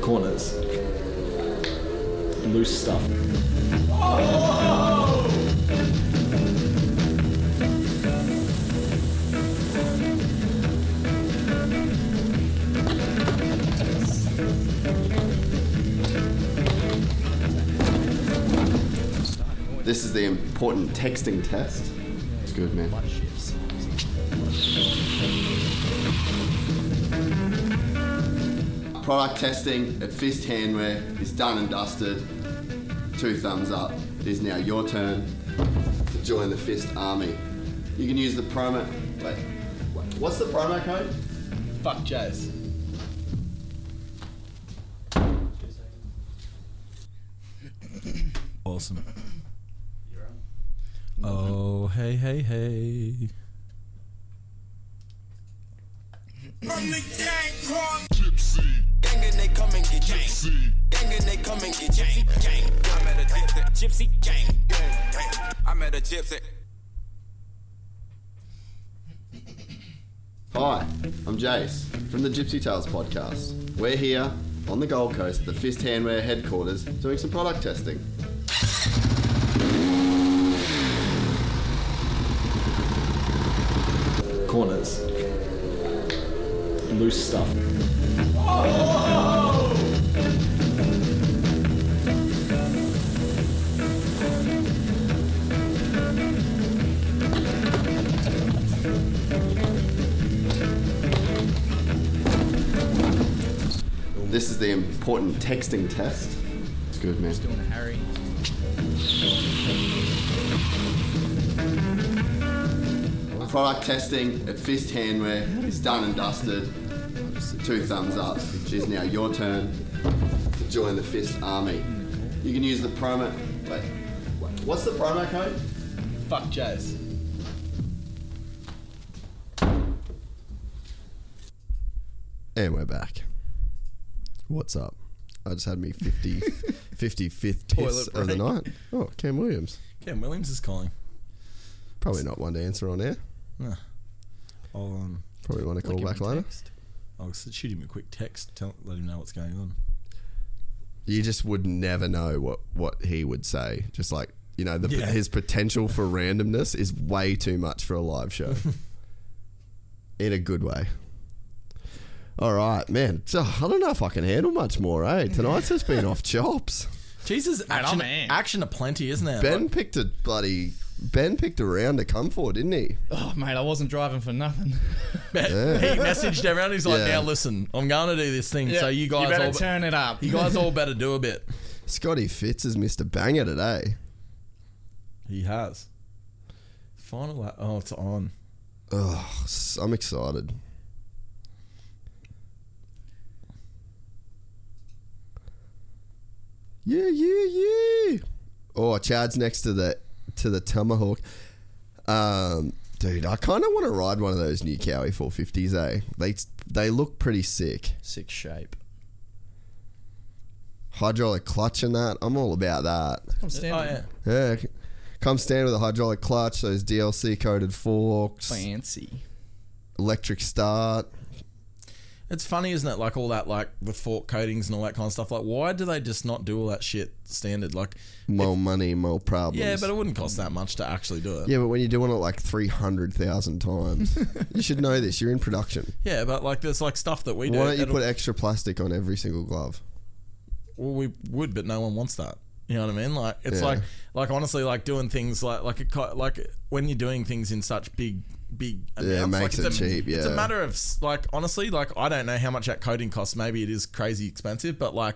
Speaker 10: corners. Loose stuff.
Speaker 8: This is the important texting test. It's good, man. Product testing at Fist Handwear is done and dusted. Two thumbs up. It is now your turn to join the Fist Army. You can use the promo. Wait, wh- what's the promo code?
Speaker 6: Fuck Jazz.
Speaker 5: Awesome. Oh hey hey hey.
Speaker 3: From the gang called Gypsy.
Speaker 4: Gang and they come and get gang.
Speaker 3: Gypsy.
Speaker 4: Gang and they come and get gang. Gang. I'm at a gypsy. Gypsy gang. Gang. I'm at a gypsy.
Speaker 8: Hi, I'm Jace from the Gypsy Tales podcast. We're here on the Gold Coast at the Fist Handwear headquarters doing some product testing.
Speaker 10: Corners. Loose stuff.
Speaker 8: This is the important texting test. It's
Speaker 11: good, man.
Speaker 6: Just doing a Harry.
Speaker 8: Product testing at Fist Handwear is done and dusted. Two thumbs up. It is now your turn to join the Fist Army. You can use the promo. Wait, wha- what's the promo code? Fuck Jazz.
Speaker 2: And we're back. What's up? I just had me
Speaker 8: *laughs*
Speaker 2: 50, 55th piss
Speaker 5: Toilet
Speaker 2: of the
Speaker 5: break.
Speaker 2: night. Oh, Cam Williams.
Speaker 5: Ken Williams is calling.
Speaker 2: Probably not one to answer on air.
Speaker 5: Yeah. I'll, um,
Speaker 2: Probably want to call
Speaker 5: give
Speaker 2: back
Speaker 5: him a
Speaker 2: later.
Speaker 5: text. I'll s- shoot him a quick text. Tell, let him know what's going on.
Speaker 2: You just would never know what, what he would say. Just like, you know, the,
Speaker 5: Yeah.
Speaker 2: his potential for randomness is way too much for a live show. In a good way. All right, man. So, I don't know if I can handle much more, eh? Tonight's just been off chops.
Speaker 5: Jesus, action, action aplenty, isn't there?
Speaker 2: Ben picked a bloody. Ben picked a round to come for, didn't he?
Speaker 6: Oh, mate, I wasn't driving for nothing.
Speaker 5: Like,
Speaker 2: Yeah.
Speaker 5: *laughs* He messaged everyone. He's like,
Speaker 2: Yeah.
Speaker 5: "Now listen, I'm going to do this thing.
Speaker 6: Yeah,
Speaker 5: so you
Speaker 6: you
Speaker 5: guys,
Speaker 6: better
Speaker 5: all
Speaker 6: turn it up.
Speaker 5: You guys all better do a bit."
Speaker 2: Scotty Fitz is Mr. Banger today.
Speaker 5: He has. Final. lap- Oh, it's on.
Speaker 2: Oh, s- I'm excited. Yeah, yeah, yeah. Oh, Chad's next to the to the Tomahawk. Um, dude, I kind of want to ride one of those new Cowie 450s. Eh? They they look pretty sick.
Speaker 6: Sick shape.
Speaker 2: Hydraulic clutch and that. I'm all about that.
Speaker 6: I'm
Speaker 5: Oh,
Speaker 6: standing.
Speaker 2: Yeah. c- Come stand with a hydraulic clutch, those DLC coded forks,
Speaker 6: Fancy.
Speaker 2: electric start.
Speaker 5: It's funny, isn't it? Like all that, like the fork coatings and all that kind of stuff. Like, why do they just not do all that shit standard? Like,
Speaker 2: More money, more problems.
Speaker 5: yeah, but it wouldn't cost that much to actually do it.
Speaker 2: Yeah, but when you're doing it like 300,000 times, you should know this. You're in
Speaker 5: *laughs*
Speaker 2: production.
Speaker 5: Yeah, but like there's like stuff that we do.
Speaker 2: Why don't you
Speaker 5: that'll-
Speaker 2: put extra plastic on every single glove?
Speaker 5: well, we would, but no one wants that. You know what I mean? Like it's
Speaker 2: Yeah.
Speaker 5: like like honestly, like doing things like like a co- like when you're doing things in such big big
Speaker 2: Yeah, it
Speaker 5: amounts, like,
Speaker 2: makes
Speaker 5: it's
Speaker 2: it
Speaker 5: a-
Speaker 2: cheap,
Speaker 5: it's a
Speaker 2: yeah.
Speaker 5: matter of s- like honestly, like I don't know how much that coating costs. Maybe it is crazy expensive, but like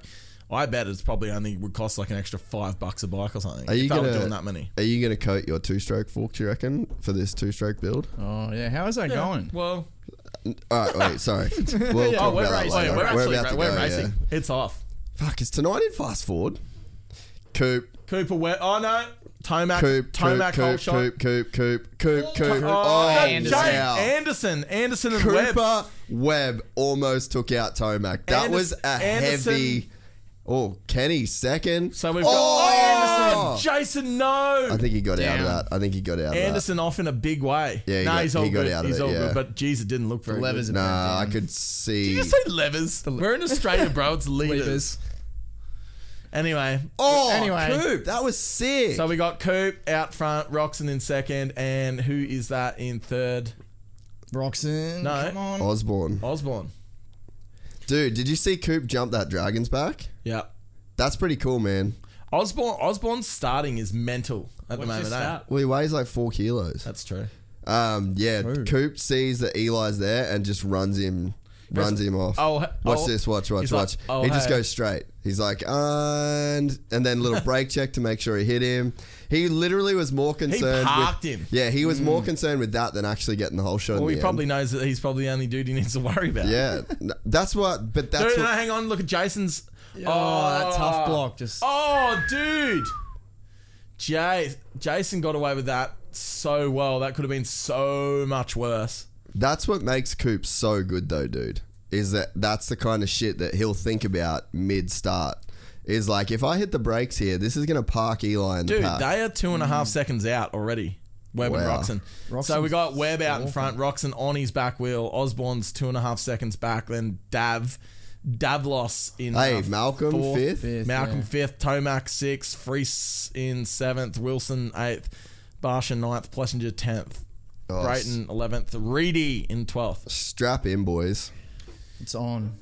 Speaker 5: I bet it's probably only would cost like an extra five bucks a bike or something.
Speaker 2: Are
Speaker 5: if
Speaker 2: you
Speaker 5: they were
Speaker 2: gonna,
Speaker 5: doing that many?
Speaker 2: Are you going to coat your two stroke fork, do you reckon, for this two stroke build?
Speaker 6: Oh yeah, how is that
Speaker 5: Yeah,
Speaker 6: going?
Speaker 5: Well,
Speaker 2: All right, wait,
Speaker 5: *laughs*
Speaker 2: sorry. We'll
Speaker 5: yeah,
Speaker 2: talk
Speaker 5: oh, we're
Speaker 2: about that
Speaker 5: racing.
Speaker 2: later.
Speaker 5: We're, actually
Speaker 2: about
Speaker 5: ra-
Speaker 2: to
Speaker 5: we're
Speaker 2: go,
Speaker 5: racing.
Speaker 2: yeah.
Speaker 5: It's off.
Speaker 2: Fuck, is tonight in fast forward? Coop,
Speaker 5: Cooper, where? Oh no, Tomac,
Speaker 2: coop, coop,
Speaker 5: Tomac, whole
Speaker 2: coop,
Speaker 5: shot.
Speaker 2: coop, coop, coop, coop, coop.
Speaker 5: Oh,
Speaker 2: Oh,
Speaker 5: Anderson.
Speaker 2: wow.
Speaker 5: Anderson, Anderson and Webb.
Speaker 2: Cooper Webb almost took out Tomac. That
Speaker 5: Anderson-
Speaker 2: was a
Speaker 5: Anderson-
Speaker 2: heavy. Oh, Kenny second.
Speaker 5: So we've got
Speaker 2: Oh!
Speaker 5: oh, Anderson, Jason. No,
Speaker 2: I think he got out of
Speaker 6: Damn.
Speaker 2: that. I think he got out
Speaker 5: Anderson off in a big way.
Speaker 2: Yeah, he
Speaker 5: no,
Speaker 2: got-
Speaker 5: he's all
Speaker 2: he got
Speaker 5: good.
Speaker 2: out of
Speaker 5: he's
Speaker 2: it,
Speaker 5: all
Speaker 2: yeah.
Speaker 5: good, but geez, it didn't look very
Speaker 6: Levers
Speaker 5: good.
Speaker 2: of
Speaker 6: are
Speaker 2: that. Nah, I
Speaker 6: bent
Speaker 2: could
Speaker 5: Did
Speaker 2: see.
Speaker 5: you say levers? We're in Australia,
Speaker 2: *laughs*
Speaker 5: bro. It's
Speaker 6: in.
Speaker 5: leaders.
Speaker 6: Levers.
Speaker 5: Anyway,
Speaker 2: oh,
Speaker 6: Anyway.
Speaker 2: Coop, that was sick.
Speaker 5: so we got Coop out front, Roxon in second, and who is that in third?
Speaker 6: Roxon.
Speaker 5: No.
Speaker 6: Come on.
Speaker 2: Osborne,
Speaker 5: Osborne.
Speaker 2: dude, did you see Coop jump that dragon's back?
Speaker 5: Yeah.
Speaker 2: That's pretty cool, man.
Speaker 5: Osborne Osborne's starting is mental at the
Speaker 7: What's
Speaker 5: moment.
Speaker 7: his
Speaker 5: eh?
Speaker 7: start?
Speaker 2: Well, he weighs like four kilos.
Speaker 5: That's true.
Speaker 2: Um, yeah, Coop sees that Eli's there and just runs him, runs him off.
Speaker 5: Oh, he-
Speaker 2: watch
Speaker 5: oh,
Speaker 2: this, watch, watch,
Speaker 5: he's
Speaker 2: watch.
Speaker 5: like, oh,
Speaker 2: he just
Speaker 5: hey.
Speaker 2: goes straight. He's like, and and then little brake check to make sure he hit him. He literally was more concerned.
Speaker 5: parked
Speaker 2: with,
Speaker 5: him. Mm.
Speaker 2: Yeah, he was more concerned with that than actually getting the whole shot.
Speaker 5: Well,
Speaker 2: in
Speaker 5: he
Speaker 2: the
Speaker 5: probably
Speaker 2: end.
Speaker 5: knows that he's probably the only dude he needs to worry about.
Speaker 2: Yeah, n- that's what. But
Speaker 5: No,
Speaker 2: that's
Speaker 5: no,
Speaker 2: what,
Speaker 5: hang on. Look at Jason's.
Speaker 6: Oh, that tough block just.
Speaker 5: Oh, dude. Jay, Jason got away with that so well. That could have been so much worse.
Speaker 2: that's what makes Coop so good, though, dude. Is that that's the kind of shit that he'll think about mid start. Is like if I hit the brakes here, this is gonna park Eli in the
Speaker 5: Dude,
Speaker 2: pack.
Speaker 5: they are two and a half
Speaker 6: Mm.
Speaker 5: seconds out already. Webb
Speaker 2: Wow.
Speaker 5: and Roxon. so we got Webb out in front, Roxon on his back wheel, Osborne's two and a half seconds back, then Dav. Davlos in
Speaker 2: Hey,
Speaker 5: uh,
Speaker 2: Malcolm
Speaker 5: fourth,
Speaker 2: fifth.
Speaker 6: Fifth,
Speaker 5: Malcolm
Speaker 6: yeah.
Speaker 5: fifth, Tomac sixth, Freese in seventh, Wilson eighth, Barsha ninth, Plessinger tenth,
Speaker 2: Oh,
Speaker 5: Brayton eleventh, Reedy in twelfth.
Speaker 2: strap in, boys.
Speaker 6: It's on.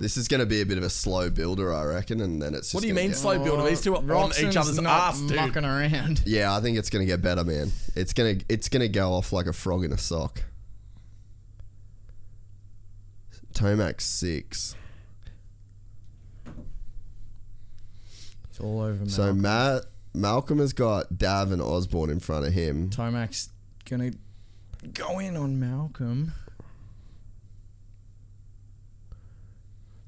Speaker 2: This is going to be a bit of a slow builder, I reckon, and then it's just
Speaker 5: What do you
Speaker 2: gonna
Speaker 5: mean
Speaker 2: get-
Speaker 5: slow builder? These two are on
Speaker 6: Roxon's
Speaker 5: each other's
Speaker 6: not
Speaker 5: ass, dude.
Speaker 6: mucking around. *laughs*
Speaker 2: Yeah, I think it's going to get better, man. It's going to it's going to go off like a frog in a sock. Tomac six.
Speaker 6: It's all over Malcolm.
Speaker 2: So Matt Malcolm has got Dav and Osborne in front of him.
Speaker 6: Tomac's gonna go in on Malcolm.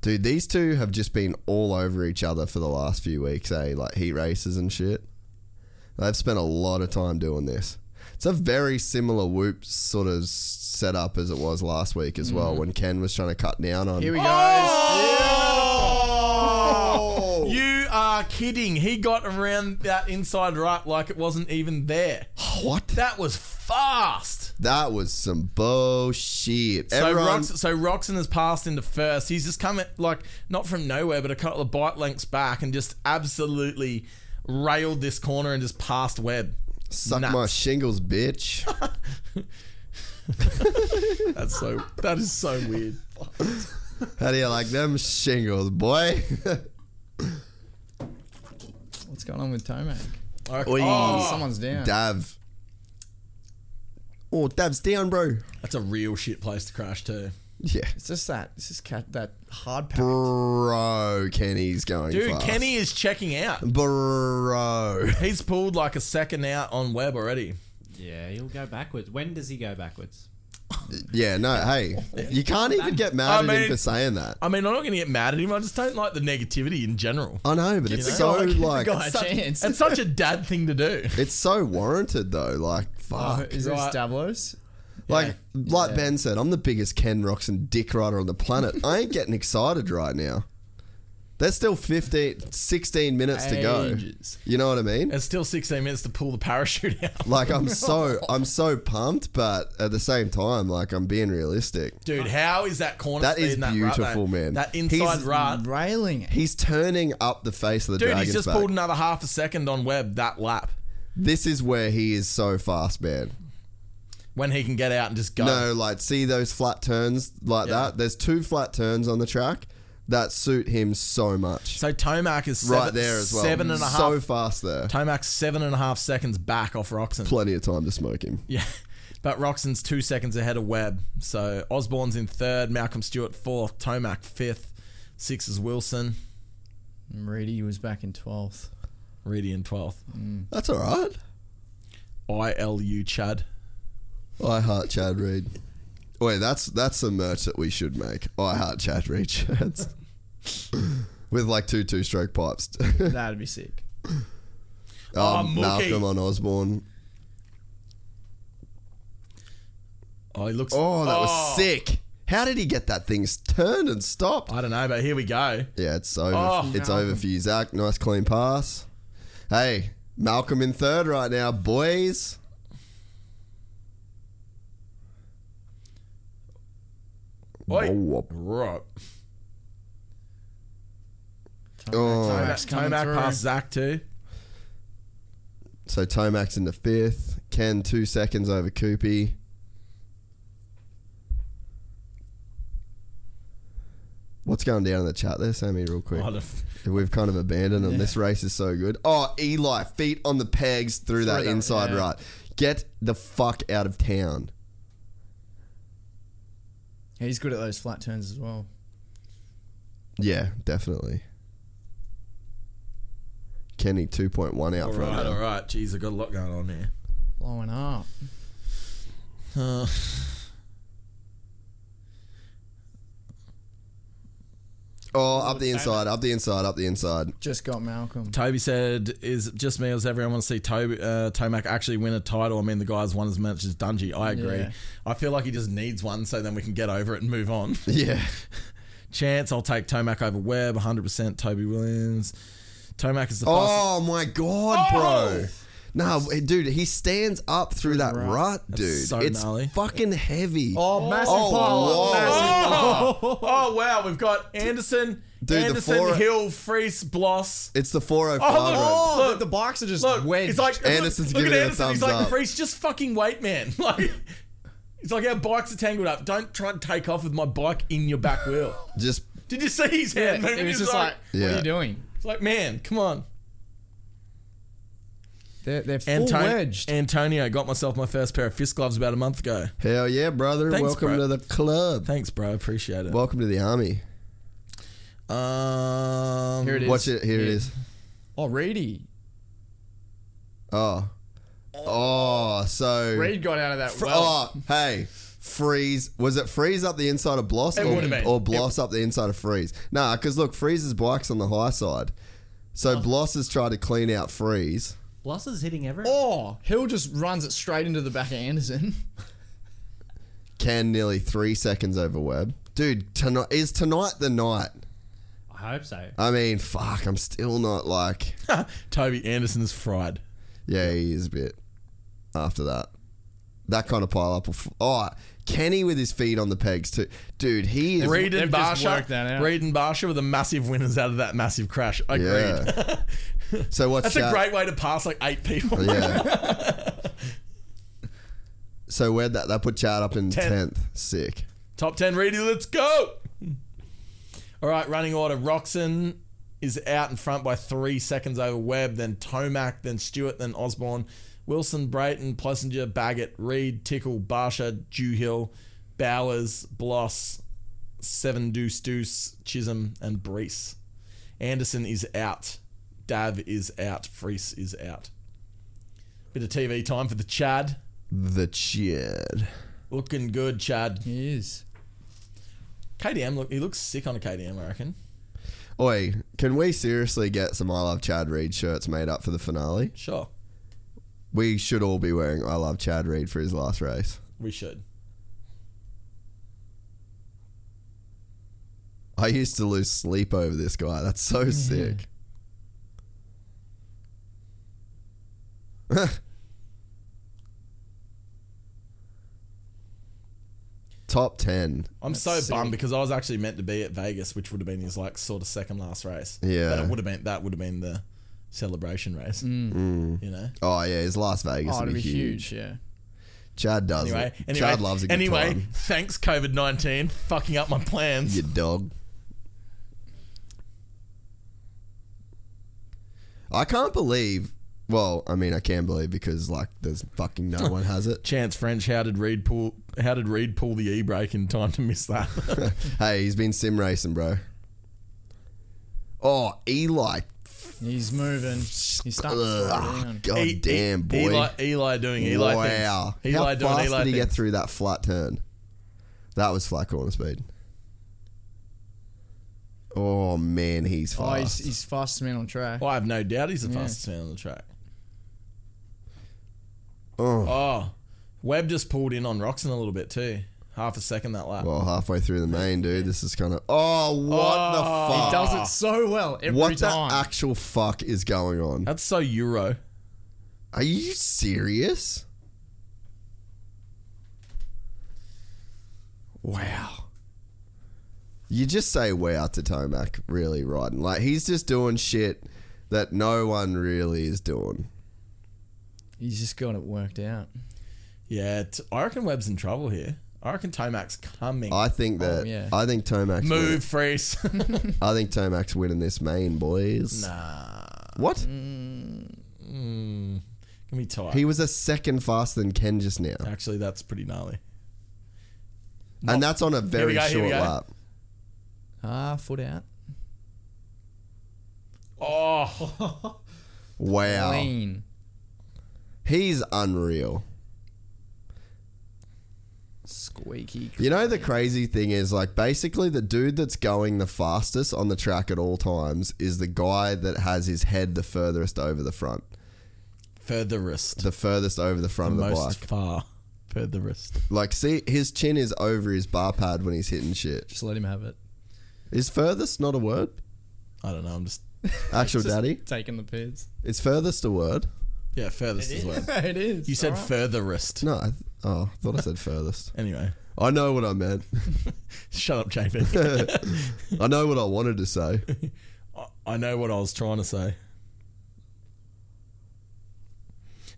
Speaker 2: Dude, these two have just been all over each other for the last few weeks, eh? Like heat races and shit. They've spent a lot of time doing this. It's a very similar whoop sort of setup as it was last week as well when Ken was trying to cut down on.
Speaker 6: Here we go.
Speaker 5: Oh!
Speaker 2: Oh!
Speaker 5: You are kidding. He got around that inside right like it wasn't even there.
Speaker 2: Oh, What?
Speaker 5: That was fast.
Speaker 2: That was some bullshit.
Speaker 5: So,
Speaker 2: Everyone-
Speaker 5: Rox, so Roxon has passed into first. He's just come at, like, not from nowhere, but a couple of bite lengths back and just absolutely railed this corner and just passed Webb.
Speaker 2: Suck my shingles, bitch.
Speaker 5: That's so, that is so
Speaker 2: *laughs*
Speaker 5: weird.
Speaker 2: How do you like them shingles, boy?
Speaker 6: What's going on with Tomac?
Speaker 2: Oi.
Speaker 6: Oh, someone's down.
Speaker 2: *laughs* Dav. Oh, Dav's down, bro.
Speaker 5: That's a real shit place to crash, too.
Speaker 2: Yeah.
Speaker 6: It's just that. It's just cat, that hard pack.
Speaker 2: Bro, Kenny's going
Speaker 5: Dude,
Speaker 2: fast.
Speaker 5: Kenny is checking out.
Speaker 2: Bro. *laughs*
Speaker 5: He's pulled like a second out on Webb already.
Speaker 7: Yeah, he'll go backwards. When does he go backwards?
Speaker 2: Yeah, no, hey. You can't even get mad
Speaker 5: I
Speaker 2: at him
Speaker 5: mean-
Speaker 2: for saying that.
Speaker 5: I mean, I'm not going to get mad at him. I just don't like the negativity in general.
Speaker 2: I know, but
Speaker 5: You
Speaker 2: it's
Speaker 5: know?
Speaker 2: so
Speaker 5: Give the
Speaker 2: like
Speaker 5: guy a
Speaker 6: Such-
Speaker 5: chance. It's such a dad thing to do.
Speaker 2: it's so warranted though. Like
Speaker 6: Oh,
Speaker 2: fuck.
Speaker 6: is this
Speaker 5: Right.
Speaker 6: Davlos?
Speaker 2: Like like Ben said, I'm the biggest Ken Roxon dick rider on the planet. I ain't getting excited right now. There's still 15, 16 minutes to go.
Speaker 6: Ages.
Speaker 2: You know what I mean?
Speaker 5: *laughs* It's still 16 minutes to pull the parachute *laughs* out.
Speaker 2: Like I'm so I'm so pumped, but at the same time, like I'm being realistic.
Speaker 5: Dude, how is that corner
Speaker 2: That
Speaker 5: speed
Speaker 2: is
Speaker 5: in that rut,
Speaker 2: beautiful,
Speaker 5: though?
Speaker 2: man.
Speaker 5: That inside
Speaker 2: He's-
Speaker 5: rut.
Speaker 6: Railing it.
Speaker 2: He's turning up the face of the
Speaker 5: Dude,
Speaker 2: dragon's
Speaker 5: he's just
Speaker 2: back.
Speaker 5: pulled another half a second on Webb that lap
Speaker 2: This is where he is so fast, man.
Speaker 5: when he can get out and just go.
Speaker 2: No, like see those flat turns like
Speaker 5: Oh. Yeah.
Speaker 2: that. There's two flat turns on the track that suit him so much.
Speaker 5: So Tomac is seven,
Speaker 2: right there as well.
Speaker 5: seven and a half.
Speaker 2: So fast there.
Speaker 5: Tomac's seven and a half seconds back off Roxon.
Speaker 2: Plenty of time to smoke him.
Speaker 5: Yeah. But Roxon's two seconds ahead of Webb. So Osborne's in third, Malcolm Stewart fourth, Tomac fifth, six is Wilson,
Speaker 6: Reedy was back in 12th.
Speaker 5: Reedy in twelfth.
Speaker 2: That's all right.
Speaker 5: I L U Chad.
Speaker 2: I heart Chad Reed. Wait, that's that's some merch that we should make. I heart Chad Reed
Speaker 5: *laughs*
Speaker 2: Chads. With like two two stroke pipes. um,
Speaker 6: That'd be sick.
Speaker 5: Oh, Mookie.
Speaker 2: Malcolm on Osborne.
Speaker 5: Oh, he looks.
Speaker 2: Oh, that
Speaker 5: Oh.
Speaker 2: was sick. How did he get that thing s- turned and stopped?
Speaker 6: Oh.
Speaker 5: I don't know, but here we go.
Speaker 2: Yeah, it's over.
Speaker 5: Oh,
Speaker 2: it's
Speaker 5: Malcolm.
Speaker 2: over for you, Zach. Nice clean pass. Hey, Malcolm in third right now, boys.
Speaker 5: Oi.
Speaker 2: Whoop.
Speaker 5: Right.
Speaker 2: Oh,
Speaker 6: Tomac's coming
Speaker 5: Tomac
Speaker 6: through.
Speaker 5: past Zach too.
Speaker 2: so Tomac's in the fifth. Ken two seconds over Koopy. What's going down in the chat there, Sammy, real quick?
Speaker 5: Oh, the-
Speaker 2: We've kind of abandoned them. This race is so good. Oh, Eli, feet on the pegs through that
Speaker 6: that,
Speaker 2: inside
Speaker 6: yeah.
Speaker 2: right. Get the fuck out of town.
Speaker 6: He's good at those flat turns as well.
Speaker 2: Yeah, definitely. Kenny 2.1 out
Speaker 5: All
Speaker 2: for right,
Speaker 5: right, all right. Jeez, I got a lot going on here.
Speaker 6: Blowing up.
Speaker 5: Uh,
Speaker 2: Oh, up the inside, up the inside, up the inside. *laughs*
Speaker 6: Just got Malcolm.
Speaker 5: Toby said, "Is it just me or does everyone want to see Toby, uh, Tomac actually win a title? I mean, the guy's won as much as Dungy. I agree.
Speaker 6: Yeah.
Speaker 5: I feel like he just needs one, so then we can get over it and
Speaker 2: *laughs*
Speaker 5: move on.
Speaker 2: Yeah.
Speaker 5: Chance, I'll take Tomac over Webb, 100. percent Toby Williams. Tomac is the fastest.
Speaker 2: Oh my god, bro. Nah, w- dude, he stands up through that rut, dude.
Speaker 5: so
Speaker 2: it's
Speaker 5: gnarly.
Speaker 2: fucking heavy.
Speaker 6: Oh, massive
Speaker 2: Oh, whoa.
Speaker 6: pile. Massive
Speaker 5: Oh, *laughs* oh, wow, we've got Anderson,
Speaker 2: Dude, the
Speaker 5: Anderson,
Speaker 2: four-
Speaker 5: Hill, Freese, Bloss.
Speaker 2: It's the 405.
Speaker 5: Oh, look,
Speaker 2: road.
Speaker 5: oh,
Speaker 6: Look, the bikes are just
Speaker 5: Look,
Speaker 6: wedged.
Speaker 5: he's like
Speaker 2: Anderson's
Speaker 5: look, look
Speaker 2: giving
Speaker 5: at
Speaker 2: it a
Speaker 5: Anderson. he's
Speaker 2: thumbs
Speaker 5: like,
Speaker 2: up.
Speaker 5: Freeze, just fucking wait, man. *laughs* Like, he's like, our bikes are tangled up. Don't try and take off with my bike in your back *laughs* wheel.
Speaker 2: Just
Speaker 5: Did you see his
Speaker 6: yeah,
Speaker 5: hand moving?
Speaker 6: it was
Speaker 5: He's
Speaker 6: just like, what
Speaker 2: Yeah.
Speaker 6: are you doing?
Speaker 5: it's like, man, come on.
Speaker 6: They're, they're full
Speaker 5: Anto-
Speaker 6: wedged.
Speaker 5: Antonio got myself my first pair of fist gloves about a month ago.
Speaker 2: hell yeah, brother.
Speaker 5: Thanks,
Speaker 2: Welcome
Speaker 5: bro.
Speaker 2: to the club.
Speaker 5: Thanks, bro. Appreciate it.
Speaker 2: Welcome to the army.
Speaker 5: um,
Speaker 6: Here it is.
Speaker 2: Watch it. Here it is.
Speaker 6: Oh, Reedy.
Speaker 2: Oh. Oh, so
Speaker 6: Reed got out of that
Speaker 2: Fr-
Speaker 6: well.
Speaker 2: Oh, hey, freeze. Was it freeze up the inside of Bloss,
Speaker 6: It
Speaker 2: or,
Speaker 6: would've been.
Speaker 2: or Bloss up the inside of Freeze? Nah, because look, Freeze's bike's on the high side, so Bloss has tried to clean out Freeze.
Speaker 7: Bloss is hitting everyone.
Speaker 6: Oh, Hill just runs it straight into the back of Anderson. *laughs*
Speaker 2: Can nearly three seconds over Webb, dude. Tonight is tonight the night.
Speaker 7: I hope so.
Speaker 2: I mean, fuck. I'm still not like
Speaker 5: Toby Anderson's fried.
Speaker 2: Yeah, he is a bit. After that, that kind of pile up. Of, oh, Kenny with his feet on the pegs too, dude. He is
Speaker 5: Reed and Barsha. Reed and Barsha were the massive winners out of that massive crash. Agreed.
Speaker 2: Yeah. *laughs* so what's
Speaker 5: That's
Speaker 2: Shad-
Speaker 5: a great way to pass like eight people.
Speaker 2: Yeah.
Speaker 5: *laughs*
Speaker 2: So where that that put Chad up in
Speaker 5: Tenth.
Speaker 2: tenth. Sick.
Speaker 5: Top 10 Reedy, let's go. All right, running order. Roxon is out in front by three seconds over Webb, then Tomac, then Stewart, then Osborne. Wilson, Brayton, Plessinger, Baggett, Reed, Tickle, Barsha, Dewhill, Bowers, Bloss, Seven Deuce Deuce, Chisholm, and Brees. Anderson is out. Dav is out. Freese is out. Bit of TV time for the Chad.
Speaker 2: The Chad.
Speaker 5: Looking good, Chad.
Speaker 6: He is.
Speaker 5: KDM look he looks sick on a KDM, I reckon.
Speaker 2: Oi, can we seriously get some I Love Chad Reed shirts made up for the finale?
Speaker 5: Sure.
Speaker 2: We should all be wearing I Love Chad Reed for his last race.
Speaker 5: We should.
Speaker 2: I used to lose sleep over this guy. That's so sick. *laughs* Top 10.
Speaker 5: I'm so bummed because I was actually meant to be at Vegas, which would have been his like sort of second last race.
Speaker 2: Yeah.
Speaker 5: But it would have been that would have been the celebration race.
Speaker 2: Mm.
Speaker 5: You know?
Speaker 2: Oh, yeah, his Las Vegas
Speaker 5: Oh,
Speaker 2: would be
Speaker 5: it'd be
Speaker 2: huge.
Speaker 5: huge, yeah.
Speaker 2: Chad does
Speaker 5: Anyway,
Speaker 2: it.
Speaker 5: anyway,
Speaker 2: Chad loves a good
Speaker 5: anyway,
Speaker 2: time.
Speaker 5: thanks COVID nineteen, fucking up my plans.
Speaker 2: You dog. I can't believe. Well, I mean, I can believe because like there's fucking no one has
Speaker 5: *laughs*
Speaker 2: it.
Speaker 5: Chance French, how did Reed pull? How did Reed pull the e brake in time to miss that?
Speaker 2: hey, he's been sim racing, bro. Oh, Eli.
Speaker 6: He's moving. He's starting to slow
Speaker 2: Ugh,
Speaker 6: down.
Speaker 5: *laughs*
Speaker 2: God Oh, damn, boy.
Speaker 5: E- Eli, Eli doing Eli things.
Speaker 2: wow.
Speaker 5: Eli
Speaker 2: How
Speaker 5: doing
Speaker 2: fast
Speaker 5: Eli
Speaker 2: did he get
Speaker 5: things.
Speaker 2: through that flat turn? That was flat corner speed. Oh man, he's
Speaker 6: Oh,
Speaker 2: fast.
Speaker 6: he's, he's fastest man on track.
Speaker 2: Ah.
Speaker 5: Well, I have no doubt he's the
Speaker 6: Yeah.
Speaker 5: fastest man on the track.
Speaker 2: Oh.
Speaker 5: Oh, Webb just pulled in on Roxon a little bit too. Half a second that lap.
Speaker 2: Well, halfway through the main, dude, this is kind of. Oh, what
Speaker 5: Oh.
Speaker 2: the fuck?
Speaker 5: He does it
Speaker 6: so well every
Speaker 2: what
Speaker 6: time.
Speaker 2: the actual fuck is going on?
Speaker 5: That's so Euro.
Speaker 2: Are you serious? Wow. You just say wow to Tomac, really, riding. Like, he's just doing shit that no one really is doing.
Speaker 6: He's just got it worked out.
Speaker 5: Yeah, t- I reckon Webb's in trouble here. I reckon Tomac's coming.
Speaker 2: I think that. I think Tomac's.
Speaker 5: Oh, Move, *laughs* freeze.
Speaker 2: Winning. I think Tomac's winning this main, boys.
Speaker 5: Nah.
Speaker 2: What?
Speaker 5: Mm, can be tight.
Speaker 2: He was a second faster than Ken just now.
Speaker 5: Actually, that's pretty gnarly.
Speaker 2: And that's on a
Speaker 5: we
Speaker 2: very
Speaker 5: go, here we
Speaker 2: short
Speaker 5: go.
Speaker 2: lap.
Speaker 6: Ah, foot out.
Speaker 5: Oh.
Speaker 2: Wow.
Speaker 6: Clean.
Speaker 2: He's unreal.
Speaker 6: Squeaky.
Speaker 2: You know the crazy thing is like basically the dude that's going the fastest on the track at all times is the guy that has his head the furthest over the front.
Speaker 5: Furthest.
Speaker 2: The furthest over the front
Speaker 5: the
Speaker 2: of the
Speaker 5: most
Speaker 2: bike.
Speaker 5: far. Furthest.
Speaker 2: Like see his chin is over his bar pad when he's hitting shit.
Speaker 6: Just let him have it.
Speaker 2: Is furthest not a word?
Speaker 5: I don't know. I'm just.
Speaker 2: Actual
Speaker 6: Just
Speaker 2: daddy?
Speaker 6: Taking the *laughs* pids.
Speaker 2: Is furthest a word?
Speaker 5: Yeah, furthest as well.
Speaker 6: it is.
Speaker 5: You said
Speaker 6: alright.
Speaker 5: furthest.
Speaker 2: No, I th- oh, I thought I said furthest.
Speaker 5: Anyway,
Speaker 2: I know what I meant.
Speaker 5: shut
Speaker 2: *laughs*
Speaker 5: up, JP.
Speaker 2: I know what I wanted to
Speaker 5: *laughs*
Speaker 2: say.
Speaker 5: I- I know what I was trying to say.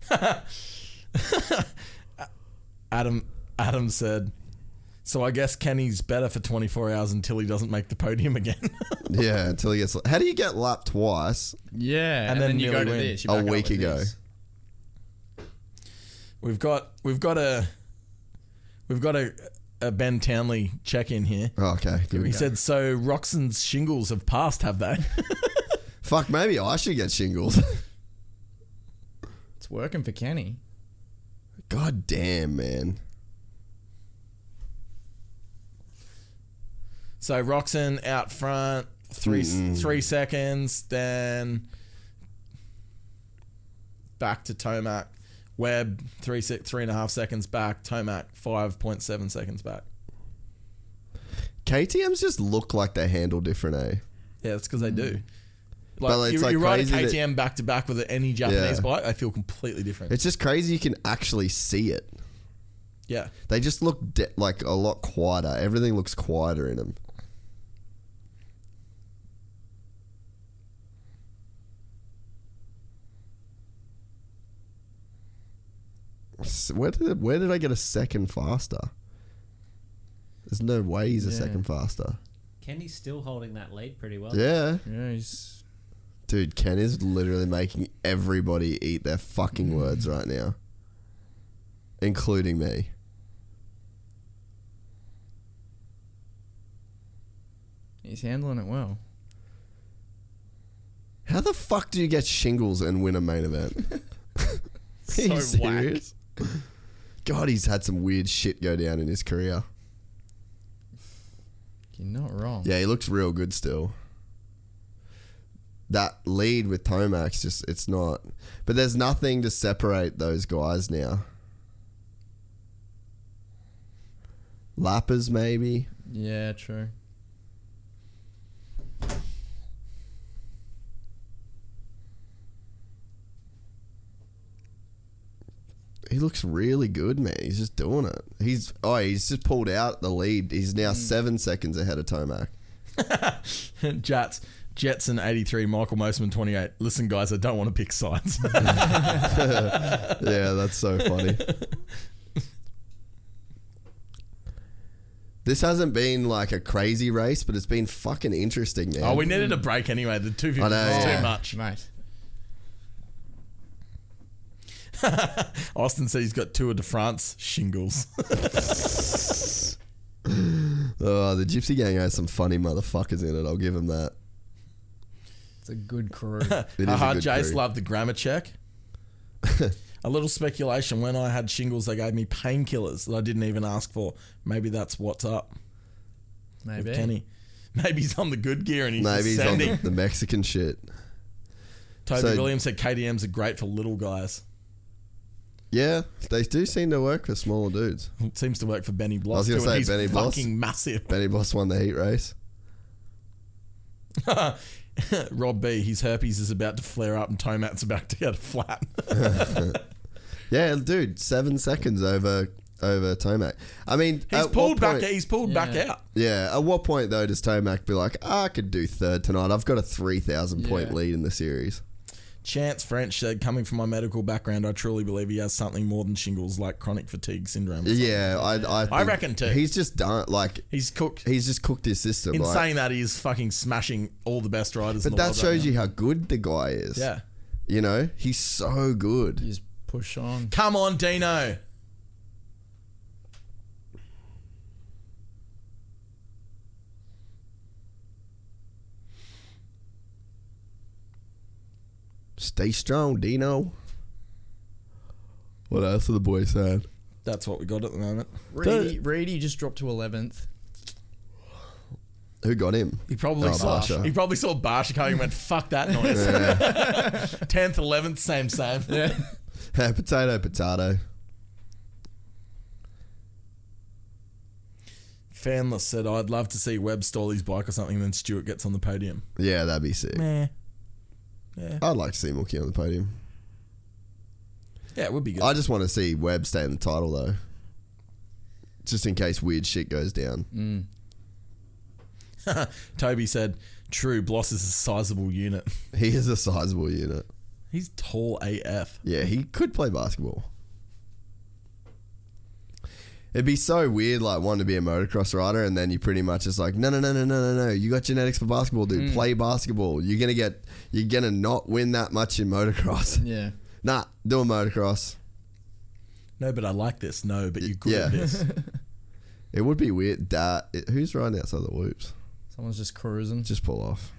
Speaker 5: *laughs* Adam Adam said, "So I guess Kenny's better for 24 hours until he doesn't make the podium again." *laughs*
Speaker 2: Yeah, until he gets. How do you get lapped twice
Speaker 6: Yeah, and,
Speaker 5: then
Speaker 6: then, you go
Speaker 5: nearly
Speaker 6: to
Speaker 5: win.
Speaker 6: this. You
Speaker 2: a
Speaker 6: back up
Speaker 2: week
Speaker 6: with
Speaker 2: ago?
Speaker 6: this.
Speaker 5: we've got we've got a we've got a, a Ben Townley check in here.
Speaker 2: Oh, okay, good.
Speaker 5: *laughs* He said, "So Roxon's shingles have passed, have they?"
Speaker 2: Fuck, maybe I should get shingles.
Speaker 6: It's working for Kenny.
Speaker 2: *laughs* God damn, man.
Speaker 5: So Roxon out front, three
Speaker 2: Mm.
Speaker 5: three seconds, then back to Tomac. Webb three se- three and a half seconds back. Tomac five point seven seconds back.
Speaker 2: KTM's just look like they handle different, eh?
Speaker 5: Yeah, that's because they do.
Speaker 2: Mm.
Speaker 5: Like,
Speaker 2: But it's,
Speaker 5: you,
Speaker 2: like,
Speaker 5: you ride a
Speaker 2: crazy that-
Speaker 5: KTM back to back with any Japanese
Speaker 2: Yeah.
Speaker 5: bike, they feel completely different.
Speaker 2: It's just crazy you can actually see it.
Speaker 5: yeah, *laughs*
Speaker 2: They just look de- like a lot quieter. Everything looks quieter in them. S- Where did where did I get a second faster? There's no way he's a
Speaker 7: Yeah.
Speaker 2: second faster.
Speaker 7: Kenny's still holding that lead pretty well.
Speaker 2: Yeah.
Speaker 6: Yeah, he's.
Speaker 2: Dude, Ken is literally making everybody eat their
Speaker 6: Mm.
Speaker 2: fucking words right now, including me.
Speaker 6: He's handling it well.
Speaker 2: How the fuck do you get shingles and win a main event?
Speaker 6: *laughs*
Speaker 2: *laughs* Are you
Speaker 6: So whack.
Speaker 2: serious? God, he's had some weird shit go down in his career.
Speaker 6: You're not wrong.
Speaker 2: Yeah, he looks real good still. That lead with Tomax just it's not but there's nothing to separate those guys now. Lappers maybe.
Speaker 6: Yeah, true.
Speaker 2: He looks really good, man. He's just doing it. He's oh, he's just pulled out the lead. He's now seven seconds ahead of Tomac.
Speaker 5: Jats. Jetson 83, Michael Mosman 28. Listen, guys, I don't want to
Speaker 2: *laughs*
Speaker 5: pick sides.
Speaker 2: yeah, that's so funny. This hasn't been like a crazy race, but it's been fucking interesting, man.
Speaker 5: oh, we needed a break anyway. The 250
Speaker 2: I know,
Speaker 5: was
Speaker 2: yeah.
Speaker 5: too much.
Speaker 6: Mate.
Speaker 5: Austin said he's got Tour de France shingles.
Speaker 2: Oh, the Gypsy Gang has some funny motherfuckers in it. I'll give him that.
Speaker 6: It's a
Speaker 2: *laughs*
Speaker 6: good crew.
Speaker 2: It is a
Speaker 5: Haha,
Speaker 2: good
Speaker 5: Jace
Speaker 2: crew.
Speaker 5: loved the grammar
Speaker 2: *laughs*
Speaker 5: check. a little speculation. When I had shingles, they gave me painkillers that I didn't even ask for. Maybe that's what's up with
Speaker 6: Maybe.
Speaker 5: Kenny. *laughs* Maybe he's on the good gear and he's
Speaker 2: Maybe he's on
Speaker 5: sending.
Speaker 2: the, the Mexican shit.
Speaker 5: Toby
Speaker 2: so-
Speaker 5: Williams said KDMs are great for little guys. *laughs*
Speaker 2: Yeah, they do seem to work for smaller dudes.
Speaker 5: It seems to work for Benny Bloss.
Speaker 2: I was gonna
Speaker 5: too, and
Speaker 2: say Benny
Speaker 5: he's
Speaker 2: Bloss.
Speaker 5: fucking massive. *laughs*
Speaker 2: Benny Boss won the heat race.
Speaker 5: Rob B, his herpes is about to flare up and Tomat's about to get a flat. *laughs*
Speaker 2: Yeah, dude, seven seconds over over Tomac. I mean,
Speaker 5: he's
Speaker 2: at what
Speaker 5: pulled back
Speaker 2: point-
Speaker 5: he's pulled back out.
Speaker 2: Yeah, at what point though does Tomac be like, "Ah, I could do third tonight? I've got a three thousand point
Speaker 5: Yeah.
Speaker 2: lead in the series.
Speaker 5: Chance French said, coming from my medical background, I truly believe he has something more than shingles like chronic fatigue syndrome.
Speaker 2: Yeah, I I,
Speaker 5: I
Speaker 2: think
Speaker 5: reckon too.
Speaker 2: He's just done like
Speaker 5: he's cooked.
Speaker 2: He's just cooked his system.
Speaker 5: In
Speaker 2: like-
Speaker 5: saying that, he is fucking smashing all the best riders in
Speaker 2: but
Speaker 5: the
Speaker 2: that
Speaker 5: world. right
Speaker 2: shows you how good the guy is.
Speaker 5: now. Yeah.
Speaker 2: You know, he's so good.
Speaker 6: Just push on.
Speaker 5: Come on, Dino.
Speaker 2: Stay strong, Dino. What else are the boys saying?
Speaker 5: That's what we got at the moment.
Speaker 6: Reedy, Reedy just dropped to 11th.
Speaker 2: Who got him? *laughs*
Speaker 5: He probably
Speaker 2: Oh,
Speaker 5: saw
Speaker 2: Barsha.
Speaker 5: he probably saw Barsha coming and went, fuck that noise. *laughs* Tenth, eleventh, same, same.
Speaker 2: potato, potato.
Speaker 5: Fanless said, I'd love to see Webb stall his bike or something, and then Stewart gets on the podium.
Speaker 2: Yeah, that'd be sick.
Speaker 5: Meh. Yeah.
Speaker 2: I'd like to see Mookie on the podium.
Speaker 5: Yeah, it would be good.
Speaker 2: I just want to see Webb stay in the title though, just in case weird shit goes down.
Speaker 5: Toby said, True, Bloss is a sizable unit.
Speaker 2: He is a sizable unit.
Speaker 5: He's tall AF.
Speaker 2: Yeah, he could play basketball. It'd be so weird, like wanting to be a motocross rider, and then you pretty much just like, no, no, no, no, no, no, no. You got genetics for basketball, dude. Play basketball. You're gonna get, you're gonna not win that much in motocross.
Speaker 6: Yeah.
Speaker 2: *laughs* Nah, doing motocross.
Speaker 5: No, but I like this. No, but you're good
Speaker 2: Yeah. *laughs*
Speaker 5: at this.
Speaker 2: It would be weird. That it, who's riding outside the whoops?
Speaker 6: Someone's just cruising.
Speaker 2: Just pull off.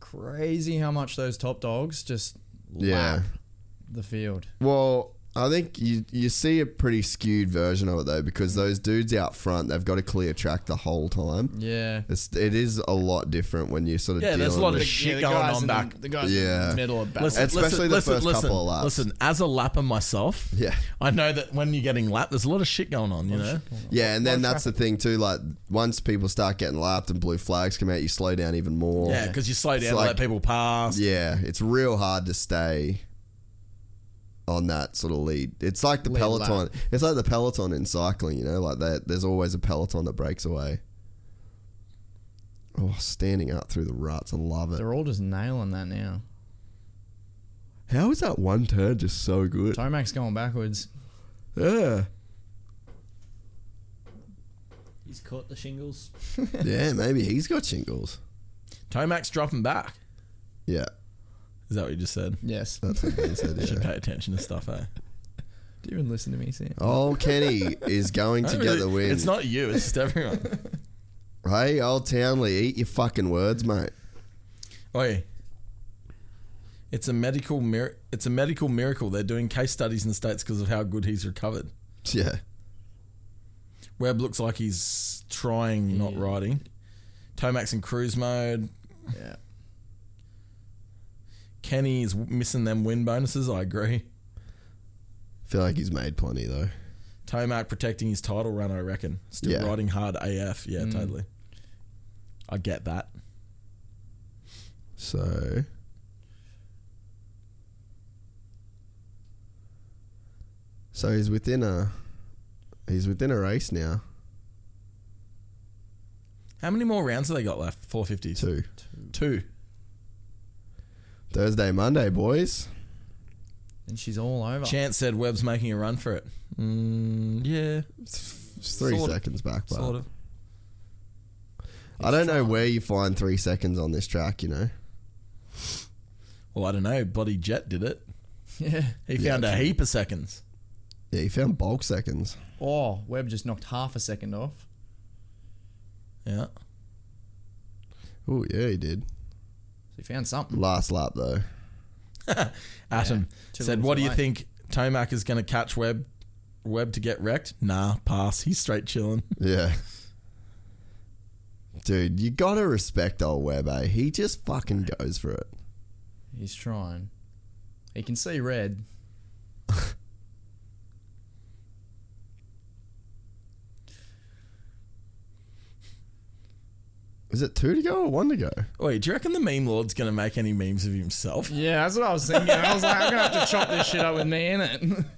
Speaker 6: crazy how much those top dogs just
Speaker 2: Yeah.
Speaker 6: lap the field.
Speaker 2: Well, I think you you see a pretty skewed version of it though, because those dudes out front, they've got a clear track the whole time.
Speaker 6: Yeah.
Speaker 2: it's, it is a lot different when you sort of
Speaker 5: Yeah, there's a
Speaker 2: dealing
Speaker 5: lot of
Speaker 2: with-
Speaker 5: shit going on back.
Speaker 2: yeah,
Speaker 5: Listen,
Speaker 2: especially the
Speaker 5: listen, listen,
Speaker 2: first
Speaker 5: listen,
Speaker 2: couple of laps.
Speaker 5: Listen, as a lapper myself,
Speaker 2: yeah, Oh,
Speaker 5: I know that when you're getting lapped, there's a lot of shit going on. You know,
Speaker 2: Yeah, and then that's the thing too. Like once people start getting lapped and blue flags come out, you slow down even more.
Speaker 5: yeah, because you slow
Speaker 2: It's
Speaker 5: down, to
Speaker 2: like-
Speaker 5: let people pass.
Speaker 2: Yeah, it's real hard to stay on that sort of lead. It's like the
Speaker 5: Lead
Speaker 2: peloton.
Speaker 5: lap.
Speaker 2: It's like the peloton in cycling. You know, like that. There's always a peloton that breaks away. Oh, standing up through the ruts, I love it.
Speaker 6: They're all just nailing that now.
Speaker 2: How is that one turn just so good?
Speaker 6: Tomac's going backwards.
Speaker 2: Yeah,
Speaker 7: He's caught the shingles.
Speaker 2: yeah. Maybe he's got shingles.
Speaker 5: Tomac's dropping back.
Speaker 2: Yeah,
Speaker 5: Is that what you just said?
Speaker 6: Yes.
Speaker 2: that's what he said.
Speaker 5: You
Speaker 2: Yeah.
Speaker 5: should *laughs* pay attention to stuff, eh?
Speaker 6: Do you even listen to me, Sam?
Speaker 2: Oh, Kenny is going
Speaker 5: I
Speaker 2: to
Speaker 5: don't
Speaker 2: get
Speaker 5: really-
Speaker 2: the win.
Speaker 5: It's not you. It's just everyone.
Speaker 2: *laughs* Hey, old Townley, eat your fucking words, mate.
Speaker 5: Oi. It's a medical mir- it's a medical miracle. They're doing case studies in the states because of how good he's recovered.
Speaker 2: Yeah.
Speaker 5: Webb looks like he's trying, not riding. Tomax in cruise mode.
Speaker 6: Yeah.
Speaker 5: Kenny is w- missing them win bonuses. I agree.
Speaker 2: Feel like he's made plenty though.
Speaker 5: Tomac protecting his title run. I reckon. Still
Speaker 2: Yeah.
Speaker 5: riding hard AF. Yeah,
Speaker 6: Mm.
Speaker 5: totally. I get that.
Speaker 2: So So he's within a he's within a race now.
Speaker 5: How many more rounds have they got left? Four fifty.
Speaker 2: Two.
Speaker 5: Two.
Speaker 2: Thursday, Monday, boys.
Speaker 6: And she's all over.
Speaker 5: Chance said Webb's making a run for it. Mm, yeah.
Speaker 2: It's three
Speaker 5: Sort of.
Speaker 2: seconds back, but
Speaker 5: Sort of.
Speaker 2: I don't know where you find three seconds on this track, you know.
Speaker 5: Well, I don't know. Bloody Jet did it.
Speaker 6: Yeah.
Speaker 5: He
Speaker 2: Yeah,
Speaker 5: found a
Speaker 2: true.
Speaker 5: heap of seconds.
Speaker 2: Yeah, you found bulk seconds.
Speaker 6: Oh, Webb just knocked half a second off.
Speaker 5: Yeah.
Speaker 2: Oh yeah, he did.
Speaker 6: So he found something.
Speaker 2: Last lap
Speaker 5: *laughs*
Speaker 2: though.
Speaker 5: Atom
Speaker 6: Two
Speaker 5: said,
Speaker 6: laps
Speaker 5: "What do you
Speaker 6: away."
Speaker 5: think? Tomac is going to catch Webb, Webb to get wrecked? Nah, pass. He's straight chilling.
Speaker 2: Yeah. Dude, you gotta respect old Webb, eh? He just fucking goes for it.
Speaker 6: He's trying. He can see red.
Speaker 2: Is it two to go or one to go?
Speaker 5: *laughs* Wait, do you reckon the meme lord's going to make any memes of himself?
Speaker 6: Yeah, that's what I was thinking. I was like, I'm gonna have to chop this shit up with me in it. *laughs*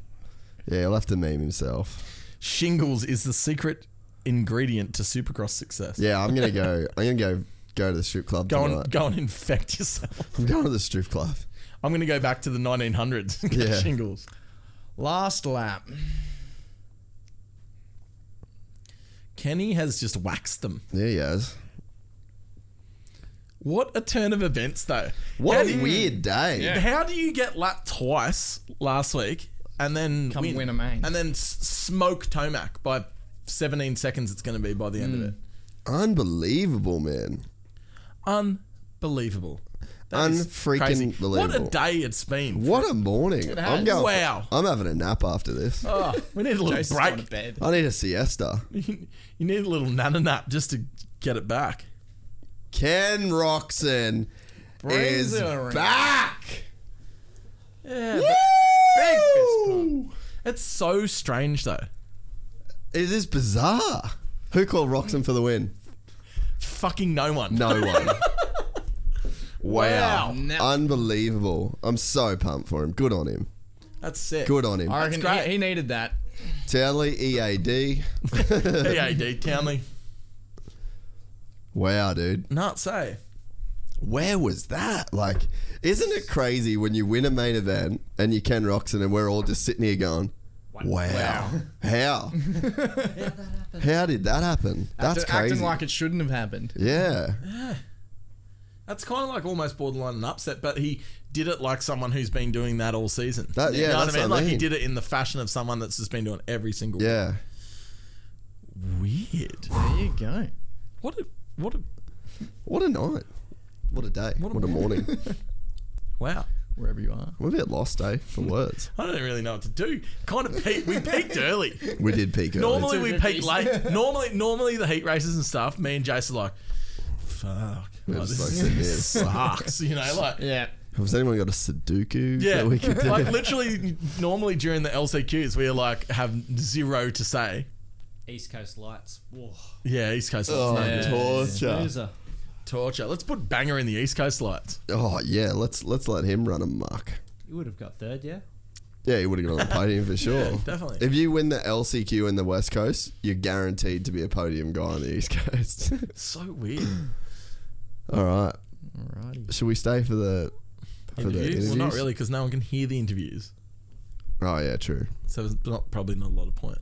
Speaker 2: Yeah, he'll have to meme himself.
Speaker 5: Shingles is the secret ingredient to Supercross success.
Speaker 2: Yeah, I'm gonna
Speaker 5: *laughs*
Speaker 2: go. I'm gonna go go to the strip club.
Speaker 5: Go
Speaker 2: tonight.
Speaker 5: and go and infect *laughs* yourself.
Speaker 2: I'm going to the strip club.
Speaker 5: I'm going to go back to the 1900s. and get
Speaker 2: Yeah.
Speaker 5: Shingles.
Speaker 6: Last lap.
Speaker 5: Kenny has just waxed them.
Speaker 2: There he is.
Speaker 5: What a turn of events, though.
Speaker 2: What
Speaker 5: How
Speaker 2: a
Speaker 5: do you-
Speaker 2: weird day.
Speaker 5: How do you get lapped twice last week and then
Speaker 6: Come win a main.
Speaker 5: and then s- smoke Tomac by 17 seconds? It's going to be by the end of it.
Speaker 2: Unbelievable, man.
Speaker 6: Mm.
Speaker 5: Unbelievable. is
Speaker 2: Unfreaking
Speaker 5: crazy. What a
Speaker 2: believable.
Speaker 5: day it's been.
Speaker 2: What a morning. I'm
Speaker 5: has.
Speaker 2: going.
Speaker 5: Wow.
Speaker 2: I'm having a nap after this.
Speaker 5: Oh, we need a little
Speaker 6: Jason's
Speaker 5: break.
Speaker 6: gone to bed.
Speaker 2: I need a siesta.
Speaker 5: you need a little nana nap just to get it back.
Speaker 2: Ken Roxon
Speaker 6: Brings
Speaker 2: is
Speaker 6: it around.
Speaker 2: back.
Speaker 5: Yeah. but- It's so strange though.
Speaker 2: It is bizarre. Who called Roxon for the win?
Speaker 5: Fucking no one.
Speaker 2: No *laughs* one. wow.
Speaker 6: Now-
Speaker 2: Unbelievable. I'm so pumped for him. Good on him.
Speaker 5: That's sick.
Speaker 2: Good on him. E
Speaker 6: I reckon
Speaker 5: great.
Speaker 6: he, he needed that.
Speaker 2: Townley *laughs* EAD.
Speaker 5: EAD Townley.
Speaker 2: wow, dude.
Speaker 5: Not say.
Speaker 2: Where was that? Like, isn't it crazy when you win a main event and you can Roxon and we're all just sitting here going, wow. *laughs* How? How did that happen? That's
Speaker 6: Acting-
Speaker 2: crazy.
Speaker 6: Acting like it shouldn't have happened.
Speaker 2: yeah.
Speaker 5: That's kind of like almost borderline an upset, but he did it like someone who's been doing that all season.
Speaker 2: That- yeah,
Speaker 5: you know
Speaker 2: that's
Speaker 5: what I mean.
Speaker 2: what I
Speaker 5: Like he
Speaker 2: mean.
Speaker 5: did it in the fashion of someone that's just been doing every single.
Speaker 2: Yeah.
Speaker 5: Weird.
Speaker 6: There you go.
Speaker 5: What a what a
Speaker 2: What a night. What a day. What a, *laughs* morning.
Speaker 5: wow.
Speaker 6: Wherever you are.
Speaker 2: We're a bit lost, eh? For words.
Speaker 5: I don't really know what to do. Kind of peaked. We
Speaker 2: *laughs*
Speaker 5: peaked early.
Speaker 2: We did peak early.
Speaker 5: Normally we peak late. Normally, normally the heat races and stuff. Me and Jace are like, fuck.
Speaker 2: We're
Speaker 5: Like,
Speaker 2: just
Speaker 5: this
Speaker 2: like, "This
Speaker 5: *laughs* sucks. You know, like
Speaker 6: yeah.
Speaker 2: Has anyone got a Sudoku
Speaker 5: Yeah,
Speaker 2: that we
Speaker 5: *laughs*
Speaker 2: could do?
Speaker 5: like literally, normally during the LCQs, we like have zero to say.
Speaker 7: East Coast Lights. Whoa.
Speaker 5: Yeah, East Coast
Speaker 2: Oh,
Speaker 5: Lights.
Speaker 2: *laughs* torture.
Speaker 7: Loser.
Speaker 5: Torture. Let's put banger in the East Coast Lights.
Speaker 2: oh yeah, let's let's let him run a muck.
Speaker 7: You would have got third, yeah?
Speaker 2: Yeah, he would have got
Speaker 5: *laughs*
Speaker 2: on the podium for sure.
Speaker 5: definitely.
Speaker 2: If you win the LCQ in the West Coast, you're guaranteed to be a podium guy on the East Coast. *laughs*
Speaker 5: So
Speaker 2: *clears throat*
Speaker 5: weird.
Speaker 2: All right.
Speaker 6: Alrighty.
Speaker 2: Should we stay for the for the
Speaker 5: interviews?
Speaker 2: interviews?
Speaker 5: Well, not really, because no one can hear the interviews.
Speaker 2: Oh yeah, true.
Speaker 5: So it's not probably not a lot of point.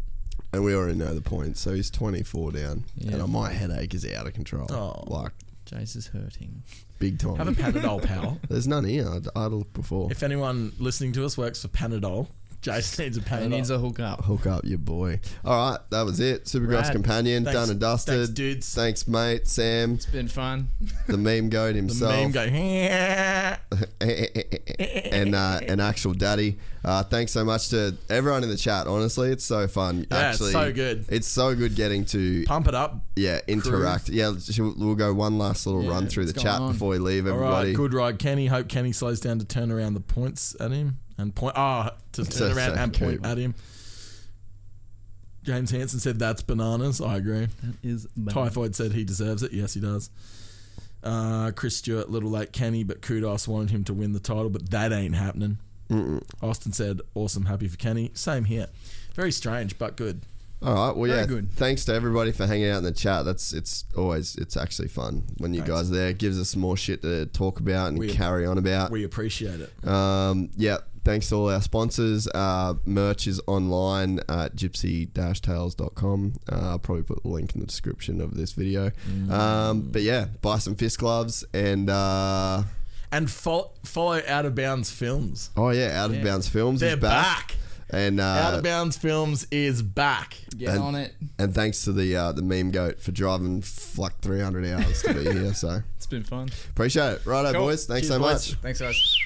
Speaker 2: And we already know the point. So he's 24 down,
Speaker 6: Yeah.
Speaker 2: and my headache is out of control.
Speaker 5: Oh.
Speaker 2: Like
Speaker 6: Jace is hurting.
Speaker 2: big time.
Speaker 5: Have a Panadol, pal.
Speaker 2: There's none here. I'd idled before.
Speaker 5: *laughs* if anyone listening to us works for Panadol, Jason needs a Panadol.
Speaker 6: He needs a hookup.
Speaker 2: Hook up your boy. All right, that was it. Supergrass
Speaker 6: Rad.
Speaker 2: companion,
Speaker 5: Thanks-
Speaker 2: done and dusted.
Speaker 5: thanks, dudes.
Speaker 2: Thanks, mate. Sam,
Speaker 6: It's
Speaker 2: *laughs*
Speaker 6: been fun.
Speaker 2: the meme goat
Speaker 5: the
Speaker 2: himself.
Speaker 5: meme go.
Speaker 2: *laughs* and uh, an actual daddy. Uh, thanks so much to everyone in the chat. Honestly, it's so fun.
Speaker 5: Yeah, it's
Speaker 2: Actually,
Speaker 5: so good.
Speaker 2: It's so good getting to
Speaker 5: Pump it up.
Speaker 2: yeah interact. Yeah, sh- we'll go one last little run through the
Speaker 6: what's
Speaker 2: chat
Speaker 6: going on?
Speaker 2: before we leave.
Speaker 5: All
Speaker 2: Everybody,
Speaker 5: right, good ride, Kenny. Hope Kenny slows down to turn around the points at him and point. Ah,
Speaker 2: *laughs*
Speaker 5: to turn
Speaker 2: a
Speaker 5: around and
Speaker 2: second.
Speaker 5: point at him. James Hansen said that's bananas. I agree.
Speaker 6: That is
Speaker 5: Typhoid said he deserves it. Yes, he does. Uh, Chris Stewart, little late Kenny, but kudos wanted him to win the title, but that ain't happening. Austin said, awesome, happy for Kenny. Same here. Very strange, but good.
Speaker 2: All right. Well, yeah.
Speaker 6: good.
Speaker 2: Thanks to everybody for hanging out in the chat. That's it's always it's actually fun when you guys are there. It gives us more shit to talk about and
Speaker 5: We-
Speaker 2: carry on about.
Speaker 5: We appreciate it.
Speaker 2: Um, yeah, thanks to all our sponsors. Uh, merch is online at gypsy-tales.com. Uh, I'll probably put the link in the description of this video.
Speaker 5: Mm.
Speaker 2: Um, but yeah, buy some fist gloves and uh,
Speaker 5: And fol- follow Out of Bounds Films.
Speaker 2: oh yeah, Out of Bounds Films
Speaker 5: They're
Speaker 2: is back.
Speaker 5: back.
Speaker 2: And
Speaker 5: Out
Speaker 2: uh,
Speaker 5: of Bounds Films is back.
Speaker 6: Get
Speaker 2: And-
Speaker 6: on it.
Speaker 2: and thanks to the uh, the meme goat for driving f- like 300 hours to be here. So
Speaker 5: *laughs*
Speaker 6: It's been fun.
Speaker 2: appreciate it. Righto,
Speaker 6: Cool.
Speaker 2: boys. Thanks
Speaker 6: Cheers,
Speaker 2: so
Speaker 6: boys.
Speaker 2: much.
Speaker 6: Thanks, guys.